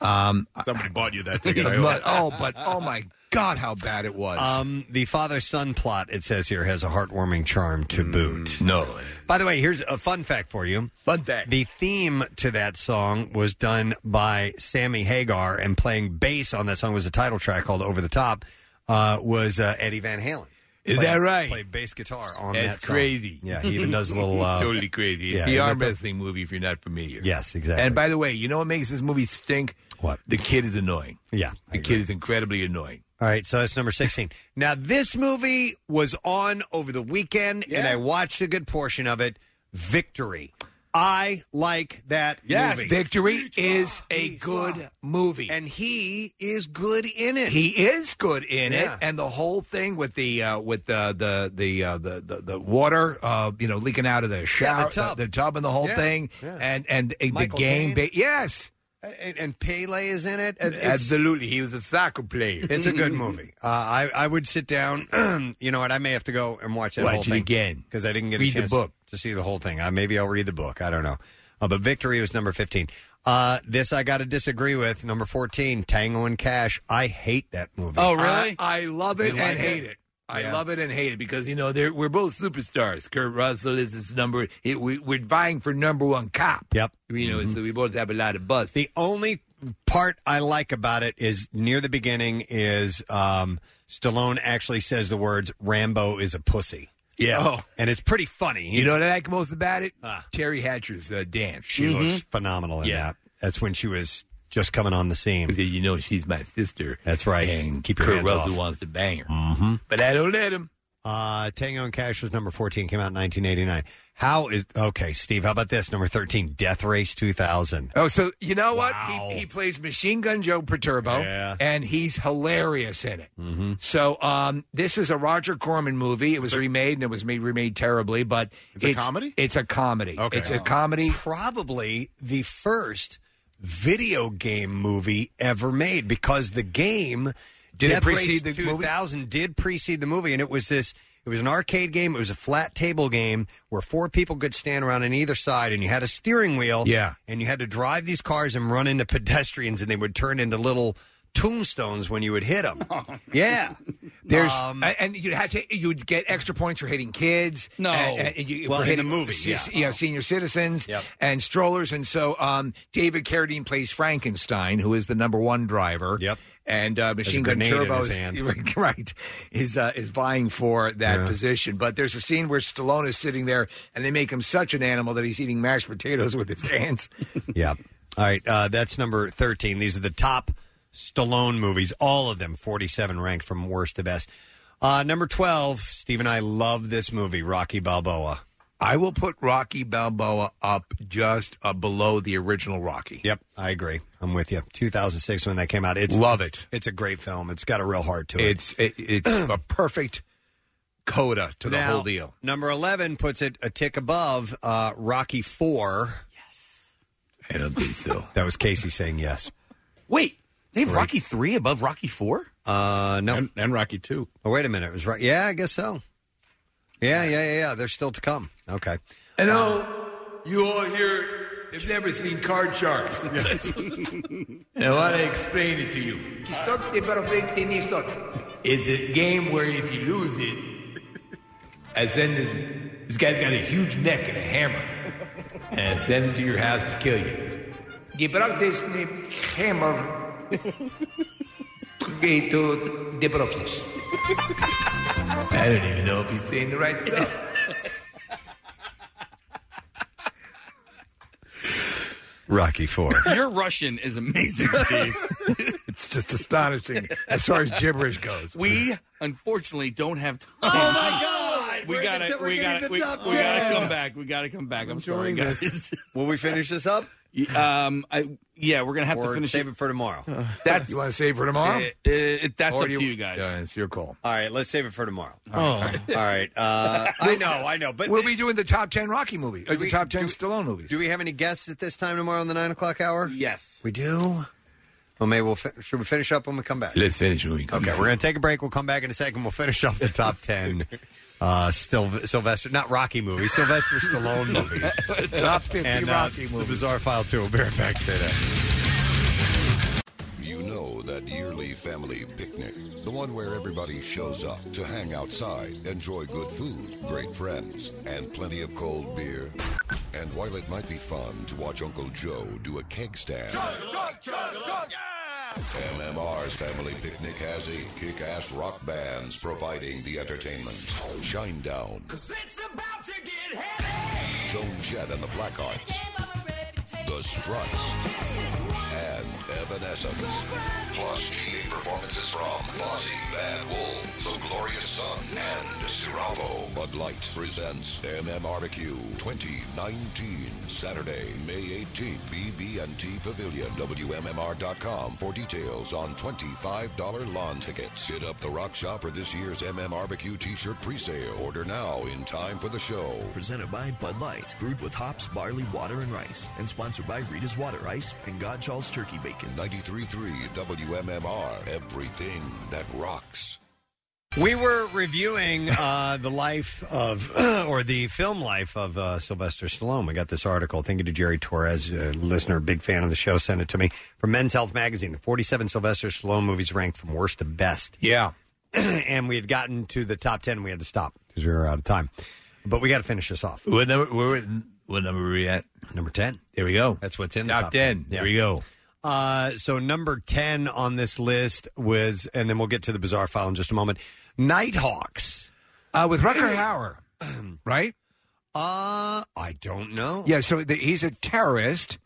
[SPEAKER 4] Um,
[SPEAKER 5] Somebody bought you that
[SPEAKER 2] ticket, I hope.
[SPEAKER 4] but, oh, but oh my God, how bad it was.
[SPEAKER 2] Um, the father son plot, it says here, has a heartwarming charm to boot.
[SPEAKER 4] Mm, No.
[SPEAKER 2] By the way, here's a fun fact for you.
[SPEAKER 4] Fun fact.
[SPEAKER 2] The theme to that song was done by Sammy Hagar, and playing bass on that song was a title track called Over the Top, uh, was uh, Eddie Van Halen.
[SPEAKER 4] Is
[SPEAKER 2] Played-
[SPEAKER 4] that right?
[SPEAKER 2] Played bass guitar on
[SPEAKER 4] That's
[SPEAKER 2] that song.
[SPEAKER 4] crazy.
[SPEAKER 2] Yeah, he even does a little. Uh,
[SPEAKER 4] totally crazy. It's
[SPEAKER 2] yeah,
[SPEAKER 4] the
[SPEAKER 2] he
[SPEAKER 4] arm
[SPEAKER 2] went to-
[SPEAKER 4] wrestling movie. If you're not familiar,
[SPEAKER 2] Yes, exactly.
[SPEAKER 4] And by the way, you know what makes this movie stink?
[SPEAKER 2] What?
[SPEAKER 4] The kid is annoying.
[SPEAKER 2] Yeah,
[SPEAKER 4] the kid is incredibly annoying.
[SPEAKER 2] All right, so that's number 16. now, this movie was on over the weekend, and I watched a good portion of it. Victory. I like that
[SPEAKER 4] Yes,
[SPEAKER 2] movie.
[SPEAKER 4] Victory is a good movie.
[SPEAKER 2] And he is good in it.
[SPEAKER 4] He is good in
[SPEAKER 2] Yeah.
[SPEAKER 4] it, and the whole thing with the uh, with the the the, uh, the the the water, uh, you know, leaking out of the shower,
[SPEAKER 2] tub.
[SPEAKER 4] The, tub, and the whole
[SPEAKER 2] Yeah,
[SPEAKER 4] thing,
[SPEAKER 2] yeah.
[SPEAKER 4] and and uh, the
[SPEAKER 2] Michael
[SPEAKER 4] game.
[SPEAKER 2] Caine.
[SPEAKER 4] Ba- yes,
[SPEAKER 2] And, and Pele is in it. And it's-
[SPEAKER 4] absolutely. He was a soccer player.
[SPEAKER 2] It's a good movie. Uh, I, I would sit down. you know what? I may have to go and watch that
[SPEAKER 4] Watch
[SPEAKER 2] whole
[SPEAKER 4] it
[SPEAKER 2] thing
[SPEAKER 4] again.
[SPEAKER 2] because I didn't get
[SPEAKER 4] Read
[SPEAKER 2] a
[SPEAKER 4] the
[SPEAKER 2] chance
[SPEAKER 4] book.
[SPEAKER 2] to see the whole thing. I, maybe I'll read the book. I don't know. Uh, but Victory was number fifteen. Uh, this I got to disagree with. Number fourteen, Tango and Cash. I hate that movie.
[SPEAKER 4] Oh, I, I love it
[SPEAKER 2] You like
[SPEAKER 4] and
[SPEAKER 2] it?
[SPEAKER 4] hate it. I
[SPEAKER 2] Yeah.
[SPEAKER 4] love it and hate it because you know they're, we're both superstars. Kurt Russell is his number. He, we, we're vying for number one cop.
[SPEAKER 2] Yep. Mm-hmm.
[SPEAKER 4] You know, and so we both have a lot of buzz.
[SPEAKER 2] The only part I like about it is near the beginning is um, Stallone actually says the words "Rambo is a pussy."
[SPEAKER 4] Yeah. Oh.
[SPEAKER 2] and it's pretty funny.
[SPEAKER 4] You know what I like most about it? Terry Hatcher's uh, dance.
[SPEAKER 2] Ah. She looks phenomenal in
[SPEAKER 4] Yeah.
[SPEAKER 2] that. That's when she was just coming on the scene.
[SPEAKER 4] You know, she's my sister.
[SPEAKER 2] That's right.
[SPEAKER 4] And
[SPEAKER 2] Keep your
[SPEAKER 4] Kurt
[SPEAKER 2] hands
[SPEAKER 4] Russell
[SPEAKER 2] off.
[SPEAKER 4] wants to bang her,
[SPEAKER 2] Mhm.
[SPEAKER 4] but I don't let him.
[SPEAKER 2] Uh, Tango and Cash was number 14, came out in 1989. How is, okay, Steve, how about this? Number 13, Death Race 2000.
[SPEAKER 4] Oh, so you know what? He, he plays Machine Gun Joe Perturbo,
[SPEAKER 2] Yeah.
[SPEAKER 4] and he's hilarious in it.
[SPEAKER 2] Mm-hmm.
[SPEAKER 4] So um, this is a Roger Corman movie. It was remade and it was made remade terribly, but
[SPEAKER 2] It's a comedy?
[SPEAKER 4] It's a comedy.
[SPEAKER 2] Okay.
[SPEAKER 4] It's a comedy.
[SPEAKER 2] Probably the first video game movie ever made because the game
[SPEAKER 4] Did it
[SPEAKER 2] Death Race
[SPEAKER 4] precede the movie?
[SPEAKER 2] 2000 did precede the movie, and it was this. It was an arcade game. It was a flat table game where four people could stand around on either side, and you had a steering wheel.
[SPEAKER 4] Yeah.
[SPEAKER 2] and you had to drive these cars and run into pedestrians, and they would turn into little tombstones when you would hit them.
[SPEAKER 4] Oh,
[SPEAKER 2] yeah,
[SPEAKER 4] There's
[SPEAKER 2] Um,
[SPEAKER 4] a- and you had to you'd get extra points for hitting kids.
[SPEAKER 2] No.
[SPEAKER 4] and, and you,
[SPEAKER 2] Well,
[SPEAKER 4] for
[SPEAKER 2] in
[SPEAKER 4] hitting
[SPEAKER 2] the movie,
[SPEAKER 4] se-
[SPEAKER 2] yeah.
[SPEAKER 4] se- you know, senior citizens and strollers. And so um, David Carradine plays Frankenstein, who is the number one driver. Yep, and uh,
[SPEAKER 2] Has a
[SPEAKER 4] Machine Gun
[SPEAKER 2] grenade in
[SPEAKER 4] Turbo
[SPEAKER 2] his
[SPEAKER 4] is-
[SPEAKER 2] hand.
[SPEAKER 4] right is uh, is vying for that
[SPEAKER 2] Yeah.
[SPEAKER 4] position. But there's a scene where Stallone is sitting there, and they make him such an animal that he's eating mashed potatoes with his hands.
[SPEAKER 2] yeah. All right, uh, that's number 13. These are the top Stallone movies, all of them, 47 ranked from worst to best. Uh, number 12, Steve and I love this movie, Rocky Balboa.
[SPEAKER 4] I will put Rocky Balboa up just uh, below the original Rocky.
[SPEAKER 2] Yep, I agree. I'm with you. 2006 when that came out. It's
[SPEAKER 4] Love it.
[SPEAKER 2] It's a great film. It's got a real heart to it.
[SPEAKER 4] It's it, it's a perfect coda to the
[SPEAKER 2] Now,
[SPEAKER 4] whole deal.
[SPEAKER 2] Number 11 puts it a tick above uh, Rocky 4.
[SPEAKER 4] Yes. I don't think so.
[SPEAKER 2] that was Casey saying yes.
[SPEAKER 36] Wait,
[SPEAKER 2] they have Rocky
[SPEAKER 36] 3 above Rocky 4?
[SPEAKER 2] Uh, no.
[SPEAKER 5] And, and Rocky 2.
[SPEAKER 2] Oh, wait a minute. It was right. Yeah, I guess so. Yeah, yeah, yeah, yeah. They're still to come. Okay. Uh,
[SPEAKER 4] I know you all here have never seen card sharks. I want to explain it to you. It's a game where if you lose it, I send this this guy's got a huge neck and a hammer, and I send him to your house to kill you. Give up this hammer. Okay, to Debrovskis. I don't even know if he's saying the right stuff.
[SPEAKER 2] Rocky Four.
[SPEAKER 5] Your Russian is amazing, Steve.
[SPEAKER 4] it's just astonishing as far as gibberish goes.
[SPEAKER 5] We unfortunately don't have time.
[SPEAKER 2] Oh my God!
[SPEAKER 5] We
[SPEAKER 2] We're
[SPEAKER 5] got to
[SPEAKER 2] into- we're
[SPEAKER 5] we
[SPEAKER 2] getting
[SPEAKER 5] got to
[SPEAKER 2] the
[SPEAKER 5] we, we got
[SPEAKER 2] top
[SPEAKER 5] to
[SPEAKER 2] 10.
[SPEAKER 5] come back. We got to come back. I'm, sorry,
[SPEAKER 2] enjoying
[SPEAKER 5] guys.
[SPEAKER 2] this. Will we finish this up?
[SPEAKER 5] Um, I, yeah, we're gonna have to
[SPEAKER 2] Or
[SPEAKER 5] finish
[SPEAKER 2] save
[SPEAKER 5] it.
[SPEAKER 2] it for tomorrow.
[SPEAKER 5] That's
[SPEAKER 4] you want to save for
[SPEAKER 5] Uh,
[SPEAKER 4] tomorrow?
[SPEAKER 5] uh, it- that's
[SPEAKER 4] Or
[SPEAKER 5] up
[SPEAKER 4] do
[SPEAKER 5] to you guys.
[SPEAKER 4] Yeah, it's your call.
[SPEAKER 2] All right, let's save it for tomorrow.
[SPEAKER 4] Oh.
[SPEAKER 2] All right. All right. Uh, I know, I know, but
[SPEAKER 4] we'll be doing the top ten Rocky movies, or the top ten Stallone movies.
[SPEAKER 2] do we have any guests at this time tomorrow in the nine o'clock hour?
[SPEAKER 5] Yes,
[SPEAKER 2] we do. Well, maybe we'll fin- should we finish up when we come back?
[SPEAKER 4] Let's finish when we
[SPEAKER 2] Okay, we're gonna take a break. We'll come back in a second. We'll finish off the top ten. Uh, still Sylvester, not Rocky movies, Sylvester Stallone movies.
[SPEAKER 4] Top 50 Rocky
[SPEAKER 2] movies. The Bizarre File too. We'll be right back. Stay there.
[SPEAKER 1] You know that yearly family picnic, the one where everybody shows up to hang outside, enjoy good food, great friends, and plenty of cold beer. And while it might be fun to watch Uncle Joe do a keg stand, MMR's Family Picnic has eight kick ass rock bands providing the entertainment. Shinedown, Joan Jett and the Blackhearts, The Struts, and Evanescence. Plus GA performances from Fozzy, Bad Wolves, The Glorious Sun, and Siravo. Bud Light presents MMRBQ 2019, Saturday, May 18th, BB&T Pavilion, WMMR.com for details on $25 lawn tickets. Hit up the Rock Shop for this year's MMRBQ t-shirt presale. Order now in time for the show.
[SPEAKER 13] Presented by Bud Light, brewed with hops, barley, water, and rice, and sponsored by Rita's Water Ice and Godchall's Turkey Bacon.
[SPEAKER 1] 93.3 WMMR, everything that rocks.
[SPEAKER 2] We were reviewing uh, the life of, or the film life of uh, Sylvester Stallone. We got this article. Thank you to Jerry Torres, a listener, big fan of the show, sent it to me from Men's Health Magazine. The 47 Sylvester Stallone movies ranked from worst to best.
[SPEAKER 4] Yeah.
[SPEAKER 2] and we had gotten to the top 10 and we had to stop because we were out of time. But we got to finish this off.
[SPEAKER 8] What number? Where, what number were we at?
[SPEAKER 2] Number ten.
[SPEAKER 8] There we go.
[SPEAKER 2] That's what's in the
[SPEAKER 8] top,
[SPEAKER 2] top
[SPEAKER 8] ten.
[SPEAKER 2] 10. Yeah.
[SPEAKER 8] There we go.
[SPEAKER 2] Uh, so number 10 on this list was, and then we'll get to the bizarre file in just a moment, Nighthawks.
[SPEAKER 4] Uh, with Rucker Hauer, right?
[SPEAKER 2] Uh, I don't know.
[SPEAKER 4] Yeah, so the, he's a terrorist,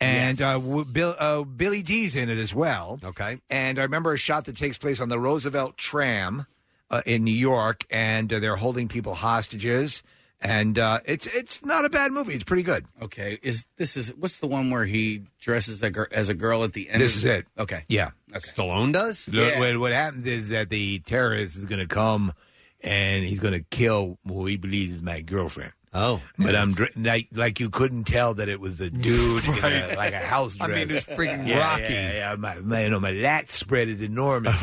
[SPEAKER 4] and uh, w- Bill, uh, Billy D's in it as well.
[SPEAKER 2] Okay.
[SPEAKER 4] And I remember a shot that takes place on the Roosevelt tram uh, in New York, and uh, they're holding people hostages, and uh, it's it's not a bad movie. It's pretty good.
[SPEAKER 5] Okay, is this is what's the one where he dresses a gir- as a girl at the end?
[SPEAKER 4] This
[SPEAKER 5] of-
[SPEAKER 4] is it.
[SPEAKER 5] Okay,
[SPEAKER 4] Yeah.
[SPEAKER 5] Okay.
[SPEAKER 2] Stallone does?
[SPEAKER 8] Look,
[SPEAKER 5] Yeah.
[SPEAKER 8] what, what happens is that the terrorist is going to come and he's going to kill who he believes is my girlfriend.
[SPEAKER 2] Oh,
[SPEAKER 8] but I'm dr- like, like you couldn't tell that it was a dude in a, like a house
[SPEAKER 2] I
[SPEAKER 8] dress.
[SPEAKER 2] mean, it's freaking
[SPEAKER 8] yeah,
[SPEAKER 2] Rocky.
[SPEAKER 8] Yeah, yeah. My, my, you know, my lat spread is enormous.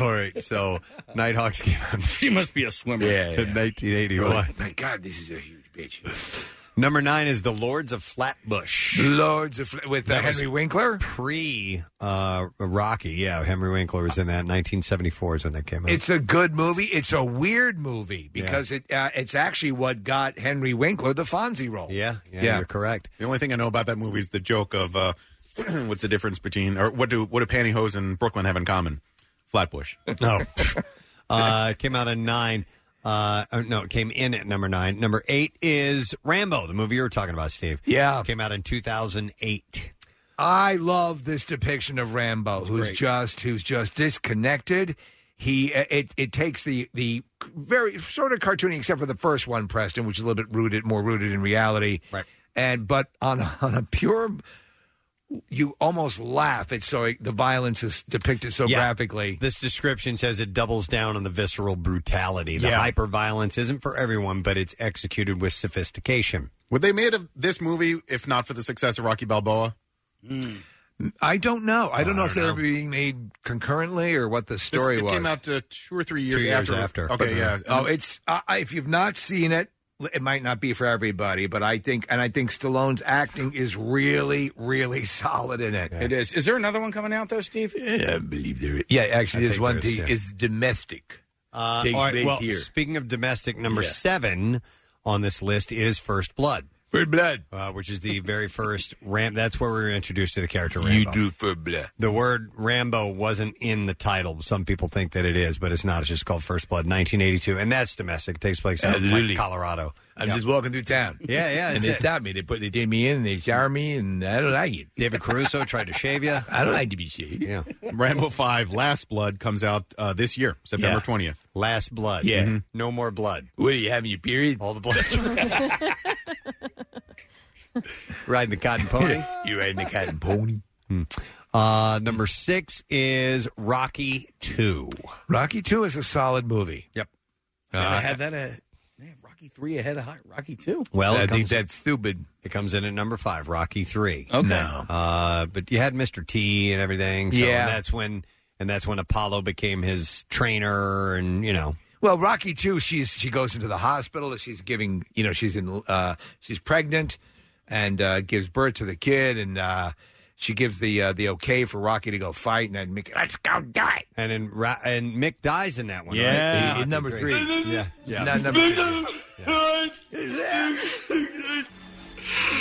[SPEAKER 2] All right, so Nighthawks came out.
[SPEAKER 5] She must be a swimmer.
[SPEAKER 8] Yeah, yeah.
[SPEAKER 2] in 1981.
[SPEAKER 8] My God, this is a huge bitch.
[SPEAKER 2] Number nine is The Lords of Flatbush.
[SPEAKER 4] Lords of Fla- with uh,
[SPEAKER 2] That was
[SPEAKER 4] Henry Winkler.
[SPEAKER 2] Pre uh, Rocky. Yeah, Henry Winkler was in that. 1974 is when that came out.
[SPEAKER 4] It's a good movie. It's a weird movie because it uh, it's actually what got Henry Winkler the Fonzie role.
[SPEAKER 2] Yeah, yeah, you're correct.
[SPEAKER 20] The only thing I know about that movie is the joke of uh, what's the difference between or what do what do pantyhose and Brooklyn have in common? Flatbush.
[SPEAKER 2] No. Oh. uh, it came out in nine. Uh, uh, no, it came in at number nine. Number eight is Rambo, the movie you were talking about, Steve.
[SPEAKER 4] Yeah.
[SPEAKER 2] Came out in 2008.
[SPEAKER 4] I love this depiction of Rambo, who's
[SPEAKER 2] great.
[SPEAKER 4] just who's just disconnected. He uh, it it takes the the very sort of cartoony, except for the first one, Preston, which is a little bit rooted more rooted in reality. Right. And but on on a pure, you almost laugh. It's so the violence is depicted so
[SPEAKER 2] Yeah.
[SPEAKER 4] graphically.
[SPEAKER 2] This description says it doubles down on the visceral brutality. The
[SPEAKER 4] Yeah.
[SPEAKER 2] hyper violence isn't for everyone, but it's executed with sophistication.
[SPEAKER 20] Would they made of this movie if not for the success of Rocky Balboa?
[SPEAKER 4] Mm. I don't know. I don't know if they were being made concurrently or what the
[SPEAKER 20] This-
[SPEAKER 4] story
[SPEAKER 20] it
[SPEAKER 4] was.
[SPEAKER 20] came out uh, two or three years,
[SPEAKER 4] Two years
[SPEAKER 20] after.
[SPEAKER 4] after.
[SPEAKER 20] Okay, yeah.
[SPEAKER 4] Oh, it's uh, if you've not seen it, it might not be for everybody, but I think and I think Stallone's acting is really, really solid in it.
[SPEAKER 5] It is. Is there another one coming out though, Steve?
[SPEAKER 8] Yeah, I believe there is. Yeah, actually, there's one thing. It's domestic.
[SPEAKER 2] Uh,
[SPEAKER 8] Takes
[SPEAKER 2] all right,
[SPEAKER 8] place
[SPEAKER 2] well,
[SPEAKER 8] here.
[SPEAKER 2] speaking of domestic, number
[SPEAKER 8] Yeah.
[SPEAKER 2] seven on this list is First Blood. For blood, uh, which is the very first Ram. That's where we were introduced to the character Rambo.
[SPEAKER 17] You do for blood.
[SPEAKER 2] The word Rambo wasn't in the title. Some people think that it is, but it's not. It's just called First Blood, 1982, and that's domestic. It takes place out in
[SPEAKER 17] Absolutely.
[SPEAKER 2] like, Colorado.
[SPEAKER 17] I'm
[SPEAKER 2] Yeah.
[SPEAKER 17] just walking through town.
[SPEAKER 2] Yeah, yeah,
[SPEAKER 17] And
[SPEAKER 2] that's
[SPEAKER 17] they
[SPEAKER 2] it.
[SPEAKER 17] stopped me. They put they take me in and they shower me, and I don't like it.
[SPEAKER 2] David Caruso tried to shave you.
[SPEAKER 17] I don't like to be shaved.
[SPEAKER 2] Yeah.
[SPEAKER 20] Rambo Five: Last Blood comes out uh, this year, September
[SPEAKER 17] Yeah.
[SPEAKER 20] twentieth.
[SPEAKER 2] Last Blood. Mm-hmm.
[SPEAKER 17] Yeah. Mm-hmm.
[SPEAKER 2] No more blood.
[SPEAKER 17] What are you having your period?
[SPEAKER 2] All the blood. Riding the cotton pony. Hmm.
[SPEAKER 17] you riding the cotton pony.
[SPEAKER 2] Uh, number six is Rocky Two.
[SPEAKER 8] Rocky Two is a solid movie.
[SPEAKER 2] Yep.
[SPEAKER 17] I had that. Uh, man, Rocky three ahead of Hot Rocky two.
[SPEAKER 2] Well,
[SPEAKER 17] I
[SPEAKER 2] it
[SPEAKER 17] think
[SPEAKER 2] comes-
[SPEAKER 17] that's stupid.
[SPEAKER 2] It comes in at number five, Rocky Three.
[SPEAKER 17] Okay. No.
[SPEAKER 2] uh, but you had Mr. T and everything. So
[SPEAKER 8] Yeah.
[SPEAKER 2] that's when and that's when Apollo became his trainer, and you know.
[SPEAKER 8] Well, Rocky too. She's she goes into the hospital. She's giving you know she's in uh, she's pregnant and uh, gives birth to the kid, and uh, she gives the uh, the okay for Rocky to go fight, and then Mickey, let's go do it.
[SPEAKER 2] And in Ra- and Mick dies in that one.
[SPEAKER 8] Yeah.
[SPEAKER 2] right?
[SPEAKER 8] In number three.
[SPEAKER 2] Yeah, yeah.
[SPEAKER 8] No, number three.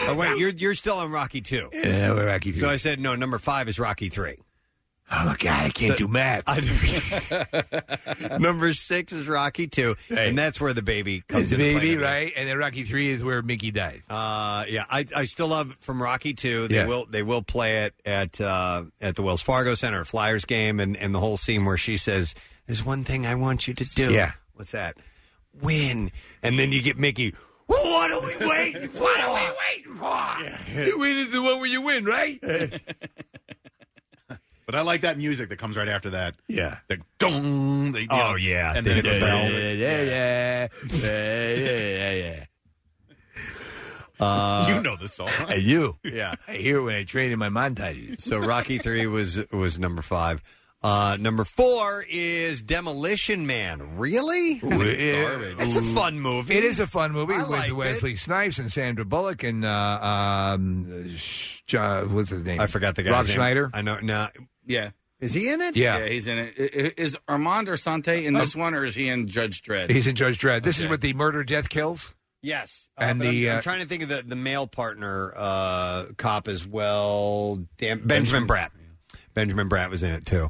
[SPEAKER 2] Oh wait, you're you're still on Rocky Two.
[SPEAKER 17] Yeah, we're Rocky
[SPEAKER 2] So I said no. Number five is Rocky Three.
[SPEAKER 17] Oh my God, I can't do math.
[SPEAKER 2] number six is Rocky Two, and that's where the baby comes.
[SPEAKER 17] It's a
[SPEAKER 2] into play.
[SPEAKER 17] baby, right? And then Rocky three is where Mickey dies.
[SPEAKER 2] Uh, yeah, I, I still love from Rocky Two. They
[SPEAKER 17] Yeah.
[SPEAKER 2] will they will play it at uh, at the Wells Fargo Center Flyers game, and, and the whole scene where she says, "There's one thing I want you to do."
[SPEAKER 17] Yeah.
[SPEAKER 2] what's that? Win, and then you get Mickey. What are we waiting for? What are we
[SPEAKER 17] waiting for? You win is the one where you win, right?
[SPEAKER 20] But I like that music that comes right after that.
[SPEAKER 17] Yeah.
[SPEAKER 20] The dong. the- you
[SPEAKER 17] Oh,
[SPEAKER 20] know,
[SPEAKER 17] yeah.
[SPEAKER 20] And then
[SPEAKER 17] Yeah,
[SPEAKER 20] the bell.
[SPEAKER 17] yeah, yeah, yeah, yeah, yeah, yeah.
[SPEAKER 20] you know the song.
[SPEAKER 17] I do.
[SPEAKER 2] Yeah.
[SPEAKER 17] I hear it when I train in my montages.
[SPEAKER 2] So Rocky Three was was number five. Uh, number four is Demolition Man. Really? It's a fun movie.
[SPEAKER 8] It is a fun movie
[SPEAKER 2] I
[SPEAKER 8] with
[SPEAKER 2] liked it.
[SPEAKER 8] Wesley Snipes and Sandra Bullock and uh, um, sh- uh, what's his name?
[SPEAKER 2] I forgot the guy's
[SPEAKER 8] Rob
[SPEAKER 2] name.
[SPEAKER 8] Schneider.
[SPEAKER 2] I know. No,
[SPEAKER 5] Yeah.
[SPEAKER 2] Is he in it?
[SPEAKER 8] Yeah.
[SPEAKER 5] he's in it. I- I- Is Armand or Sante in this one, or is he in Judge Dredd?
[SPEAKER 8] He's in Judge Dredd. This is
[SPEAKER 5] Okay.
[SPEAKER 8] with the murder, death, kills.
[SPEAKER 2] Yes,
[SPEAKER 8] And
[SPEAKER 2] and
[SPEAKER 8] the,
[SPEAKER 2] the I'm,
[SPEAKER 8] uh,
[SPEAKER 2] I'm trying to think of the the male partner uh, cop as well. Damn, Benjamin, Bratt. Benjamin Bratt was in it too.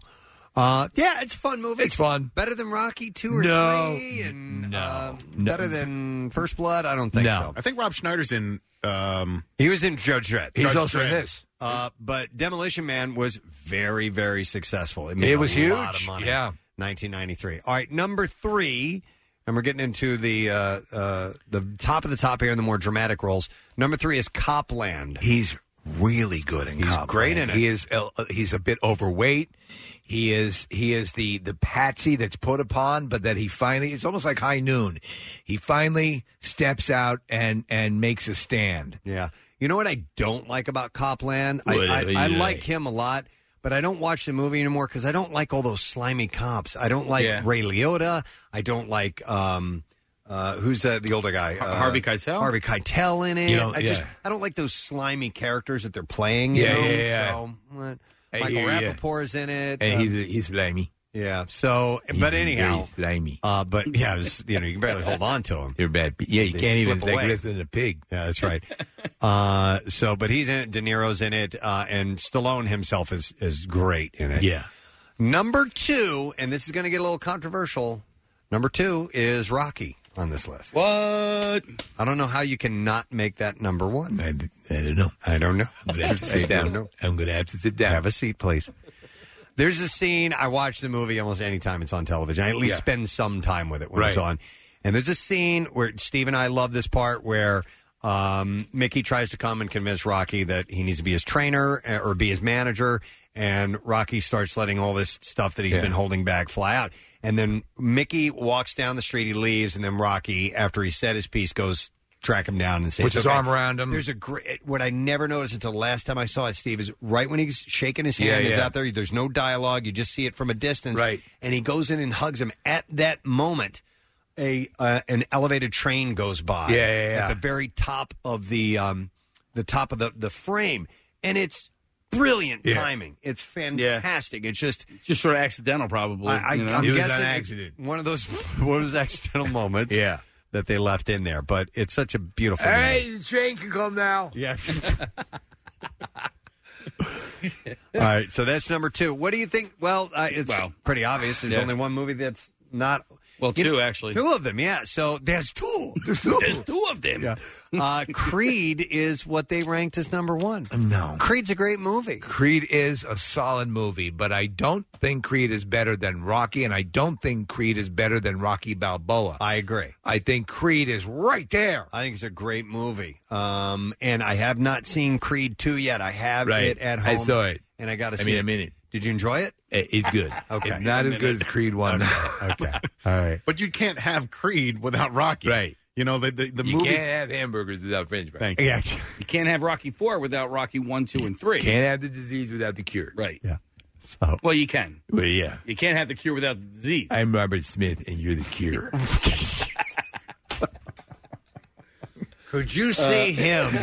[SPEAKER 2] Uh, yeah, it's a fun movie. It's
[SPEAKER 8] fun.
[SPEAKER 2] Better than Rocky two or
[SPEAKER 20] No.
[SPEAKER 2] three, and
[SPEAKER 20] No.
[SPEAKER 2] um,
[SPEAKER 20] No.
[SPEAKER 2] better than First Blood. I don't think so.
[SPEAKER 20] I think Rob Schneider's in. Um,
[SPEAKER 2] he was in Judge Dredd.
[SPEAKER 20] He's also in
[SPEAKER 8] this.
[SPEAKER 2] Uh, but Demolition Man was very very successful. It, made
[SPEAKER 8] It
[SPEAKER 2] a
[SPEAKER 8] was
[SPEAKER 2] lot
[SPEAKER 8] huge.
[SPEAKER 2] Of money.
[SPEAKER 8] Yeah.
[SPEAKER 2] 1993. All right, number three, and we're getting into the uh, uh, the top of the top here and the more dramatic roles. Number three is Copland.
[SPEAKER 8] He's really good in. He's
[SPEAKER 2] great in it.
[SPEAKER 8] He is. uh, He's a bit overweight. He is. He is the the patsy that's put upon, but that he finally. It's almost like high noon. He finally steps out and and makes a stand.
[SPEAKER 2] Yeah. You know what I don't like about Copland? I,
[SPEAKER 8] What do you
[SPEAKER 2] I, I
[SPEAKER 8] like?
[SPEAKER 2] like him a lot, but I don't watch the movie anymore because I don't like all those slimy cops. I don't like
[SPEAKER 5] Yeah.
[SPEAKER 2] Ray Liotta. I don't like um, uh, who's uh, the older guy? Uh,
[SPEAKER 5] Harvey Keitel?
[SPEAKER 2] Harvey Keitel in it.
[SPEAKER 5] You don't-
[SPEAKER 2] I just
[SPEAKER 5] yeah.
[SPEAKER 2] I don't like those slimy characters that they're playing. You
[SPEAKER 8] Yeah,
[SPEAKER 2] know?
[SPEAKER 8] yeah, yeah.
[SPEAKER 2] So, what?
[SPEAKER 8] I
[SPEAKER 2] Michael
[SPEAKER 8] hear ya.
[SPEAKER 2] Rappaport is in it.
[SPEAKER 8] And
[SPEAKER 2] Uh,
[SPEAKER 8] he's he's slimy.
[SPEAKER 2] yeah. So, but
[SPEAKER 8] He's
[SPEAKER 2] anyhow,
[SPEAKER 8] very slimy.
[SPEAKER 2] Uh, but yeah, it was, you know, you can barely hold on to him.
[SPEAKER 8] They're bad. pe- Yeah, you
[SPEAKER 2] They
[SPEAKER 8] can't even
[SPEAKER 2] slip
[SPEAKER 8] like
[SPEAKER 2] away.
[SPEAKER 8] listen a pig.
[SPEAKER 2] Yeah, that's right. uh, so, but he's in it. De Niro's in it, uh, and Stallone himself is is great in it.
[SPEAKER 8] Yeah.
[SPEAKER 2] Number two, and this is going to get a little controversial. Number two is Rocky on this list.
[SPEAKER 5] What? I
[SPEAKER 2] don't know how you can not make that number one.
[SPEAKER 8] I, don't know.
[SPEAKER 2] I don't know.
[SPEAKER 8] I'm gonna have to sit down. I'm gonna have to sit down.
[SPEAKER 2] Have a seat, please. There's a scene I watch the movie almost any time it's on television. I at least
[SPEAKER 8] Yeah.
[SPEAKER 2] spend some time with it when it's
[SPEAKER 8] Right.
[SPEAKER 2] on. And there's a scene where Steve and I love this part where um, Mickey tries to come and convince Rocky that he needs to be his trainer eh, or be his manager, and Rocky starts letting all this stuff that he's
[SPEAKER 8] Yeah.
[SPEAKER 2] been holding back fly out. And then Mickey walks down the street, he leaves, and then Rocky, after he said his piece, goes track him down and say,
[SPEAKER 8] Puts
[SPEAKER 2] "It's
[SPEAKER 8] his
[SPEAKER 2] okay."
[SPEAKER 8] arm around him.
[SPEAKER 2] There's a great. What I never noticed until the last time I saw it, Steve, is right when he's shaking his hand,
[SPEAKER 8] Yeah,
[SPEAKER 2] he's
[SPEAKER 8] yeah.
[SPEAKER 2] out there. There's no dialogue. You just see it from a distance,
[SPEAKER 8] Right.
[SPEAKER 2] And he goes in and hugs him. At that moment, a uh, an elevated train goes by.
[SPEAKER 8] Yeah, yeah, yeah.
[SPEAKER 2] At the very top of the um, the top of the the frame, and it's brilliant
[SPEAKER 5] Yeah.
[SPEAKER 2] timing. It's fantastic. It's just
[SPEAKER 5] just sort of accidental, probably.
[SPEAKER 2] I, I,
[SPEAKER 5] you know?
[SPEAKER 2] am guessing it's one of those one of those accidental moments.
[SPEAKER 5] Yeah.
[SPEAKER 2] that they left in there, but it's such a beautiful.
[SPEAKER 4] All
[SPEAKER 2] name.
[SPEAKER 4] right, the train can come now.
[SPEAKER 2] Yeah. All right, so that's number two. What do you think? Well, uh, it's
[SPEAKER 5] Well.
[SPEAKER 2] pretty obvious. There's
[SPEAKER 5] Yeah.
[SPEAKER 2] only one movie that's not.
[SPEAKER 5] Well,
[SPEAKER 2] You
[SPEAKER 5] two, actually.
[SPEAKER 2] Two of them, yeah. So there's two. There's
[SPEAKER 4] two,
[SPEAKER 5] of them.
[SPEAKER 2] Yeah. Uh, Creed is what they ranked as number one.
[SPEAKER 4] No.
[SPEAKER 2] Creed's a great movie.
[SPEAKER 4] Creed is a solid movie, but I don't think Creed is better than Rocky, and I don't think Creed is better than Rocky Balboa.
[SPEAKER 2] I agree.
[SPEAKER 4] I think Creed is right there.
[SPEAKER 2] I think it's a great movie. Um, and I have not seen Creed 2 yet. I have
[SPEAKER 4] Right.
[SPEAKER 2] it at
[SPEAKER 4] I
[SPEAKER 2] home.
[SPEAKER 4] saw it.
[SPEAKER 2] And I got to
[SPEAKER 4] I
[SPEAKER 2] see
[SPEAKER 4] mean,
[SPEAKER 2] it.
[SPEAKER 4] I mean it.
[SPEAKER 2] Did you enjoy it?
[SPEAKER 4] It's good.
[SPEAKER 2] Okay.
[SPEAKER 4] It's not as good as Creed One.
[SPEAKER 2] okay. All right.
[SPEAKER 20] But you can't have Creed without Rocky.
[SPEAKER 4] Right.
[SPEAKER 20] You know, the, the, the
[SPEAKER 4] You
[SPEAKER 20] movie.
[SPEAKER 4] can't have hamburgers without French fries.
[SPEAKER 20] Thank
[SPEAKER 2] you.
[SPEAKER 5] You can't have Rocky Four without Rocky One, Two, and Three.
[SPEAKER 4] Can't have the disease without the cure.
[SPEAKER 5] Right.
[SPEAKER 2] Yeah.
[SPEAKER 5] Well, you can.
[SPEAKER 4] Well, yeah.
[SPEAKER 5] You can't have the cure without the disease.
[SPEAKER 4] I'm Robert Smith, and you're the cure.
[SPEAKER 2] Could you see him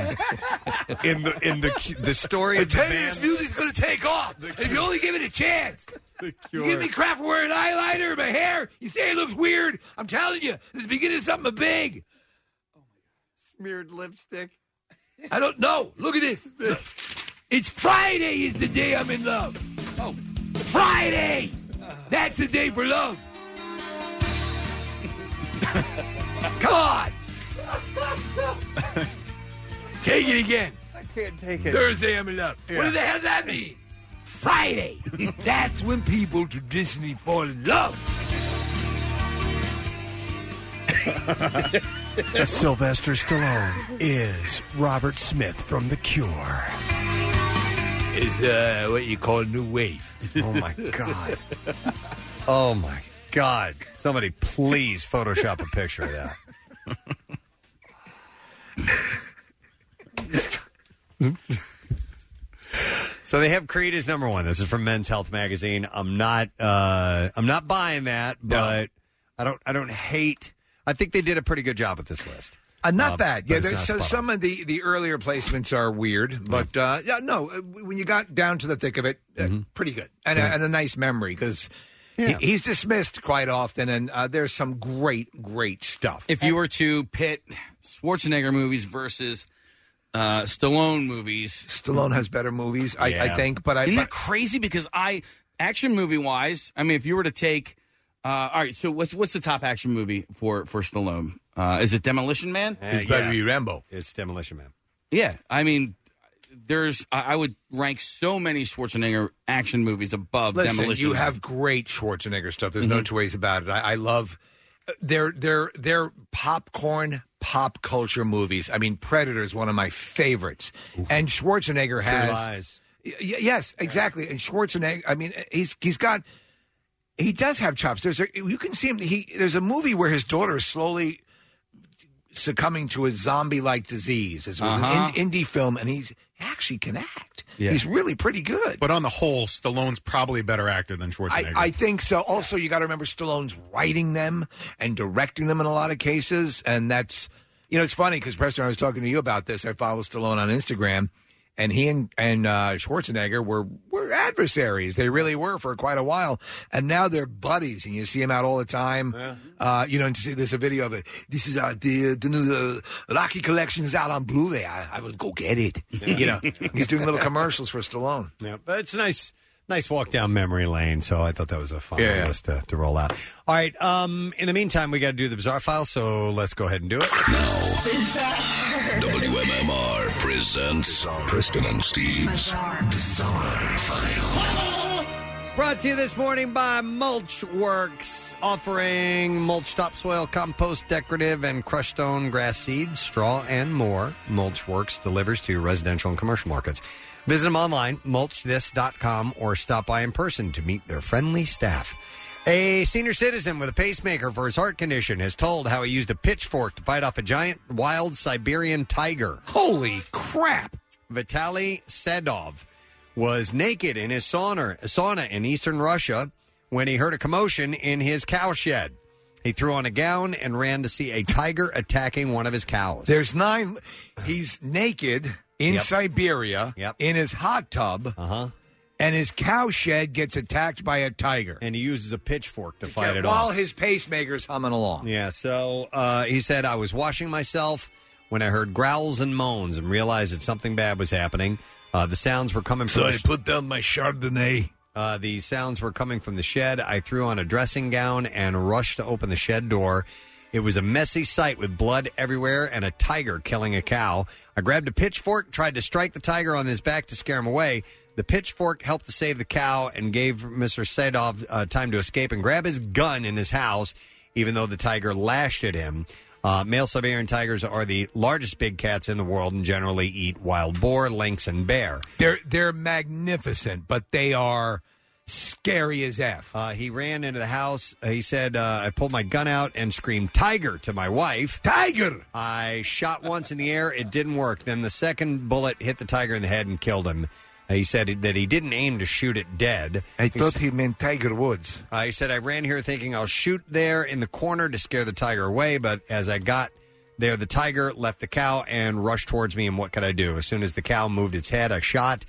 [SPEAKER 2] in the in the the story?
[SPEAKER 4] I
[SPEAKER 2] of the
[SPEAKER 4] tell you,
[SPEAKER 2] band?
[SPEAKER 4] this music's going to take off if you only give it a chance. You give me crap for wearing eyeliner in my hair. You say it looks weird. I'm telling you, this is the beginning of something big.
[SPEAKER 2] Smeared lipstick.
[SPEAKER 4] I don't know. Look at this. It's Friday is the day I'm in love. Oh. Friday! That's the day for love. Come on! Take it again.
[SPEAKER 2] I can't take
[SPEAKER 4] Thursday I'm in love.
[SPEAKER 2] Yeah.
[SPEAKER 4] What the hell does that mean? Friday. That's when people traditionally fall in love.
[SPEAKER 22] Sylvester Stallone is Robert Smith from The Cure.
[SPEAKER 4] It's uh, what you call new wave.
[SPEAKER 2] Oh my god. Oh my god. Somebody please Photoshop a picture of that. So they have Creed as number one. This is from Men's Health magazine. I'm not uh, I'm not buying that, but I don't I don't hate. I think they did a pretty good job with this list.
[SPEAKER 4] Uh, not
[SPEAKER 2] Uh,
[SPEAKER 4] bad.
[SPEAKER 2] but
[SPEAKER 4] Yeah,
[SPEAKER 2] it's
[SPEAKER 4] there's
[SPEAKER 2] not
[SPEAKER 4] so
[SPEAKER 2] spot on.
[SPEAKER 4] some of the, the earlier placements are weird, but uh, yeah, no, uh, when you got down to the thick of it, uh,
[SPEAKER 2] Mm-hmm.
[SPEAKER 4] pretty good and, a, and a nice memory because he's dismissed quite often, and uh, there's some great, great stuff.
[SPEAKER 5] If you were to pit Schwarzenegger movies versus uh, Stallone movies,
[SPEAKER 4] Stallone has better movies, I, I think, but I
[SPEAKER 5] isn't
[SPEAKER 4] but-
[SPEAKER 5] that crazy? Because I action movie wise, I mean, if you were to take, uh, all right, so what's what's the top action movie for for Stallone? Uh, is it Demolition Man?
[SPEAKER 2] Eh,
[SPEAKER 4] It's gotta be Rambo.
[SPEAKER 2] It's Demolition Man.
[SPEAKER 5] Yeah, I mean, there's I, I would rank so many Schwarzenegger action movies above
[SPEAKER 4] Listen,
[SPEAKER 5] Demolition.
[SPEAKER 4] you
[SPEAKER 5] Man.
[SPEAKER 4] have great Schwarzenegger stuff. There's
[SPEAKER 20] Mm-hmm.
[SPEAKER 4] no
[SPEAKER 5] Mhm.
[SPEAKER 4] two ways about it. I, I love uh, their their their popcorn pop culture movies. I mean, Predator is one of my favorites, and Schwarzenegger
[SPEAKER 2] True
[SPEAKER 4] has
[SPEAKER 2] Lies.
[SPEAKER 4] Y- y- yes, exactly. And Schwarzenegger. I mean, he's he's got he does have chops. There's a, you can see him. He there's a movie where his daughter is slowly succumbing to a zombie like disease. It was
[SPEAKER 20] Uh-huh.
[SPEAKER 4] an in, indie film, and he's he actually can act.
[SPEAKER 20] Yeah.
[SPEAKER 4] He's really pretty good.
[SPEAKER 20] But on the whole, Stallone's probably a better actor than Schwarzenegger.
[SPEAKER 4] I, I think so. Also, you got to remember Stallone's writing them and directing them in a lot of cases, and that's you know it's funny because Preston, I was talking to you about this. I follow Stallone on Instagram, and he and and uh, Schwarzenegger were were adversaries. They really were for quite a while, and now they're buddies, and you see him out all the time. Uh, you know, and to see there's a video of it. This is our the the new uh, Rocky collection is out on Blu-ray. I, I would go get it. You know, he's doing little commercials for Stallone.
[SPEAKER 2] Yeah, but it's a nice, nice walk down memory lane. So I thought that was a fun
[SPEAKER 4] Yeah, yeah.
[SPEAKER 2] list to, to roll out. All right. Um, in the meantime, we got to do the bizarre file. So let's go ahead and do it.
[SPEAKER 1] WMMR presents Preston and Steve's Bizarre File.
[SPEAKER 2] Brought to you this morning by Mulch Works, offering mulch, topsoil, compost, decorative, and crushed stone, grass seeds, straw, and more. Mulch Works delivers to residential and commercial markets. Visit them online, mulchthis.com, or stop by in person to meet their friendly staff. A senior citizen with a pacemaker for his heart condition has told how he used a pitchfork to fight off a giant wild Siberian tiger.
[SPEAKER 4] Holy crap!
[SPEAKER 2] Vitaly Sedov was naked in his sauna, sauna in eastern Russia when he heard a commotion in his cow shed. He threw on a gown and ran to see a tiger attacking one of his cows.
[SPEAKER 4] There's nine. He's naked in
[SPEAKER 2] Yep. Uh-huh.
[SPEAKER 4] Siberia in his hot tub. Uh huh. and his cow shed gets attacked by a tiger.
[SPEAKER 2] And he uses a pitchfork to fight it
[SPEAKER 4] While
[SPEAKER 2] off.
[SPEAKER 4] his pacemaker's humming along.
[SPEAKER 2] Yeah, so uh, he said, I was washing myself when I heard growls and moans and realized that something bad was happening. Uh, the sounds were coming from.
[SPEAKER 4] So I
[SPEAKER 2] the-
[SPEAKER 4] put down my Chardonnay.
[SPEAKER 2] Uh, the sounds were coming from the shed. I threw on a dressing gown and rushed to open the shed door. It was a messy sight with blood everywhere and a tiger killing a cow. I grabbed a pitchfork, tried to strike the tiger on his back to scare him away. The pitchfork helped to save the cow and gave Mr. Sadov uh, time to escape and grab his gun in his house, even though the tiger lashed at him. Uh, male Siberian tigers are the largest big cats in the world and generally eat wild boar, lynx, and bear.
[SPEAKER 4] They're they're magnificent, but they are scary as f.
[SPEAKER 2] Uh, he ran into the house. Uh, He said, uh, "I pulled my gun out and screamed tiger to my wife.
[SPEAKER 4] Tiger!
[SPEAKER 2] I shot once in the air. It didn't work. Then the second bullet hit the tiger in the head and killed him." Uh, He said that he didn't aim to shoot it dead.
[SPEAKER 4] I
[SPEAKER 2] He
[SPEAKER 4] thought he meant Tiger Woods.
[SPEAKER 2] uh, he said, I ran here thinking I'll shoot there in the corner to scare the tiger away, but as I got there, the tiger left the cow and rushed towards me, and what could I do? As soon as the cow moved its head, I shot.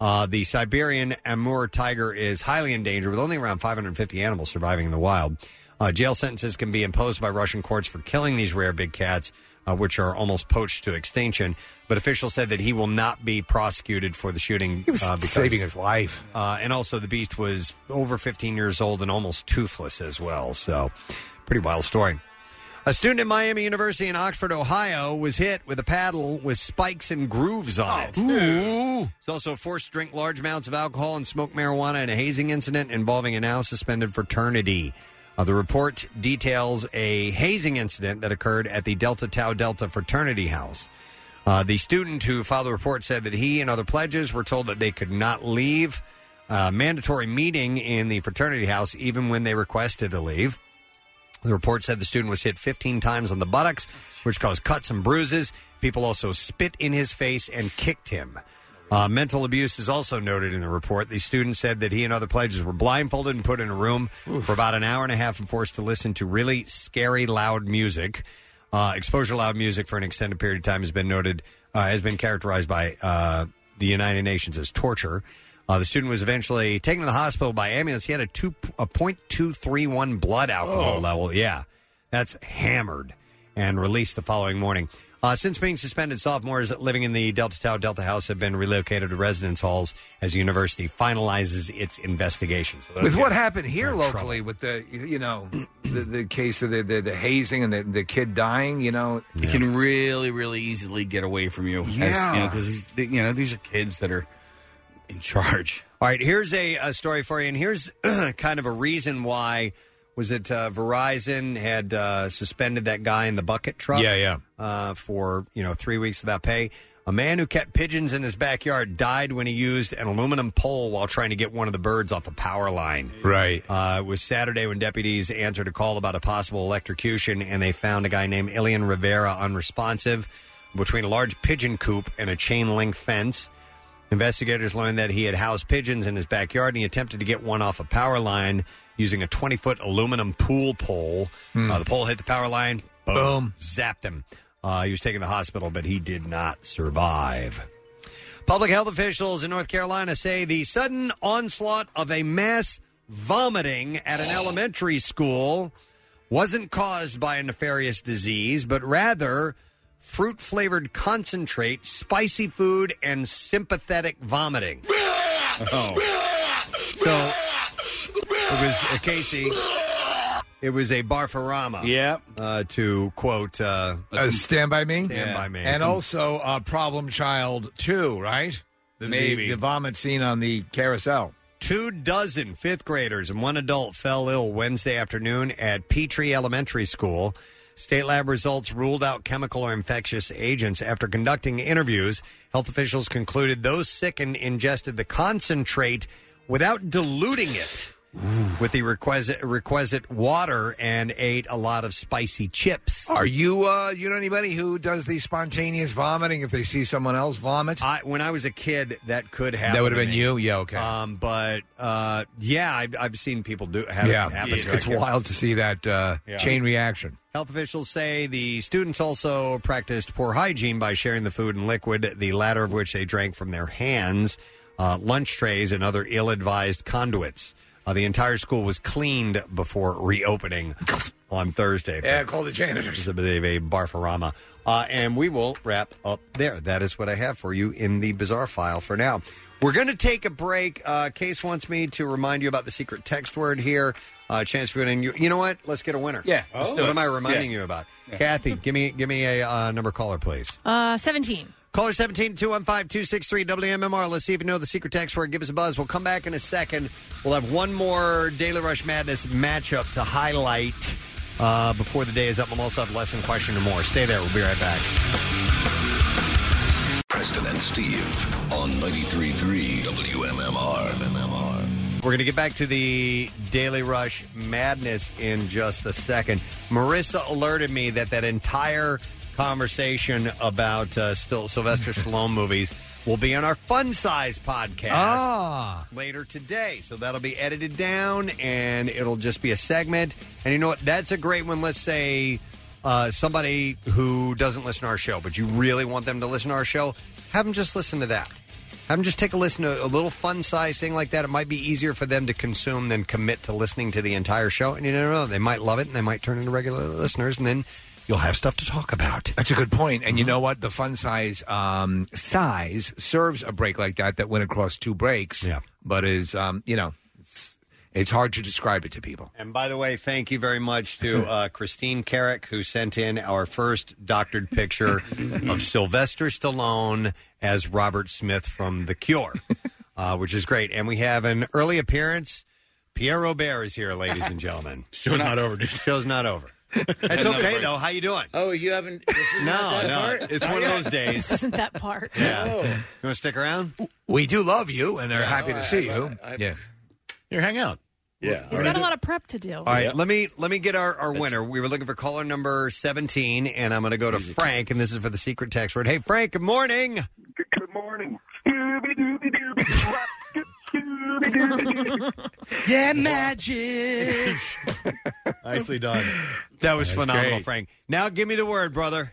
[SPEAKER 2] Uh, the Siberian Amur tiger is highly endangered, with only around 550 animals surviving in the wild. Uh, jail sentences can be imposed by Russian courts for killing these rare big cats, uh, which are almost poached to extinction. But officials said that he will not be prosecuted for the shooting.
[SPEAKER 4] He was
[SPEAKER 2] uh, because-
[SPEAKER 4] saving his life.
[SPEAKER 2] uh, and also, the beast was over 15 years old and almost toothless as well. So, pretty wild story. A student at Miami University in Oxford, Ohio, was hit with a paddle with spikes and grooves on it. He's also forced to drink large amounts of alcohol and smoke marijuana in a hazing incident involving a now suspended fraternity. Uh, the report details a hazing incident that occurred at the Delta Tau Delta fraternity house. Uh, the student who filed the report said that he and other pledges were told that they could not leave a mandatory meeting in the fraternity house even when they requested to leave. The report said the student was hit 15 times on the buttocks, which caused cuts and bruises. People also spit in his face and kicked him. Uh, mental abuse is also noted in the report. The student said that he and other pledges were blindfolded and put in a room for about an hour and a half and forced to listen to really scary, loud music. Uh, exposure to loud music for an extended period of time has been noted, uh, has been characterized by uh, the United Nations as torture. Uh, the student was eventually taken to the hospital by ambulance. He had a two a point two three one blood alcohol
[SPEAKER 10] Oh.
[SPEAKER 2] level. Yeah, that's hammered, and released the following morning. Uh, since being suspended, sophomores living in the Delta Tau Delta House have been relocated to residence halls as the university finalizes its investigation. So those
[SPEAKER 4] With what
[SPEAKER 2] guys
[SPEAKER 4] happened
[SPEAKER 2] are
[SPEAKER 4] here
[SPEAKER 2] in trouble.
[SPEAKER 4] locally, with the you know the, the case of the, the, the hazing and the, the kid dying, you know,
[SPEAKER 5] It can really, really easily get away from you.
[SPEAKER 4] Yeah.
[SPEAKER 5] Because, you, know, these are kids that are in charge.
[SPEAKER 2] All right, here's a, a story for you, and here's kind of a reason why was it uh, Verizon had uh, suspended that guy in the bucket truck?
[SPEAKER 5] Yeah, yeah.
[SPEAKER 2] Uh, for you know three weeks without pay. A man who kept pigeons in his backyard died when he used an aluminum pole while trying to get one of the birds off a power line.
[SPEAKER 4] Right.
[SPEAKER 2] Uh, it was Saturday when deputies answered a call about a possible electrocution, and they found a guy named Ilian Rivera unresponsive between a large pigeon coop and a chain link fence. Investigators learned that he had housed pigeons in his backyard and he attempted to get one off a power line using a 20 foot aluminum pool pole.
[SPEAKER 4] Hmm.
[SPEAKER 2] Uh, the pole hit the power line, boom,
[SPEAKER 4] Boom.
[SPEAKER 2] zapped him. Uh, he was taken to the hospital, but he did not survive. Public health officials in North Carolina say the sudden onslaught of a mass vomiting at an elementary school wasn't caused by a nefarious disease, but rather fruit flavored concentrate, spicy food, and sympathetic vomiting. So it was uh, Casey. It was a barfarama.
[SPEAKER 5] Yep.
[SPEAKER 2] Uh, to quote, uh,
[SPEAKER 4] Uh, Stand by me,
[SPEAKER 2] Stand by me,
[SPEAKER 4] and also uh, Problem Child Two, right? The,
[SPEAKER 2] Maybe.
[SPEAKER 4] the, the vomit scene on the carousel.
[SPEAKER 2] Two dozen fifth graders and one adult fell ill Wednesday afternoon at Petrie Elementary School. State lab results ruled out chemical or infectious agents. After conducting interviews, health officials concluded those sick and ingested the concentrate without diluting it with the requisite, requisite water and ate a lot of spicy chips.
[SPEAKER 4] Are you uh, you know anybody who does the spontaneous vomiting if they see someone else vomit?
[SPEAKER 2] I, when I was a kid, that could happen.
[SPEAKER 4] That would have
[SPEAKER 2] to
[SPEAKER 4] been
[SPEAKER 2] me.
[SPEAKER 4] you? Yeah, okay.
[SPEAKER 2] Um, but uh, yeah, I've, I've seen people do have
[SPEAKER 4] yeah,
[SPEAKER 2] it happen.
[SPEAKER 4] it's,
[SPEAKER 2] So I
[SPEAKER 4] it's
[SPEAKER 2] can't-
[SPEAKER 4] wild to see that uh,
[SPEAKER 2] Yeah.
[SPEAKER 4] chain reaction.
[SPEAKER 2] Health officials say the students also practiced poor hygiene by sharing the food and liquid, the latter of which they drank from their hands. uh, lunch trays, and other ill advised conduits. Uh, the entire school was cleaned before reopening on Thursday.
[SPEAKER 4] Yeah, call the janitors.
[SPEAKER 2] This is a bit of a barfarama. Uh, and we will wrap up there. That is what I have for you in the bizarre file for now. We're going to take a break. Uh, Case wants me to remind you about the secret text word here. Uh, chance for winning. You, you know what? Let's get a winner.
[SPEAKER 5] Yeah, let's do
[SPEAKER 2] Oh. What
[SPEAKER 5] it.
[SPEAKER 2] am I reminding
[SPEAKER 5] Yeah.
[SPEAKER 2] you about?
[SPEAKER 5] Yeah.
[SPEAKER 2] Kathy, give me give me a uh, number caller, please.
[SPEAKER 3] Uh, 17.
[SPEAKER 2] Caller 17 215 263 WMMR. Let's see if you know the secret text word. Give us a buzz. We'll come back in a second. We'll have one more Daily Rush Madness matchup to highlight uh, before the day is up. We'll also have lesson question and more. Stay there. We'll be right back.
[SPEAKER 1] Preston and Steve on 93.3 WMMR.
[SPEAKER 2] We're going to get back to the Daily Rush madness in just a second. Marissa alerted me that that entire conversation about uh, still Sylvester Stallone movies will be on our Fun Size podcast
[SPEAKER 8] Ah.
[SPEAKER 2] later today. So that'll be edited down and it'll just be a segment. And you know what? That's a great one. Let's say uh, somebody who doesn't listen to our show, but you really want them to listen to our show, have them just listen to that. Have them just take a listen to a little fun size thing like that. It might be easier for them to consume than commit to listening to the entire show. And you never know, they might love it and they might turn into regular listeners, and then you'll have stuff to talk about.
[SPEAKER 8] That's a good point. And you
[SPEAKER 4] Mm-hmm.
[SPEAKER 8] know what? The fun size um, size serves a break like that that went across two breaks. Yeah. But is um, you know, it's, it's hard to describe it to people.
[SPEAKER 2] And by the way, thank you very much to uh, Christine Carrick, who sent in our first doctored picture of Sylvester Stallone as Robert Smith from The Cure, uh, which is great. And we have an early appearance. Pierre Robert is here, ladies and gentlemen.
[SPEAKER 20] Show's not over, dude.
[SPEAKER 2] Show's not over. That's
[SPEAKER 20] Another
[SPEAKER 2] okay,
[SPEAKER 20] break.
[SPEAKER 2] though. How you doing?
[SPEAKER 10] Oh, you haven't. This is
[SPEAKER 2] No,
[SPEAKER 10] not that
[SPEAKER 2] no.
[SPEAKER 10] Part?
[SPEAKER 2] It's one of those days.
[SPEAKER 3] This isn't that part.
[SPEAKER 2] Yeah. You want to stick around?
[SPEAKER 8] We do love you, and are happy
[SPEAKER 10] Oh,
[SPEAKER 8] to see you. yeah.
[SPEAKER 2] Here, hang out. Yeah.
[SPEAKER 3] He's got a lot of prep to do.
[SPEAKER 2] All right, let me let me get our, our winner. We were looking for caller number seventeen, and I'm going to go to Frank, and this is for the secret text word. Hey, Frank. Good morning.
[SPEAKER 12] Good morning. Scooby Dooby Dooby.
[SPEAKER 2] Yeah, magic.
[SPEAKER 20] Nicely done.
[SPEAKER 2] That was
[SPEAKER 20] That's
[SPEAKER 2] phenomenal,
[SPEAKER 20] great.
[SPEAKER 2] Frank. Now give me the word, brother.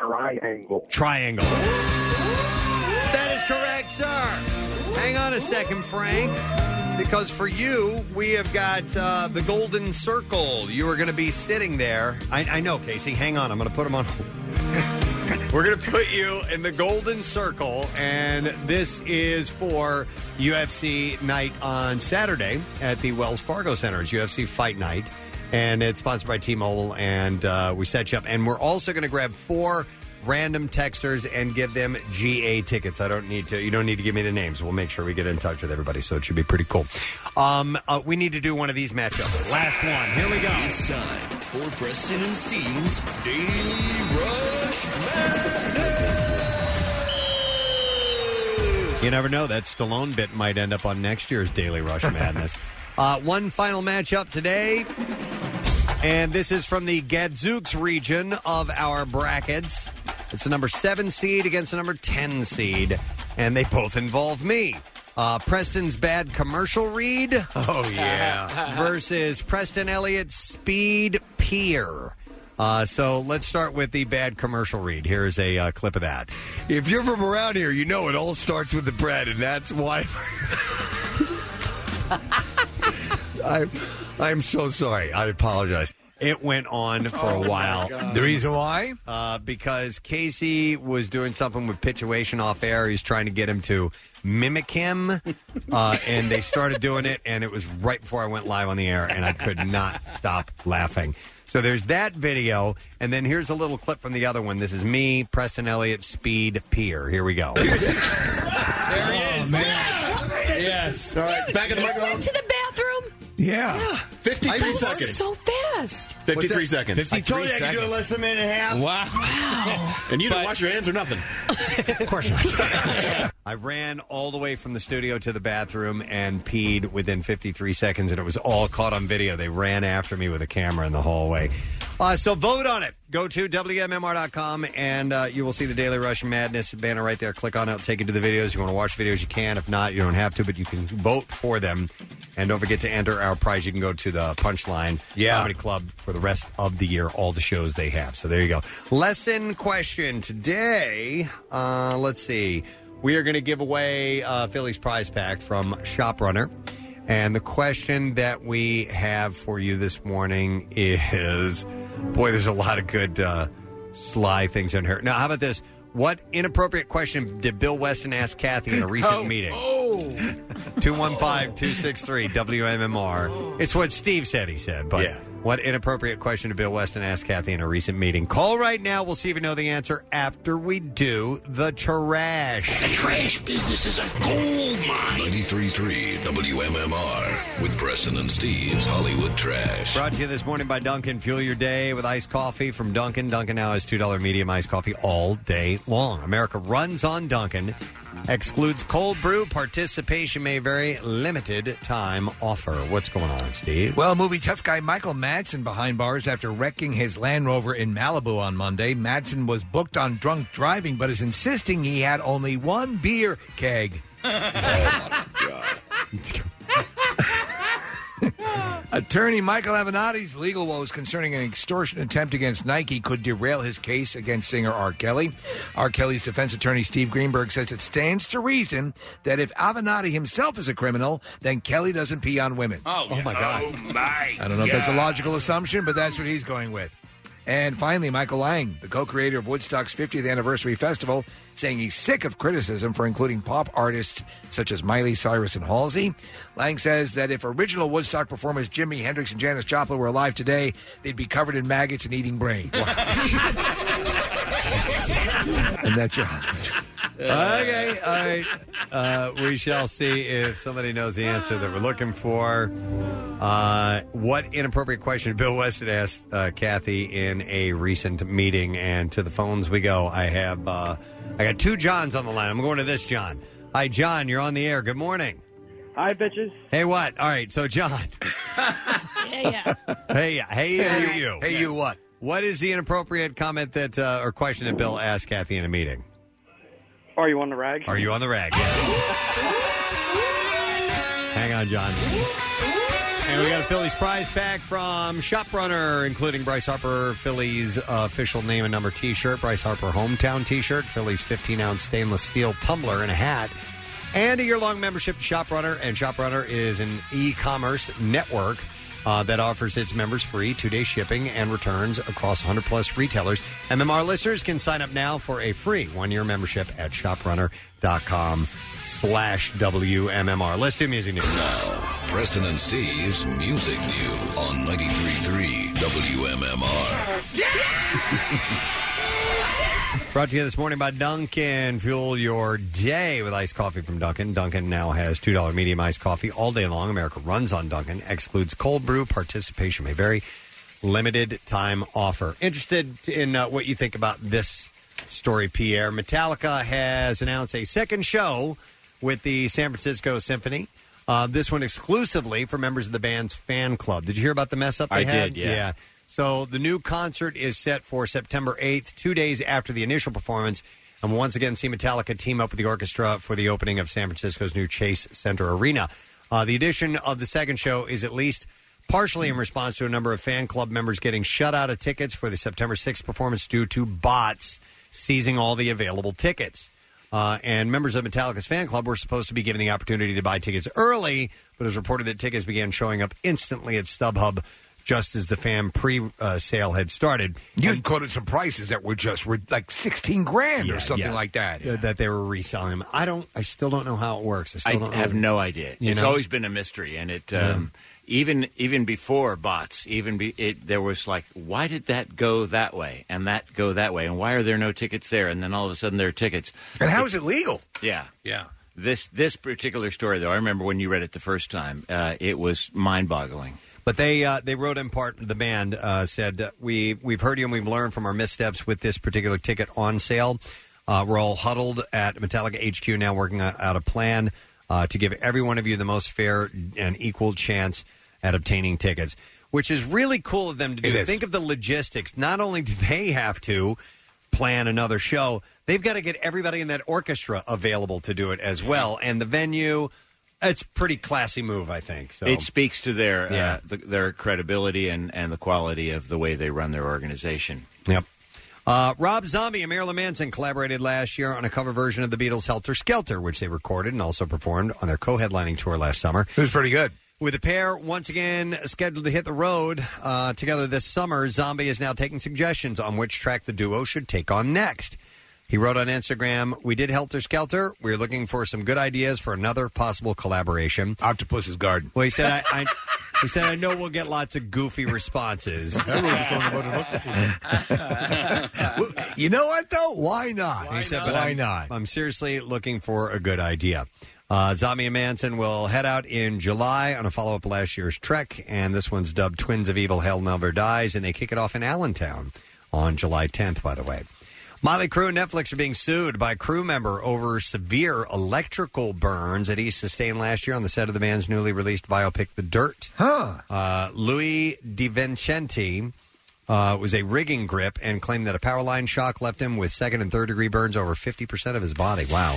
[SPEAKER 2] Triangle. Triangle. That is correct, sir. Hang on a second, Frank. Because for you, we have got uh, the golden circle. You are going to be sitting there. I, I know, Casey. Hang on. I'm going to put him on hold. We're going to put you in the golden circle, and this is for UFC night on Saturday at the Wells Fargo Center. It's UFC Fight Night, and it's sponsored by T Mobile, and uh, we set you up. And we're also going to grab four random texters and give them GA tickets. I don't need to, you don't need to give me the names. We'll make sure we get in touch with everybody, so it should be pretty cool. Um, uh, we need to do one of these matchups. Last one. Here we go.
[SPEAKER 13] It's time for Preston and Steve's Daily Rush
[SPEAKER 2] You never know. That Stallone bit might end up on next year's Daily Rush Madness. uh, one final matchup today. And this is from the Gadzooks region of our brackets. It's the number seven seed against the number 10 seed. And they both involve me. Uh, Preston's bad commercial read.
[SPEAKER 8] Oh, yeah.
[SPEAKER 2] versus Preston Elliott's speed peer. Uh, so let's start with the bad commercial read. Here is a uh, clip of that.
[SPEAKER 22] If you're from around here, you know it all starts with the bread, and that's why.
[SPEAKER 2] I, I'm so sorry. I apologize. It went on for a while.
[SPEAKER 8] Oh, The reason why?
[SPEAKER 2] Uh, because Casey was doing something with Pituation off air. He was trying to get him to mimic him, uh, and they started doing it, and it was right before I went live on the air, and I could not stop laughing. So there's that video, and then here's a little clip from the other one. This is me, Preston Elliott, Speed Pier. Here we go.
[SPEAKER 20] Yes. All right, back in the microphone.
[SPEAKER 12] to the bathroom.
[SPEAKER 2] Yeah.
[SPEAKER 20] 53
[SPEAKER 12] That was
[SPEAKER 20] seconds.
[SPEAKER 12] So fast.
[SPEAKER 20] 53 seconds.
[SPEAKER 12] I told you I could do it less than a minute and a half.
[SPEAKER 20] Wow. and you didn't wash your hands or nothing.
[SPEAKER 2] of course not. I ran all the way from the studio to the bathroom and peed within 53 seconds, and it was all caught on video. They ran after me with a camera in the hallway. Uh, so vote on it. Go to WMMR.com, and uh, you will see the Daily Rush Madness banner right there. Click on it. It'll take you to the videos. You want to watch videos, you can. If not, you don't have to, but you can vote for them. And don't forget to enter our prize. You can go to the Punchline
[SPEAKER 8] Yeah.
[SPEAKER 2] Comedy Club for the rest of the year, all the shows they have. So there you go. Lesson question today. Uh, let's see. we are going to give away uh, Philly's prize pack from ShopRunner. And the question that we have for you this morning is boy, there's a lot of good uh, sly things in her. Now, how about this? What inappropriate question did Bill Weston ask Kathy in a recent meeting?
[SPEAKER 20] Oh.
[SPEAKER 2] 215 263 WMMR. It's what Steve said he said, but what inappropriate question did Bill Weston ask Kathy in a recent meeting? Call right now. We'll see if you know the answer after we do the trash. The
[SPEAKER 1] trash business is a gold mine. 93.3 WMMR with Preston and Steve's Hollywood Trash.
[SPEAKER 2] Brought to you this morning by Dunkin'. Fuel your day with iced coffee from Dunkin'. Dunkin' now has $2 medium iced coffee all day long. America runs on Dunkin'. Excludes cold brew. Participation may vary. Limited time offer. What's going on, Steve?
[SPEAKER 4] Well, movie tough guy Michael Madsen behind bars after wrecking his Land Rover in Malibu on Monday. Madsen was booked on drunk driving, but is insisting he had only one beer keg. Attorney Michael Avenatti's legal woes concerning an extortion attempt against Nike could derail his case against singer R. Kelly. R. Kelly's defense attorney Steve Greenberg says it stands to reason that if Avenatti himself is a criminal, then Kelly doesn't pee on women.
[SPEAKER 20] Oh,
[SPEAKER 4] my God.
[SPEAKER 20] my.
[SPEAKER 4] I don't know if that's a
[SPEAKER 20] God.
[SPEAKER 4] logical assumption, but that's what he's going with. And finally, Michael Lang, the co creator of Woodstock's 50th anniversary festival, saying he's sick of criticism for including pop artists such as Miley Cyrus and Halsey. Lang says that if original Woodstock performers Jimi Hendrix and Janis Joplin were alive today, they'd be covered in maggots and eating brains. and that's your.
[SPEAKER 2] okay, all right. Uh, we shall see if somebody knows the answer that we're looking for. Uh, what inappropriate question Bill Weston asked uh, Kathy in a recent meeting? And to the phones we go. I have uh, I got two Johns on the line. I'm going to this John. Hi, John. You're on the air. Good morning.
[SPEAKER 22] Hi, bitches.
[SPEAKER 2] Hey, what? All right, so John. hey, yeah. Hey, hey, you. Hey, you. What? What is the inappropriate comment that uh, or question that Bill asked Kathy in a meeting?
[SPEAKER 22] Are you on the rag?
[SPEAKER 2] Are you on the rag? Hang on, John. And we got a Phillies prize pack from ShopRunner, including Bryce Harper Phillies uh, official name and number T-shirt, Bryce Harper hometown T-shirt, Phillies 15-ounce stainless steel tumbler and a hat, and a year-long membership to ShopRunner. And ShopRunner is an e-commerce network uh, that offers its members free two-day shipping and returns across 100-plus retailers. MMR listeners can sign up now for a free one-year membership at ShopRunner.com slash WMMR. Let's do music news.
[SPEAKER 1] Preston and Steve's Music News on 93.3 WMMR.
[SPEAKER 2] Brought to you this morning by Dunkin'. Fuel your day with iced coffee from Dunkin'. Dunkin' now has $2 medium iced coffee all day long. America runs on Dunkin'. Excludes cold brew. Participation may vary. Limited time offer. Interested in uh, what you think about this story, Pierre. Metallica has announced a second show with the San Francisco Symphony. Uh, this one exclusively for members of the band's fan club. Did you hear about the mess up they
[SPEAKER 37] I
[SPEAKER 2] had?
[SPEAKER 37] did, yeah.
[SPEAKER 2] yeah. So the new concert is set for September 8th, two days after the initial performance. And we'll once again, see Metallica team up with the orchestra for the opening of San Francisco's new Chase Center Arena. Uh, the addition of the second show is at least partially in response to a number of fan club members getting shut out of tickets for the September 6th performance due to bots seizing all the available tickets. Uh, and members of Metallica's fan club were supposed to be given the opportunity to buy tickets early, but it was reported that tickets began showing up instantly at StubHub just as the fan pre uh, sale had started.
[SPEAKER 4] You had quoted some prices that were just rid- like 16 grand or something like that.
[SPEAKER 2] That they were reselling them. I don't. I still don't know how it works. I,
[SPEAKER 37] I
[SPEAKER 2] still don't
[SPEAKER 37] have
[SPEAKER 2] know.
[SPEAKER 37] no idea.
[SPEAKER 2] You
[SPEAKER 37] it's
[SPEAKER 2] know?
[SPEAKER 37] always been a mystery, and it um, even even before bots, even be, it, there was like, why did that go that way and that go that way, and why are there no tickets there? And then all of a sudden there are tickets.
[SPEAKER 4] And how is it legal?
[SPEAKER 37] Yeah, yeah. This this particular story, though, I remember when you read it the first time, uh, it was mind boggling.
[SPEAKER 2] But they uh, they wrote in part the band uh, said uh, we we've heard you and we've learned from our missteps with this particular ticket on sale. Uh, we're all huddled at Metallica HQ now, working o- out a plan uh, to give every one of you the most fair and equal chance at obtaining tickets, which is really cool of them to
[SPEAKER 4] It
[SPEAKER 2] do.
[SPEAKER 4] is.
[SPEAKER 2] Think of the logistics. Not only do they have to plan another show, they've got to get everybody in that orchestra available to do it as
[SPEAKER 4] Mm-hmm.
[SPEAKER 2] well, and the venue. It's a pretty classy move, I think. So
[SPEAKER 37] It speaks to their
[SPEAKER 2] Yeah.
[SPEAKER 37] uh, the, their credibility and, and the quality of the way they run their organization.
[SPEAKER 2] Yep. Uh, Rob Zombie and Marilyn Manson collaborated last year on a cover version of the Beatles' Helter Skelter, which they recorded and also performed on their co headlining tour last summer.
[SPEAKER 4] It was pretty good.
[SPEAKER 2] With the pair once again scheduled to hit the road uh, together this summer, Zombie is now taking suggestions on which track the duo should take on next. He wrote on Instagram, We did Helter Skelter. We're looking for some good ideas for another possible collaboration.
[SPEAKER 4] Octopus's Garden.
[SPEAKER 2] Well, he said, I. I He said, "I know we'll get lots of goofy responses."
[SPEAKER 4] you know what, though? Why not?
[SPEAKER 2] he said,
[SPEAKER 4] not?
[SPEAKER 2] but
[SPEAKER 4] Why
[SPEAKER 2] I'm,
[SPEAKER 4] not?
[SPEAKER 2] I'm seriously looking for a good idea. Uh, Zombie and Manson will head out in July on a follow up to last year's Trek, and this one's dubbed Twins of Evil Hell Never Dies, and they kick it off in Allentown on July 10th, by the way. Motley Crue and Netflix are being sued by a crew member over severe electrical burns that he sustained last year on the set of the band's newly released biopic, The Dirt. Huh. Uh, Louis DiVincenzi uh, was a rigging grip and claimed that a power line shock left him with second and third degree burns over 50% of his body. Wow.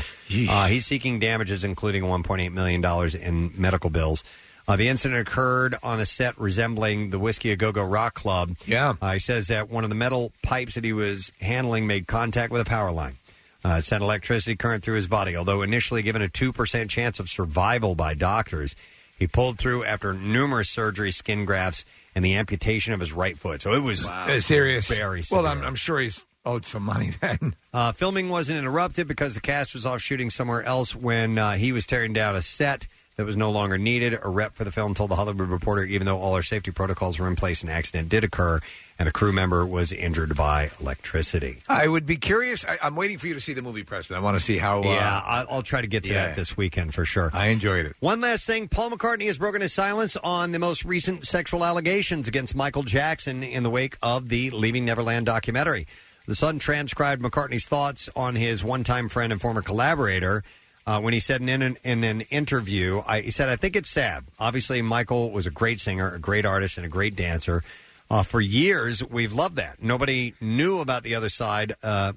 [SPEAKER 2] Uh, he's seeking damages, including $1.8 million in medical bills. Uh, the incident occurred on a set resembling the Whiskey a Go Go Rock Club. Yeah. Uh, he says that one of the metal pipes that he was handling made contact with a power line. Uh, it sent electricity current through his body. Although initially given a 2% chance of survival by doctors, he pulled through after numerous surgery, skin grafts, and the amputation of his right foot. So it was
[SPEAKER 4] Uh, serious.
[SPEAKER 2] Very
[SPEAKER 4] well, I'm, I'm sure he's owed some money then.
[SPEAKER 2] uh, filming wasn't interrupted because the cast was off shooting somewhere else when uh, he was tearing down a set that was no longer needed. A rep for the film told the Hollywood Reporter, even though all our safety protocols were in place, an accident did occur, and a crew member was injured by electricity.
[SPEAKER 4] I would be curious. I, I'm waiting for you to see the movie, Preston. I want to see how. Uh,
[SPEAKER 2] yeah, I- I'll try to get to
[SPEAKER 4] yeah.
[SPEAKER 2] that this weekend for sure. I
[SPEAKER 4] enjoyed it.
[SPEAKER 2] One last thing Paul McCartney has broken his silence on the most recent sexual allegations against Michael Jackson in the wake of the Leaving Neverland documentary. The Sun transcribed McCartney's thoughts on his one time friend and former collaborator. Uh, when he said in an, in an interview, I, he said, I think it's sad. Obviously, Michael was a great singer, a great artist, and a great dancer. Uh, for years, we've loved that. Nobody knew about the other side uh,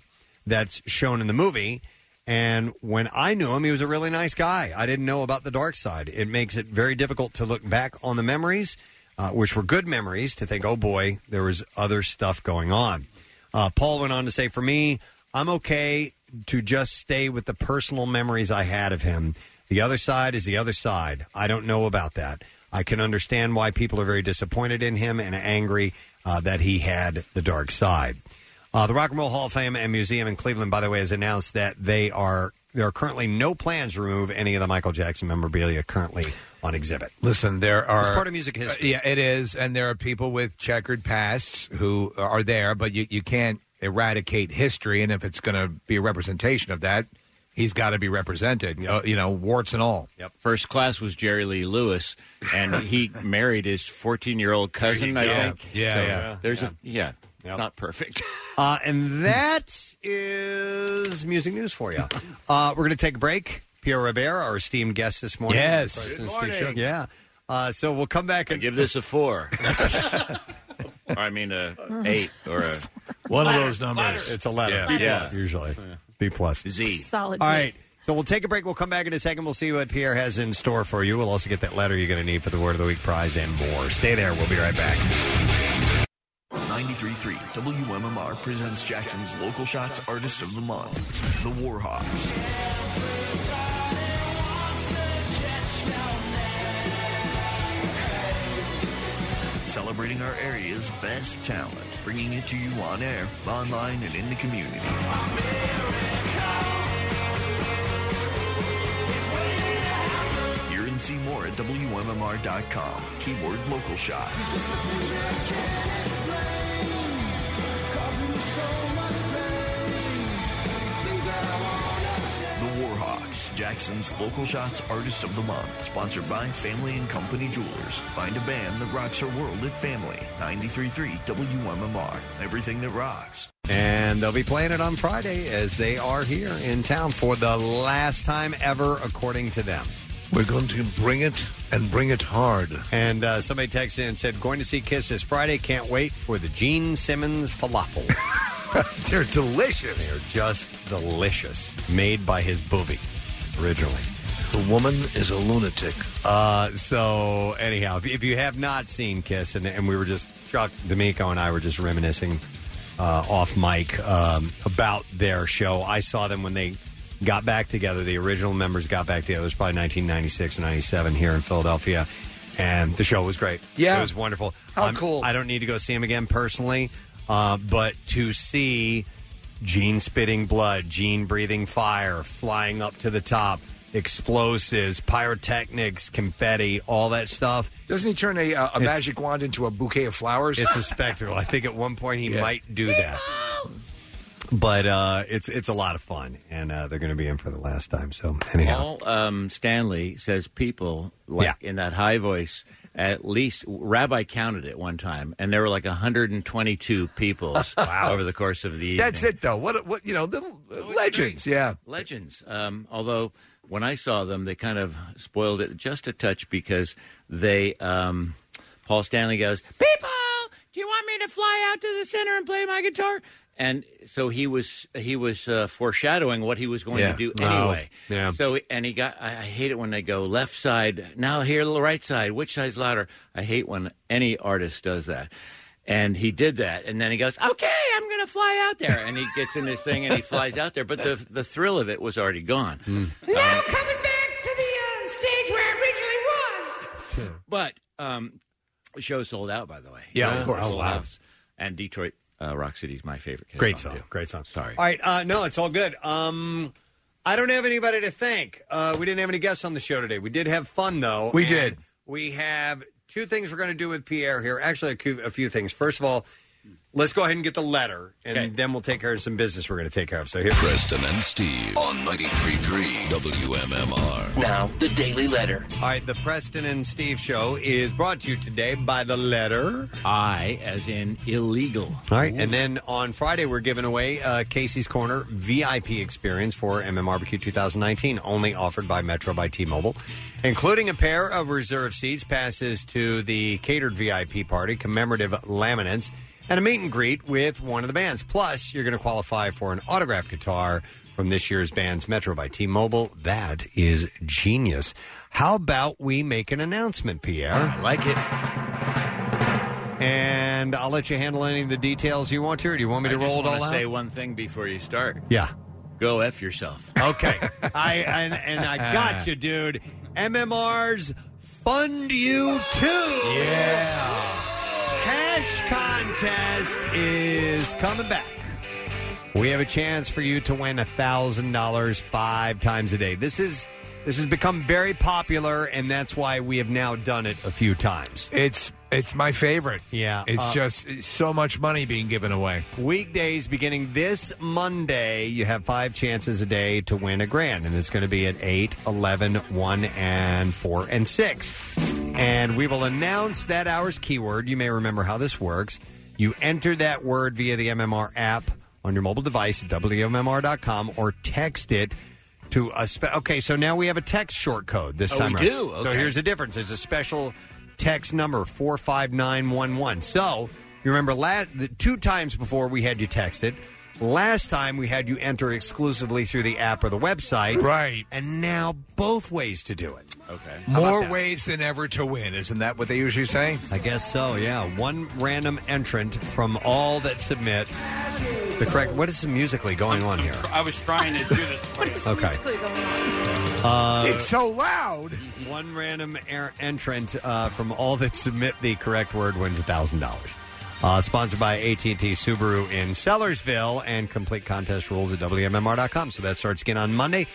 [SPEAKER 2] that's shown in the movie. And when I knew him, he was a really nice guy. I didn't know about the dark side. It makes it very difficult to look back on the memories, uh, which were good memories, to think, oh boy, there was other stuff going on. Uh, Paul went on to say, for me, I'm okay to just stay with the personal memories I had of him. The other side is the other side. I don't know about that. I can understand why people are very disappointed in him and angry uh, that he had the dark side. Uh, the Rock and Roll Hall of Fame and Museum in Cleveland, by the way, has announced that they are there are currently no plans to remove any of the Michael Jackson memorabilia currently on exhibit.
[SPEAKER 4] Listen, there are
[SPEAKER 2] It's part of music history.
[SPEAKER 4] Uh, yeah, it is, and there are people with checkered pasts who are there, but you you can't eradicate history. And if it's going to be a representation of that, he's got to be represented. uh, you know, warts and all.
[SPEAKER 2] Yep.
[SPEAKER 37] First class was Jerry Lee Lewis, and he married his 14 year old cousin, I
[SPEAKER 2] go.
[SPEAKER 37] think.
[SPEAKER 2] Yeah,
[SPEAKER 37] So
[SPEAKER 2] yeah.
[SPEAKER 37] There's
[SPEAKER 2] Yeah.
[SPEAKER 37] a, yeah, not perfect.
[SPEAKER 2] Uh, and that is music news for you. Uh, we're going to take a break. Pierre Robert, our esteemed guest this morning.
[SPEAKER 37] Yes.
[SPEAKER 2] Preston
[SPEAKER 37] Good
[SPEAKER 2] and Steve
[SPEAKER 37] morning.
[SPEAKER 2] Show. Yeah. Uh, so we'll come back and
[SPEAKER 37] Give this a four. or I mean, a eight or a.
[SPEAKER 2] One of those numbers. It's a letter.
[SPEAKER 37] Yeah.
[SPEAKER 2] B
[SPEAKER 37] Yeah.
[SPEAKER 2] plus, usually. B plus.
[SPEAKER 37] Z.
[SPEAKER 3] Solid
[SPEAKER 2] All
[SPEAKER 3] B.
[SPEAKER 2] right. So we'll take a break. We'll come back in a second. We'll see what Pierre has in store for you. We'll also get that letter you're going to need for the Word of the Week prize and more. Stay there. We'll be right back.
[SPEAKER 13] 93.3 WMMR presents Jackson's Local Shots Artist of the Month, The Warhawks. Celebrating our area's best talent, bringing it to you on air, online, and in the community. Hear and see more at WMMR.com. Keyword local shots. The Warhawks, Jackson's Local Shots Artist of the Month, sponsored by Family and Company Jewelers. Find a band that rocks our world at Family. 93.3 WMMR. Everything that rocks.
[SPEAKER 2] And they'll be playing it on Friday as they are here in town for the last time ever, according to them.
[SPEAKER 4] We're going to bring it and bring it hard.
[SPEAKER 2] And uh, somebody texted in and said, Going to see Kiss this Friday. Can't wait for the Gene Simmons falafel.
[SPEAKER 4] They're delicious.
[SPEAKER 2] They're just delicious. Made by his booby originally.
[SPEAKER 4] The woman is a lunatic.
[SPEAKER 2] Uh, so, anyhow, if, if you have not seen Kiss, and, and we were just, Chuck, D'Amico, and I were just reminiscing uh, off mic um, about their show. I saw them when they got back together. The original members got back together. It was probably 1996 or 97 here in Philadelphia. And the show was great.
[SPEAKER 8] Yeah.
[SPEAKER 2] It was wonderful. How cool. I don't need to go see him again personally, uh, but to see Gene spitting blood, Gene breathing fire, flying up to the top, explosives, pyrotechnics, confetti, all that stuff.
[SPEAKER 8] Doesn't he turn a, uh, a
[SPEAKER 2] It's-
[SPEAKER 8] magic wand into a bouquet of flowers?
[SPEAKER 2] It's a spectacle. I think at one point he
[SPEAKER 8] Yeah.
[SPEAKER 2] might do that. But uh, it's it's a lot of fun, and uh, they're going to be in for the last time. So anyhow,
[SPEAKER 37] Paul um, Stanley says people like in that high voice. At least Rabbi counted it one time, and there were like 122 peoples over the course of the evening.
[SPEAKER 8] That's it, though. What what you know? The legends, yeah.
[SPEAKER 37] legends. Um, although when I saw them, they kind of spoiled it just a touch because they um, Paul Stanley goes people. Do you want me to fly out to the center and play my guitar? and so he was he was uh, foreshadowing what he was going
[SPEAKER 2] Yeah.
[SPEAKER 37] to do
[SPEAKER 2] Oh,
[SPEAKER 37] anyway.
[SPEAKER 2] yeah.
[SPEAKER 37] So and he got. I, I hate it when they go left side now here, the right side. Which side's louder? I hate when any artist does that. And he did that, and then he goes, "Okay, I'm going to fly out there." And he gets in this thing and he flies out there, but the the thrill of it was already gone.
[SPEAKER 2] Hmm.
[SPEAKER 21] Now coming back to the uh, stage where it originally was.
[SPEAKER 37] But um, the show sold out, by the way.
[SPEAKER 2] Yeah, of
[SPEAKER 37] Uh,
[SPEAKER 2] course.
[SPEAKER 37] sold
[SPEAKER 2] Oh, wow.
[SPEAKER 37] out. And Detroit uh, Rock City is my favorite. Kiss
[SPEAKER 2] Great
[SPEAKER 37] song.
[SPEAKER 2] song. Great song.
[SPEAKER 37] Sorry.
[SPEAKER 2] All right. Uh, no, it's all good. Um, I don't have anybody to thank. Uh, we didn't have any guests on the show today. We did have fun, though.
[SPEAKER 8] We
[SPEAKER 2] and
[SPEAKER 8] did.
[SPEAKER 2] We have two things we're going to do with Pierre here. Actually, a few, a few things. First of all, let's go ahead and get the letter, and then we'll take care of some business we're going to take care of. So here.
[SPEAKER 1] Preston and Steve on 93.3 WMMR.
[SPEAKER 2] Now, the Daily Letter. All right, the Preston and Steve show is brought to you today by the letter
[SPEAKER 37] I, as in illegal.
[SPEAKER 2] All right, and then on Friday we're giving away uh, Casey's Corner VIP experience for MMRBQ 2019, only offered by Metro by T-Mobile, including a pair of reserve seats, passes to the catered VIP party, commemorative laminates, and a meet and greet with one of the bands. Plus, you're going to qualify for an autographed guitar from this year's band's Metro by T-Mobile. That is genius. How about we make an announcement, Pierre? I
[SPEAKER 37] like it.
[SPEAKER 2] And I'll let you handle any of the details you want to, or do you want me to
[SPEAKER 37] I just
[SPEAKER 2] roll it
[SPEAKER 37] wanna
[SPEAKER 2] all out?
[SPEAKER 37] say one thing before you start.
[SPEAKER 2] Yeah.
[SPEAKER 37] Go F yourself.
[SPEAKER 2] Okay. I and, and I got you, dude. MMRs fund you too. Yeah. Cash contest is coming back. We have a chance for you to win thousand dollars five times a day. This is this has become very popular, and that's why we have now done it a few times.
[SPEAKER 8] It's it's my favorite.
[SPEAKER 2] Yeah,
[SPEAKER 8] it's
[SPEAKER 2] uh,
[SPEAKER 8] just it's so much money being given away.
[SPEAKER 2] Weekdays beginning this Monday, you have five chances a day to win a grand, and it's going to be at 8, 11, 1, and 4, and 6. And we will announce that hour's keyword. You may remember how this works. You enter that word via the MMR app on your mobile device, WMMR.com, or text it to a spe- Okay, so now we have a text short code this
[SPEAKER 37] Oh,
[SPEAKER 2] time
[SPEAKER 37] we
[SPEAKER 2] around.
[SPEAKER 37] do?
[SPEAKER 2] So
[SPEAKER 37] Okay.
[SPEAKER 2] here's the difference. There's a special text number 45911. So, you remember last the two times before we had you text it. Last time we had you enter exclusively through the app or the website. Right. And now both ways to do it.
[SPEAKER 37] Okay.
[SPEAKER 8] More ways than ever to win, isn't that what they usually say?
[SPEAKER 2] I guess so, yeah. One random entrant from all that submit the correct what is musically going on here?
[SPEAKER 16] I was trying to do this.
[SPEAKER 2] Okay. Uh,
[SPEAKER 16] It's
[SPEAKER 8] so loud.
[SPEAKER 2] One random er- entrant uh, from all that submit the correct word wins thousand dollars. Uh, sponsored by AT&T Subaru in Sellersville and complete contest rules at WMMR.com. So that starts again on Monday.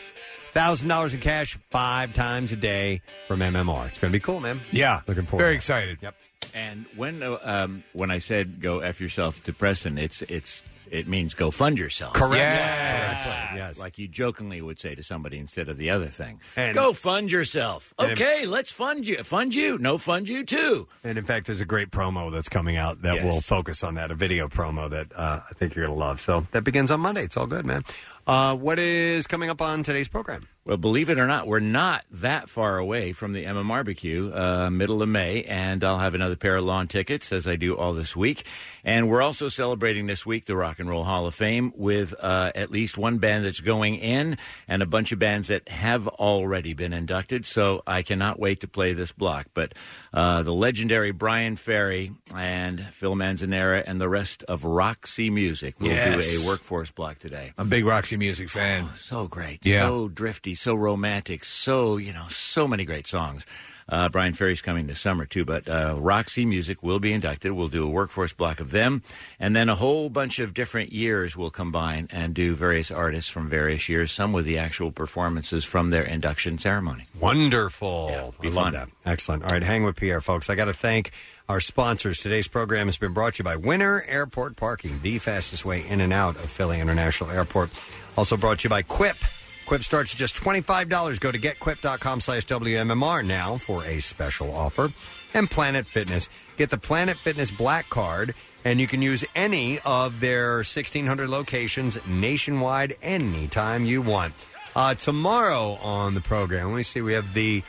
[SPEAKER 2] $1,000 in cash five times a day from MMR. It's going to be cool, man.
[SPEAKER 8] Yeah.
[SPEAKER 2] Looking forward.
[SPEAKER 8] Very
[SPEAKER 2] to that.
[SPEAKER 8] excited.
[SPEAKER 2] Yep.
[SPEAKER 37] And when uh, um, when I said go F yourself to Preston, it's it's it means go fund yourself.
[SPEAKER 2] Correct. Yes. Correct. Yes.
[SPEAKER 37] Like you jokingly would say to somebody instead of the other thing.
[SPEAKER 2] And-
[SPEAKER 37] go fund yourself.
[SPEAKER 2] And-
[SPEAKER 37] Okay, let's fund you. Fund you. No fund you too.
[SPEAKER 2] And in fact, there's a great promo that's coming out that will focus on that, a video promo that uh, I think you're going to love. So that begins on Monday. It's all good, man. Uh, what is coming up on today's program?
[SPEAKER 37] Well, believe it or not, we're not that far away from the Emma Barbecue, uh, middle of May, and I'll have another pair of lawn tickets as I do all this week. And we're also celebrating this week the Rock and Roll Hall of Fame with uh, at least one band that's going in and a bunch of bands that have already been inducted. So I cannot wait to play this block. But uh, the legendary Brian Ferry and Phil Manzanera and the rest of Roxy Music will do
[SPEAKER 4] Yes.
[SPEAKER 37] a workforce block today.
[SPEAKER 4] I'm a big Roxy music fan.
[SPEAKER 37] so great.
[SPEAKER 4] Yeah.
[SPEAKER 37] So drifty, so romantic, so, you know, so many great songs. Uh, Brian Ferry's coming this summer, too, but uh, Roxy Music will be inducted. We'll do a workforce block of them, and then a whole bunch of different years will combine and do various artists from various years, some with the actual performances from their induction ceremony.
[SPEAKER 2] Wonderful.
[SPEAKER 37] be
[SPEAKER 2] I love
[SPEAKER 37] fun.
[SPEAKER 2] that. Excellent. All right, hang with Pierre, folks. I got to thank our sponsors. Today's program has been brought to you by Winter Airport Parking, the fastest way in and out of Philly International Airport. Also brought to you by Quip. Quip starts at just $25. Go to getquip.com slash WMMR now for a special offer. And Planet Fitness. Get the Planet Fitness Black Card, and you can use any of their 1,600 locations nationwide anytime you want. Uh, tomorrow on the program, let me see, we have the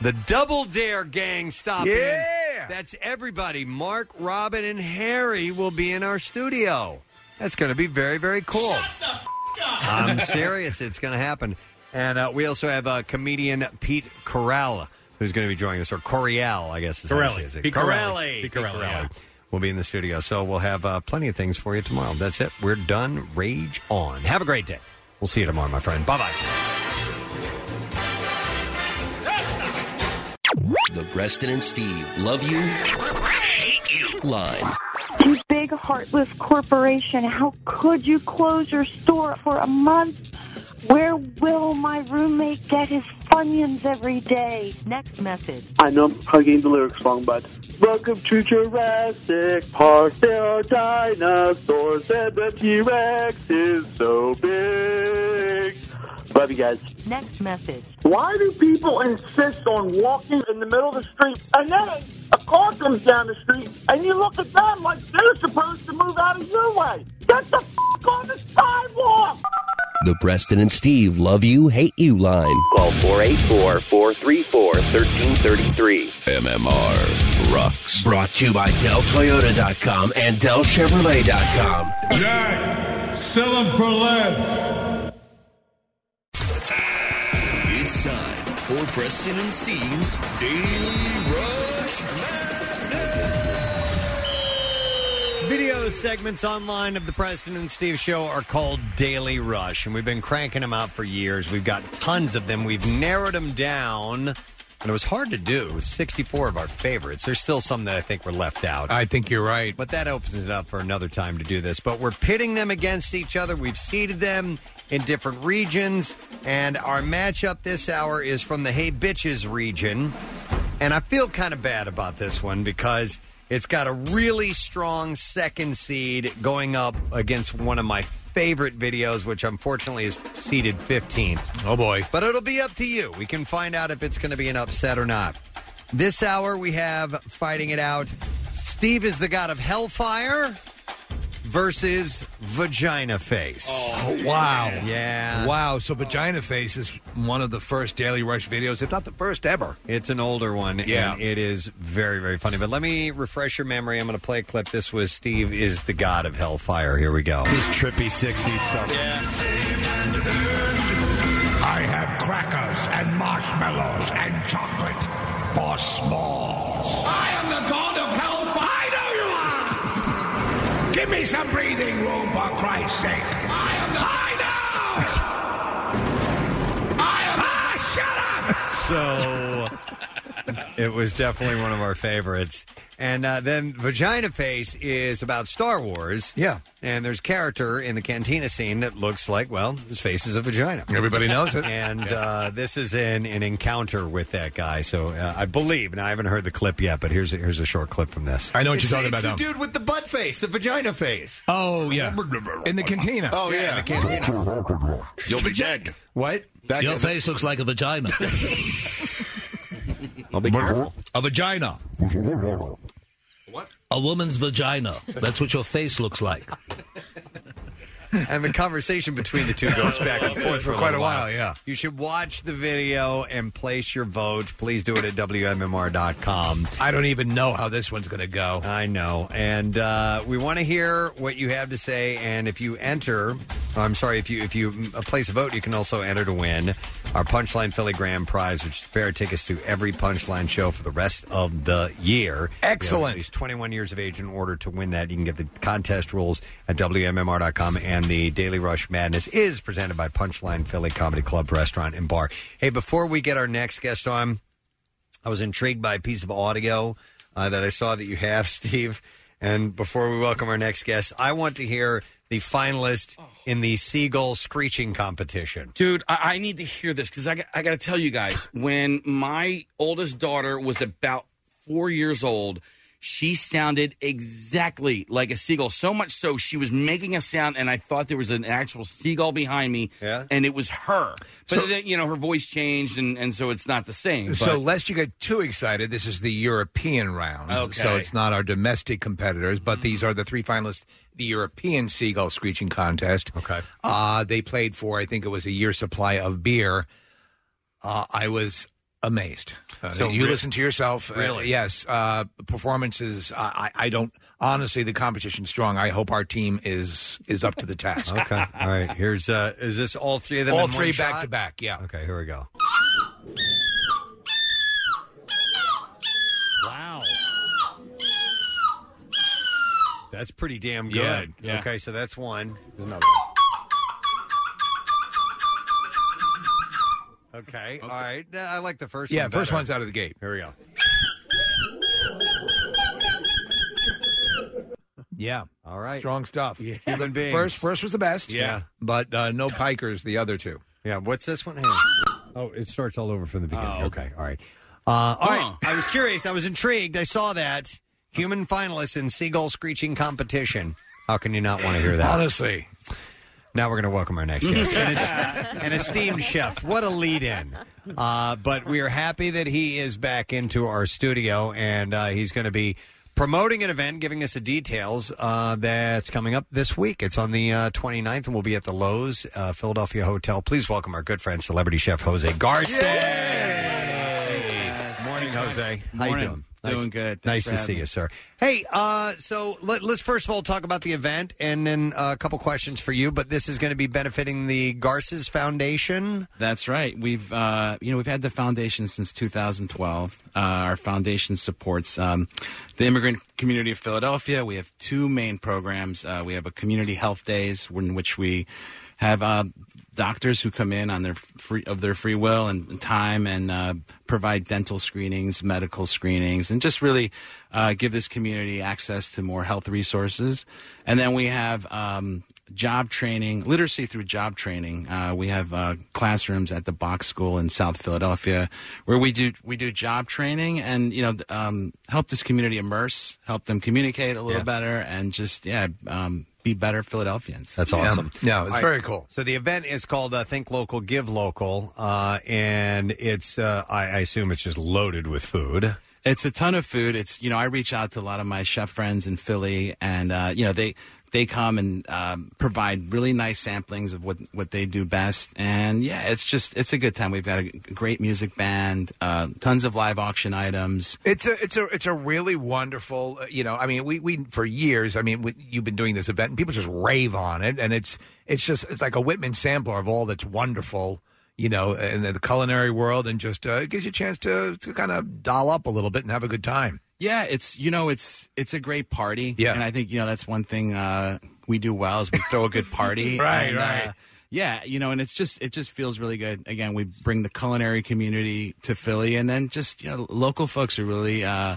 [SPEAKER 2] the Double Dare Gang stopping. in.
[SPEAKER 4] Yeah.
[SPEAKER 2] That's everybody. Mark, Robin, and Harry will be in our studio. That's going to be very, very cool. I'm serious. It's going to happen. And uh, we also have uh, comedian Pete Corral, who's going to be joining us, or Coriel, I guess. Is how you
[SPEAKER 16] Corelli.
[SPEAKER 2] say it.
[SPEAKER 16] Pete Corelli.
[SPEAKER 2] Corelli.
[SPEAKER 16] Pete Corelli, yeah.
[SPEAKER 2] We'll be in the studio. So we'll have uh, plenty of things for you tomorrow. That's it. We're done. Rage on. Have a great day. We'll see you tomorrow, my friend. Bye bye.
[SPEAKER 19] The Preston and Steve love you, hate you line.
[SPEAKER 26] You big heartless corporation, how could you close your store for a month? Where will my roommate get his Funyuns every day? Next message.
[SPEAKER 38] I know I'm probably getting the lyrics wrong, but welcome to Jurassic Park. There are dinosaurs, and the T Rex is so big. Love you guys.
[SPEAKER 26] Next message.
[SPEAKER 39] Why do people insist on walking in the middle of the street and then a car comes down the street and you look at them like they're supposed to move out of your way? Get the f- on the sidewalk!
[SPEAKER 19] The Preston and Steve love you, hate you line.
[SPEAKER 16] Call 484 434 1333.
[SPEAKER 19] MMR rocks. Brought to you by DellToyota.com and DellChevrolet.com.
[SPEAKER 40] Jack, sell them for less.
[SPEAKER 13] It's time for Preston and Steve's Daily Rush
[SPEAKER 2] Video segments online of the Preston and Steve show are called Daily Rush, and we've been cranking them out for years. We've got tons of them. We've narrowed them down, and it was hard to do. It was 64 of our favorites. There's still some that I think were left out.
[SPEAKER 4] I think you're right.
[SPEAKER 2] But that opens it up for another time to do this. But we're pitting them against each other. We've seeded them in different regions, and our matchup this hour is from the Hey Bitches region. And I feel kind of bad about this one because it's got a really strong second seed going up against one of my favorite videos, which unfortunately is seeded 15th.
[SPEAKER 4] Oh, boy.
[SPEAKER 2] But it'll be up to you. We can find out if it's going to be an upset or not. This hour, we have Fighting It Out. Steve is the god of hellfire versus vagina face.
[SPEAKER 4] Oh, wow.
[SPEAKER 2] Yeah.
[SPEAKER 4] Wow. So Vagina Face is one of the first Daily Rush videos, if not the first ever.
[SPEAKER 2] It's an older one.
[SPEAKER 4] Yeah.
[SPEAKER 2] And it is very, very funny. But let me refresh your memory. I'm going to play a clip. This was Steve is the god of hellfire. Here we go. This is trippy 60s stuff.
[SPEAKER 41] I have crackers and marshmallows and chocolate for s'mores. I am the god of hellfire. I know you are. Give me some breathing room for Christ's sake. I am the. I know. I am. Ah, shut up.
[SPEAKER 2] So it was definitely one of our favorites. And uh, then Vagina Face is about Star Wars. Yeah. And there's character in the cantina scene that looks like, well, his face is a vagina.
[SPEAKER 4] Everybody knows it.
[SPEAKER 2] And uh, this is an, an encounter with that guy. So uh, I believe, and I haven't heard the clip yet, but here's a, here's a short clip from this.
[SPEAKER 4] I know what you're talking about now.
[SPEAKER 2] dude with the butt face, the vagina face.
[SPEAKER 4] Oh, yeah. In the cantina.
[SPEAKER 2] Oh, yeah. in the cantina.
[SPEAKER 4] You'll be dead.
[SPEAKER 2] What?
[SPEAKER 16] Your face looks like a vagina.
[SPEAKER 4] I'll be careful.
[SPEAKER 16] A vagina. What? A woman's vagina. That's what your face looks like.
[SPEAKER 2] and the conversation between the two goes back and forth
[SPEAKER 8] For
[SPEAKER 2] for,
[SPEAKER 8] quite a
[SPEAKER 2] little
[SPEAKER 8] while, yeah.
[SPEAKER 2] you should watch the video and place your vote. Please do it at WMMR.com.
[SPEAKER 4] I don't even know how this one's going to go.
[SPEAKER 2] I know. And uh, we want to hear what you have to say. And if you enter, oh, I'm sorry, if you if you mm, place a vote, you can also enter to win our Punchline Philly Grand Prize, which is a pair of tickets to every Punchline show for the rest of the year. You have at
[SPEAKER 4] Excellent.
[SPEAKER 2] least 21 years of age in order to win that. You can get the contest rules at WMMR.com. And the Daily Rush Madness is presented by Punchline Philly Comedy Club, Restaurant, and Bar. Hey, before we get our next guest on, I was intrigued by a piece of audio uh, that I saw that you have, Steve. And before we welcome our next guest, I want to hear the finalist in the seagull screeching competition.
[SPEAKER 5] Dude, I, I need to hear this because I, got- I got to tell you guys, when my oldest daughter was about four years old, she sounded exactly like a seagull. So much so, she was making a sound, and I thought there was an actual seagull behind me, yeah. and it was her. But, then, you know, her voice changed, and, and so it's not the same. But,
[SPEAKER 4] So, lest you get too excited, this is the European round.
[SPEAKER 5] Okay.
[SPEAKER 4] So, it's not our domestic competitors, but
[SPEAKER 2] Mm.
[SPEAKER 4] these are the three finalists the European Seagull Screeching Contest.
[SPEAKER 2] Okay.
[SPEAKER 4] Uh, they played for, I think it was a year supply of beer. Uh, I was amazed. Uh,
[SPEAKER 8] So
[SPEAKER 4] you
[SPEAKER 8] re-
[SPEAKER 4] listen to yourself. Uh,
[SPEAKER 8] Really?
[SPEAKER 4] yes. Uh, performances, I, I I don't, honestly, the competition's strong. I hope our team is is up to the task.
[SPEAKER 2] Okay. All right. Here's, uh, is this all three of them?
[SPEAKER 4] All
[SPEAKER 2] in one
[SPEAKER 4] three
[SPEAKER 2] shot?
[SPEAKER 4] back to back, yeah.
[SPEAKER 2] Okay, here we go. Wow. That's pretty damn good.
[SPEAKER 42] Yeah, yeah.
[SPEAKER 2] Okay, so that's one. There's another one. Okay, all right. Uh, I like the first
[SPEAKER 4] yeah,
[SPEAKER 2] one.
[SPEAKER 4] first
[SPEAKER 2] better.
[SPEAKER 4] one's out of the gate.
[SPEAKER 2] Here we go.
[SPEAKER 4] Yeah.
[SPEAKER 2] All right.
[SPEAKER 4] Strong stuff. Yeah.
[SPEAKER 2] Human beings.
[SPEAKER 4] First, first was the best.
[SPEAKER 2] Yeah. Yeah.
[SPEAKER 4] But uh, no pikers. The other two.
[SPEAKER 2] Yeah. What's this one? Hang on. Oh, it starts all over from the beginning. okay. all right. Uh, all right. I was curious. I was intrigued. I saw that. Human finalists in seagull screeching competition. How can you not want to hear that?
[SPEAKER 4] Honestly.
[SPEAKER 2] Now we're going to welcome our next guest, an, es- an esteemed chef. What a lead in. Uh, but we are happy that he is back into our studio and uh, he's going to be promoting an event, giving us the details uh, that's coming up this week. It's on the uh, 29th and we'll be at the Lowe's uh, Philadelphia Hotel. Please welcome our good friend, celebrity chef Jose Garcia. Morning, Jose. How you doing? Nice-
[SPEAKER 14] Doing good.
[SPEAKER 2] Nice
[SPEAKER 14] Thanks for
[SPEAKER 2] to see
[SPEAKER 14] having
[SPEAKER 2] you,
[SPEAKER 14] me.
[SPEAKER 2] sir. Hey, uh, so let, let's first of all talk about the event, and then uh, a couple questions for you. But this is going to be benefiting the Garces Foundation.
[SPEAKER 14] That's right. We've uh, you know we've had the foundation since 2012. Uh, our foundation supports um, the immigrant community of Philadelphia. We have two main programs. Uh, we have a community health days in which we have uh, doctors who come in on their free of their free will and time and uh, provide dental screenings, medical screenings, and just really uh, give this community access to more health resources. And then we have um, job training, literacy through job training. Uh, we have uh, classrooms at the Box School in South Philadelphia where we do we do job training and you know th- um, help this community immerse, help them communicate a little better, and just yeah um, be better Philadelphians.
[SPEAKER 2] That's awesome.
[SPEAKER 4] No, it's
[SPEAKER 2] All right.
[SPEAKER 4] very cool.
[SPEAKER 2] So the event is called uh, Think Local, Give Local, uh, and it's uh, I, I assume it's just loaded with food.
[SPEAKER 14] It's a ton of food. It's you know I reach out to a lot of my chef friends in Philly, and uh, you know they they come and um, provide really nice samplings of what what they do best. And yeah, it's just it's a good time. We've got a great music band, uh, tons of live auction items.
[SPEAKER 4] It's a it's a it's a really wonderful uh, you know I mean we we for years I mean we, you've been doing this event and people just rave on it and it's it's just it's like a Whitman sampler of all that's wonderful you know in the culinary world and just uh, it gives you a chance to to kind of doll up a little bit and have a good time.
[SPEAKER 14] Yeah, it's you know it's it's a great party.
[SPEAKER 4] Yeah.
[SPEAKER 14] and I think you know that's one thing uh, we do well is we throw a good party.
[SPEAKER 4] Right,
[SPEAKER 14] And,
[SPEAKER 4] right.
[SPEAKER 14] uh, yeah, you know, and it's just it just feels really good. Again, we bring the culinary community to Philly, and then just you know local folks who really uh,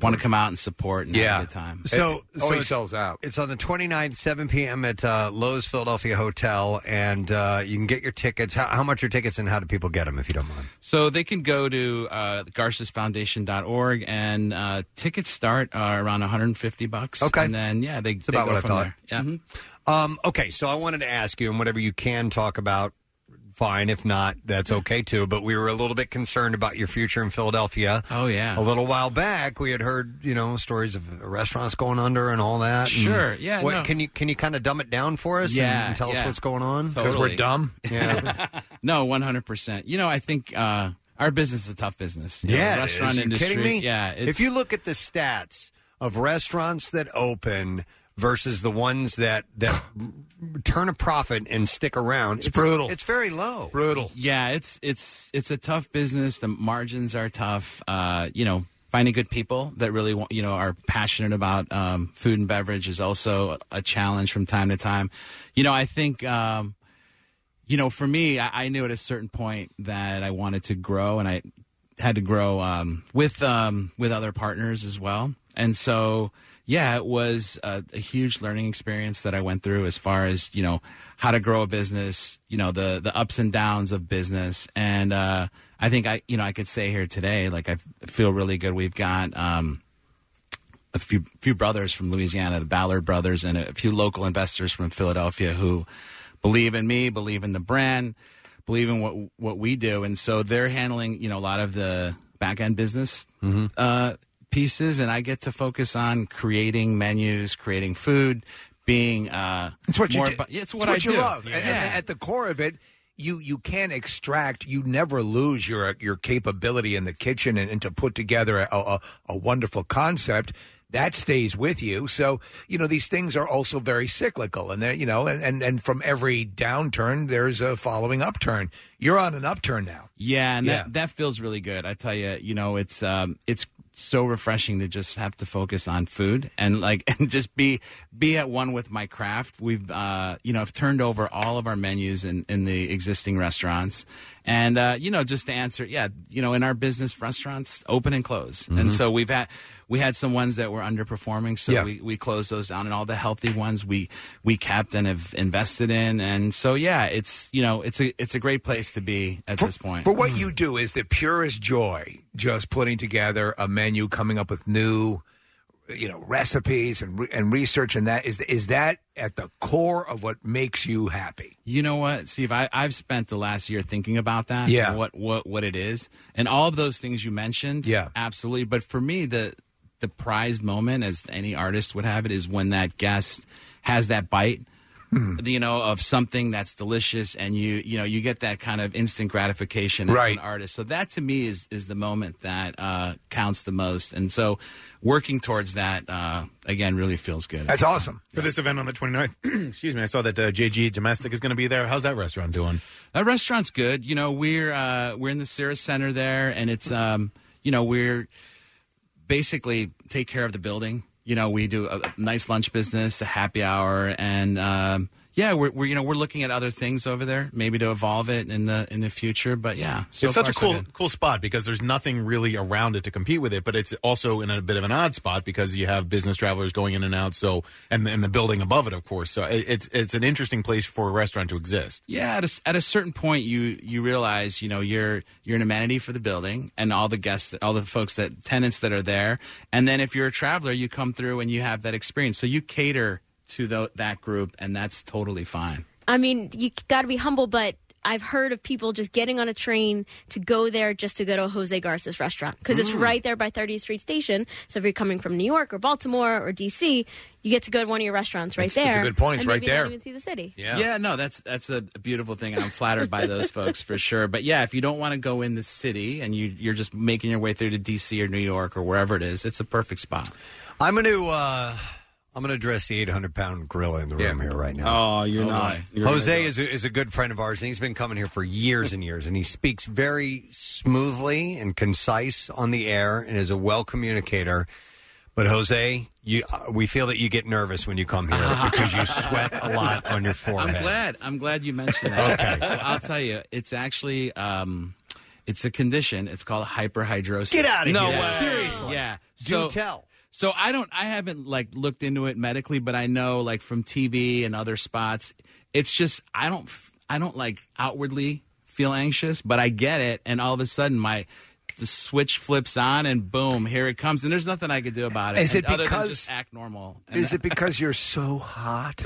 [SPEAKER 14] want to come out and support and have a good time.
[SPEAKER 2] So so
[SPEAKER 14] it's-
[SPEAKER 2] it's- It's on the 29th, 7 p.m. at uh, Lowe's Philadelphia Hotel, and uh, you can get your tickets. How, how much are tickets, and how do people get them if you don't mind?
[SPEAKER 14] So they can go to uh, garcesfoundation.org and uh, tickets start uh, around 150 bucks. Okay. And then, yeah, they,
[SPEAKER 2] That's
[SPEAKER 14] they
[SPEAKER 2] about
[SPEAKER 14] go
[SPEAKER 2] what I
[SPEAKER 14] from Mm-hmm.
[SPEAKER 2] thought.
[SPEAKER 14] there. Yeah.
[SPEAKER 2] Um, okay, so I wanted to ask you, and whatever you can talk about fine. If not, that's okay too. But we were a little bit concerned about your future in Philadelphia.
[SPEAKER 14] Oh yeah.
[SPEAKER 2] A little while back, we had heard you know stories of restaurants going under and all that. And
[SPEAKER 14] Sure, yeah,
[SPEAKER 2] What
[SPEAKER 14] no.
[SPEAKER 2] can you can you kind of dumb it down for us? and-
[SPEAKER 14] Yeah,
[SPEAKER 2] And tell us
[SPEAKER 14] yeah.
[SPEAKER 2] what's going on
[SPEAKER 14] 'Cause we're Totally. dumb?
[SPEAKER 2] Yeah.
[SPEAKER 14] no, one hundred percent. You know, I think uh, our business is a tough business. You know,
[SPEAKER 2] Yeah,
[SPEAKER 14] the
[SPEAKER 2] it is.
[SPEAKER 14] restaurant
[SPEAKER 2] Are you
[SPEAKER 14] industry.
[SPEAKER 2] kidding me?
[SPEAKER 14] Yeah,
[SPEAKER 2] if you look at the stats of restaurants that open versus the ones that that turn a profit and stick around, it's,
[SPEAKER 14] brutal.
[SPEAKER 2] It's very low.
[SPEAKER 14] brutal. Yeah, it's it's it's a tough business. The margins are tough. Uh, you know, finding good people that really want, you know are passionate about um, food and beverage is also a challenge from time to time. You know, I think. Um, you know, for me, I, I knew at a certain point that I wanted to grow, and I had to grow um, with um, with other partners as well. And so, yeah, it was a, a huge learning experience that I went through as far as you know how to grow a business, you know the the ups and downs of business. And uh, I think I you know I could say here today, like I feel really good. We've got. Um, a few few brothers from Louisiana, the Ballard brothers, and a few local investors from Philadelphia who believe in me, believe in the brand, believe in what what we do, and so they're handling you know a lot of the back end business
[SPEAKER 5] Mm-hmm.
[SPEAKER 14] uh, pieces, and I get to focus on creating menus, creating food, being uh,
[SPEAKER 4] It's what you
[SPEAKER 14] more
[SPEAKER 4] do.
[SPEAKER 14] about- yeah, it's what, I
[SPEAKER 4] you
[SPEAKER 14] do.
[SPEAKER 4] love. And- and at the core of it, you you can extract. You never lose your your capability in the kitchen and, and to put together a, a, a wonderful concept that stays with you. So you know these things are also very cyclical, and they're you know and, and and from every downturn there's a following upturn. You're on an upturn now.
[SPEAKER 14] Yeah, and
[SPEAKER 4] Yeah.
[SPEAKER 14] that that feels really good. I tell you, you know, it's um, it's so refreshing to just have to focus on food and like and just be be at one with my craft. We've uh, you know, I've turned over all of our menus in in the existing restaurants, and uh, you know, just to answer, yeah, you know, in our business, restaurants open and close,
[SPEAKER 37] Mhm.
[SPEAKER 14] and
[SPEAKER 4] Mm-hmm.
[SPEAKER 14] so we've had we had some ones that were underperforming, so
[SPEAKER 37] Yeah.
[SPEAKER 14] we we closed those down, and all the healthy ones we we kept and have invested in, and so yeah, it's you know, it's a it's a great place to be at this point
[SPEAKER 4] For what you do is the purest joy, just putting together a menu, coming up with new, you know, recipes and re- and research, and that is is that at the core of what makes you happy.
[SPEAKER 14] You know what, Steve? I, I've spent the last year thinking about that.
[SPEAKER 4] Yeah.
[SPEAKER 14] and What what what it is, and all of those things you mentioned.
[SPEAKER 4] Yeah.
[SPEAKER 14] Absolutely. But for me, the the prized moment, as any artist would have it, is when that guest has that bite.
[SPEAKER 4] Hmm.
[SPEAKER 14] You know, of something that's delicious, and you you know you get that kind of instant gratification as
[SPEAKER 37] Right.
[SPEAKER 14] an artist. So that to me is is the moment that uh, counts the most, and so working towards that uh, again really feels good.
[SPEAKER 20] For this event on the 29th, excuse me, I saw that uh, JG Domestic is going to be there. How's that restaurant doing?
[SPEAKER 14] That restaurant's good. You know, we're uh, we're in the Cirrus Center there, and it's um, you know we're basically take care of the building. You know, we do a, a nice lunch business, a happy hour, and um, yeah, we're, we're you know we're looking at other things over there, maybe to evolve it in the in the future. But yeah, so
[SPEAKER 20] it's such
[SPEAKER 14] far,
[SPEAKER 20] a
[SPEAKER 14] so
[SPEAKER 20] cool
[SPEAKER 14] good.
[SPEAKER 20] cool spot because there's nothing really around it to compete with it, but it's also in a bit of an odd spot because you have business travelers going in and out. So and and the building above it, of course. So it, it's it's an interesting place for a restaurant to exist.
[SPEAKER 14] Yeah, at a, at a certain point, you you realize you know you're you're an amenity for the building and all the guests, all the folks that tenants that are there, and then if you're a traveler, you come through and you have that experience. So you cater to tho- that group, and that's totally fine.
[SPEAKER 15] I mean, you got to be humble, but I've heard of people just getting on a train to go there just to go to Jose Garza's restaurant because it's
[SPEAKER 17] Mm.
[SPEAKER 15] right there by 30th Street Station. So if you're coming from New York or Baltimore or DC, you get to go to one of your restaurants right
[SPEAKER 14] That's-
[SPEAKER 15] there.
[SPEAKER 14] that's a good point. It's
[SPEAKER 15] and
[SPEAKER 14] right
[SPEAKER 15] maybe
[SPEAKER 14] there.
[SPEAKER 15] Not even see the city.
[SPEAKER 14] Yeah. no, that's that's a beautiful thing, and I'm flattered by those folks for sure. But yeah, if you don't want to go in the city and you you're just making your way through to D.C. or New York or wherever it is, it's a perfect spot.
[SPEAKER 2] I'm going to uh, I'm going to address the 800 pound gorilla in the room here right now.
[SPEAKER 5] Oh, you're not.
[SPEAKER 2] boy.
[SPEAKER 5] You're
[SPEAKER 2] Jose is a, is a good friend of ours, and he's been coming here for years and years, and he speaks very smoothly and concise on the air, and is a well communicator. But Jose, you, uh, we feel that you get nervous when you come here because you sweat a lot on your forehead.
[SPEAKER 14] I'm glad. I'm glad you mentioned that. okay. Well, I'll tell you, it's actually um, it's a condition. It's called hyperhidrosis.
[SPEAKER 2] Get outta
[SPEAKER 14] no
[SPEAKER 2] here.
[SPEAKER 14] Way.
[SPEAKER 2] Seriously.
[SPEAKER 14] Yeah.
[SPEAKER 2] Do tell.
[SPEAKER 14] So I don't. I haven't like looked into it medically, but I know like from TV and other spots, it's just I don't. f- I don't like outwardly feel anxious, but I get it, and all of a sudden my. The switch flips on and boom, here it comes, and there's nothing I could do about it.
[SPEAKER 4] Is it
[SPEAKER 14] and other than
[SPEAKER 4] because-
[SPEAKER 14] just act normal?
[SPEAKER 4] Is it because you're so hot?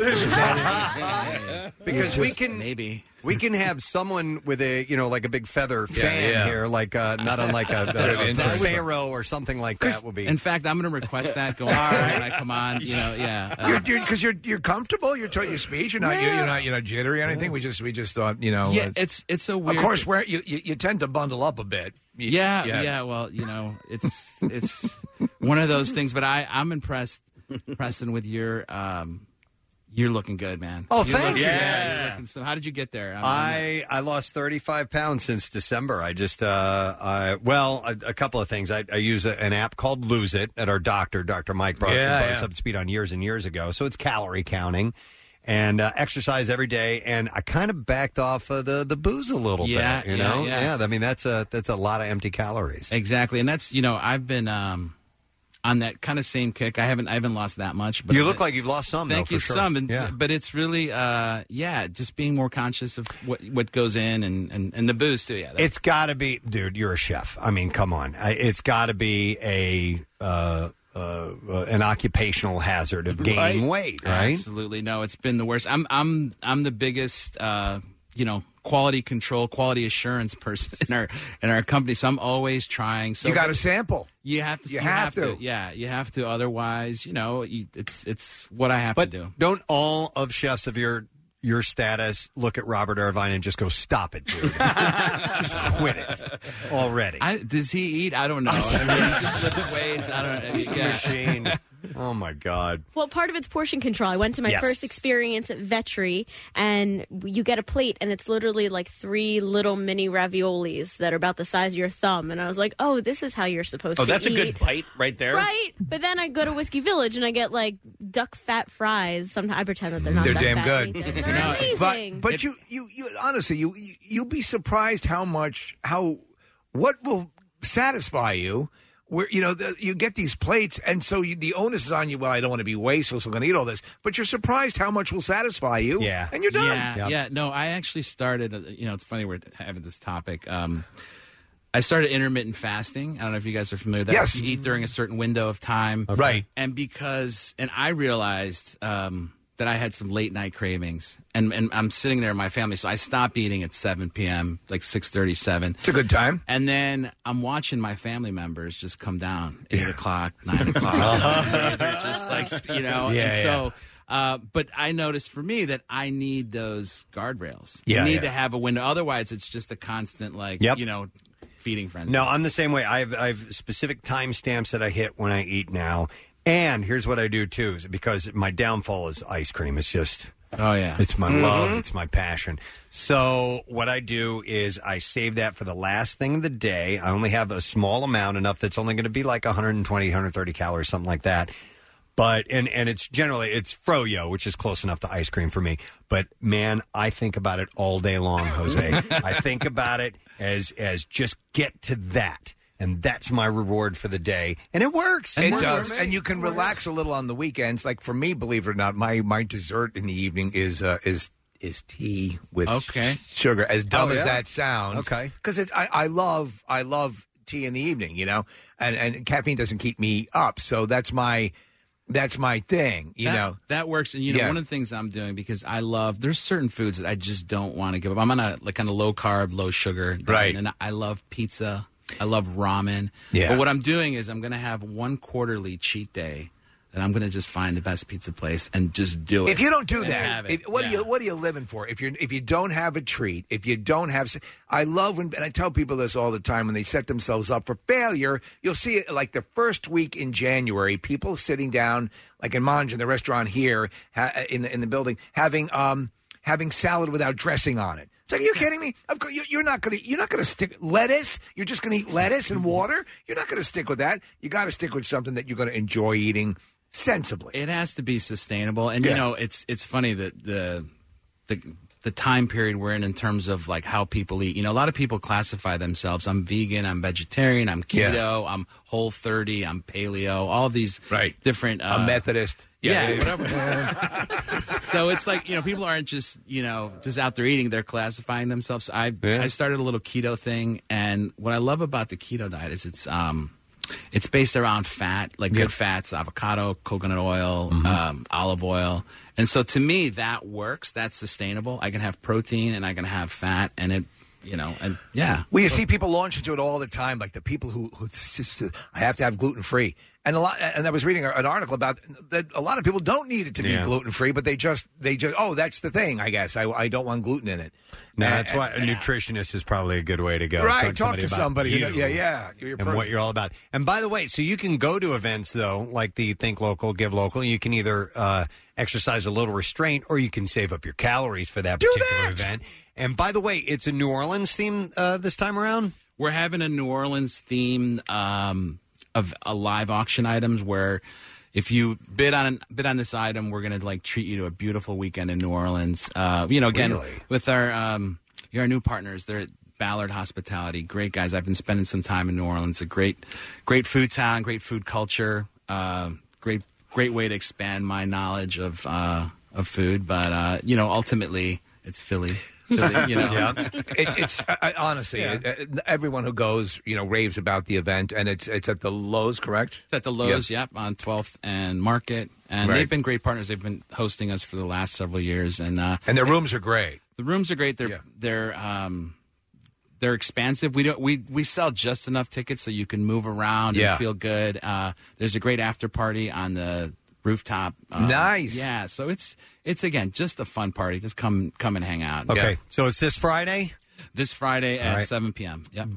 [SPEAKER 2] because we can
[SPEAKER 14] maybe
[SPEAKER 2] We can have someone with a you know like a big feather
[SPEAKER 14] Yeah,
[SPEAKER 2] fan
[SPEAKER 14] yeah.
[SPEAKER 2] here, like uh, not unlike a,
[SPEAKER 14] Sort of
[SPEAKER 2] a, a
[SPEAKER 14] interesting.
[SPEAKER 2] pharaoh or something like that. Will be
[SPEAKER 14] In fact, I'm going to request that going
[SPEAKER 2] All
[SPEAKER 14] forward
[SPEAKER 2] right.
[SPEAKER 14] when I come on. You know, yeah. uh,
[SPEAKER 4] Because you're, 'cause you're you're comfortable. You're taught your speech. You're not you're, you're not you're not jittery or anything. We just we just thought you know.
[SPEAKER 14] Yeah, it's it's a weird-
[SPEAKER 4] Of course, where you, you you tend to bundle up a bit. You-
[SPEAKER 14] yeah, yeah, Well, you know, it's it's one of those things. But I I'm impressed, Preston, with your um, you're looking good, man.
[SPEAKER 2] Oh,
[SPEAKER 14] You're
[SPEAKER 2] thank
[SPEAKER 14] looking-
[SPEAKER 2] you.
[SPEAKER 14] Yeah, you're looking- so how did you get there? I'm- I'm-
[SPEAKER 2] I I lost 35 pounds since December. I just uh I well a, a couple of things. I, I use a, an app called Lose It at our doctor, Dr. Mike brought,
[SPEAKER 17] Yeah,
[SPEAKER 2] brought us
[SPEAKER 17] yeah.
[SPEAKER 2] up to speed on years and years ago. So it's calorie counting and uh, exercise every day. And I kind of backed off of the the booze a little
[SPEAKER 14] Yeah,
[SPEAKER 2] bit. You
[SPEAKER 14] yeah,
[SPEAKER 2] know,
[SPEAKER 14] yeah.
[SPEAKER 2] I mean that's a that's a lot of empty calories.
[SPEAKER 14] Exactly, and that's you know I've been um, on that kind of same kick. I haven't I haven't lost that much, but
[SPEAKER 2] you look like you've lost some.
[SPEAKER 14] Thank
[SPEAKER 2] though,
[SPEAKER 14] you,
[SPEAKER 2] for sure.
[SPEAKER 14] some, and,
[SPEAKER 2] Yeah.
[SPEAKER 14] but it's really, uh, yeah, just being more conscious of what what goes in and and, and the booze too. Yeah,
[SPEAKER 2] It's got to be, dude. You're a chef. I mean, come on. I, it's got to be a uh, uh, uh, an occupational hazard of gaining weight, right?
[SPEAKER 14] Absolutely. No, it's been the worst. I'm I'm I'm the biggest uh, you know, quality control, quality assurance person in our in our company. So I'm always trying. So
[SPEAKER 4] you got to sample.
[SPEAKER 14] You have to.
[SPEAKER 4] You, have, to.
[SPEAKER 14] Yeah, you have to. Otherwise, you know, you, it's it's what I have
[SPEAKER 2] But
[SPEAKER 14] to do.
[SPEAKER 2] don't all of chefs of your your status look at Robert Irvine and just go, "Stop it, dude! just quit it already."
[SPEAKER 14] I, does he eat? I don't know. I mean, he just lifts weights. I don't know.
[SPEAKER 2] He's a
[SPEAKER 14] Yeah.
[SPEAKER 2] machine. Oh my god!
[SPEAKER 15] Well, part of it's portion control. I went to my
[SPEAKER 2] Yes.
[SPEAKER 15] first experience at Vetri, and you get a plate, and it's literally like three little mini raviolis that are about the size of your thumb. And I was like, oh, this is how you're supposed
[SPEAKER 5] Oh,
[SPEAKER 15] to
[SPEAKER 5] that's a
[SPEAKER 15] eat.
[SPEAKER 5] good bite right there.
[SPEAKER 15] Right, but then I go to Whiskey Village and I get like duck fat fries. Sometimes I pretend that they're not.
[SPEAKER 4] They're
[SPEAKER 15] duck
[SPEAKER 4] damn
[SPEAKER 15] fat
[SPEAKER 4] good.
[SPEAKER 15] and eat them. They're amazing.
[SPEAKER 4] But, but you, you, you, honestly, you, you- you'll be surprised how much, how, what will satisfy you. Where you know the, you get these plates, and so you, the onus is on you. Well, I don't want to be wasteful, so I'm going to eat all this. But you're surprised how much will satisfy you. Yeah, and you're done.
[SPEAKER 14] Yeah, yeah. No, I actually started. uh, You know, it's funny we're having this topic. Um, I started intermittent fasting. I don't know if you guys are familiar with that.
[SPEAKER 4] Yes.
[SPEAKER 14] You eat during a certain window of time.
[SPEAKER 4] Right.
[SPEAKER 14] And because, and I realized um, that I had some late night cravings. And, and I'm sitting there in my family. So I stopped eating at 7 p.m., like 637. It's
[SPEAKER 4] a good time.
[SPEAKER 14] And then I'm watching my family members just come down, 8 o'clock, 9 o'clock.
[SPEAKER 4] Uh-huh.
[SPEAKER 14] They're just like, you know.
[SPEAKER 4] Yeah,
[SPEAKER 14] and
[SPEAKER 4] yeah.
[SPEAKER 14] so uh, but I noticed for me that I need those guardrails.
[SPEAKER 2] Yeah,
[SPEAKER 14] you need
[SPEAKER 2] yeah.
[SPEAKER 14] to have a window. Otherwise, it's just a constant like
[SPEAKER 2] Yep.
[SPEAKER 14] you know, feeding friends.
[SPEAKER 2] No, I'm the same way. I've I've specific timestamps that I hit when I eat now. And here's what I do too, is because my downfall is ice cream. It's just
[SPEAKER 14] oh yeah,
[SPEAKER 2] it's my
[SPEAKER 4] Mm-hmm.
[SPEAKER 14] Mhm.
[SPEAKER 2] love, it's my passion. So what I do is I save that for the last thing of the day. I only have a small amount, enough that's only going to be like 120, 130 calories, something like that. But and and it's generally it's froyo, which is close enough to ice cream for me. But man, I think about it all day long, Jose. I think about it as as just get to that, and that's my reward for the day. And it works.
[SPEAKER 4] It
[SPEAKER 2] works
[SPEAKER 4] does,
[SPEAKER 2] for me.
[SPEAKER 4] and you can relax a little on the weekends. Like for me, believe it or not, my my dessert in the evening is uh, is is tea with
[SPEAKER 14] Okay.
[SPEAKER 4] sugar. As dumb
[SPEAKER 14] Oh, yeah.
[SPEAKER 4] as that sounds, okay, because uh, I, I love I love tea in the evening, you know, and and caffeine doesn't keep me up, so that's my that's my thing, you
[SPEAKER 14] That-
[SPEAKER 4] know.
[SPEAKER 14] that works. And you know,
[SPEAKER 4] Yeah.
[SPEAKER 14] one of the things I'm doing because I love there's certain foods that I just don't want to give up. I'm on a like kind of low carb, low sugar, diet,
[SPEAKER 4] Right.
[SPEAKER 14] And I love pizza. I love ramen.
[SPEAKER 4] Yeah.
[SPEAKER 14] But what I'm doing is I'm going to have one quarterly cheat day, and I'm going to just find the best pizza place and just do it.
[SPEAKER 4] If you don't do
[SPEAKER 14] And have
[SPEAKER 4] that,
[SPEAKER 14] it.
[SPEAKER 4] if, what
[SPEAKER 14] Yeah.
[SPEAKER 4] are you what are you living for? If you if you don't have a treat, if you don't have, s- I love when and I tell people this all the time when they set themselves up for failure. You'll see it like the first week in January, people sitting down like in Mange in the restaurant here ha, in the in the building having um having salad without dressing on it. It's like, are you kidding me? Of course, you- you're not gonna you're not gonna stick lettuce. You're just gonna eat lettuce
[SPEAKER 14] Mm-hmm.
[SPEAKER 4] and water. You're not gonna stick with that. You got to stick with something that you're gonna enjoy eating sensibly.
[SPEAKER 14] It has to be sustainable, and you
[SPEAKER 4] Yeah.
[SPEAKER 14] know, it's it's funny that the the the time period we're in in terms of like how people eat. You know, a lot of people classify themselves. I'm vegan. I'm vegetarian. I'm
[SPEAKER 4] Yeah.
[SPEAKER 14] keto. I'm whole thirty. I'm paleo. All these
[SPEAKER 4] Right.
[SPEAKER 14] different. Uh,
[SPEAKER 4] I'm Methodist.
[SPEAKER 14] Yeah,
[SPEAKER 4] it is.
[SPEAKER 14] whatever. so it's like you know, people aren't just you know just out there eating; they're classifying themselves. I I started a little keto thing, and what I love about the keto diet is it's um it's based around fat, like good fats, avocado, coconut oil, um, olive oil. And so to me, that works. That's sustainable. I can have protein and I can have fat, and it, you know, and yeah.
[SPEAKER 4] Well, you see people launch into it all the time, like the people who, who it's just, uh, I have to have gluten free. And a lot, and I was reading an article about that. A lot of people don't need it to be
[SPEAKER 8] Yeah.
[SPEAKER 4] gluten free, but they just, they just, oh, that's the thing. I guess I, I don't want gluten in it.
[SPEAKER 8] No,
[SPEAKER 4] And-
[SPEAKER 8] that's why
[SPEAKER 4] and-
[SPEAKER 8] a
[SPEAKER 2] nutritionist is probably a good way to
[SPEAKER 8] go.
[SPEAKER 4] Right, talk to
[SPEAKER 8] about
[SPEAKER 4] somebody, you
[SPEAKER 8] you
[SPEAKER 4] know, yeah, yeah, your
[SPEAKER 8] and
[SPEAKER 4] person.
[SPEAKER 8] what you're all about.
[SPEAKER 2] And by the way, so you can go to events though, like the Think Local, Give Local. You can either uh, exercise a little restraint, or you can save up your calories for that particular event. And by the way, it's a New Orleans theme uh, this time around.
[SPEAKER 14] We're having a New Orleans themed um, of a live auction items where if you bid on bid on this item, we're gonna like treat you to a beautiful weekend in New Orleans. Uh, you know, again
[SPEAKER 17] Really?
[SPEAKER 14] with our um, you know, our new partners, they're at Ballard Hospitality, great guys. I've been spending some time in New Orleans. A great, great food town, great food culture, uh, great, great way to expand my knowledge of uh, of food. But uh, you know, ultimately, it's Philly. Philly you know,
[SPEAKER 4] it, it's I, I- honestly it- uh, everyone who goes, you know, raves about the event, and it's it's at the Lowe's, correct?
[SPEAKER 14] It's at the Lowe's, yep, on 12th and Market. And
[SPEAKER 4] Right.
[SPEAKER 14] they've been great partners. They've been hosting us for the last several years. And uh,
[SPEAKER 4] and their rooms are great.
[SPEAKER 14] The rooms are great. They're they're um, they're expansive. We don't we we sell just enough tickets so you can move around
[SPEAKER 4] Yeah.
[SPEAKER 14] and feel good. Uh, there's a great after party on the rooftop. Um,
[SPEAKER 4] Nice.
[SPEAKER 14] Yeah. So it's it's again just a fun party. Just come come and hang out.
[SPEAKER 2] Okay, so it's this Friday.
[SPEAKER 14] This Friday
[SPEAKER 2] All
[SPEAKER 14] at
[SPEAKER 2] right.
[SPEAKER 14] 7 p.m. Yep.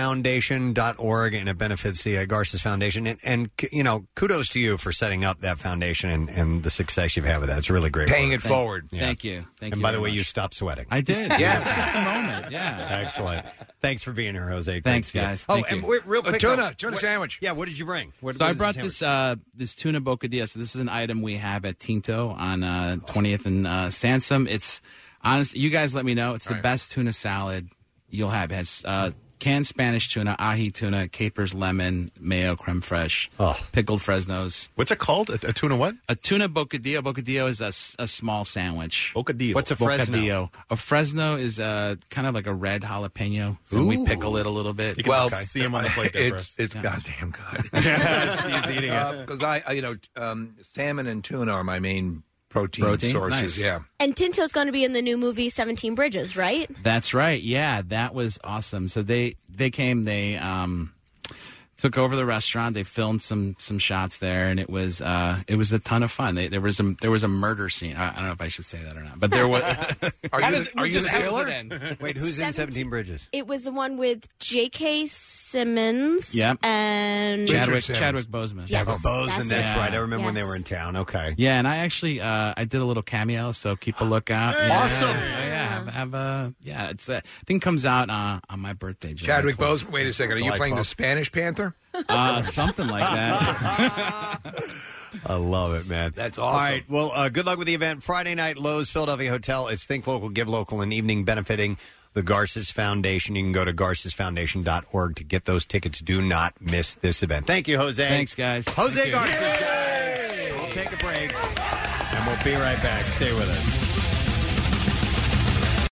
[SPEAKER 2] GarcesFoundation.org, and it benefits the uh, Garces Foundation. And, and, c- you know, kudos to you for setting up that foundation and, and the success you've had with that. It's really great.
[SPEAKER 4] Paying
[SPEAKER 2] work.
[SPEAKER 4] it forward.
[SPEAKER 2] Yeah.
[SPEAKER 14] Thank you. Thank
[SPEAKER 2] and
[SPEAKER 14] you
[SPEAKER 2] by
[SPEAKER 14] very
[SPEAKER 2] the way,
[SPEAKER 14] much.
[SPEAKER 2] you stopped sweating.
[SPEAKER 14] I did.
[SPEAKER 2] Yeah.
[SPEAKER 14] Just a moment. Yeah.
[SPEAKER 2] Excellent. Thanks for being here, Jose. Great
[SPEAKER 14] Thanks,
[SPEAKER 2] to see you.
[SPEAKER 14] guys.
[SPEAKER 2] Oh,
[SPEAKER 14] Thank
[SPEAKER 2] and
[SPEAKER 14] you.
[SPEAKER 2] wait, real
[SPEAKER 14] Uh,
[SPEAKER 2] quick.
[SPEAKER 14] tuna,
[SPEAKER 2] though.
[SPEAKER 14] tuna
[SPEAKER 2] What-
[SPEAKER 14] sandwich.
[SPEAKER 2] Yeah, what did you bring? What,
[SPEAKER 14] so
[SPEAKER 2] what
[SPEAKER 14] I
[SPEAKER 2] is
[SPEAKER 14] brought
[SPEAKER 2] sandwich?
[SPEAKER 14] this uh, this tuna bocadilla. So this is an item we have at Tinto on uh, 20th and uh, Sansom. It's honest. You guys, let me know. It's the best tuna salad you'll have. It has uh, canned Spanish tuna, ahi tuna, capers, lemon, mayo, creme fraiche, pickled Fresnos.
[SPEAKER 20] What's it called? A, a tuna what?
[SPEAKER 14] A tuna bocadillo. Bocadillo is a, s- a small sandwich.
[SPEAKER 20] Bocadillo.
[SPEAKER 2] What's a Fresno?
[SPEAKER 14] Bocadillo. A Fresno is uh, kind of like a red jalapeno. And we
[SPEAKER 2] Ooh.
[SPEAKER 14] pickle it a little bit.
[SPEAKER 4] You can Well, see 'em on the plate there, it's- Chris. it's goddamn good.
[SPEAKER 14] Steve's eating it.
[SPEAKER 4] Because Uh, I, I, you know, t- um, salmon and tuna are my main protein,
[SPEAKER 14] Protein?
[SPEAKER 4] sources.
[SPEAKER 14] Nice.
[SPEAKER 4] Yeah,
[SPEAKER 15] And Tinto's going to be in the new movie Seventeen Bridges, right?
[SPEAKER 14] That's right. Yeah, that was awesome. So they they came. They um, took over the restaurant. They filmed some some shots there, and it was uh, it was a ton of fun. They, there was a there was a murder scene. I, I don't know if I should say that or not, but there was.
[SPEAKER 2] Are
[SPEAKER 14] How
[SPEAKER 2] you
[SPEAKER 14] does-
[SPEAKER 2] the- are
[SPEAKER 14] which
[SPEAKER 2] you
[SPEAKER 14] is-
[SPEAKER 2] the
[SPEAKER 14] how does
[SPEAKER 2] sailor?
[SPEAKER 14] it end?
[SPEAKER 2] Wait, who's in 17 Bridges?
[SPEAKER 15] It was the one with J.K. Simmons.
[SPEAKER 2] Yep.
[SPEAKER 15] And
[SPEAKER 14] Chadwick Chadwick Boseman.
[SPEAKER 15] Yes,
[SPEAKER 2] oh, Bozeman,
[SPEAKER 15] that's
[SPEAKER 2] that's,
[SPEAKER 15] it.
[SPEAKER 2] right. I remember when they
[SPEAKER 15] Yes.
[SPEAKER 2] were in town. Okay.
[SPEAKER 14] Yeah, and I actually uh, I did a little cameo, so keep a lookout. Yeah.
[SPEAKER 2] Awesome.
[SPEAKER 14] Yeah, yeah, have, have a yeah. It's uh, I think it comes out uh, on my birthday. July
[SPEAKER 4] Chadwick
[SPEAKER 14] 12th.
[SPEAKER 4] Boseman. Wait a second, are you
[SPEAKER 14] July
[SPEAKER 4] playing the
[SPEAKER 14] 12th.
[SPEAKER 4] Spanish Panther?
[SPEAKER 14] Uh, something like that.
[SPEAKER 2] I love it, man.
[SPEAKER 4] That's
[SPEAKER 2] All
[SPEAKER 4] awesome.
[SPEAKER 2] right. Well, uh, good luck with the event. Friday night, Lowe's Philadelphia Hotel. It's Think Local, Give Local, an evening benefiting the Garces Foundation. You can go to garcesfoundation.org to get those tickets. Do not miss this event. Thank you, Jose.
[SPEAKER 14] Thanks, guys.
[SPEAKER 2] Jose
[SPEAKER 14] Thank you.
[SPEAKER 2] Garces, guys. We'll take a break, and we'll be right back. Stay with us.